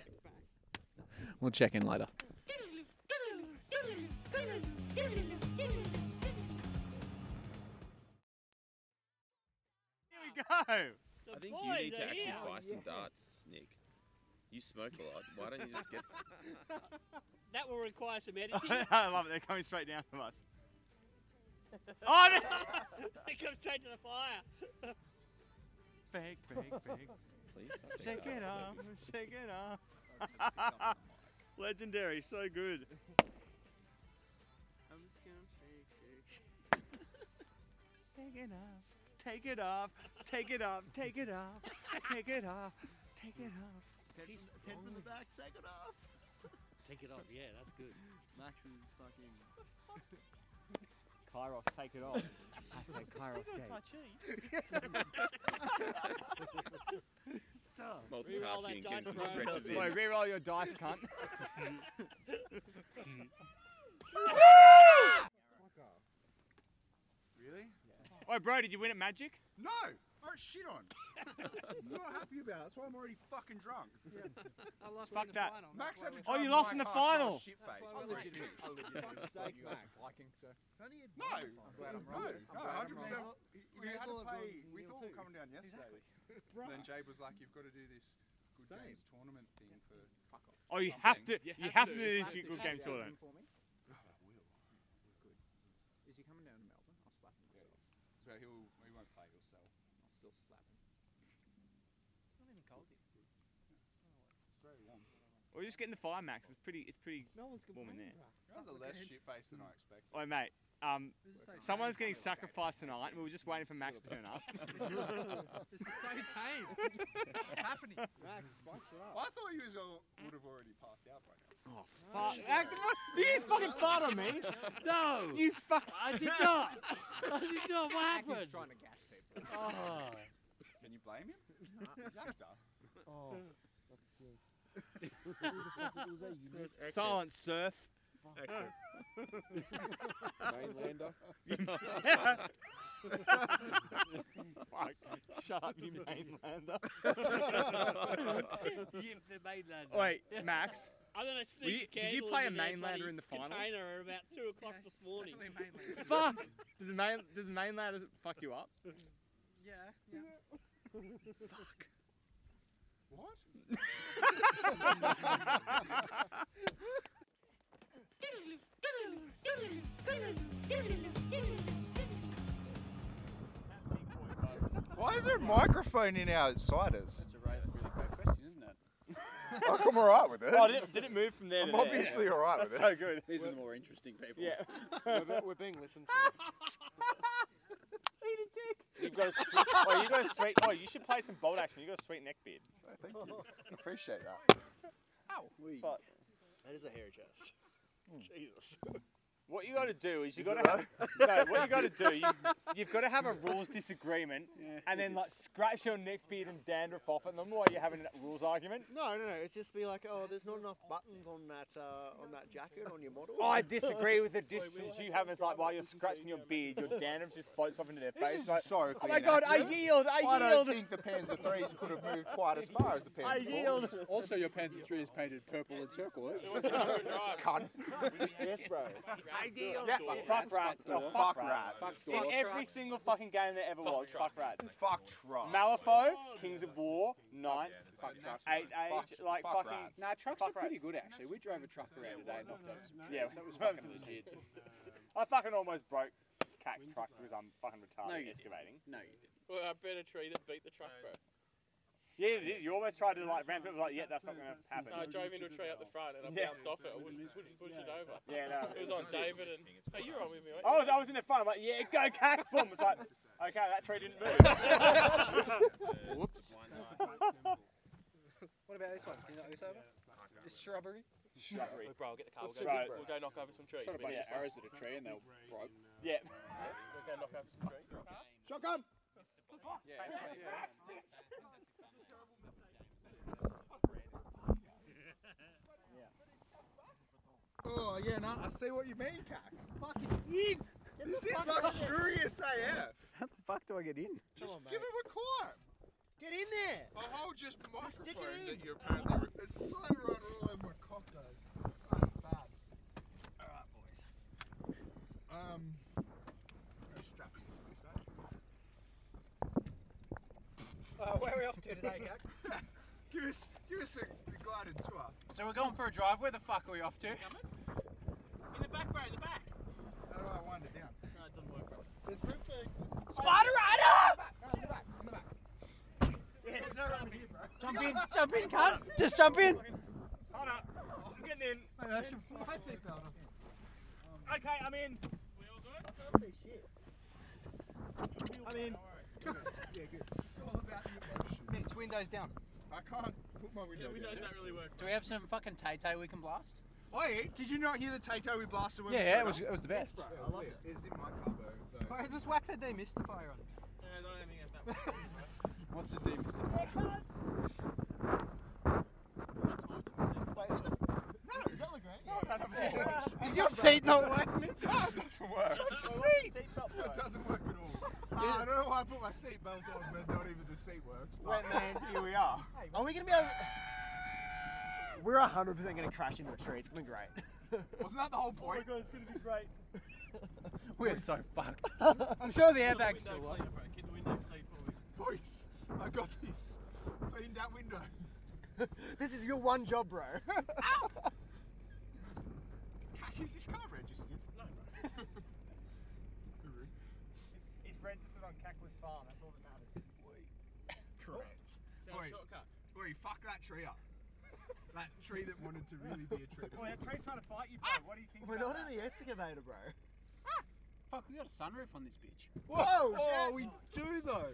[SPEAKER 3] We'll check in later.
[SPEAKER 6] I think you need to actually buy some darts, Nick. You smoke a lot. Why don't you just
[SPEAKER 11] (laughs)
[SPEAKER 6] get?
[SPEAKER 7] That will require
[SPEAKER 9] (laughs)
[SPEAKER 7] some editing.
[SPEAKER 11] I love it. They're coming straight down from us.
[SPEAKER 9] Oh,
[SPEAKER 7] (laughs) it comes straight to the fire.
[SPEAKER 11] Fake, fake, fake.
[SPEAKER 6] Please
[SPEAKER 11] Shake it off. Shake it off. (laughs) Legendary. So good. I'm just gonna shake it. Shake it off. Take it off. Take it off. Take it off. Take it off. Take it off. Ted from the back. Take it off.
[SPEAKER 7] Take it off. Yeah, that's good.
[SPEAKER 11] Max is fucking.
[SPEAKER 6] Kairos, take it off. Hashtag
[SPEAKER 12] (laughs)
[SPEAKER 6] Kairos
[SPEAKER 7] (laughs)
[SPEAKER 6] Multitasking
[SPEAKER 7] Reroll that
[SPEAKER 6] getting some
[SPEAKER 7] dice, bro.
[SPEAKER 6] stretches in.
[SPEAKER 11] reroll your dice, cunt.
[SPEAKER 7] (laughs)
[SPEAKER 11] really? Oi, bro, did you win at Magic?
[SPEAKER 12] No! Oh, shit (laughs) on. I'm not happy about it. That's why I'm already fucking drunk.
[SPEAKER 11] Fuck that.
[SPEAKER 12] Max had to
[SPEAKER 11] Oh,
[SPEAKER 12] drive
[SPEAKER 11] you
[SPEAKER 12] my
[SPEAKER 11] lost in the
[SPEAKER 12] car,
[SPEAKER 11] final.
[SPEAKER 12] car shit face. I'm legitimate. No, no, no, 100%. We- We had to play. We thought we were coming down yesterday. Then Jabe was like, "You've got to do this good games tournament thing for fuck off."
[SPEAKER 11] Oh, you have to. You have to do this good game tournament.
[SPEAKER 3] Is he coming down to Melbourne? I'll slap him.
[SPEAKER 12] So he'll, he won't play. He'll sell.
[SPEAKER 3] I'll still slap him.
[SPEAKER 11] Or just get in the fire, Max. It's pretty. It's pretty warm in there.
[SPEAKER 12] That was a less shit face than I expected. (laughs)
[SPEAKER 11] Oi, mate. Um, someone's getting sacrificed tonight, and we were just waiting for Max to turn up.
[SPEAKER 12] I thought he was all, would have already passed out by now.
[SPEAKER 11] Oh, Fuck. Act- what? You just fucking fart on me.
[SPEAKER 7] No,
[SPEAKER 11] You fuck.
[SPEAKER 7] I did not. I did not. What happened? (laughs) Oh.
[SPEAKER 12] Can you blame him? He's actor.
[SPEAKER 7] Oh.
[SPEAKER 12] Oh,
[SPEAKER 7] (laughs)
[SPEAKER 11] Silent
[SPEAKER 9] (laughs)
[SPEAKER 11] surf.
[SPEAKER 12] Mainlander.
[SPEAKER 11] Fuck. Shut up, you (laughs) mainlander.
[SPEAKER 7] the mainland.
[SPEAKER 11] Wait, Max.
[SPEAKER 9] I'm gonna sneak
[SPEAKER 13] Were you- did you
[SPEAKER 9] candles
[SPEAKER 13] play a
[SPEAKER 9] in their
[SPEAKER 13] mainlander
[SPEAKER 9] bloody
[SPEAKER 13] in the final?
[SPEAKER 9] Container at about two o'clock this morning. (laughs)
[SPEAKER 13] Fuck! Did the main did the main lad fuck you up?
[SPEAKER 11] Yeah. yeah. Fuck. What?
[SPEAKER 13] (laughs)
[SPEAKER 12] Why is there a microphone in our outsiders?
[SPEAKER 11] That's a really, really great question, isn't it?
[SPEAKER 12] Like, I'm alright with it.
[SPEAKER 11] Oh, did it- did it move from there
[SPEAKER 12] I'm
[SPEAKER 11] to there?
[SPEAKER 12] obviously
[SPEAKER 11] Yeah.
[SPEAKER 12] alright
[SPEAKER 11] That's
[SPEAKER 12] with
[SPEAKER 11] so
[SPEAKER 12] it.
[SPEAKER 11] good.
[SPEAKER 7] These are the more interesting
[SPEAKER 12] (laughs)
[SPEAKER 7] people.
[SPEAKER 11] Yeah.
[SPEAKER 7] we're, be- we're being listened to.
[SPEAKER 13] You've
[SPEAKER 11] got a sweet. Oh, you got
[SPEAKER 7] (laughs)
[SPEAKER 11] a sweet. Oh, you should play some bold action. You got a sweet neck beard.
[SPEAKER 12] Oh, Thank you. Appreciate that.
[SPEAKER 11] Ow.
[SPEAKER 7] Fuck. That is a hairy chest. Jesus.
[SPEAKER 11] What you got to do is you
[SPEAKER 7] Is it
[SPEAKER 11] got to (laughs) no. What you got to do, you, you've got to have a rules disagreement, and then like scratch your neck beard and dandruff off it. And then why are you having that rules argument?
[SPEAKER 7] No, no, no. It's just be like, oh, there's not enough buttons on that uh, on that jacket on your model.
[SPEAKER 11] Oh, I disagree
[SPEAKER 7] (laughs)
[SPEAKER 11] with the distance you have. It's like while you're scratching your beard, your dandruff just floats off into their face. like, oh my god, I yield, I
[SPEAKER 12] I
[SPEAKER 11] yield.
[SPEAKER 12] don't think the Panzer III's could have moved quite as far as the Panzer
[SPEAKER 11] I
[SPEAKER 12] IVs.
[SPEAKER 11] yield.
[SPEAKER 7] Also, your Panzer III is painted purple and turquoise.
[SPEAKER 12] Cunt.
[SPEAKER 7] yes, bro.
[SPEAKER 11] Ideal.
[SPEAKER 7] Yeah,
[SPEAKER 11] fuck rats. Oh, fuck rats.
[SPEAKER 7] Fuck
[SPEAKER 11] In
[SPEAKER 7] dogs.
[SPEAKER 11] every single fucking game there ever was, fuck rats.
[SPEAKER 12] Fuck trucks.
[SPEAKER 11] Malifaux, Kings of War, Ninth, Eight
[SPEAKER 7] Fuck-
[SPEAKER 11] Age, like
[SPEAKER 7] fuck
[SPEAKER 11] fucking.
[SPEAKER 7] rats. Nah, trucks
[SPEAKER 11] fuck
[SPEAKER 7] are pretty
[SPEAKER 11] rats.
[SPEAKER 7] good actually. We drove a truck around today and knocked over some trees.
[SPEAKER 11] Yeah,
[SPEAKER 7] that
[SPEAKER 9] (laughs)
[SPEAKER 7] was fucking legit.
[SPEAKER 11] I fucking almost broke Cac's truck because I'm fucking retarded
[SPEAKER 7] No, you
[SPEAKER 11] at
[SPEAKER 7] didn't.
[SPEAKER 11] excavating.
[SPEAKER 7] No, you didn't.
[SPEAKER 9] Well, I bet a tree that beat the truck, bro.
[SPEAKER 11] Yeah, you did. You almost tried to like ramp it up, like, yeah, that's not going to happen.
[SPEAKER 9] No, I drove into a tree up the front and I
[SPEAKER 11] Yeah.
[SPEAKER 9] bounced off it. I wouldn't, wouldn't push it over.
[SPEAKER 11] Yeah, no.
[SPEAKER 9] It was on David and. Hey, you were on with me, right?
[SPEAKER 11] I was, I was in the front, like, yeah, go cack, boom. It's like, okay, that tree didn't move.
[SPEAKER 7] Whoops. What about this one? Can you knock this over? This shrubbery.
[SPEAKER 11] Shrubbery.
[SPEAKER 7] Bro, I'll get the car. We'll
[SPEAKER 9] Let's
[SPEAKER 7] go,
[SPEAKER 9] do it,
[SPEAKER 7] right.
[SPEAKER 9] bro. We'll go knock over some trees.
[SPEAKER 7] Shot a bunch
[SPEAKER 9] Yeah.
[SPEAKER 7] of arrows at a tree and they were broke.
[SPEAKER 11] Yeah.
[SPEAKER 9] We'll go knock over some trees.
[SPEAKER 12] Shotgun. Oh, yeah, no, I see what you mean, Cac. Fucking in. This is luxurious AF.
[SPEAKER 3] How the fuck do I get in?
[SPEAKER 12] Just give him a clap.
[SPEAKER 7] Get in there.
[SPEAKER 12] The whole just microphone
[SPEAKER 7] in.
[SPEAKER 12] that you're apparently... Re- (laughs) it's so right all over my cocktail. That's bad. All right, boys. Um... Strap in, please, eh?
[SPEAKER 7] Uh, where are we off to today, Gag?
[SPEAKER 12] (laughs) give us, give us a, a guided tour.
[SPEAKER 7] So we're going for a drive. Where the fuck are we off to?
[SPEAKER 12] In the back, bro, in the back. How do I wind it down? No, it doesn't work, bro. There's room for...
[SPEAKER 7] Spider Rider!
[SPEAKER 12] No, in the back, in the back.
[SPEAKER 7] Yeah, there's no room here, bro.
[SPEAKER 3] Jump in, jump in, cunt. Just jump in.
[SPEAKER 11] Hold up. I'm getting in.
[SPEAKER 7] I should put my seatbelt on.
[SPEAKER 11] Okay, I'm in.
[SPEAKER 7] I can't say shit.
[SPEAKER 11] I'm in.
[SPEAKER 7] yeah, good. It's all about the Mitch, windows down.
[SPEAKER 12] I can't put my window
[SPEAKER 7] windows
[SPEAKER 12] down.
[SPEAKER 7] don't really work.
[SPEAKER 12] Do we have some fucking Tay Tay we can blast? Wait, did you not hear the Tay Tay we blasted when
[SPEAKER 3] Yeah,
[SPEAKER 12] we
[SPEAKER 3] yeah,
[SPEAKER 12] showed
[SPEAKER 3] it was-
[SPEAKER 12] up?
[SPEAKER 3] it was the best.
[SPEAKER 12] Yes, bro, I love it. It's in my car, though.
[SPEAKER 7] All right, just whack the demystifier on. (laughs)
[SPEAKER 12] What's the name, Mr. No, is that Lagrange? No, no, no,
[SPEAKER 7] Yeah.
[SPEAKER 12] no.
[SPEAKER 7] Does
[SPEAKER 12] Hang
[SPEAKER 7] your
[SPEAKER 12] on, bro.
[SPEAKER 7] seat not work, Mitch?
[SPEAKER 12] No, it doesn't work. (laughs)
[SPEAKER 7] It's not your
[SPEAKER 12] Seat.
[SPEAKER 7] seatbelt, bro.
[SPEAKER 12] It doesn't work
[SPEAKER 7] (laughs)
[SPEAKER 12] at all. Uh, I don't know why I put my seatbelt on when not even the seat works. But
[SPEAKER 7] Wait, man.
[SPEAKER 12] (laughs) here we
[SPEAKER 7] (laughs)
[SPEAKER 12] are.
[SPEAKER 7] Are we gonna be able? We're hundred percent gonna crash into a tree. It's gonna be great.
[SPEAKER 12] Wasn't that the whole point?
[SPEAKER 11] Oh my god, it's gonna be great.
[SPEAKER 7] (laughs) We're so (laughs) fucked. I'm sure the airbags still work.
[SPEAKER 12] Boys, I got this. Clean that window.
[SPEAKER 7] (laughs) this is your one job, bro. (laughs)
[SPEAKER 12] Cack, is this car registered? No,
[SPEAKER 11] It's registered on Cackler's farm. That's all that matters.
[SPEAKER 12] Correct.
[SPEAKER 11] Down
[SPEAKER 12] Oi,
[SPEAKER 11] shortcut.
[SPEAKER 12] oi, fuck that tree up. that tree that wanted to really be a
[SPEAKER 7] (laughs)
[SPEAKER 12] tree.
[SPEAKER 11] Boy, that tree's trying to fight you, bro. What do you think?
[SPEAKER 7] We're
[SPEAKER 11] about
[SPEAKER 7] not
[SPEAKER 12] (laughs)
[SPEAKER 7] in the excavator, bro.
[SPEAKER 12] Ah,
[SPEAKER 3] Fuck, we got a sunroof on this bitch.
[SPEAKER 12] Whoa! Oh, we do
[SPEAKER 7] (laughs)
[SPEAKER 12] though.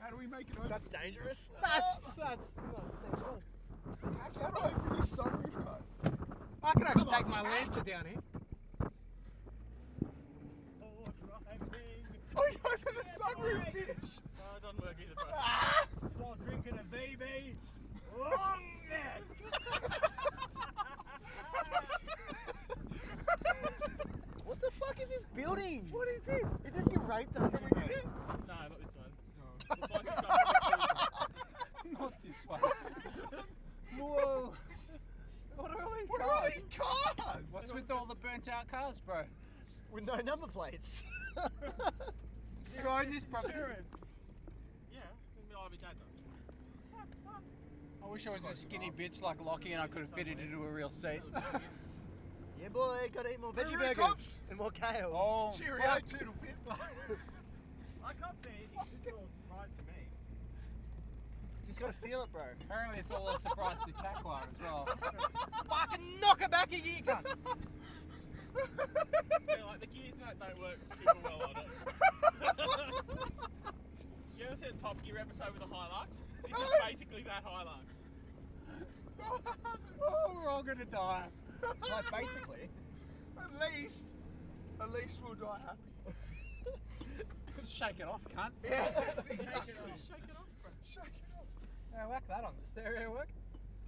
[SPEAKER 12] How do we make it open?
[SPEAKER 7] That's
[SPEAKER 12] (laughs)
[SPEAKER 7] dangerous.
[SPEAKER 12] That's-
[SPEAKER 7] that's that's dangerous.
[SPEAKER 12] How can I open this sunroof cut?
[SPEAKER 7] I can
[SPEAKER 12] Come
[SPEAKER 7] even take
[SPEAKER 12] on,
[SPEAKER 7] my
[SPEAKER 12] Cat.
[SPEAKER 7] lancer down here.
[SPEAKER 12] (laughs) Oh, you opened the sunroof, bitch!
[SPEAKER 11] No, it doesn't work either,
[SPEAKER 12] Ah!
[SPEAKER 11] bro. While drinking a VB, long neck.
[SPEAKER 7] What the fuck is this building? What is this? Is this your rape dungeon? Can we get in?
[SPEAKER 9] No, not this one.
[SPEAKER 12] Not this one.
[SPEAKER 7] Whoa. with all the burnt out cars, bro.
[SPEAKER 14] With no number plates.
[SPEAKER 7] (laughs) you own this property.
[SPEAKER 15] Yeah,
[SPEAKER 7] I wish I was a skinny bitch like Lockie and I could have fitted into a real seat.
[SPEAKER 14] yeah, boy, gotta eat more veggie
[SPEAKER 7] Hooray,
[SPEAKER 14] burgers
[SPEAKER 7] cops!
[SPEAKER 14] and more kale.
[SPEAKER 7] Oh,
[SPEAKER 14] Cheerio,
[SPEAKER 7] fuck.
[SPEAKER 14] toodle pip.
[SPEAKER 15] I can't say anything. This is all a surprise to me.
[SPEAKER 14] Just gotta feel it, bro.
[SPEAKER 7] Apparently, it's all a surprise to Jaguar as well.
[SPEAKER 14] (laughs) Fucking knock it back a year, cunt.
[SPEAKER 9] yeah, like the gears and that don't work super well on (laughs) it. you ever seen a Top Gear episode with the Hilux? This is basically that Hilux.
[SPEAKER 7] (laughs) oh, we're all gonna die.
[SPEAKER 14] Like, basically.
[SPEAKER 12] At least, at least we'll die happy.
[SPEAKER 7] Just shake it off, cunt.
[SPEAKER 12] Yeah, that's
[SPEAKER 7] Shake it
[SPEAKER 12] exactly.
[SPEAKER 7] off.
[SPEAKER 12] bro. Shake it off.
[SPEAKER 7] Yeah, whack that on. Does stereo work?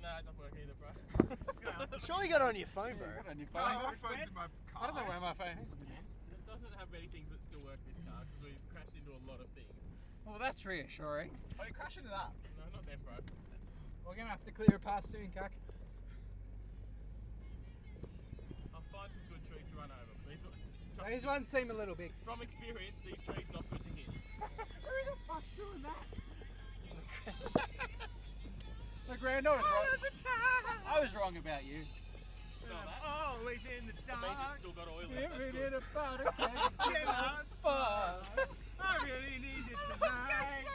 [SPEAKER 9] No, it doesn't work either, (laughs) bro.
[SPEAKER 14] Surely you got it on your phone, bro.
[SPEAKER 7] You got it on your
[SPEAKER 9] No, my
[SPEAKER 7] phone.
[SPEAKER 9] phone's in my
[SPEAKER 7] I don't know
[SPEAKER 9] car.
[SPEAKER 7] where my phone is. to be honest.
[SPEAKER 9] It doesn't have many things that still work this car because we've crashed into a lot of things.
[SPEAKER 7] Well, that's reassuring.
[SPEAKER 9] Oh, you crashing into that? No, not them, bro.
[SPEAKER 7] We're gonna have to clear a path soon, cuck.
[SPEAKER 9] I'll find some good trees to run over, please.
[SPEAKER 7] These ones seem a little big.
[SPEAKER 9] From experience, these trees not good to (laughs) hit.
[SPEAKER 7] Who the fuck's doing that? (laughs) The grand I was wrong. I was wrong about you.
[SPEAKER 15] Always in the dark.
[SPEAKER 9] still got oil
[SPEAKER 7] Living in a bottle (laughs) can give us fuck.
[SPEAKER 15] (laughs) I really need you tonight.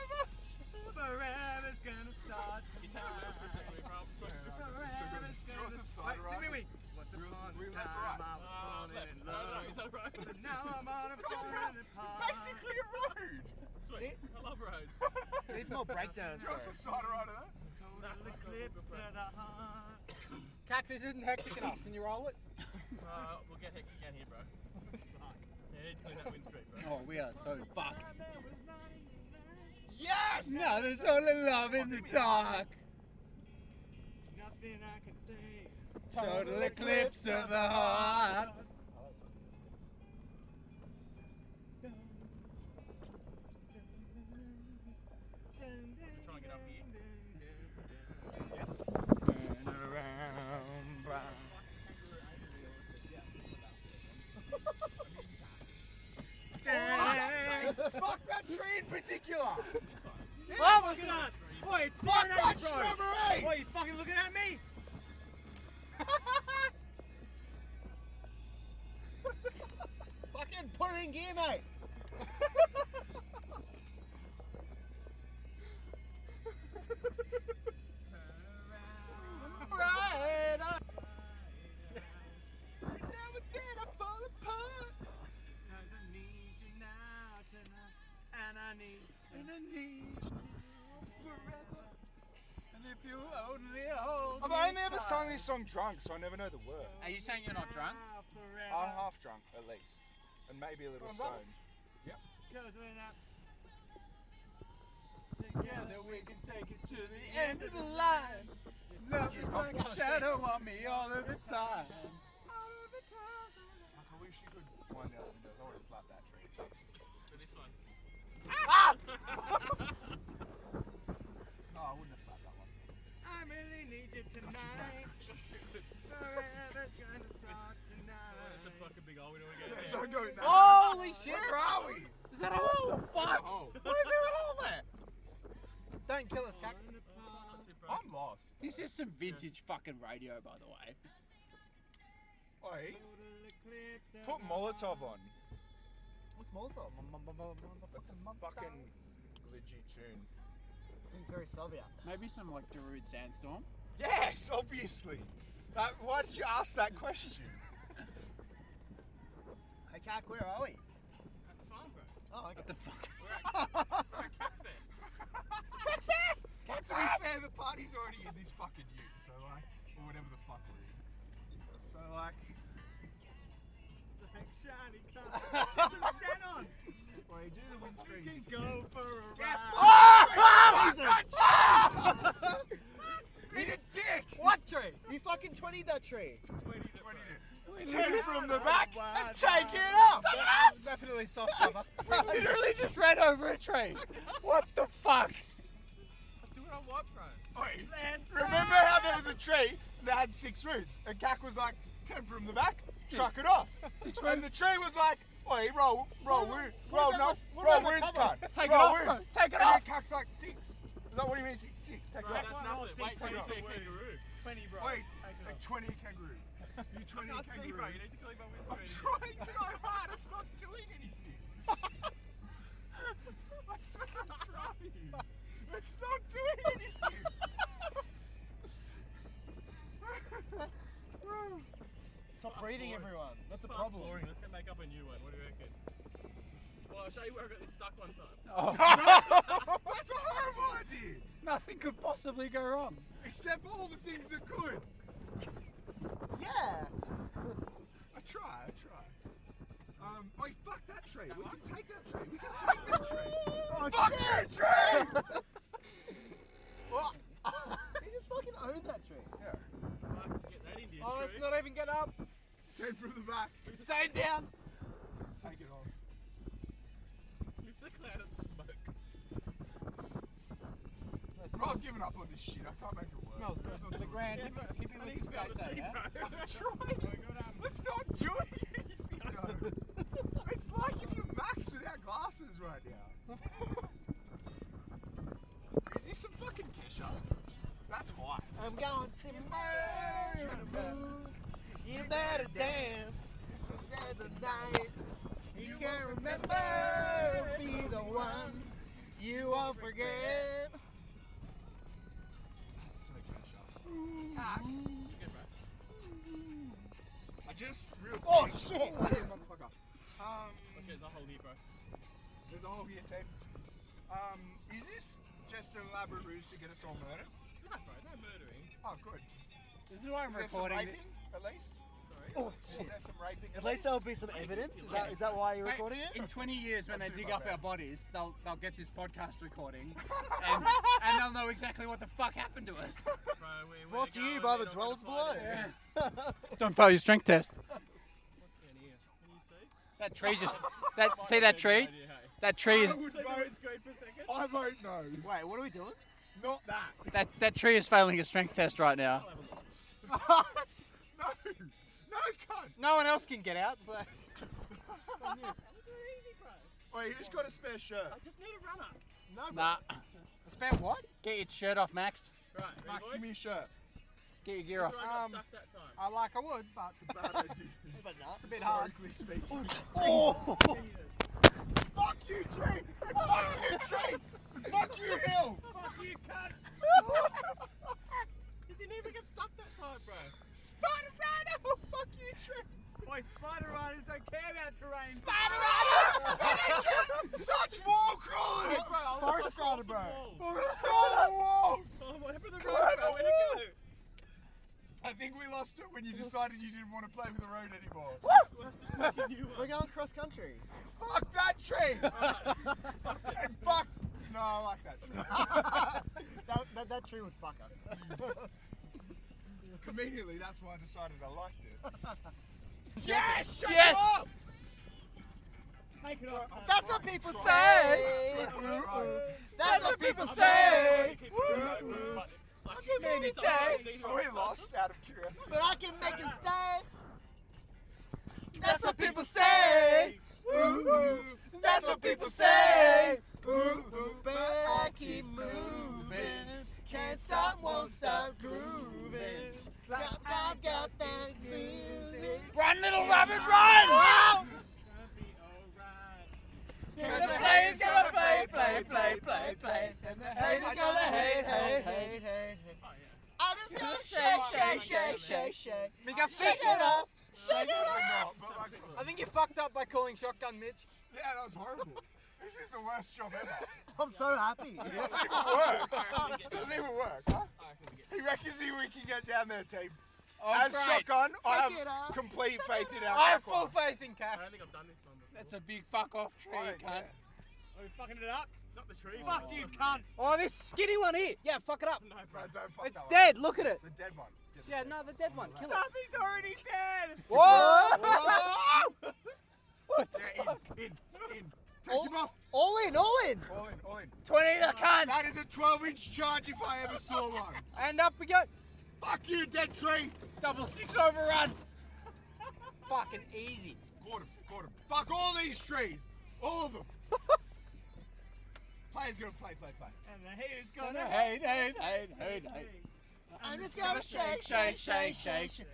[SPEAKER 15] Forever's gonna start tonight. You take a little for a second, Forever's gonna start. Wait, Oh, wait, wait. What's the fun? Left or right? I was falling in love. Is that right? But now I'm on a falling apart.
[SPEAKER 12] Basically a road.
[SPEAKER 9] Sweet. I love roads.
[SPEAKER 14] Needs more breakdowns,
[SPEAKER 12] You
[SPEAKER 14] bro.
[SPEAKER 12] got some cider out of that?
[SPEAKER 15] Total eclipse of the heart.
[SPEAKER 7] Cuck, this isn't hectic enough. Can you roll it?
[SPEAKER 9] Uh, we'll get hectic down here, bro. Yeah, need to clean that windscreen, bro.
[SPEAKER 7] Oh, we are so fucked.
[SPEAKER 12] Yes!
[SPEAKER 7] Now there's only love in the dark.
[SPEAKER 15] Nothing I can say.
[SPEAKER 7] Total eclipse of the heart.
[SPEAKER 9] Try and get up here.
[SPEAKER 15] Turn around, bro.
[SPEAKER 12] Fuck that tree in particular!
[SPEAKER 15] Oh, what's going on? Boy, it's
[SPEAKER 12] Fuck
[SPEAKER 15] staring at
[SPEAKER 12] that
[SPEAKER 15] me, bro.
[SPEAKER 12] shrubbery!
[SPEAKER 15] Boy, you fucking looking at me?
[SPEAKER 14] Fucking put it in gear, mate.
[SPEAKER 7] Right.
[SPEAKER 12] Now and then I fall apart.
[SPEAKER 15] I need you now tonight, and I need and I need you forever.
[SPEAKER 7] And if you only hold
[SPEAKER 12] I've
[SPEAKER 7] me
[SPEAKER 12] only ever sung
[SPEAKER 7] tight.
[SPEAKER 12] this song drunk, so I never know the words.
[SPEAKER 7] Are you saying you're not drunk?
[SPEAKER 12] I'm half drunk, at least. And maybe a little
[SPEAKER 7] Well,
[SPEAKER 12] stoned.
[SPEAKER 7] well.
[SPEAKER 15] Cause we're not
[SPEAKER 7] Together we can take it to the end of the line. Love is like a shadow on me all of the
[SPEAKER 12] Like,
[SPEAKER 7] time.
[SPEAKER 12] I wish you could wind out the windows. I would have slapped that tree.
[SPEAKER 9] But this one.
[SPEAKER 12] Ah! no, I wouldn't have slapped that one.
[SPEAKER 15] I really need you tonight. Forever's gonna start tonight.
[SPEAKER 9] It's a fucking big hole we don't get
[SPEAKER 12] (laughs) Don't go in that.
[SPEAKER 7] Holy shit!
[SPEAKER 12] Where are we?
[SPEAKER 7] Is that a hole? The fuck? What is there a hole there? Don't kill us, cuck.
[SPEAKER 12] I'm lost.
[SPEAKER 7] This is some vintage fucking radio, by the way.
[SPEAKER 12] Oi. Put Molotov on.
[SPEAKER 14] What's Molotov?
[SPEAKER 12] That's a fucking legit tune.
[SPEAKER 14] Seems very Soviet.
[SPEAKER 7] Maybe some like Darude Sandstorm.
[SPEAKER 12] Yes, obviously. Uh, why did you ask that question?
[SPEAKER 14] Hey, Cac, where are we?
[SPEAKER 9] At the farm, bro.
[SPEAKER 14] Oh, okay.
[SPEAKER 7] What
[SPEAKER 12] (laughs)
[SPEAKER 7] the fuck?
[SPEAKER 9] We're at Catfest.
[SPEAKER 12] Breakfast! To be fair, the party's already in this fucking ute, so like, or whatever the fuck we're in. So (laughs) like,
[SPEAKER 15] Like shiny cars. Get some shine on.
[SPEAKER 12] well, you do the windscreen.
[SPEAKER 15] We can go for a ride.
[SPEAKER 14] Jesus!
[SPEAKER 12] Eat a dick!
[SPEAKER 14] What tree? You fucking 20 that tree.
[SPEAKER 12] 20 Turn from the back and take it up!
[SPEAKER 14] Take it up! Definitely soft cover.
[SPEAKER 7] I literally just ran over a train. What the fuck?
[SPEAKER 9] Do it on what, bro?
[SPEAKER 12] Oi,
[SPEAKER 15] Let's
[SPEAKER 12] remember how there was a tree that had six roots? And Cac was like, 10 from the back, truck it off. and the tree was like, Oi, roll, roll, woo, roll, no, roll, woods, cunt.
[SPEAKER 11] Take it
[SPEAKER 12] roll
[SPEAKER 11] off,
[SPEAKER 12] woods.
[SPEAKER 11] bro. Take it
[SPEAKER 12] and
[SPEAKER 11] off.
[SPEAKER 12] And cuck's like, six. Is that what do you mean, six? Six, take it
[SPEAKER 11] Bro,
[SPEAKER 12] off.
[SPEAKER 11] that's nothing. Wait till you see a kangaroo. 20, bro.
[SPEAKER 12] Wait,
[SPEAKER 11] Take it
[SPEAKER 12] like 20 kangaroo. You
[SPEAKER 11] (laughs)
[SPEAKER 12] 20
[SPEAKER 11] can't see,
[SPEAKER 12] kangaroo.
[SPEAKER 11] bro. You need to clean my
[SPEAKER 12] I'm
[SPEAKER 11] windscreen.
[SPEAKER 12] trying
[SPEAKER 11] (laughs)
[SPEAKER 12] so hard, it's not doing anything. I swear I'm trying. It's not doing anything.
[SPEAKER 7] Stop breathing, everyone. That's the
[SPEAKER 9] Past
[SPEAKER 7] problem.
[SPEAKER 9] Boring. Let's go make up a new one. What do you reckon? Well, I'll show you where I got this stuck one time. (laughs)
[SPEAKER 11] Oh.
[SPEAKER 12] (laughs) That's a horrible idea.
[SPEAKER 11] Nothing could possibly go wrong.
[SPEAKER 12] Except all the things that could. Yeah. (laughs) I try, I try. Um, oh, fuck that tree. we can take that tree. We can take that tree. (laughs) fuck that tree! (laughs)
[SPEAKER 7] Oh, he just fucking owned that tree. Yeah.
[SPEAKER 12] Oh, it's
[SPEAKER 7] not even get up.
[SPEAKER 12] Ten from the back.
[SPEAKER 7] Staying down.
[SPEAKER 12] Take it off.
[SPEAKER 9] It's a cloud of smoke.
[SPEAKER 12] Bro, I've given up on this shit. I can't make it work.
[SPEAKER 11] Smells good.
[SPEAKER 12] It's not
[SPEAKER 11] The
[SPEAKER 12] doing
[SPEAKER 11] grand-
[SPEAKER 12] it.
[SPEAKER 11] (laughs) hippie- hippie
[SPEAKER 12] I
[SPEAKER 11] was
[SPEAKER 12] need to be able to
[SPEAKER 11] like
[SPEAKER 12] see,
[SPEAKER 11] that,
[SPEAKER 12] bro. (laughs)
[SPEAKER 11] huh?
[SPEAKER 12] I'm trying. It's not doing anything. though. (laughs) It's like if you max without glasses right now. (laughs) Is this some fucking Kesha? That's why.
[SPEAKER 7] I'm going to move. You better dance. Better night. You can't remember. Be the one. You won't forget.
[SPEAKER 12] Ah. I just real
[SPEAKER 7] Oh,
[SPEAKER 12] quick-
[SPEAKER 7] shit.
[SPEAKER 12] Oh, yeah, motherfucker. Um,
[SPEAKER 9] Okay, there's a hole here, bro.
[SPEAKER 12] there's a hole here, Ted. Um, is this just an elaborate ruse to get us all murdered?
[SPEAKER 9] No, bro, no murdering.
[SPEAKER 12] Oh, good.
[SPEAKER 9] This is why I'm
[SPEAKER 12] Is there some
[SPEAKER 9] recording
[SPEAKER 12] raping, at least? Sorry.
[SPEAKER 7] Oh,
[SPEAKER 12] Is
[SPEAKER 7] shit.
[SPEAKER 12] there some raping?
[SPEAKER 7] At least there'll be some evidence. Is that, is that why you're
[SPEAKER 9] Mate,
[SPEAKER 7] recording it? (laughs)
[SPEAKER 9] in 20 years, when
[SPEAKER 12] when they
[SPEAKER 9] they
[SPEAKER 12] I'll do dig
[SPEAKER 9] dig
[SPEAKER 12] my up
[SPEAKER 9] up
[SPEAKER 12] our
[SPEAKER 9] our
[SPEAKER 12] best.
[SPEAKER 9] bodies, they'll they'll get this podcast
[SPEAKER 12] (laughs)
[SPEAKER 9] recording, and, they'll know exactly what the fuck happened to us.
[SPEAKER 7] Brought to you by the Dwellers Below. (laughs)
[SPEAKER 3] Don't fail your strength test.
[SPEAKER 9] That tree just that see that tree? That tree is
[SPEAKER 12] I vote no.
[SPEAKER 7] Wait, what are we doing?
[SPEAKER 12] Not
[SPEAKER 7] (laughs)
[SPEAKER 12] that.
[SPEAKER 3] That that tree is failing its strength test right now.
[SPEAKER 12] no, no, cunt.
[SPEAKER 7] No one else can get out.
[SPEAKER 12] (laughs)
[SPEAKER 7] So.
[SPEAKER 12] Wait, you just got a spare shirt. I
[SPEAKER 9] just need a runner.
[SPEAKER 12] No, bro.
[SPEAKER 3] Nah.
[SPEAKER 7] Spare what?
[SPEAKER 3] Get your shirt off, Max.
[SPEAKER 9] Right,
[SPEAKER 12] Max, give me a shirt.
[SPEAKER 3] Get your gear off.
[SPEAKER 7] Um, I like I would, (laughs) but
[SPEAKER 12] (laughs)
[SPEAKER 7] it's
[SPEAKER 12] a bad idea.
[SPEAKER 7] but no, it's a bit hard.
[SPEAKER 12] Historically speaking.
[SPEAKER 7] (laughs) Oh!
[SPEAKER 12] Fuck you, tree! And (laughs) Fuck you, tree! And Fuck you, hill!
[SPEAKER 9] (laughs) Fuck you,
[SPEAKER 12] (laughs)
[SPEAKER 9] cunt! You didn't even get stuck that time, bro.
[SPEAKER 12] Spider Rhino! Fuck you, (laughs) tree!
[SPEAKER 11] Boy, spider riders don't care about terrain.
[SPEAKER 12] Spider Rhino! And they kill Such wall crawlers!
[SPEAKER 11] Hey, bro, I was-
[SPEAKER 7] Forest
[SPEAKER 11] I
[SPEAKER 7] rider,
[SPEAKER 11] was
[SPEAKER 7] bro.
[SPEAKER 11] walls.
[SPEAKER 9] (laughs)
[SPEAKER 12] Forest crawler walls!
[SPEAKER 9] Oh, what happened to the
[SPEAKER 12] Climb
[SPEAKER 9] road, bro?
[SPEAKER 12] the
[SPEAKER 9] Where'd it go?
[SPEAKER 12] wall! I think we lost it when you decided you didn't want to play with the road anymore.
[SPEAKER 9] We'll have to make a new
[SPEAKER 7] We're
[SPEAKER 9] one.
[SPEAKER 7] going cross country.
[SPEAKER 12] Fuck that tree! (laughs) and fuck. No, I like that tree.
[SPEAKER 7] That, that, that (laughs) tree would fuck us.
[SPEAKER 12] (laughs) Conveniently, that's why I decided I liked
[SPEAKER 7] (laughs)
[SPEAKER 12] it.
[SPEAKER 11] Yes!
[SPEAKER 12] Shut
[SPEAKER 11] yes!
[SPEAKER 12] up!
[SPEAKER 9] Make it up. cunt.
[SPEAKER 7] That's what people say. That's what people say.
[SPEAKER 9] What
[SPEAKER 7] do you mean it does?
[SPEAKER 11] Oh,
[SPEAKER 12] Are we lost out of curiosity?
[SPEAKER 7] But I can make 'em stay. That's what people say. Ooh, that's what people say. Ooh, but I keep moving. Can't stop, won't stop grooving. Slap, I've got that music. Ah!
[SPEAKER 11] Run, little rabbit, run!
[SPEAKER 7] Wow.
[SPEAKER 11] Cause the haters gonna play, play, play, play, play.
[SPEAKER 7] And the haters gonna hate, hate, hate, hate, hate. I'm just gonna shake, shake, shake, shake, shake.
[SPEAKER 11] We got
[SPEAKER 7] Shake
[SPEAKER 11] fit.
[SPEAKER 7] it up.
[SPEAKER 12] I
[SPEAKER 7] Shake it up.
[SPEAKER 12] not, but like,
[SPEAKER 11] I think you fucked up by calling shotgun Mitch.
[SPEAKER 12] yeah, that was horrible. This is the worst job ever.
[SPEAKER 7] (laughs) I'm so happy.
[SPEAKER 12] It doesn't even work. It doesn't even work, huh? He reckons he, we can get down there, team.
[SPEAKER 11] Oh,
[SPEAKER 12] As
[SPEAKER 11] great.
[SPEAKER 12] shotgun, I
[SPEAKER 7] Take it
[SPEAKER 12] have
[SPEAKER 7] up.
[SPEAKER 12] complete faith in our
[SPEAKER 11] I have
[SPEAKER 12] tackle.
[SPEAKER 11] full faith in
[SPEAKER 9] I
[SPEAKER 11] Cap.
[SPEAKER 9] don't think I've done this one before.
[SPEAKER 11] That's a big fuck off tree,
[SPEAKER 12] I don't
[SPEAKER 11] cunt.
[SPEAKER 12] care.
[SPEAKER 9] Are we fucking it up? It's not the tree.
[SPEAKER 11] Fuck
[SPEAKER 9] bro.
[SPEAKER 11] you, cunt.
[SPEAKER 7] Oh, this skinny one here. Yeah, fuck it up.
[SPEAKER 9] No,
[SPEAKER 12] No,
[SPEAKER 9] bro.
[SPEAKER 12] don't fuck
[SPEAKER 7] It's
[SPEAKER 12] that
[SPEAKER 7] dead. Look at it.
[SPEAKER 12] One. The dead one. Get the
[SPEAKER 7] Yeah,
[SPEAKER 12] dead
[SPEAKER 7] no, the dead one. Kill it.
[SPEAKER 11] Stuffy's already dead.
[SPEAKER 7] Whoa! (laughs)
[SPEAKER 12] one. Yeah, in, in, in. Take
[SPEAKER 7] all,
[SPEAKER 12] him off.
[SPEAKER 7] all in, all in.
[SPEAKER 12] All in, all in.
[SPEAKER 11] 20 to the cunt.
[SPEAKER 12] That is a 12-inch charge if I ever saw one.
[SPEAKER 11] And up we go.
[SPEAKER 12] Fuck you, dead tree.
[SPEAKER 11] Double six overrun.
[SPEAKER 12] fucking easy. Quarter, quarter. Fuck all these trees. All
[SPEAKER 11] (laughs)
[SPEAKER 12] of them. Players gonna play, play, play. And the haters
[SPEAKER 7] gonna hate, hate, hate, hate, hate. I'm just gonna shake, shake, shake, shake, shake.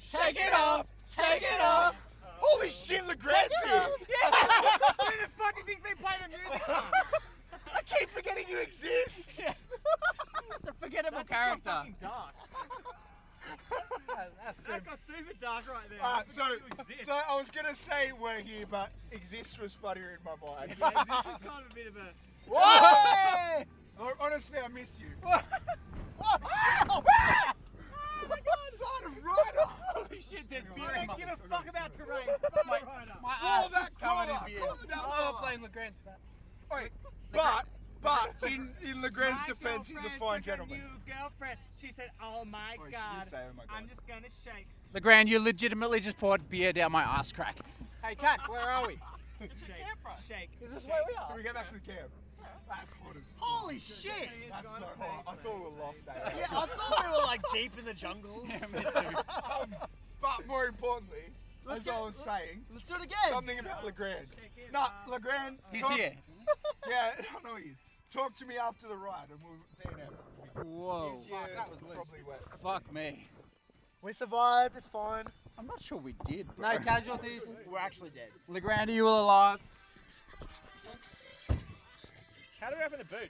[SPEAKER 7] Shake it off! Take it off!
[SPEAKER 12] Holy shit, LeGrand's here! (laughs)
[SPEAKER 7] Who
[SPEAKER 12] the fuck do you think's been playing the music? I keep forgetting you
[SPEAKER 7] (laughs)
[SPEAKER 12] exist!
[SPEAKER 3] It's a forgettable character.
[SPEAKER 12] That's
[SPEAKER 11] That got super dark right there.
[SPEAKER 12] Uh,
[SPEAKER 11] I
[SPEAKER 12] so,
[SPEAKER 11] forgot you exist.
[SPEAKER 12] so I was gonna say we're here, but exist was funnier in my mind.
[SPEAKER 11] Yeah, this is kind of a bit of
[SPEAKER 12] (laughs)
[SPEAKER 11] a.
[SPEAKER 12] Whoa! Hon- Honestly, I miss you.
[SPEAKER 11] Holy shit, there's beer I don't give a fuck about terrain.
[SPEAKER 3] my my
[SPEAKER 12] Roll
[SPEAKER 3] ass
[SPEAKER 12] that
[SPEAKER 3] is covered in
[SPEAKER 12] crawler,
[SPEAKER 3] beer.
[SPEAKER 12] crawler down
[SPEAKER 3] I love
[SPEAKER 12] lower.
[SPEAKER 3] playing Legrand for that.
[SPEAKER 12] Wait, (laughs) but but in in Legrand's defence, he's a fine gentleman.
[SPEAKER 11] New girlfriend. She said, "Oh my
[SPEAKER 12] she did
[SPEAKER 11] god,
[SPEAKER 12] say, "Oh my
[SPEAKER 11] I'm just gonna shake."
[SPEAKER 3] Legrand, you legitimately just poured beer down my ass crack.
[SPEAKER 12] Hey, Cat, where are
[SPEAKER 11] (laughs)
[SPEAKER 12] we?
[SPEAKER 11] Shake, shake.
[SPEAKER 12] Is this
[SPEAKER 11] shake.
[SPEAKER 12] where we are? Can we go back to the camp? That's what it's
[SPEAKER 7] Holy shit!
[SPEAKER 12] That's so hot. Oh, I thought we were lost eh?
[SPEAKER 7] Yeah, I thought we were like deep in the
[SPEAKER 12] (laughs)
[SPEAKER 7] jungles.
[SPEAKER 12] um, but more importantly, as I was saying,
[SPEAKER 7] let's do it again.
[SPEAKER 12] Something about Legrand. No, Legrand.
[SPEAKER 3] He's
[SPEAKER 12] talk-
[SPEAKER 3] here.
[SPEAKER 12] (laughs) yeah, I don't know he is. Talk to me after the ride, and we'll DNF.
[SPEAKER 3] Whoa.
[SPEAKER 12] He's here.
[SPEAKER 7] Fuck, that was loose.
[SPEAKER 12] Probably wet.
[SPEAKER 3] Fuck me.
[SPEAKER 7] We survived. It's fine.
[SPEAKER 3] I'm not sure we did.
[SPEAKER 7] No
[SPEAKER 3] bro.
[SPEAKER 7] casualties. We're actually dead.
[SPEAKER 3] Legrand, are you all alive?
[SPEAKER 16] How do we open the boot?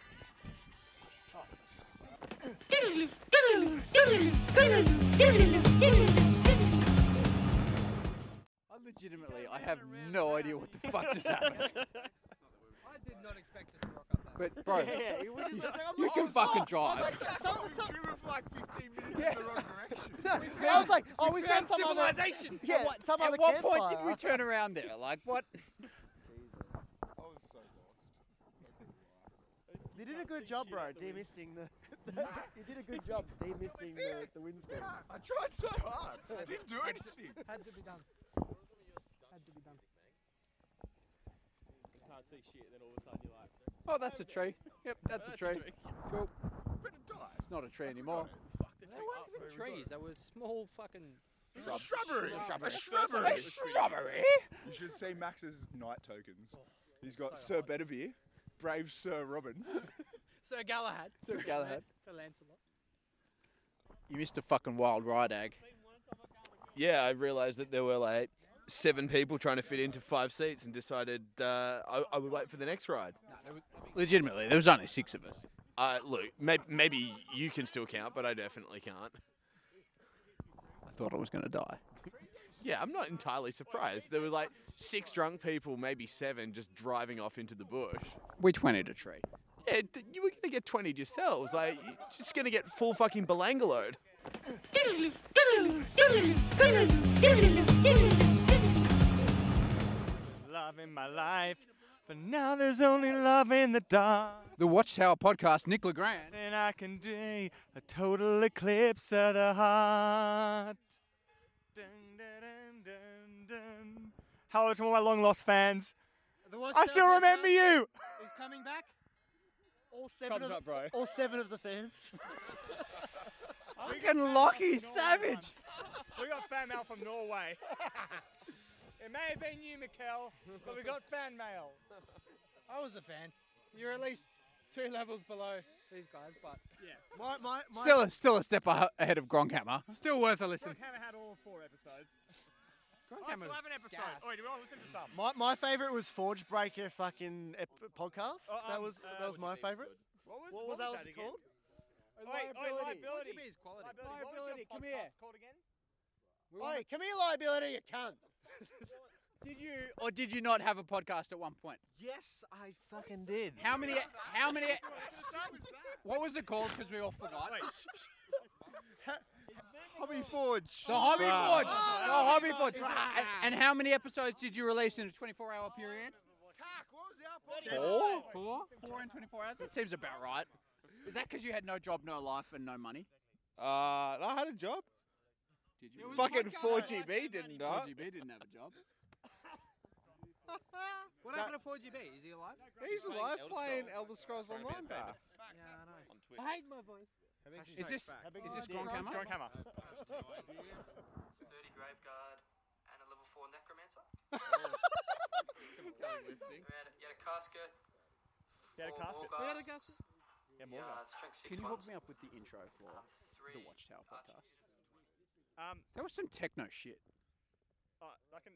[SPEAKER 3] I legitimately, I have no idea what the fuck
[SPEAKER 7] (laughs)
[SPEAKER 3] just (laughs) happened.
[SPEAKER 6] did not expect this to rock up that
[SPEAKER 3] But bro,
[SPEAKER 7] Yeah, it was just like, I'm
[SPEAKER 3] you
[SPEAKER 7] like,
[SPEAKER 3] can
[SPEAKER 7] oh,
[SPEAKER 3] fucking
[SPEAKER 7] fuck.
[SPEAKER 3] drive.
[SPEAKER 7] I'm like, so- so- so-
[SPEAKER 12] like 15 minutes in the wrong
[SPEAKER 7] (laughs)
[SPEAKER 12] direction.
[SPEAKER 7] I was like, oh, we, found, some
[SPEAKER 3] civilization.
[SPEAKER 7] Other, yeah,
[SPEAKER 3] At what,
[SPEAKER 7] some
[SPEAKER 3] at
[SPEAKER 7] other
[SPEAKER 3] what point did
[SPEAKER 7] campfire.
[SPEAKER 3] we turn around there? Like what?
[SPEAKER 12] I was Oh, so lost.
[SPEAKER 7] You did a good job, bro, demisting the. the you did a good job demisting the, the windscreen.
[SPEAKER 12] I tried so hard.
[SPEAKER 7] (laughs)
[SPEAKER 12] I didn't do anything.
[SPEAKER 6] Had to be done. Had to be done.
[SPEAKER 9] You can't see shit, then all of a sudden you're like,
[SPEAKER 3] (laughs) Oh, that's a tree. Yep, that's a tree. Cool.
[SPEAKER 12] It's
[SPEAKER 3] not a tree anymore.
[SPEAKER 9] the
[SPEAKER 6] They weren't even trees. They were small fucking.
[SPEAKER 12] A shrubbery.
[SPEAKER 6] Shrubbery.
[SPEAKER 12] A shrubbery.
[SPEAKER 6] A shrubbery.
[SPEAKER 12] You should see Max's night tokens. He's got Sir Bedivere, Brave Sir Robin.
[SPEAKER 6] Sir Galahad.
[SPEAKER 3] Sir Galahad.
[SPEAKER 6] Sir Lancelot.
[SPEAKER 17] You missed a fucking wild ride, Ag.
[SPEAKER 4] Yeah, I realised that there were like seven people trying to fit into five seats and decided uh, I, I would wait for the next ride.
[SPEAKER 17] Legitimately, there was only six of us.
[SPEAKER 4] Uh, look, may- maybe you can still count, but I definitely can't.
[SPEAKER 17] I thought I was going to die.
[SPEAKER 4] Yeah, I'm not entirely surprised. There were like six drunk people, maybe seven, just driving off into the bush.
[SPEAKER 17] We 20 to tree.
[SPEAKER 4] Yeah, d- you were gonna get 20 yourselves. Like, you're just gonna get full fucking belangaloed.
[SPEAKER 11] (laughs) Love in my life, but now there's only love in the dark.
[SPEAKER 17] The Watchtower podcast, Nick Legrand.
[SPEAKER 11] Then I can do a total eclipse of the heart. Dun, dun, dun, dun, dun. Hello to all my long lost fans. I still remember you.
[SPEAKER 3] Is coming back.
[SPEAKER 7] All seven
[SPEAKER 11] Comes
[SPEAKER 7] of
[SPEAKER 11] up, bro.
[SPEAKER 7] all seven of
[SPEAKER 12] (laughs)
[SPEAKER 7] the fans.
[SPEAKER 11] We
[SPEAKER 7] Fucking Lockie Savage.
[SPEAKER 11] we got fan mail from Norway. (laughs) it may have been you, Mikkel, but we got fan mail.
[SPEAKER 6] I was a fan. You're at least two levels below these guys, but yeah.
[SPEAKER 7] My, my, my
[SPEAKER 17] Still, a- still a step
[SPEAKER 3] uh,
[SPEAKER 17] ahe- ahead of Gronkhammer.
[SPEAKER 6] Still worth a listen.
[SPEAKER 11] Haven't had all four episodes. I
[SPEAKER 7] Hammer's
[SPEAKER 11] still have an episode. Oh, do we want to listen to some?
[SPEAKER 7] My, my favorite was Forge Breaker fucking ep- podcast.
[SPEAKER 11] Oh,
[SPEAKER 7] that
[SPEAKER 11] um,
[SPEAKER 7] was
[SPEAKER 11] uh,
[SPEAKER 7] that was my favorite.
[SPEAKER 11] What was,
[SPEAKER 7] What was
[SPEAKER 11] that,
[SPEAKER 7] ours
[SPEAKER 11] again? Oh,
[SPEAKER 7] called?
[SPEAKER 11] Oi, oi, liability.
[SPEAKER 3] What do you mean it's quality? Liability,
[SPEAKER 11] Liability. What was
[SPEAKER 3] come here.
[SPEAKER 11] your podcast Called again?
[SPEAKER 7] Oi, come here, liability, you cunt.
[SPEAKER 3] Did you or did you not have a podcast at one point?
[SPEAKER 7] Yes, I fucking did.
[SPEAKER 3] How many? How many? What was it called? Because we all forgot.
[SPEAKER 12] Hobby Forge.
[SPEAKER 3] The Hobby
[SPEAKER 12] Bruh.
[SPEAKER 3] Forge. The
[SPEAKER 11] Oh,
[SPEAKER 3] Hobby Forge.
[SPEAKER 12] Bruh.
[SPEAKER 3] And, and how many episodes did you release in a 24-hour period? Four. Four. Four in 24 hours. That seems about right. Is that because you had no job, no life, and no money?
[SPEAKER 4] Uh, no, I had a job.
[SPEAKER 3] Did you?
[SPEAKER 4] Fucking 4GB didn't, I?
[SPEAKER 3] 4GB didn't have a job.
[SPEAKER 6] What happened to 4GB? Is he alive?
[SPEAKER 4] He's alive playing Elder Scrolls Online, bro.
[SPEAKER 6] Yeah, I know.
[SPEAKER 9] On
[SPEAKER 6] I hate my voice.
[SPEAKER 3] Is this is this
[SPEAKER 11] It's (laughs)
[SPEAKER 3] Gronkhammer?
[SPEAKER 11] Gronkhammer.
[SPEAKER 5] Thirty Graveguard and a level four
[SPEAKER 9] listening.
[SPEAKER 5] You had a casket.
[SPEAKER 11] You had a
[SPEAKER 5] four
[SPEAKER 11] casket.
[SPEAKER 5] Morgars,
[SPEAKER 11] We had a casket. Yeah,
[SPEAKER 5] Yeah,
[SPEAKER 11] more guys.
[SPEAKER 5] let's drink six
[SPEAKER 3] Can you hook
[SPEAKER 5] ones.
[SPEAKER 3] me up with the intro for the Watchtower podcast?
[SPEAKER 11] Um,
[SPEAKER 3] That was some techno shit.
[SPEAKER 11] Uh, I can.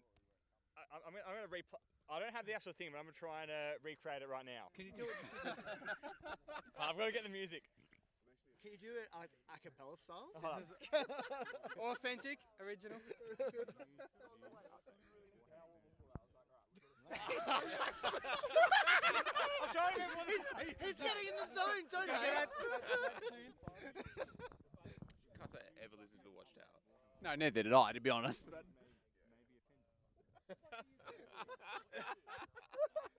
[SPEAKER 11] I, I'm, gonna- I'm going to replay. I don't have the actual thing, but I'm going to try and uh, recreate it right now. Can you do it? (laughs) I've got to get the music.
[SPEAKER 7] Can you do it a, a cappella style?
[SPEAKER 11] Hold
[SPEAKER 7] (laughs) This is-
[SPEAKER 18] Authentic, original.
[SPEAKER 7] I'm
[SPEAKER 11] trying to remember what
[SPEAKER 7] he's,
[SPEAKER 11] the-
[SPEAKER 7] he's getting in the zone, don't
[SPEAKER 11] Okay.
[SPEAKER 7] I?
[SPEAKER 9] Can't say I ever listened to the Watchtower.
[SPEAKER 3] No, neither did I, to be honest.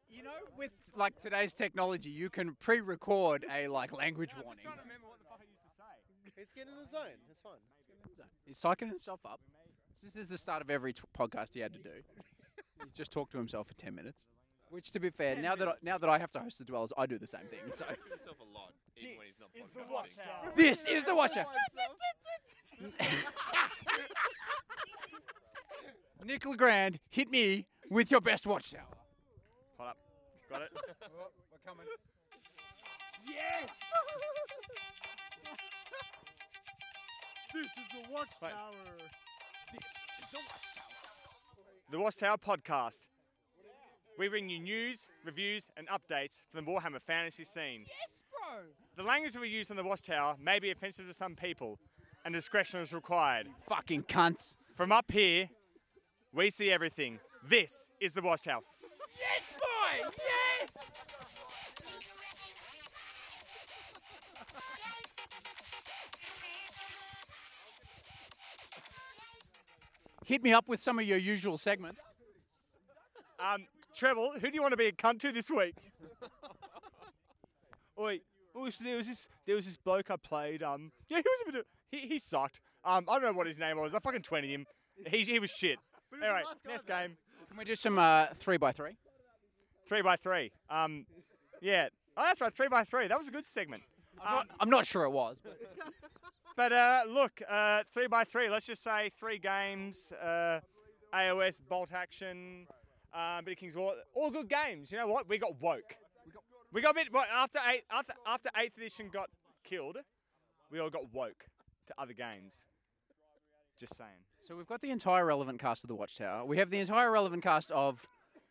[SPEAKER 3] You know, with like today's technology, you can pre-record a like language warning.
[SPEAKER 7] to remember what the fuck I used to say. He's getting in the zone. That's fine.
[SPEAKER 3] He's psyching himself up. This is the start of every t- podcast he had to do. (laughs) he just talked to himself for ten minutes. Which, to be fair,
[SPEAKER 9] 10
[SPEAKER 3] now
[SPEAKER 9] minutes.
[SPEAKER 3] that I, now that I have to host the dwellers, I do the same thing. So (laughs)
[SPEAKER 9] He talks to himself a lot, even when he's not
[SPEAKER 11] is the
[SPEAKER 9] podcasting.
[SPEAKER 11] Watchtower.
[SPEAKER 3] This is the Watchtower. Nick Legrand, hit me with your best watch tower.
[SPEAKER 11] Hold up. Got it?
[SPEAKER 18] Oh, we're coming.
[SPEAKER 11] Yes!
[SPEAKER 7] (laughs) This is the watchtower.
[SPEAKER 11] The Watchtower Podcast. We bring you news, reviews, and updates from the Warhammer fantasy scene.
[SPEAKER 19] Yes, bro.
[SPEAKER 11] The language we use on the Watchtower may be offensive to some people, and discretion is required.
[SPEAKER 3] Fucking cunts.
[SPEAKER 11] From up here, we see everything. This is the Watchtower.
[SPEAKER 19] Yes, boy. Yes.
[SPEAKER 3] Hit me up with some of your usual segments.
[SPEAKER 11] Um, Treble, who do you want to be a cunt to this week? Oi, also there was this there was this bloke I played. Um, yeah, he was a bit of he, he sucked. Um, I don't know what his name was. I fucking twenty him. He, he was shit.
[SPEAKER 7] But he was a
[SPEAKER 11] anyway,
[SPEAKER 7] nice guy,
[SPEAKER 11] next
[SPEAKER 7] though.
[SPEAKER 11] game,
[SPEAKER 3] Can we do some uh, three by three?
[SPEAKER 11] three by three. Um, yeah. Oh, that's right, three by three. That was a good segment. Um,
[SPEAKER 3] I'm not, I'm not sure it was. But.
[SPEAKER 11] (laughs) But uh, look, uh, three by three. Let's just say three games. Uh, AOS bolt action, um, bit of King's War. All good games. You know what? We got woke. We got a bit. Well, after eight, after after eighth edition got killed, we all got woke to other games. Just saying.
[SPEAKER 3] So we've got the entire relevant cast of the Watchtower. We have the entire relevant cast of,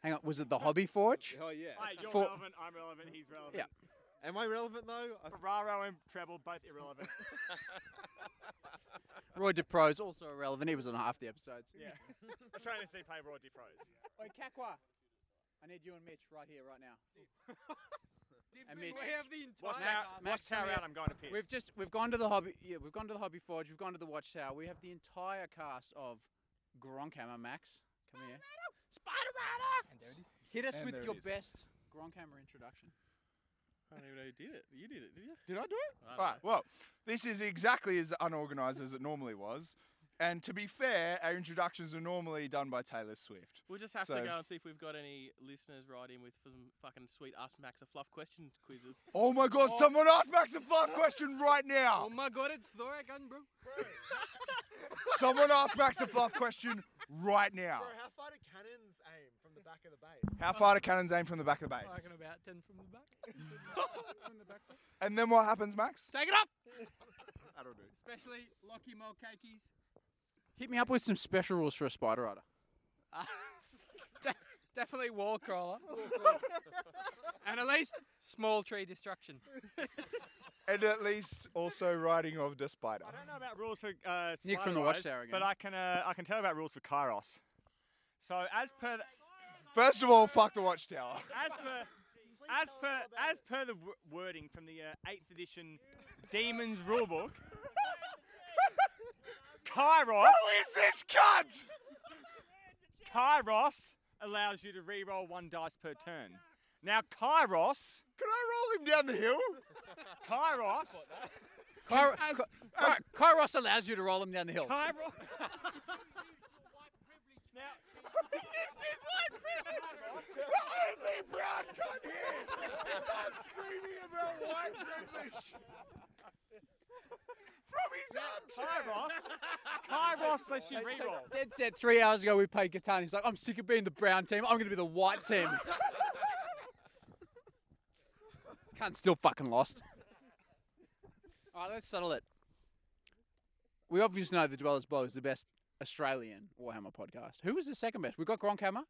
[SPEAKER 3] hang on, was it the Hobby Forge?
[SPEAKER 11] Oh yeah. you're
[SPEAKER 3] For-
[SPEAKER 11] relevant. I'm relevant. He's relevant.
[SPEAKER 3] Yeah.
[SPEAKER 11] Am I relevant though? Ferraro and Treble both irrelevant.
[SPEAKER 3] Roy DePro's also irrelevant. He was on half the episodes.
[SPEAKER 11] yeah. I'm trying to see play Raw Pros.
[SPEAKER 3] Oi, Kakwa. I need you and Mitch right here, right now. (laughs) and
[SPEAKER 11] we
[SPEAKER 3] Mitch.
[SPEAKER 11] have the entire Watchtower- cast? Watchtower
[SPEAKER 3] come here.
[SPEAKER 11] out, I'm going to piss.
[SPEAKER 3] We've just we've gone to the hobby. Yeah, we've gone to the hobby forge. We've gone to the watchtower. We have the entire cast of Gronkhammer Max. Come here. Spider Rider. And there it is. Hit us
[SPEAKER 20] And there
[SPEAKER 3] with
[SPEAKER 20] it
[SPEAKER 3] your
[SPEAKER 20] is.
[SPEAKER 3] best Gronkhammer introduction.
[SPEAKER 20] I don't even know who did it. You did it, did you?
[SPEAKER 12] Did I do it?
[SPEAKER 20] I don't
[SPEAKER 12] Right.
[SPEAKER 20] know.
[SPEAKER 12] Well, this is exactly as unorganized as it normally was. And to be fair, our introductions are normally done by Taylor Swift.
[SPEAKER 9] We'll just have
[SPEAKER 12] So-
[SPEAKER 9] to go and see if we've got any listeners write in with some fucking sweet Ask Max a Fluff question quizzes.
[SPEAKER 12] (laughs) Oh my God! Someone ask Max a fluff (laughs) question right now.
[SPEAKER 18] Oh my god, it's Thoragun, bro.
[SPEAKER 12] someone ask Max a fluff question right now.
[SPEAKER 7] Bro, how far do cannons aim from the back of the base?
[SPEAKER 12] How far do cannons aim from the back of the
[SPEAKER 7] I
[SPEAKER 12] base?
[SPEAKER 7] reckon about 10 from the
[SPEAKER 3] (laughs)
[SPEAKER 7] back.
[SPEAKER 18] From the back.
[SPEAKER 12] And then what happens, Max?
[SPEAKER 3] Take it off.
[SPEAKER 12] I don't know.
[SPEAKER 18] Especially Lockie Mulcakies.
[SPEAKER 3] Hit me up with some special rules for a Spider Rider.
[SPEAKER 18] (laughs) De- definitely wall crawler. (laughs) and at least small tree destruction.
[SPEAKER 12] And at least also riding of the spider.
[SPEAKER 11] I don't know about rules for uh,
[SPEAKER 12] Nick from
[SPEAKER 11] Spider
[SPEAKER 12] the
[SPEAKER 11] Rise,
[SPEAKER 12] Watchtower again.
[SPEAKER 11] But I can uh, I can tell about rules for Kairos. So as per the,
[SPEAKER 12] First of all, (laughs) fuck the watchtower.
[SPEAKER 11] (laughs) as per as per as per the w- wording from the uh, eighth edition Demons Rulebook, Kairos.
[SPEAKER 19] Who is this cunt?
[SPEAKER 11] Kairos allows you to re-roll one dice per turn. Now Kairos.
[SPEAKER 12] Can I roll him down the hill?
[SPEAKER 11] Kairos.
[SPEAKER 3] Kyro- Ky- Kairos allows you to roll him down the hill.
[SPEAKER 7] (laughs)
[SPEAKER 19] He
[SPEAKER 11] Kairos.
[SPEAKER 19] used his white privilege. The only brown cunt here. Stop screaming about white privilege. From his own
[SPEAKER 11] Kairos. Kairos lets you reroll.
[SPEAKER 3] Dead said three hours ago we played guitar and he's like, I'm sick of being the brown team. I'm going to be the white team. Cunt still fucking (laughs) lost. All right, let's settle it. We obviously know the Dwellers Bowl is the best Australian Warhammer podcast. Who was the second best? We've got Gronkhammer,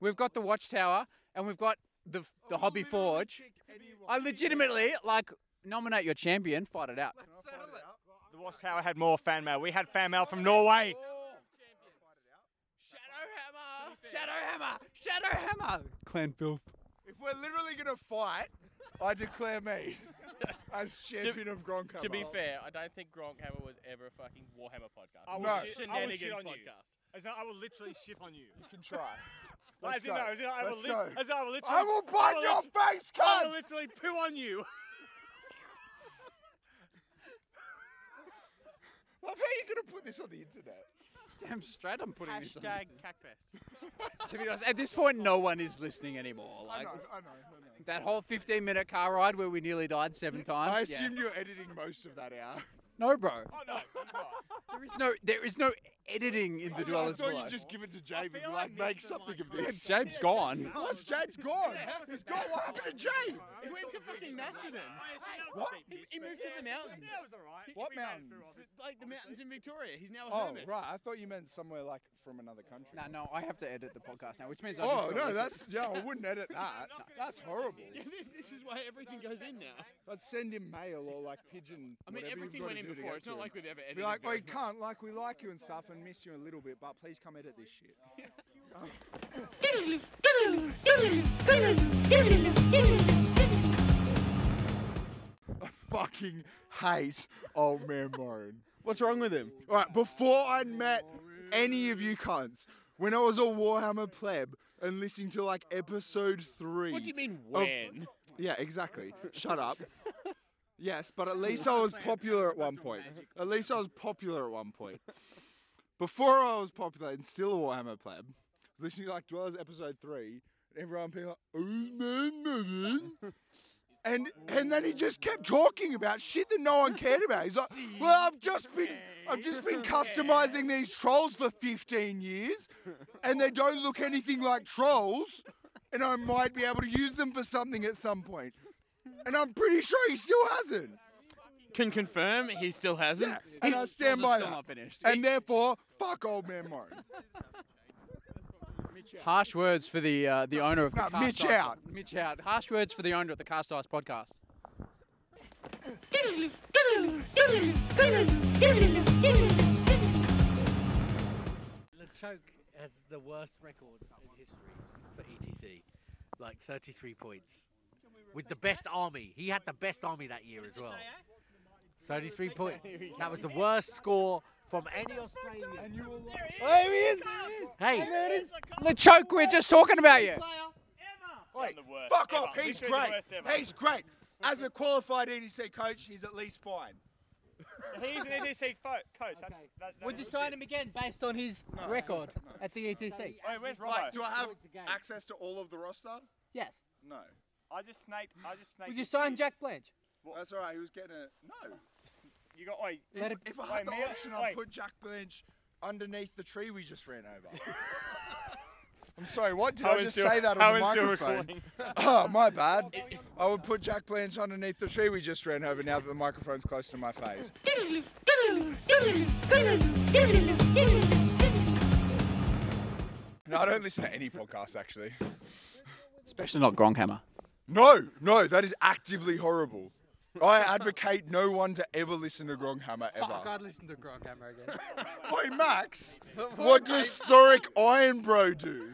[SPEAKER 3] we've got the Watchtower, and we've got the the Hobby Forge. I legitimately like nominate your champion, fight it out.
[SPEAKER 11] The Watchtower had more fan mail. We had fan mail from Norway.
[SPEAKER 3] Shadowhammer! Shadowhammer! Clan filth.
[SPEAKER 12] If we're literally gonna fight, I
[SPEAKER 9] (laughs)
[SPEAKER 12] declare me as champion of Gronkham.
[SPEAKER 9] To be fair, I don't think Gronkhammer was ever a fucking Warhammer podcast.
[SPEAKER 11] I will,
[SPEAKER 9] It was
[SPEAKER 11] shit, I will
[SPEAKER 9] shenanigans
[SPEAKER 11] shit on you.
[SPEAKER 9] podcast.
[SPEAKER 11] As in, I will literally shit on you. You
[SPEAKER 12] can
[SPEAKER 11] (laughs)
[SPEAKER 12] try.
[SPEAKER 11] Like,
[SPEAKER 12] Let's
[SPEAKER 11] as in, no,
[SPEAKER 12] go.
[SPEAKER 11] as in, I will
[SPEAKER 12] Let's
[SPEAKER 11] lit-
[SPEAKER 12] go.
[SPEAKER 11] as in, I
[SPEAKER 12] I
[SPEAKER 11] will literally.
[SPEAKER 12] will bite
[SPEAKER 11] I will
[SPEAKER 12] your
[SPEAKER 11] lit-
[SPEAKER 12] face,
[SPEAKER 11] I
[SPEAKER 12] cunt!
[SPEAKER 11] will literally poo on you.
[SPEAKER 12] Love how you're gonna put this on the internet.
[SPEAKER 3] Damn straight I'm putting this on.
[SPEAKER 12] Cacfest.
[SPEAKER 3] To be honest, at this point, no one is listening anymore.
[SPEAKER 12] I
[SPEAKER 3] Like
[SPEAKER 12] know, I know, I know.
[SPEAKER 3] that whole 15 minute car ride where we nearly died seven times.
[SPEAKER 12] I
[SPEAKER 3] yeah.
[SPEAKER 12] assumed you were editing most of that (laughs) hour.
[SPEAKER 3] No, bro.
[SPEAKER 11] no,
[SPEAKER 3] There is no, there is no editing in the
[SPEAKER 12] I thought-
[SPEAKER 3] dwellers.
[SPEAKER 12] I thought
[SPEAKER 3] Below.
[SPEAKER 12] you'd just give it to Jabe and be like, make something of
[SPEAKER 3] Yeah,
[SPEAKER 12] this.
[SPEAKER 3] Jabe's
[SPEAKER 12] (laughs)
[SPEAKER 3] gone.
[SPEAKER 12] What's Jabe's gone? He's gone. What happened to Jabe?
[SPEAKER 4] He went to fucking NASA then.
[SPEAKER 12] What?
[SPEAKER 4] He, he moved to the mountains.
[SPEAKER 12] that
[SPEAKER 11] was alright.
[SPEAKER 12] What mountains?
[SPEAKER 4] Like the mountains in Victoria. He's now a
[SPEAKER 12] Oh,
[SPEAKER 4] hermit.
[SPEAKER 12] right. I thought you meant somewhere like from another country.
[SPEAKER 3] No, no, I have to edit the podcast now, which means I just
[SPEAKER 12] Oh, no,
[SPEAKER 3] release it.
[SPEAKER 12] that's. Yeah, I wouldn't
[SPEAKER 4] (laughs)
[SPEAKER 12] edit that. That's horrible.
[SPEAKER 4] this is why everything goes in now.
[SPEAKER 12] I'd send him mail or like pigeon.
[SPEAKER 4] I mean,
[SPEAKER 12] whatever you've
[SPEAKER 4] everything
[SPEAKER 12] gotta
[SPEAKER 4] went in
[SPEAKER 12] do to
[SPEAKER 4] before.
[SPEAKER 12] get
[SPEAKER 4] It's
[SPEAKER 12] to
[SPEAKER 4] not
[SPEAKER 12] him.
[SPEAKER 4] like we've ever
[SPEAKER 12] Be
[SPEAKER 4] edited
[SPEAKER 12] like, oh, you
[SPEAKER 4] very
[SPEAKER 12] can't. Like, we like you and stuff and miss you a little bit, but please come edit this shit. I fucking hate old man Moran. What's wrong with him? All right, before I met any of you cunts, when I was a Warhammer pleb and listening to like episode three.
[SPEAKER 4] What do you mean,
[SPEAKER 12] of-
[SPEAKER 4] when?
[SPEAKER 12] yeah, exactly. Shut up. Yes, but at least I
[SPEAKER 7] (laughs)
[SPEAKER 12] (laughs) was popular at one point. At least I was popular at one point. Before I was popular and still a Warhammer pleb, listening to like Dwellers episode three, and everyone being like, oh man, man. And and then he just kept talking about shit that no one cared about. He's like, well, I've just been I've just been customizing these trolls for 15 years, and they don't look anything like trolls, and I might be able to use them for something at some point. And I'm pretty sure he still hasn't.
[SPEAKER 4] Can confirm he still hasn't.
[SPEAKER 12] Yeah, and I stand by that. And therefore, fuck old man
[SPEAKER 11] (laughs)
[SPEAKER 12] Martin.
[SPEAKER 3] Harsh words for the uh, the owner of the
[SPEAKER 12] No,
[SPEAKER 3] cast
[SPEAKER 12] Mitch
[SPEAKER 3] ice-
[SPEAKER 12] out.
[SPEAKER 3] Mitch out. Harsh words for the owner of the Cast Ice podcast.
[SPEAKER 7] LeChoke has the worst record in history for ETC, like 33 points, with the best army. He had the best army that year as well. 33 points. That was the worst score from any Australian. And you were like,
[SPEAKER 3] There he is.
[SPEAKER 7] Hey,
[SPEAKER 3] And there it is. LeChoke, we're just talking about you.
[SPEAKER 12] Wait,
[SPEAKER 11] worst
[SPEAKER 12] fuck
[SPEAKER 11] ever.
[SPEAKER 12] off. He's
[SPEAKER 11] Literally the
[SPEAKER 12] great.
[SPEAKER 11] worst ever.
[SPEAKER 12] He's great. As a qualified EDC coach, he's at least fine.
[SPEAKER 11] He's an EDC fo- coach. That's, that, that
[SPEAKER 21] We'll
[SPEAKER 11] is
[SPEAKER 21] just
[SPEAKER 11] legit.
[SPEAKER 21] sign him again based on his record at the E ETC.
[SPEAKER 11] Wait, where's Robbo?
[SPEAKER 12] Right, do I have access to all of the roster?
[SPEAKER 21] Yes.
[SPEAKER 12] No.
[SPEAKER 11] I just snaked. I just snaked.
[SPEAKER 21] Would you sign Jack
[SPEAKER 7] (laughs)
[SPEAKER 21] Blanche?
[SPEAKER 12] That's all right. He was getting a no.
[SPEAKER 11] You got wait.
[SPEAKER 12] If, if I had the
[SPEAKER 11] wait, me-
[SPEAKER 12] option, I'd
[SPEAKER 11] wait.
[SPEAKER 12] put Jack Blanche underneath the tree we just ran over. (laughs) I'm sorry. What did
[SPEAKER 22] How
[SPEAKER 12] I
[SPEAKER 22] is
[SPEAKER 12] just
[SPEAKER 22] your-
[SPEAKER 12] say that
[SPEAKER 22] how
[SPEAKER 12] on the
[SPEAKER 22] is your
[SPEAKER 12] microphone?
[SPEAKER 22] recording?
[SPEAKER 12] (laughs) oh, my bad. I would put Jack Blanche underneath the tree we just ran over. Now that the microphone's close to my face. No, I don't listen to any podcasts actually.
[SPEAKER 3] Especially not Gronkhammer.
[SPEAKER 12] No, no, that is actively horrible. I advocate no one to ever listen to Gronghammer ever.
[SPEAKER 21] Fuck, I'd listen to Gronkhammer again.
[SPEAKER 3] (laughs)
[SPEAKER 12] Oi, Max, what does Thoric Iron Bro do?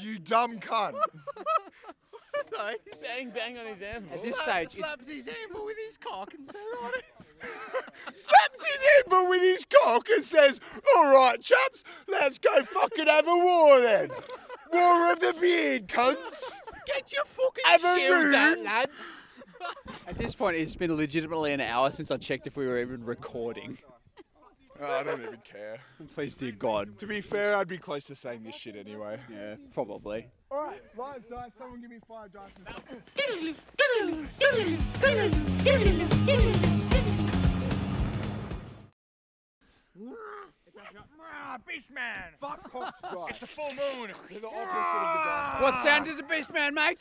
[SPEAKER 12] you dumb cunt.
[SPEAKER 4] no, he's bang bang on his anvil.
[SPEAKER 12] At this
[SPEAKER 4] Slap-
[SPEAKER 12] stage, it's-
[SPEAKER 4] slaps his anvil with his cock and so on.
[SPEAKER 3] (laughs)
[SPEAKER 12] Slaps his anvil with his cock and says, All right, chaps, let's go fucking have a war then. War of the beard, cunts.
[SPEAKER 4] Get your fucking
[SPEAKER 12] Have a
[SPEAKER 4] shield out,
[SPEAKER 12] room.
[SPEAKER 4] lads.
[SPEAKER 3] At this point, it's been legitimately an hour since I checked if we were even recording.
[SPEAKER 12] Oh, I don't even care.
[SPEAKER 3] Please, dear God.
[SPEAKER 12] To be fair, I'd be close to saying this shit anyway.
[SPEAKER 3] Yeah, probably.
[SPEAKER 12] All right, five dice. Someone give me five dice. And
[SPEAKER 11] Beastman!
[SPEAKER 23] Fuck off,
[SPEAKER 11] Ah, It's the full moon! Ah.
[SPEAKER 24] What sound does a beast man make?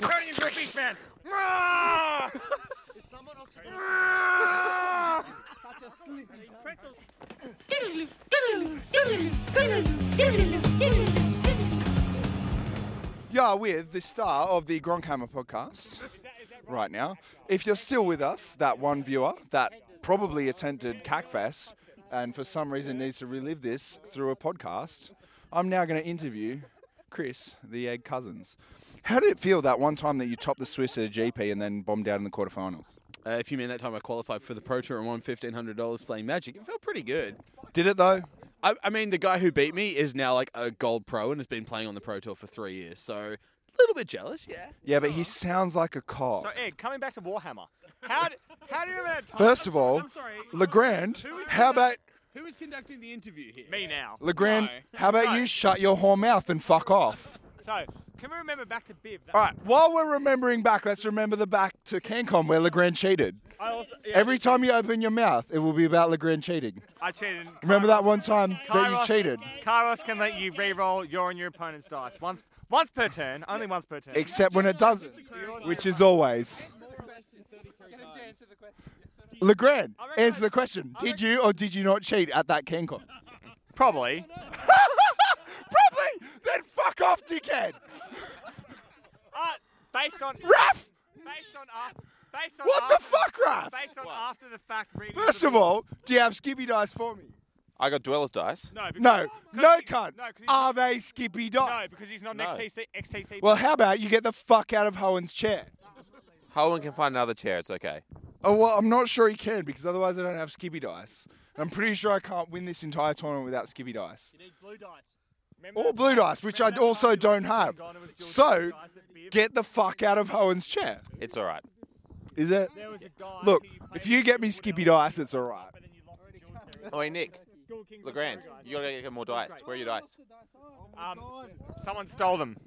[SPEAKER 11] Cronies for beast man! Ah.
[SPEAKER 7] Is someone off to
[SPEAKER 2] Such a sleepy pretzel.
[SPEAKER 12] You are with the star of the Gronkhammer podcast right now. If you're still with us, that one viewer that probably attended CACFest and for some reason needs to relive this through a podcast, I'm now going to interview Chris, the Egg Cousins. How did it feel that one time that you topped the Swiss at a GP and then bombed out in the quarterfinals?
[SPEAKER 4] Uh, if you mean that time I qualified for the Pro Tour and won fifteen hundred dollars playing Magic, it felt pretty good.
[SPEAKER 12] Did it though?
[SPEAKER 4] I, I mean, the guy who beat me is now like a gold pro and has been playing on the Pro Tour for three years, so a little bit jealous, yeah.
[SPEAKER 12] Yeah, but he sounds like a cop.
[SPEAKER 11] So, Ed, coming back to Warhammer, how d how do you remember that time?
[SPEAKER 12] First of all, Legrand, how about
[SPEAKER 11] Who is conducting the interview here? Me now.
[SPEAKER 12] Legrand? How about you shut your whore mouth and fuck off?
[SPEAKER 11] So, can we remember back to Bib?
[SPEAKER 12] All right. While we're remembering back, let's remember the back to CanCon where Legrand cheated.
[SPEAKER 11] I also- yeah.
[SPEAKER 12] Every time you open your mouth, it will be about Legrand cheating.
[SPEAKER 11] I cheated.
[SPEAKER 12] Remember that one time that you cheated,
[SPEAKER 11] Kairos can let you re-roll your and your opponent's dice once once per turn, only once per turn.
[SPEAKER 12] except when it doesn't, which is always. Legrand, answer the question: Did you or did you not cheat at that CanCon?
[SPEAKER 11] Probably.
[SPEAKER 12] (laughs) Probably. Then fuck off, dickhead.
[SPEAKER 11] (laughs) Uh, based on Raph. Based on af- Based on
[SPEAKER 12] What the
[SPEAKER 11] after-
[SPEAKER 12] fuck, Raph?
[SPEAKER 11] Based on after the fact reading.
[SPEAKER 12] First of all, do you have Skippy dice for me?
[SPEAKER 6] I got Dweller's Dice.
[SPEAKER 11] No,
[SPEAKER 12] No, no cunt. Are they Skippy
[SPEAKER 11] no,
[SPEAKER 12] dice?
[SPEAKER 11] because he's not
[SPEAKER 6] No.
[SPEAKER 11] next XTC. XTC
[SPEAKER 12] Well, how about you get the fuck out of Hohen's chair?
[SPEAKER 6] Holman can find another chair. It's okay.
[SPEAKER 12] Oh well, I'm not sure he can because otherwise I don't have Skippy dice. And I'm pretty sure I can't win this entire tournament without Skippy dice
[SPEAKER 11] blue dice.
[SPEAKER 12] or blue dice, which I also don't have. So get the fuck out of Hohen's chair.
[SPEAKER 6] It's all right.
[SPEAKER 12] Is it? Look, if you get me Skippy dice, it's all right.
[SPEAKER 6] Oi, Nick. Legrand, you gotta get more dice. Where are your dice?
[SPEAKER 11] Um, someone stole them.
[SPEAKER 9] (laughs)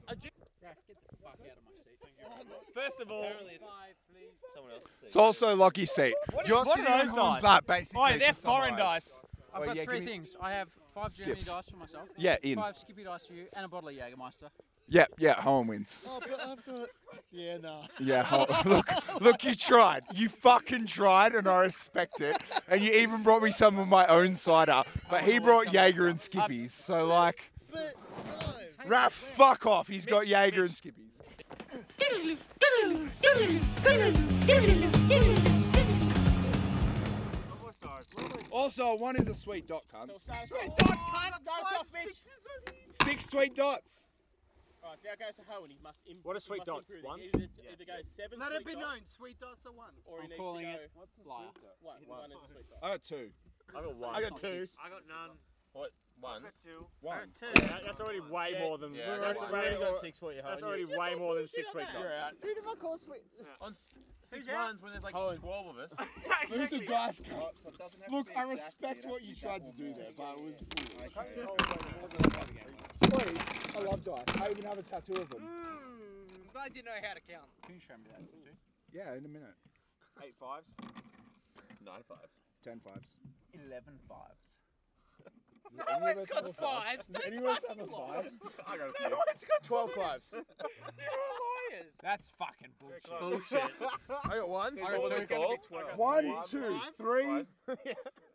[SPEAKER 11] First of all,
[SPEAKER 12] It's also Lockie's seat.
[SPEAKER 11] What
[SPEAKER 12] You're
[SPEAKER 11] is- what are
[SPEAKER 12] sitting on
[SPEAKER 11] those
[SPEAKER 12] Hohen's
[SPEAKER 11] dice?
[SPEAKER 12] lap, basically.
[SPEAKER 11] Oi, they're
[SPEAKER 12] to
[SPEAKER 11] foreign
[SPEAKER 12] summarise.
[SPEAKER 11] dice.
[SPEAKER 12] Well,
[SPEAKER 3] I've got
[SPEAKER 12] yeah,
[SPEAKER 3] three
[SPEAKER 12] give me-
[SPEAKER 3] things. I have five Germany
[SPEAKER 12] Skips.
[SPEAKER 3] dice for myself.
[SPEAKER 12] Yeah, Ian.
[SPEAKER 3] Five Skippy dice for you and a bottle of Jägermeister.
[SPEAKER 12] Yeah, yeah, Hohen wins.
[SPEAKER 25] Oh, but I've got. Yeah, nah.
[SPEAKER 12] Yeah, hold, (laughs) look, look, you tried. You fucking tried, and I respect it. And you even brought me some of my own cider, but he brought Jaeger and Skippies. So like, Raph, fuck off. He's got Jaeger and Skippies. Also, one is a sweet dot, cunt.
[SPEAKER 7] Sweet dot, cunt! Go self, bitch!
[SPEAKER 12] Six sweet dots.
[SPEAKER 7] Alright, so that goes to Ho and he must. Im-
[SPEAKER 11] What are
[SPEAKER 7] he
[SPEAKER 11] sweet
[SPEAKER 7] must
[SPEAKER 11] dots?
[SPEAKER 7] improve it.
[SPEAKER 11] Ones?
[SPEAKER 7] Either, there's- either goes seven
[SPEAKER 26] Let
[SPEAKER 7] sweet
[SPEAKER 26] it be
[SPEAKER 7] dots,
[SPEAKER 26] known, sweet dots are one.
[SPEAKER 7] Or he
[SPEAKER 26] I'm
[SPEAKER 7] needs
[SPEAKER 26] calling
[SPEAKER 7] to go
[SPEAKER 26] it.
[SPEAKER 7] liar. One.
[SPEAKER 26] One.
[SPEAKER 7] One is a sweet dot.
[SPEAKER 12] I got two.
[SPEAKER 11] I got one.
[SPEAKER 7] I got two.
[SPEAKER 11] I got none.
[SPEAKER 6] What? One.
[SPEAKER 11] two.
[SPEAKER 12] One.
[SPEAKER 11] Two. That, that's already way more than.
[SPEAKER 6] Yeah, I
[SPEAKER 11] that's
[SPEAKER 6] got one.
[SPEAKER 11] already,
[SPEAKER 6] You already got
[SPEAKER 11] six
[SPEAKER 6] six for you,
[SPEAKER 11] That's
[SPEAKER 6] Howard.
[SPEAKER 11] already
[SPEAKER 6] You-
[SPEAKER 11] way more than six week dots.
[SPEAKER 7] Who the fuck calls sweet? On s- six rounds when there's like 12 of
[SPEAKER 11] (laughs)
[SPEAKER 7] us.
[SPEAKER 12] Lose a dice, cunt. Look, I respect what you tried to do there, but it was. Wait, I love dice. I even have a tattoo of them.
[SPEAKER 26] I'm glad you know how to count. Can you show me that?
[SPEAKER 12] Yeah, in a minute.
[SPEAKER 26] Eight fives.
[SPEAKER 6] Nine fives.
[SPEAKER 12] Ten fives. (laughs)
[SPEAKER 26] Eleven fives.
[SPEAKER 12] No one's got fives. Anyone have a five? (laughs) I got a No one's got twelve fives.
[SPEAKER 26] Liars. That's fucking bullshit.
[SPEAKER 12] I got one.
[SPEAKER 26] I got two.
[SPEAKER 12] One,
[SPEAKER 26] Five.
[SPEAKER 12] two,
[SPEAKER 26] Five.
[SPEAKER 12] (laughs)
[SPEAKER 26] (laughs)
[SPEAKER 12] three.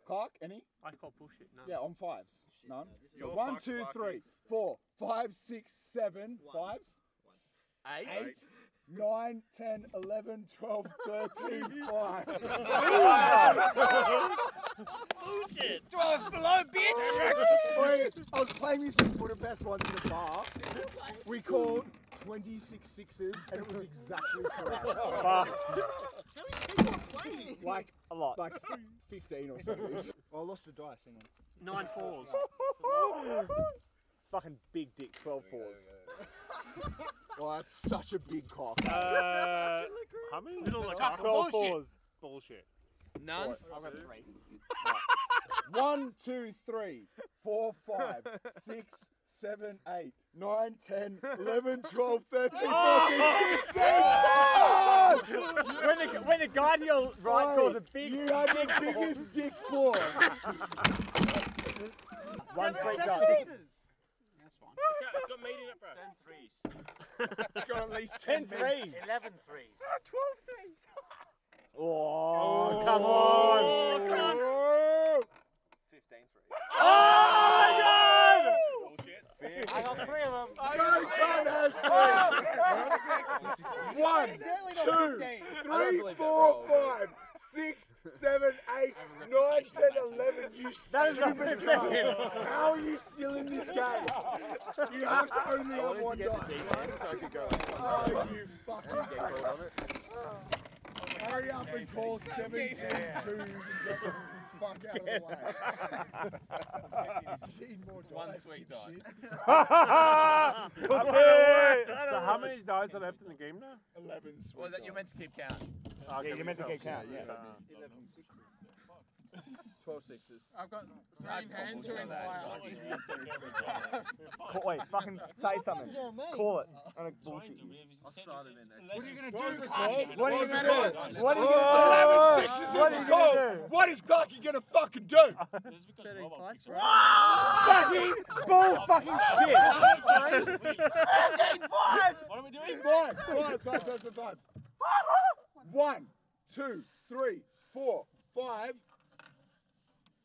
[SPEAKER 12] Clark, any?
[SPEAKER 26] I call bullshit. No.
[SPEAKER 12] Yeah, on fives. None. So
[SPEAKER 26] You're
[SPEAKER 12] one,
[SPEAKER 26] fucked,
[SPEAKER 12] two,
[SPEAKER 26] Clarky.
[SPEAKER 12] three, four, five, six, seven, fives.
[SPEAKER 7] Eight.
[SPEAKER 12] Eight. Nine, ten, eleven, twelve, thirteen, (laughs) five. (laughs)
[SPEAKER 7] Bullshit.
[SPEAKER 12] Dwellers below, bitch! Wait, I was playing this with Budapest once in a bar. We called 26 sixes, and it was exactly correct.
[SPEAKER 7] Fuck.
[SPEAKER 12] Like
[SPEAKER 11] a lot.
[SPEAKER 12] Like 15 or something. Oh, I lost the dice. Hang on.
[SPEAKER 11] Nine fours. Fucking big dick, 12 fours.
[SPEAKER 12] Oh, that's such a big cock.
[SPEAKER 11] Uh, how many?
[SPEAKER 12] Little
[SPEAKER 11] Twelve
[SPEAKER 12] cock.
[SPEAKER 11] fours.
[SPEAKER 12] Bullshit.
[SPEAKER 11] Bullshit.
[SPEAKER 12] None?
[SPEAKER 11] I've got three.
[SPEAKER 12] One, two, three, four, five, six, seven, eight, nine, ten, eleven, twelve, thirteen, fourteen,
[SPEAKER 11] Oh!
[SPEAKER 12] fifteen. Oh!
[SPEAKER 11] (laughs) when, the, when the guy to your right
[SPEAKER 12] Mate,
[SPEAKER 11] calls a big
[SPEAKER 12] You are the
[SPEAKER 11] dick whore.
[SPEAKER 12] biggest dick four.
[SPEAKER 11] One sweet
[SPEAKER 12] seven
[SPEAKER 11] done.
[SPEAKER 9] That's fine.
[SPEAKER 3] It's got- it's got meat in it, bro. Ten threes. (laughs) it's got at least ten,
[SPEAKER 11] Ten
[SPEAKER 3] mints.
[SPEAKER 11] threes.
[SPEAKER 3] Eleven threes.
[SPEAKER 11] Twelve
[SPEAKER 3] (laughs)
[SPEAKER 11] threes. Oh, come on.
[SPEAKER 3] Oh, come on. Fifteen threes.
[SPEAKER 11] Oh,
[SPEAKER 3] my God! I got three of them.
[SPEAKER 12] Go, Con has three. One, two, three, four, five, six, seven, eight, nine, ten, eleven. You
[SPEAKER 11] That is not
[SPEAKER 12] stupid
[SPEAKER 11] fair.
[SPEAKER 12] cunt. How are you still in this game? (laughs) You have to only
[SPEAKER 11] I
[SPEAKER 12] have
[SPEAKER 11] wanted to
[SPEAKER 12] one
[SPEAKER 11] get the
[SPEAKER 12] die.
[SPEAKER 11] deep end so I could go
[SPEAKER 12] Oh, you fucking Hurry up and call seventeen twos and get the (laughs) fuck out of the
[SPEAKER 7] (laughs)
[SPEAKER 12] way. Fifteen more
[SPEAKER 9] One
[SPEAKER 12] dice,
[SPEAKER 9] sweet
[SPEAKER 11] (laughs)
[SPEAKER 12] dipshit.
[SPEAKER 3] (laughs)
[SPEAKER 12] (laughs)
[SPEAKER 3] I don't know why. So (laughs) how many dice are left in the game now?
[SPEAKER 12] Eleven.
[SPEAKER 9] Well, that, you're meant to keep count.
[SPEAKER 3] Oh, Okay, you're meant to keep count, yeah.
[SPEAKER 9] Eleven sixes.
[SPEAKER 12] 12 sixes.
[SPEAKER 7] I've got three
[SPEAKER 9] I'd
[SPEAKER 7] in hand,
[SPEAKER 9] cobble
[SPEAKER 7] two in
[SPEAKER 9] that.
[SPEAKER 7] fire.
[SPEAKER 12] (laughs)
[SPEAKER 3] Ca-
[SPEAKER 11] (laughs)
[SPEAKER 3] wait, fucking say something. Call it. I don't bullshit you.
[SPEAKER 7] What are you going to do?
[SPEAKER 3] What are you gonna do? What are you
[SPEAKER 12] Eleven
[SPEAKER 3] gonna do?
[SPEAKER 12] sixes
[SPEAKER 3] What are
[SPEAKER 12] is a
[SPEAKER 3] you
[SPEAKER 12] goal.
[SPEAKER 3] gonna do?
[SPEAKER 12] What is Clarky gonna fucking do?
[SPEAKER 3] Fucking bull fucking shit.
[SPEAKER 12] What are we doing? Five, five, five, five, five, five. One, two, three, four, five,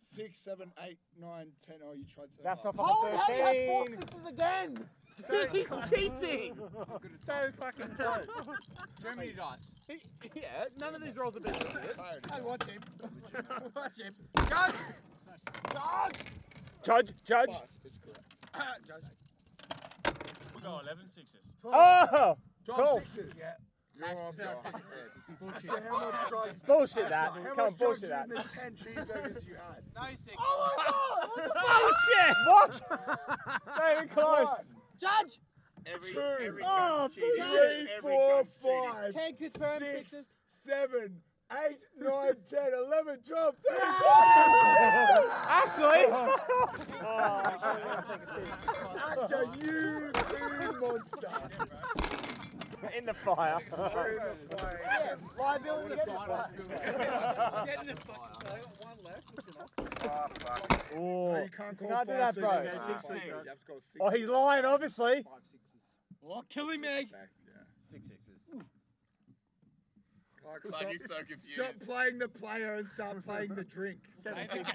[SPEAKER 12] six, seven, eight, nine, ten. Oh, you tried so
[SPEAKER 3] That's
[SPEAKER 12] hard.
[SPEAKER 3] not fucking
[SPEAKER 12] How the hell do you have four
[SPEAKER 3] 13.
[SPEAKER 12] sixes again?
[SPEAKER 3] He's
[SPEAKER 12] (laughs)
[SPEAKER 3] cheating.
[SPEAKER 12] So fucking close.
[SPEAKER 7] Too many dice.
[SPEAKER 12] Yeah, none of these rolls are better than this.
[SPEAKER 7] Hey, watch
[SPEAKER 12] (laughs)
[SPEAKER 7] him. watch him. Judge! Judge!
[SPEAKER 11] Judge, judge.
[SPEAKER 7] Judge.
[SPEAKER 3] We go 11 sixes.
[SPEAKER 11] Oh,
[SPEAKER 3] Twelve.
[SPEAKER 11] cool.
[SPEAKER 7] Yeah.
[SPEAKER 12] You're
[SPEAKER 7] off your fucking
[SPEAKER 12] Bullshit. How much drugs?
[SPEAKER 11] Bullshit that.
[SPEAKER 12] How much
[SPEAKER 11] Come on,
[SPEAKER 12] drugs
[SPEAKER 11] bullshit
[SPEAKER 12] were
[SPEAKER 11] that.
[SPEAKER 12] in the ten cheeseburgers you (laughs) had? Oh
[SPEAKER 7] No sick.
[SPEAKER 11] Bullshit. What? Not even close.
[SPEAKER 7] Judge!
[SPEAKER 12] Two,
[SPEAKER 7] Oh,
[SPEAKER 12] three, four, five,
[SPEAKER 7] Can confirm
[SPEAKER 12] six,
[SPEAKER 7] sixes.
[SPEAKER 12] seven,
[SPEAKER 7] (laughs)
[SPEAKER 12] eight, nine, ten, eleven, twelve, thirteen. (laughs)
[SPEAKER 11] Actually.
[SPEAKER 12] Oh.
[SPEAKER 11] (laughs)
[SPEAKER 12] Actor, you food monster.
[SPEAKER 3] (laughs)
[SPEAKER 11] In the fire. (laughs)
[SPEAKER 12] Yes, liability and fire.
[SPEAKER 7] Get in the fire. I got one left.
[SPEAKER 11] Oh,
[SPEAKER 12] you can't
[SPEAKER 11] you
[SPEAKER 12] call
[SPEAKER 11] can't do
[SPEAKER 12] five
[SPEAKER 11] that, bro.
[SPEAKER 12] sixes, you go six, six. You have to go six.
[SPEAKER 11] Oh, he's lying, obviously.
[SPEAKER 7] What? Kill him, Meg.
[SPEAKER 12] Six sixes.
[SPEAKER 7] Like, he's
[SPEAKER 12] so confused. Stop playing the player and start playing the drink.
[SPEAKER 3] Seven sixes.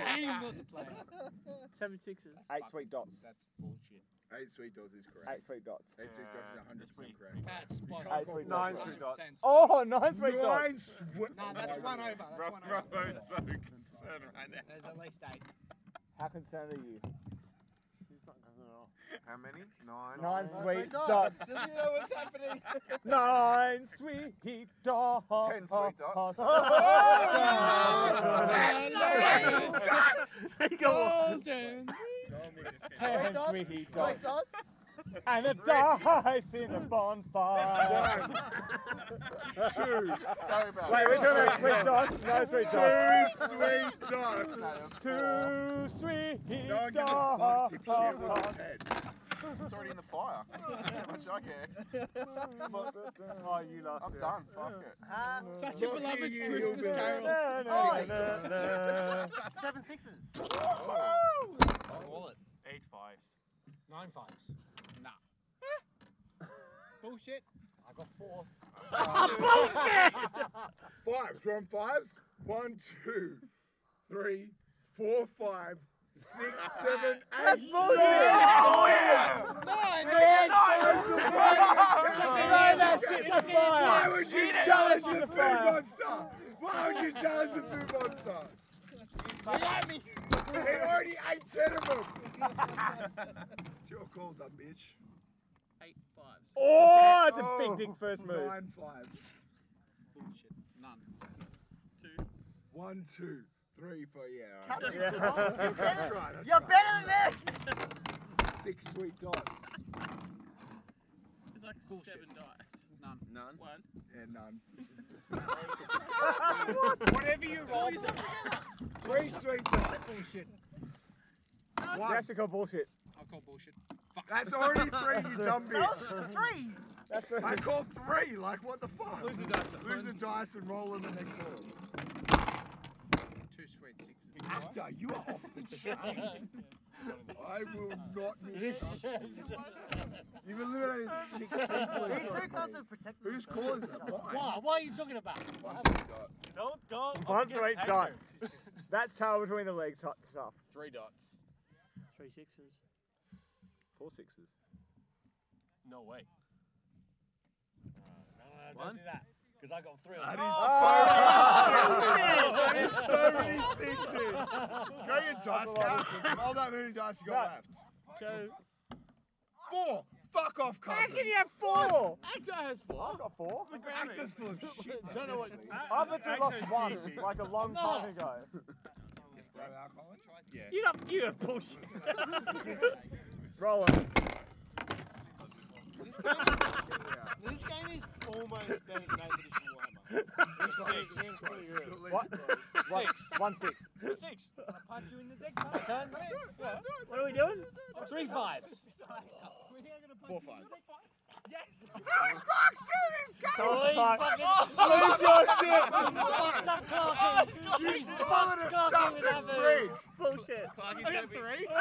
[SPEAKER 3] Seven sixes.
[SPEAKER 11] Eight sweet dots.
[SPEAKER 12] That's bullshit. Eight sweet dogs is correct.
[SPEAKER 11] Eight sweet dots.
[SPEAKER 12] Eight sweet dogs is 100 percent correct.
[SPEAKER 11] Eight sweet dots.
[SPEAKER 12] Nine sweet
[SPEAKER 3] dots.
[SPEAKER 11] Oh, nine Oh, sweet dots.
[SPEAKER 12] Nine sweet.
[SPEAKER 7] No, that's one over. That's one over.
[SPEAKER 27] so concerned right now.
[SPEAKER 7] There's at least eight.
[SPEAKER 11] How concerned are you?
[SPEAKER 3] How many? Nine.
[SPEAKER 11] Nine sweet
[SPEAKER 12] God,
[SPEAKER 11] dots.
[SPEAKER 12] does he know what's
[SPEAKER 11] (laughs)
[SPEAKER 12] happening?
[SPEAKER 11] Nine sweet dots.
[SPEAKER 12] Ten sweet
[SPEAKER 11] (laughs)
[SPEAKER 12] (laughs) dots.
[SPEAKER 11] Ten sweet dots. Ten sweet dots. And a dice in a bonfire.
[SPEAKER 12] Two.
[SPEAKER 11] Wait, we're talking about sweet dots. No sweet dots.
[SPEAKER 12] Two sweet dots.
[SPEAKER 11] Two sweet
[SPEAKER 12] No, I'm
[SPEAKER 11] dots.
[SPEAKER 12] gonna fuck shit with his head.
[SPEAKER 3] It's already in the
[SPEAKER 11] (laughs)
[SPEAKER 3] fire. How much I care. oh, you lost I'm done. Fuck it.
[SPEAKER 7] Such a
[SPEAKER 12] Lucky
[SPEAKER 7] beloved
[SPEAKER 12] you,
[SPEAKER 7] Christmas
[SPEAKER 12] Gilbert.
[SPEAKER 7] carol.
[SPEAKER 11] Na, na, na, na.
[SPEAKER 7] Seven sixes.
[SPEAKER 9] wallet.
[SPEAKER 3] Eight fives.
[SPEAKER 7] Nine fives. Nah. Bullshit. I got four.
[SPEAKER 12] Fives. We're on fives. One, two, three, four, five, six, seven, eight.
[SPEAKER 11] That's (laughs) bullshit. Oh,
[SPEAKER 12] Nine.
[SPEAKER 7] Nine.
[SPEAKER 11] Nine.
[SPEAKER 12] That's the fire.
[SPEAKER 11] Throw that shit in the fire.
[SPEAKER 12] Why would you
[SPEAKER 11] Throw
[SPEAKER 12] challenge the
[SPEAKER 11] that shit in
[SPEAKER 12] food
[SPEAKER 11] the fire.
[SPEAKER 12] monster? Why would you challenge the food monster? He already ate ten of them. It's your call, dumb bitch.
[SPEAKER 7] Eight fives.
[SPEAKER 11] Oh, it's a big, big first move.
[SPEAKER 12] Nine fives.
[SPEAKER 7] Bullshit. None.
[SPEAKER 12] One, two, three, four. Yeah. all right.
[SPEAKER 7] Captain Jamal,
[SPEAKER 12] That's right. that's
[SPEAKER 7] You're
[SPEAKER 12] right.
[SPEAKER 7] better than this.
[SPEAKER 12] Six sweet dots.
[SPEAKER 9] It's like seven dice.
[SPEAKER 7] None.
[SPEAKER 27] None.
[SPEAKER 9] One.
[SPEAKER 12] And none. (laughs)
[SPEAKER 7] Whatever you roll.
[SPEAKER 12] um, Three sweet dots.
[SPEAKER 7] Bullshit.
[SPEAKER 11] They actually call bullshit.
[SPEAKER 7] I'll call bullshit. Fuck. That's already three, you dumb bitch.
[SPEAKER 12] That was three. That's
[SPEAKER 7] I called three. Like, what the fuck? Lose the dice. Lose the dice and roll them and then call.
[SPEAKER 28] Two sweet sixes.
[SPEAKER 7] Actor, you are off the chain. I will not miss. You've eliminated six people. in
[SPEAKER 12] These two
[SPEAKER 7] front of
[SPEAKER 12] cards
[SPEAKER 7] me.
[SPEAKER 12] are protected.
[SPEAKER 7] Whose cause is it?
[SPEAKER 9] Why?
[SPEAKER 7] Mine.
[SPEAKER 9] What are you talking about?
[SPEAKER 7] Don't
[SPEAKER 9] go.
[SPEAKER 11] One straight
[SPEAKER 9] (laughs)
[SPEAKER 11] dot. That's tail between the legs hot stuff.
[SPEAKER 29] Three dots.
[SPEAKER 11] Three sixes.
[SPEAKER 29] Four sixes.
[SPEAKER 11] No way.
[SPEAKER 9] No, no, don't do that. Because I got three. of
[SPEAKER 7] That
[SPEAKER 9] them.
[SPEAKER 7] is
[SPEAKER 11] Oh, (laughs)
[SPEAKER 7] (laughs) so many sixes. That is so many sixes. Go your dice count. Roll that many dice you got left. Four. Fuck off, cousin.
[SPEAKER 11] can you have four?
[SPEAKER 7] Actor has four. I've got four. Actor's full of shit.
[SPEAKER 11] Don't know what-
[SPEAKER 7] I
[SPEAKER 11] I bet you lost one like a long time
[SPEAKER 7] (laughs)
[SPEAKER 11] ago.
[SPEAKER 7] Yeah.
[SPEAKER 11] You got you got bullshit. Roll it.
[SPEAKER 9] This game is almost better than Game Edition Warhammer. Six.
[SPEAKER 11] What? One, one six.
[SPEAKER 9] Six. I'll punch you in the dick. mate.
[SPEAKER 11] turn.
[SPEAKER 9] Come here.
[SPEAKER 11] What are we doing?
[SPEAKER 9] Three fives.
[SPEAKER 7] Four fives.
[SPEAKER 9] Yes.
[SPEAKER 7] Who's box to this game?
[SPEAKER 9] Please
[SPEAKER 7] Oh,
[SPEAKER 9] fucking-
[SPEAKER 7] Lose your shit.
[SPEAKER 9] Stop
[SPEAKER 7] oh,
[SPEAKER 9] clocking.
[SPEAKER 7] You
[SPEAKER 9] Please
[SPEAKER 7] son
[SPEAKER 9] stop
[SPEAKER 7] of a
[SPEAKER 9] clocking with
[SPEAKER 7] sucking
[SPEAKER 9] that move.
[SPEAKER 7] freak.
[SPEAKER 11] Bullshit.
[SPEAKER 9] I got three.
[SPEAKER 7] Ah!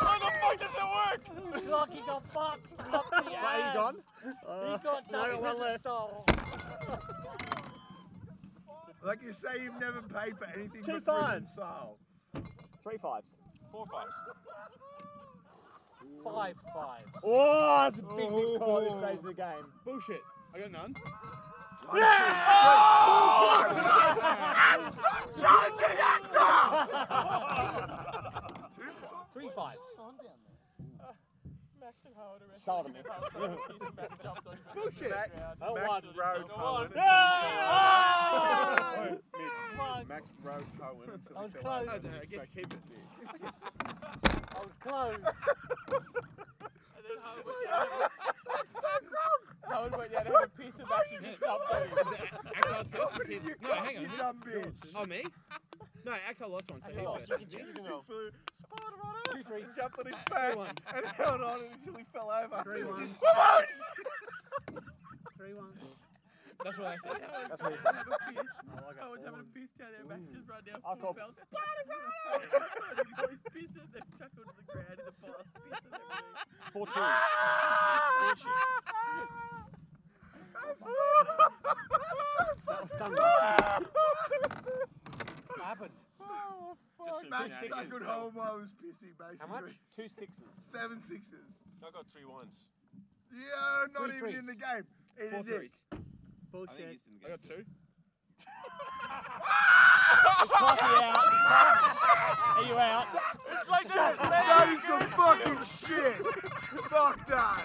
[SPEAKER 7] How
[SPEAKER 9] the fuck does it work? Clocky got fucked. Up the
[SPEAKER 11] Where you
[SPEAKER 9] ass.
[SPEAKER 11] gone? Uh,
[SPEAKER 9] He got
[SPEAKER 11] no,
[SPEAKER 9] done
[SPEAKER 11] one
[SPEAKER 9] with his
[SPEAKER 11] left.
[SPEAKER 9] soul.
[SPEAKER 7] Like you say, you've never paid for anything
[SPEAKER 11] Two
[SPEAKER 7] but prison
[SPEAKER 11] fives.
[SPEAKER 7] sale.
[SPEAKER 11] Three fives.
[SPEAKER 7] Four fives.
[SPEAKER 9] Five fives.
[SPEAKER 11] Oh, that's a big dick call at this stage of the game.
[SPEAKER 7] Bullshit. I got none. Oh,
[SPEAKER 9] Yeah!
[SPEAKER 7] (laughs) Stop charging
[SPEAKER 9] (laughs) Three fives.
[SPEAKER 30] Max and Howard are
[SPEAKER 11] Sold me.
[SPEAKER 9] Bullshit.
[SPEAKER 11] Oh, one.
[SPEAKER 7] Max
[SPEAKER 9] Oh,
[SPEAKER 7] Rowe Cohen.
[SPEAKER 9] one. Ah!
[SPEAKER 7] Mitch, Max Rowe Cohen. until
[SPEAKER 9] I was
[SPEAKER 7] we sell
[SPEAKER 9] close.
[SPEAKER 7] it. I don't expect him to do.
[SPEAKER 9] (laughs) I was
[SPEAKER 7] (laughs)
[SPEAKER 9] close.
[SPEAKER 31] Howard went down and had a piece of Max and just jumped on him.
[SPEAKER 4] Actar's first. He said, no, hang on.
[SPEAKER 7] You
[SPEAKER 4] who-
[SPEAKER 7] dumb bitch.
[SPEAKER 4] Oh, me? No, Actar lost one, so
[SPEAKER 7] He
[SPEAKER 4] he's
[SPEAKER 7] flew-
[SPEAKER 4] first.
[SPEAKER 7] Spider-Man Two, three. jumped on his back and held on until he fell over. Three ones.
[SPEAKER 9] Three ones.
[SPEAKER 4] That's what I said.
[SPEAKER 11] That's what he said.
[SPEAKER 9] I was having a piece down there, Max just ran down.
[SPEAKER 11] I'll call-
[SPEAKER 9] Spider Man! He got his piss and then chuckled to the ground in the bottom. Piss and everything.
[SPEAKER 11] Four
[SPEAKER 7] (laughs)
[SPEAKER 11] twos.
[SPEAKER 9] What happened?
[SPEAKER 7] Oh,
[SPEAKER 9] Just a
[SPEAKER 7] fuck. Max
[SPEAKER 9] sixes.
[SPEAKER 7] suckled homo was pissy, basically.
[SPEAKER 9] much?
[SPEAKER 7] Two sixes. (laughs) Seven sixes.
[SPEAKER 9] I got three ones.
[SPEAKER 7] Yeah, not
[SPEAKER 9] Three
[SPEAKER 7] even in
[SPEAKER 9] threes.
[SPEAKER 7] the game. It
[SPEAKER 9] Four
[SPEAKER 7] is
[SPEAKER 9] threes.
[SPEAKER 7] it.
[SPEAKER 9] Bullshit.
[SPEAKER 7] I got
[SPEAKER 12] (laughs)
[SPEAKER 7] two.
[SPEAKER 9] (laughs) It's fucking out. Are you out? It's like
[SPEAKER 7] That is some fucking shit. Fuck that.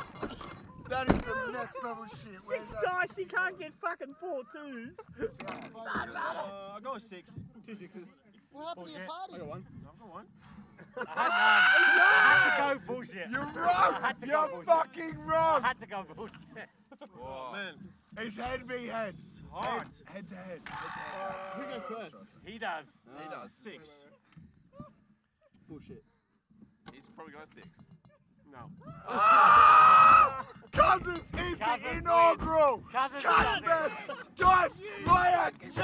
[SPEAKER 7] That is some next level shit.
[SPEAKER 9] Six dice, you can't get fucking four twos. I got a six. Two sixes.
[SPEAKER 12] What happened to your party?
[SPEAKER 9] I got one.
[SPEAKER 7] I've got one.
[SPEAKER 9] I
[SPEAKER 7] (gasps)
[SPEAKER 9] had to go bullshit.
[SPEAKER 7] You're wrong.
[SPEAKER 9] I had to go
[SPEAKER 7] You're
[SPEAKER 9] bullshit.
[SPEAKER 7] fucking wrong.
[SPEAKER 9] I had to go bullshit.
[SPEAKER 7] Oh, man. It's head v head. Head, head to head. Who goes first?
[SPEAKER 9] He does.
[SPEAKER 7] He does. Six.
[SPEAKER 9] Bullshit.
[SPEAKER 32] He's probably got a six.
[SPEAKER 9] No.
[SPEAKER 7] (laughs) Cousins is the inaugural
[SPEAKER 9] Cousins
[SPEAKER 7] Cousins Josh Ryan
[SPEAKER 11] I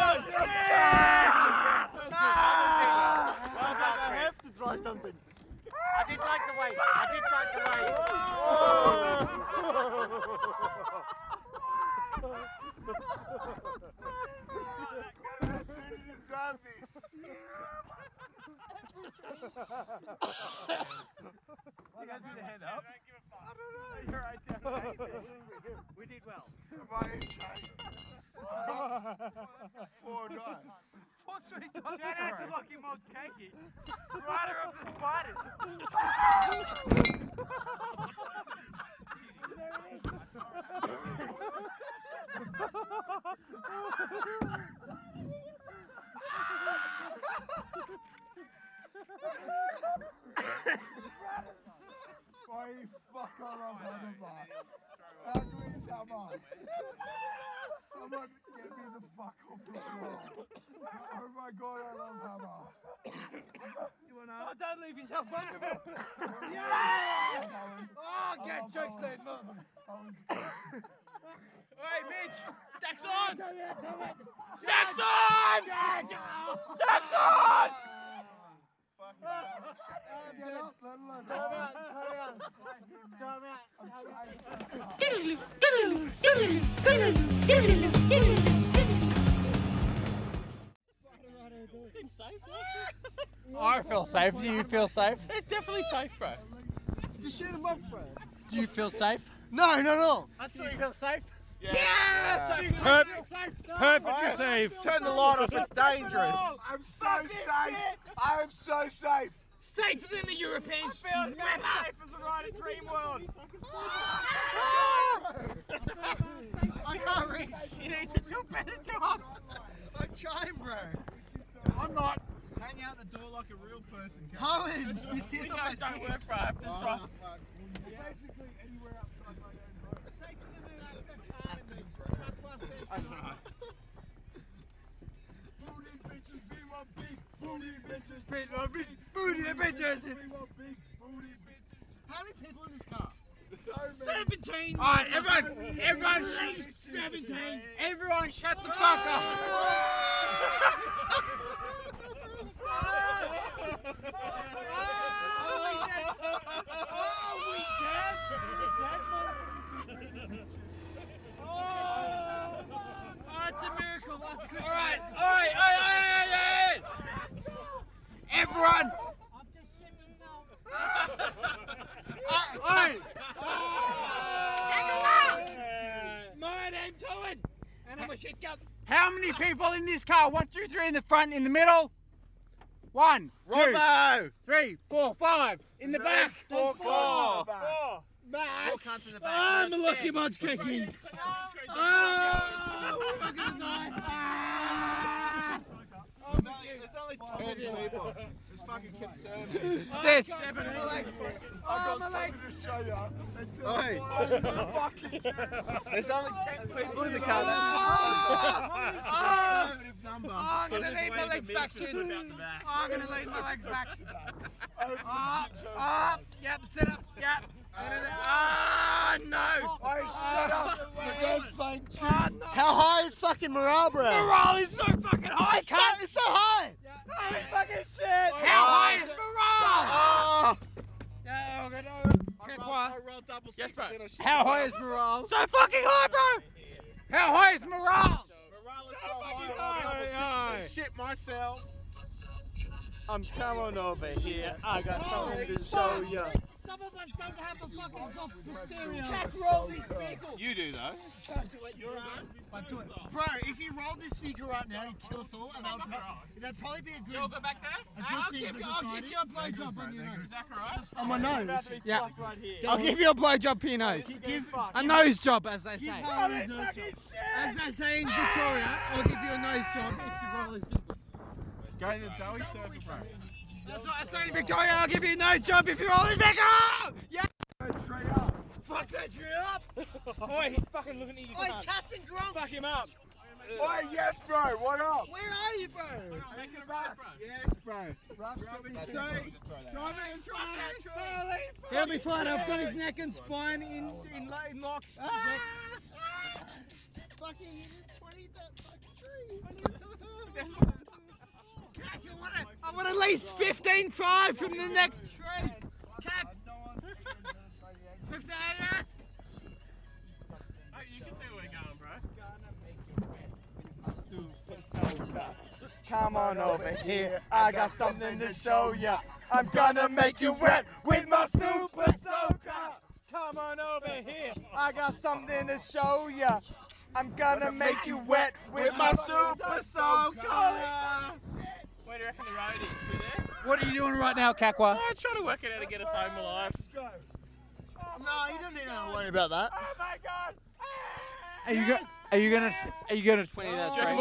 [SPEAKER 11] have to try something.
[SPEAKER 9] I did like the way. I did like the way.
[SPEAKER 7] Oh.
[SPEAKER 9] Oh.
[SPEAKER 7] You guys did a hand up?
[SPEAKER 9] I don't know. You're right, We did well.
[SPEAKER 7] Four dice.
[SPEAKER 9] Four, three, Shout out to Lockie Mulcahy, rider of the spiders.
[SPEAKER 7] Why you fuck all of them? How do we sum up?
[SPEAKER 12] Someone get me the fuck off the floor. Oh my god, I love Hammer.
[SPEAKER 7] You wanna? Oh, don't leave yourself
[SPEAKER 9] (laughs)
[SPEAKER 7] vulnerable. (laughs)
[SPEAKER 12] Yeah!
[SPEAKER 7] Oh,
[SPEAKER 12] I
[SPEAKER 7] get
[SPEAKER 12] love
[SPEAKER 7] jokes,
[SPEAKER 12] Owen.
[SPEAKER 7] dude.
[SPEAKER 12] Owen's
[SPEAKER 7] (laughs) Hey, Mitch. Stacks on.
[SPEAKER 12] Stacks
[SPEAKER 7] on. Stacks on.
[SPEAKER 12] Get up, let alone.
[SPEAKER 7] Time
[SPEAKER 12] Owen.
[SPEAKER 7] out. Time out. Time out.
[SPEAKER 12] I'm tired.
[SPEAKER 7] Seems (laughs) safe.
[SPEAKER 3] I feel safe. Do you feel safe?
[SPEAKER 7] It's definitely safe, bro. Just shoot him up, bro.
[SPEAKER 3] Do you feel safe?
[SPEAKER 7] No, not at all.
[SPEAKER 3] Do you feel safe?
[SPEAKER 7] Yeah.
[SPEAKER 3] Yes!
[SPEAKER 7] Yeah.
[SPEAKER 3] Do you feel
[SPEAKER 7] Perfect-
[SPEAKER 3] safe?
[SPEAKER 7] perfectly
[SPEAKER 3] I-
[SPEAKER 7] safe.
[SPEAKER 12] Turn the light off, it's dangerous. I'm so safe. I'm so safe.
[SPEAKER 7] Safer than the Europeans. I feel as safe as a ride in Dream World. (laughs) I can't reach. You need to do a better job. I'm trying, bro. I'm not. Hang out the door like a real person.
[SPEAKER 12] Colin, you
[SPEAKER 7] you
[SPEAKER 12] said
[SPEAKER 7] see
[SPEAKER 12] that my
[SPEAKER 7] don't
[SPEAKER 12] dick-
[SPEAKER 7] work, bro. I'm just
[SPEAKER 12] Oh,
[SPEAKER 7] trying.
[SPEAKER 12] Basically, anywhere outside my own room. Booty bitches, we want big booty bitches.
[SPEAKER 7] We want big booty bitches.
[SPEAKER 12] We want big booty bitches. How many people in this car? So many.
[SPEAKER 7] 17.
[SPEAKER 12] All right, everyone- everyone
[SPEAKER 7] least 17.
[SPEAKER 3] Everyone shut the fuck up.
[SPEAKER 7] Oh, Alright, alright, alright, alright, Everyone! Oi! My name's Owen! And I'm a shit cup!
[SPEAKER 3] How many people in this car? One, two, three in the front, in the middle. One, two,
[SPEAKER 7] Robbo.
[SPEAKER 3] three, four, five. In the back.
[SPEAKER 7] Four cunts in the back. Max. I'm a lucky munch kicking. Oh, we're gonna Ah. die.
[SPEAKER 11] There's only
[SPEAKER 7] Oh,
[SPEAKER 11] two
[SPEAKER 12] Oh,
[SPEAKER 11] people. It's fucking conservative.
[SPEAKER 7] This.
[SPEAKER 12] Oh,
[SPEAKER 11] I've got
[SPEAKER 7] Oh, legs.
[SPEAKER 11] something to show you. It's a
[SPEAKER 7] Oi.
[SPEAKER 11] fucking There's only ten people in the car.
[SPEAKER 12] Ah.
[SPEAKER 7] Oh,
[SPEAKER 11] Conservative number.
[SPEAKER 7] I'm gonna leave my legs back soon. I'm gonna leave my legs (laughs) back. Up, up, yep, sit up, yep. Ah, no! Oh, shut up!
[SPEAKER 9] How high is fucking morale, bro?
[SPEAKER 7] Morale is so fucking high.
[SPEAKER 9] I can't. It's so high.
[SPEAKER 7] Holy fucking shit! Ah. How high is morale?
[SPEAKER 9] Oh.
[SPEAKER 7] Yeah, okay, no. Quick one. Yes, bro.
[SPEAKER 3] How high is morale?
[SPEAKER 7] So fucking high, bro.
[SPEAKER 3] How high is morale?
[SPEAKER 7] Fucking high.
[SPEAKER 11] Shit myself. I'm coming over here. I got something to show you.
[SPEAKER 7] Some of us don't have a fucking soft
[SPEAKER 11] hysteria. You do though.
[SPEAKER 9] Bro, if you roll this speaker right now, you kill us all, and that would pro- that'd probably be a good. You'll go back there. A good
[SPEAKER 7] I'll
[SPEAKER 9] thing
[SPEAKER 7] give
[SPEAKER 9] for
[SPEAKER 7] you- I'll give
[SPEAKER 9] society.
[SPEAKER 7] you a blowjob on your nose. Is that right?
[SPEAKER 9] On my nose.
[SPEAKER 7] Yeah.
[SPEAKER 9] I'll give you a blowjob for your nose.
[SPEAKER 7] A nose job, as they
[SPEAKER 9] Give
[SPEAKER 7] say.
[SPEAKER 9] Harry a nose job.
[SPEAKER 7] As they say in Victoria, I'll give you a nose job if you roll this big one. Go in the doughy circle, bro. That's what I say in Victoria, I'll give you a nose job if you roll this big one! Yeah! Fuck that tree (laughs) up! Oi, he's fucking looking at you.
[SPEAKER 9] Oi,
[SPEAKER 7] cunt.
[SPEAKER 9] cats and grumps.
[SPEAKER 7] Fuck him up.
[SPEAKER 12] Oi, yes, bro. What up?
[SPEAKER 9] Where are you, bro?
[SPEAKER 12] Yes, bro.
[SPEAKER 7] He'll be fine. I've got his neck and spine in in, lo- in lock.
[SPEAKER 9] Ah! Fucking hit his 20 that fucking tree.
[SPEAKER 7] I want at least 15 5 from the next tree. Cat. 15 ass. Hey, you can see where we're going,
[SPEAKER 11] Come on over here. I got something to show ya. I'm gonna make you wet with my super soaker. Come on over here. I got something to show ya. I'm gonna make you wet with my super soaker.
[SPEAKER 7] Where do you reckon the road is? Through there?
[SPEAKER 3] What are you doing right now, Kakwa?
[SPEAKER 7] I'm trying to work it out to get us home alive.
[SPEAKER 9] No, you don't need to worry about that.
[SPEAKER 7] Oh my god!
[SPEAKER 3] Are you gonna? Are you gonna? Are you gonna twenty that train?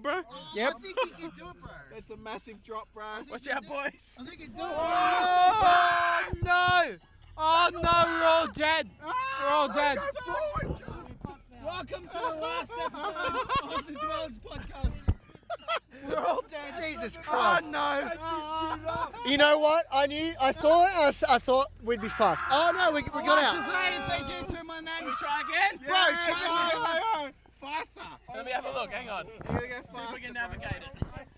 [SPEAKER 7] bro?
[SPEAKER 3] Yep.
[SPEAKER 9] I think you can do it, bro.
[SPEAKER 11] That's a massive drop, bro.
[SPEAKER 7] Watch out, boys.
[SPEAKER 9] I think you can do it,
[SPEAKER 7] Oh
[SPEAKER 9] bro.
[SPEAKER 7] no! Oh no, we're all dead. We're all dead.
[SPEAKER 9] Forward,
[SPEAKER 7] Welcome to the last episode of the Dwellers podcast.
[SPEAKER 33] We're all dancing. Jesus Christ.
[SPEAKER 7] Oh no!
[SPEAKER 33] You know what? I knew, I saw it, and I, s- I thought we'd be fucked. Oh no, we, we got
[SPEAKER 7] I'd
[SPEAKER 33] out.
[SPEAKER 7] like to say thank you to my nanny. Try again.
[SPEAKER 33] Bro, try
[SPEAKER 7] again. Faster.
[SPEAKER 34] Let me have a look. Hang on.
[SPEAKER 7] See if we can navigate it.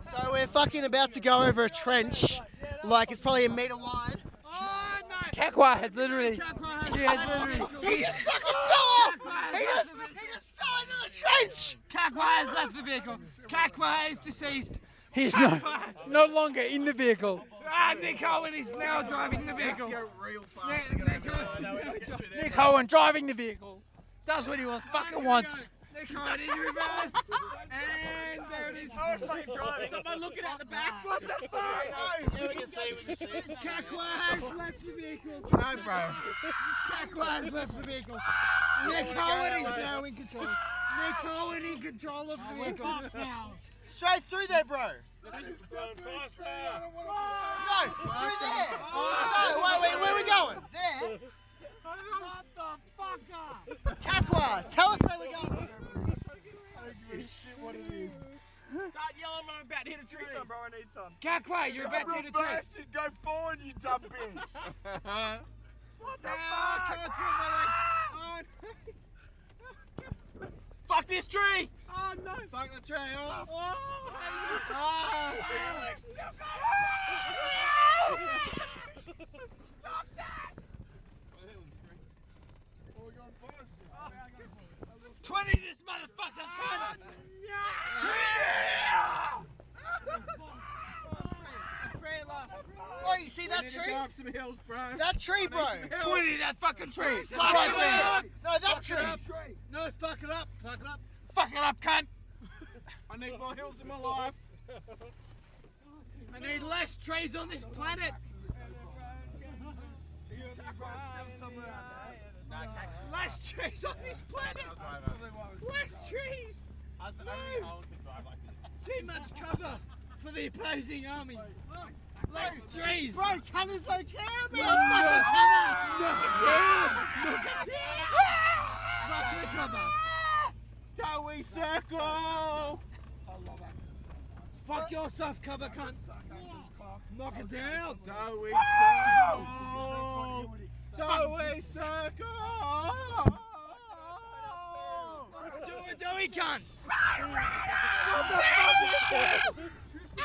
[SPEAKER 33] So we're fucking about to go over a trench, like it's probably a meter wide.
[SPEAKER 9] Kakwa has literally.
[SPEAKER 33] He has literally. He just fucking fell off! He just, he just fell into the trench!
[SPEAKER 7] Kakwa has left the vehicle. Kakwa is deceased.
[SPEAKER 9] He's no, no longer in the vehicle.
[SPEAKER 7] Ah, Nick Owen is now driving the vehicle. Nick- Nick Owen-
[SPEAKER 9] Nick Owen driving the vehicle. Does what he wants, fucking wants.
[SPEAKER 7] Nick Owen in
[SPEAKER 33] (laughs)
[SPEAKER 7] reverse. And there it is. Owen fucking driving. Someone looking at the back. What the fuck? Kakwa has
[SPEAKER 33] (laughs)
[SPEAKER 7] left the vehicle. No, bro.
[SPEAKER 33] Kakwa has left the vehicle.
[SPEAKER 7] Nick Owen is now
[SPEAKER 33] in control. Nick Owen in control of the vehicle.
[SPEAKER 7] (laughs)
[SPEAKER 12] Straight through there, bro.
[SPEAKER 33] No, through there. No, wait, wait, where are we going? There. (laughs) Kakwa, tell us where we're going.
[SPEAKER 7] What it is. Start yelling, I'm about to hit a tree. Some, bro, I need some.
[SPEAKER 35] Kakwa, you're about to hit a tree.
[SPEAKER 7] Reverse it, Go forward, you dumb bitch.
[SPEAKER 35] (laughs)
[SPEAKER 7] what the fuck? Ah! I can't feel my legs. Fuck this tree! Oh no! Fuck the tree off! Oh! oh. Stop that! 20 this motherfucker cunt! Ah!
[SPEAKER 33] Oh, you see that tree? That tree, bro.
[SPEAKER 7] 20 that fucking tree!
[SPEAKER 33] Fuck it up. No, that
[SPEAKER 7] Fuck it
[SPEAKER 33] tree.
[SPEAKER 7] up. No, fuck it up! Fuck it up! Fuck it up, cunt! (laughs) I need more hills in my life! I need less trees on this planet! Less trees on this planet! Less trees! No! Too much cover for the opposing army! Less trees!
[SPEAKER 33] Bro, Cannon's okay, man.
[SPEAKER 7] No!
[SPEAKER 33] Fucking Cannon.
[SPEAKER 7] Knock it down! Knock it down! Fuck the cover! Don't we circle? Fuck your soft cover, cunt! Knock it down! Don't we circle? Don't we circle? Do it, do it, cunt! What the Ah, fuck is this?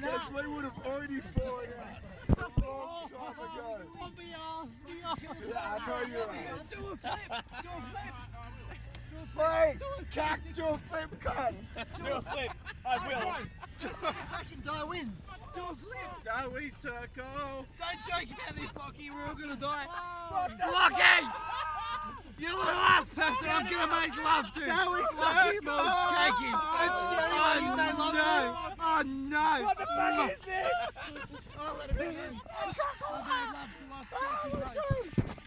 [SPEAKER 12] Yes, we would have already fallen out. a Long time ago. Yeah, I know you're right.
[SPEAKER 7] Do a flip! Do a flip!
[SPEAKER 12] Flip! Cack, do a flip, cunt!
[SPEAKER 7] Do a flip! I will!
[SPEAKER 33] Question die wins.
[SPEAKER 7] Do a flip! Do we circle? Don't joke about this, Lockie. We're all gonna die. Lockie! You're the last person I'm gonna make love to.
[SPEAKER 33] Do we
[SPEAKER 7] Lockie
[SPEAKER 33] circle?
[SPEAKER 7] Ball's shaking.
[SPEAKER 33] That's the only one you made love
[SPEAKER 7] oh, no. Oh no!
[SPEAKER 33] What the fuck is
[SPEAKER 7] this? Oh, let it in. I made love to Lockie Jackson,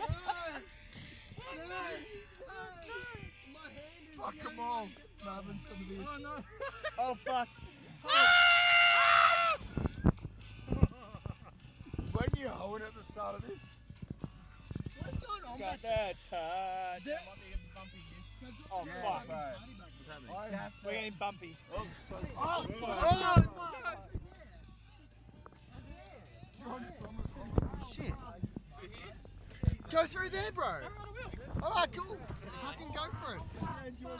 [SPEAKER 7] mate.
[SPEAKER 12] Fuck them all. Marvin, some of these.
[SPEAKER 7] Oh no!
[SPEAKER 12] Oh, fuck. When you hoeing at the start of this? What's going on Got that touch. Oh, fuck.
[SPEAKER 7] We're getting bumpy.
[SPEAKER 12] Oh, so
[SPEAKER 7] Oh,
[SPEAKER 12] Oh,
[SPEAKER 33] Shit. Go through there, bro. All right, cool. Fucking go for it.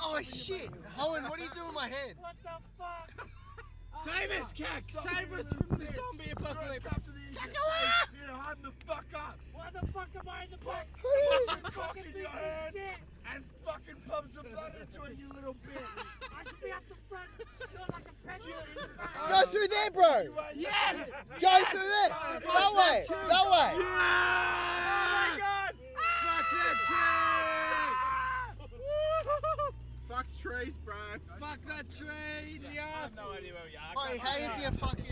[SPEAKER 33] Oh shit, Owen, what are you doing with my head?
[SPEAKER 7] What the fuck? Save us, Cack! Save us from the zombie apocalypse! Cack, you hide the fuck up! Why the fuck am I in the back? Put your cock in your hand and fucking pump some blood into it, you little bitch! I should be at the front! You're like a peasant!
[SPEAKER 33] Go through there, bro.
[SPEAKER 7] Yes!
[SPEAKER 33] Go through there. That way. That way.
[SPEAKER 7] Fuck trees, bro. Fuck that tree in the ass. I have no idea where we are.
[SPEAKER 33] Oi, how is your fucking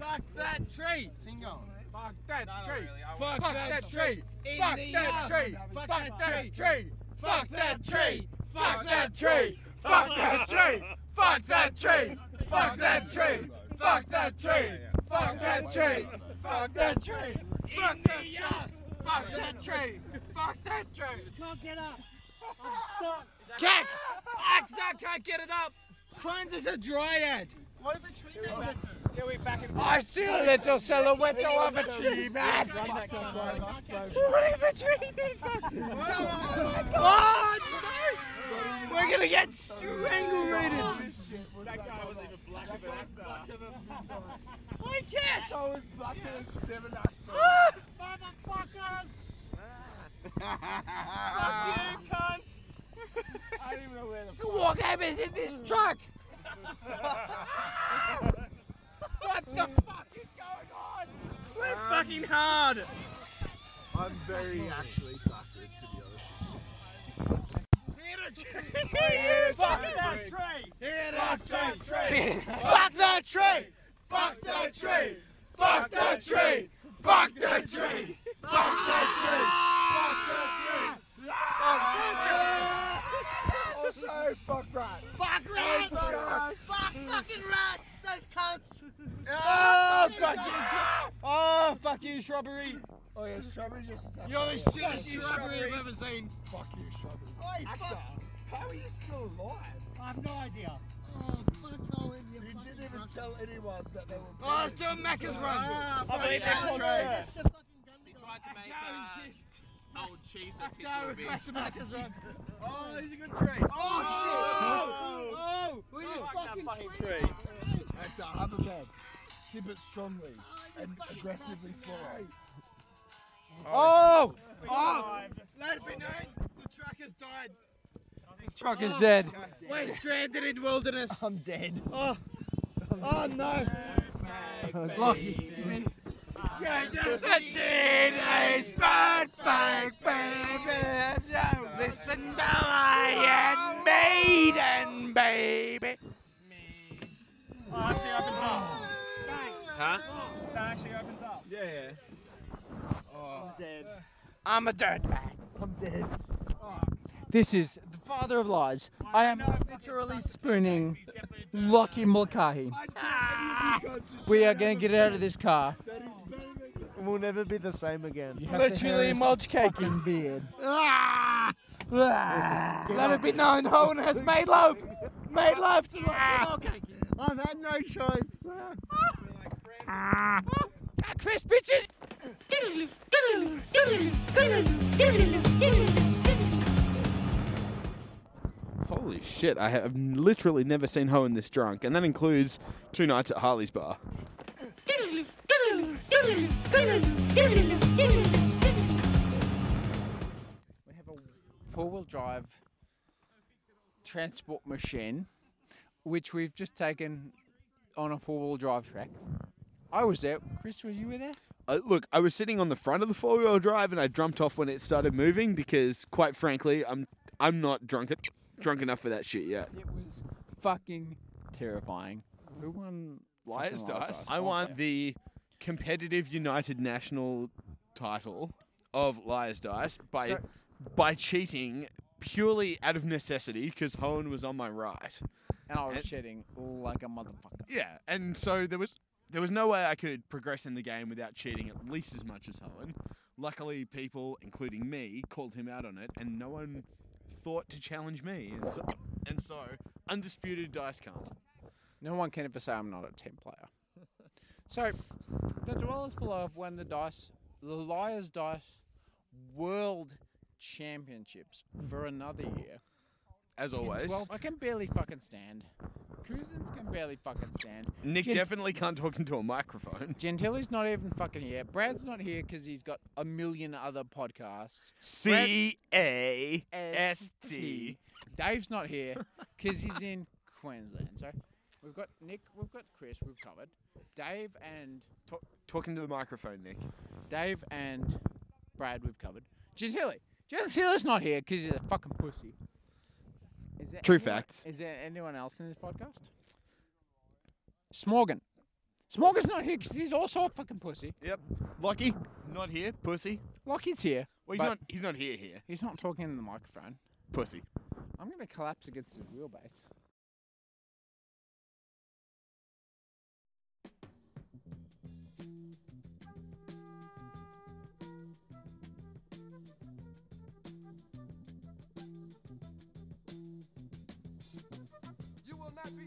[SPEAKER 7] Fuck that tree.
[SPEAKER 33] thing on?
[SPEAKER 7] Fuck that tree.
[SPEAKER 33] won't.
[SPEAKER 7] Fuck, that tree.
[SPEAKER 33] In
[SPEAKER 7] Fuck
[SPEAKER 33] the
[SPEAKER 7] that
[SPEAKER 33] ass.
[SPEAKER 7] tree.
[SPEAKER 33] Fuck
[SPEAKER 7] Fuck
[SPEAKER 33] that
[SPEAKER 7] that
[SPEAKER 33] tree.
[SPEAKER 7] tree. Fuck that tree. Fuck that tree. Fuck that tree. Fuck that tree. Fuck that tree! Fuck that tree! Fuck that tree! Fuck that tree! Fuck that tree! Fuck that tree! Fuck that tree! Can't get up! Cack! I can't get it up! Finds us a dryad! What if a tree Oh. Yeah, we back and I see a little silhouette of a tree man! What if a tree man? Oh no! We're gonna get strangulated!
[SPEAKER 12] That guy was even blacker than us.
[SPEAKER 7] I can't!
[SPEAKER 12] I was blacker than seven
[SPEAKER 7] Ah! Motherfuckers! Fuck you, cunt! I don't even know where the War game is in this truck! what the fuck is going on? We're fucking hard!
[SPEAKER 12] I'm very actually flaccid, to be honest.
[SPEAKER 7] Fuck that tree! Fuck that
[SPEAKER 12] Fuck that
[SPEAKER 7] tree!
[SPEAKER 12] tree!
[SPEAKER 7] Fuck that tree! Fuck that tree! Fuck that tree! Fuck that tree! Fuck that tree!
[SPEAKER 12] (laughs)
[SPEAKER 7] Also, fuck rats. Fuck rats! Fuck rats! Fuck fucking rats! Those cunts! Oh, fuck you! Oh, fuck you, shrubbery! Oh, yeah, shrubbery just. You're the shittiest shrubbery I've ever seen. Fuck you, shrubbery.
[SPEAKER 12] Oi, fuck! How are you still alive? I have no idea. Oh, fuck all in your You didn't even tell anyone that they were.
[SPEAKER 7] Oh, it's doing Macca's run.
[SPEAKER 12] Ah,
[SPEAKER 7] I believe that was
[SPEAKER 12] Macca's
[SPEAKER 7] run.
[SPEAKER 12] Tried to make uh,
[SPEAKER 36] Oh,
[SPEAKER 12] (laughs)
[SPEAKER 36] Jesus.
[SPEAKER 7] Go request a Macca's run.
[SPEAKER 12] Oh, he's a good tree. Oh, shit! Oh, we just fucking tree. That's a hoverbird. Sip it strongly and aggressively swallow.
[SPEAKER 7] Oh! Oh! Let it be known, the truck has died.
[SPEAKER 12] Truck is
[SPEAKER 7] Oh,
[SPEAKER 12] dead.
[SPEAKER 7] We're stranded in wilderness. I'm dead. Oh, oh no. You're just a teenage bird, baby. So listen to Iron Maiden, baby.
[SPEAKER 11] Oh, actually opens up.
[SPEAKER 36] Huh?
[SPEAKER 11] That actually opens up.
[SPEAKER 12] Yeah, yeah.
[SPEAKER 7] I'm dead. I'm a dead man. I'm dead.
[SPEAKER 3] This is the father of lies. I am literally spooning Lucky Mulcahy. We are going to get out of this car.
[SPEAKER 37] We'll never be the same again.
[SPEAKER 3] You have to Literally hair us mulch cake. fucking
[SPEAKER 37] beard.
[SPEAKER 7] Ah! Ah! Let it be known, Owen has made love. Made love to ah! I've had no choice. Ah! Ah, Chris, bitches.
[SPEAKER 4] Holy shit, I have literally never seen Hohen this drunk, and that includes two nights at Harley's bar.
[SPEAKER 3] Four-wheel drive transport machine, which we've just taken on a four-wheel drive track. I was there. Chris, were you there?
[SPEAKER 4] Uh, look, I was sitting on the front of the four wheel drive and I jumped off when it started moving because, quite frankly, I'm I'm not drunk drunk enough for that shit yet.
[SPEAKER 3] Fucking terrifying. Who won?
[SPEAKER 4] Liars
[SPEAKER 3] fucking
[SPEAKER 4] dice. I want the competitive United National title of Liars Dice by
[SPEAKER 3] So-
[SPEAKER 4] by cheating purely out of necessity because Hohen was on my right.
[SPEAKER 3] And I was cheating like a motherfucker.
[SPEAKER 4] Yeah, and so there was there was no way I could progress in the game without cheating at least as much as Hohen. Luckily, people, including me, called him out on it, and no one thought to challenge me. And so, and so undisputed dice can't.
[SPEAKER 3] No one can ever say I'm not a 10 player. (laughs) So, the Dwellers Below have won the Dice, the Liars Dice World Championships for another year.
[SPEAKER 4] As
[SPEAKER 3] In
[SPEAKER 4] always.
[SPEAKER 3] 12 I can barely fucking stand. Cousins can barely fucking stand.
[SPEAKER 4] Nick
[SPEAKER 3] Gen-
[SPEAKER 4] definitely can't talk into a microphone.
[SPEAKER 3] Gentili's not even fucking here. Brad's not here because he's got a million other podcasts.
[SPEAKER 4] C A
[SPEAKER 3] Brad-
[SPEAKER 4] S T.
[SPEAKER 3] Dave's not here because he's in Queensland. So we've got Nick, we've got Chris, we've covered. Dave and
[SPEAKER 4] Talking to the microphone, Nick.
[SPEAKER 3] Dave and Brad, we've covered. Gentili, Gentili's not here because he's a fucking pussy. Is there
[SPEAKER 4] True
[SPEAKER 3] anyone-
[SPEAKER 4] facts.
[SPEAKER 3] Is there anyone else in this podcast? Smorgan. Smorgan's not here because he's also a fucking pussy.
[SPEAKER 4] Yep. Lockie, not here, pussy.
[SPEAKER 3] Lockie's here.
[SPEAKER 4] Well, he's
[SPEAKER 3] but
[SPEAKER 4] not. He's not here. Here,
[SPEAKER 3] He's not talking in the microphone.
[SPEAKER 4] pussy.
[SPEAKER 3] I'm gonna collapse against his wheelbase.
[SPEAKER 2] I be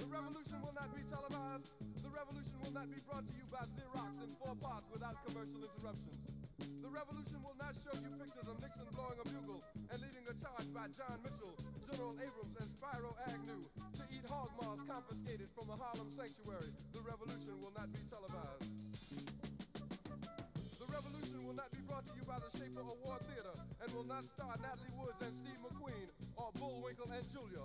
[SPEAKER 2] The revolution will not be televised. The revolution will not be brought to you by Xerox in four parts without commercial interruptions. The revolution will not show you pictures of Nixon blowing a bugle and leading a charge by John Mitchell, General Abrams, and Spyro Agnew to eat hog maws confiscated from a Harlem sanctuary. The revolution will not be televised. The revolution will not be brought to you by the Schaefer Award Theater and will not star Natalie Woods and Steve McQueen or Bullwinkle and Julia.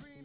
[SPEAKER 2] Green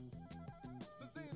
[SPEAKER 2] The theme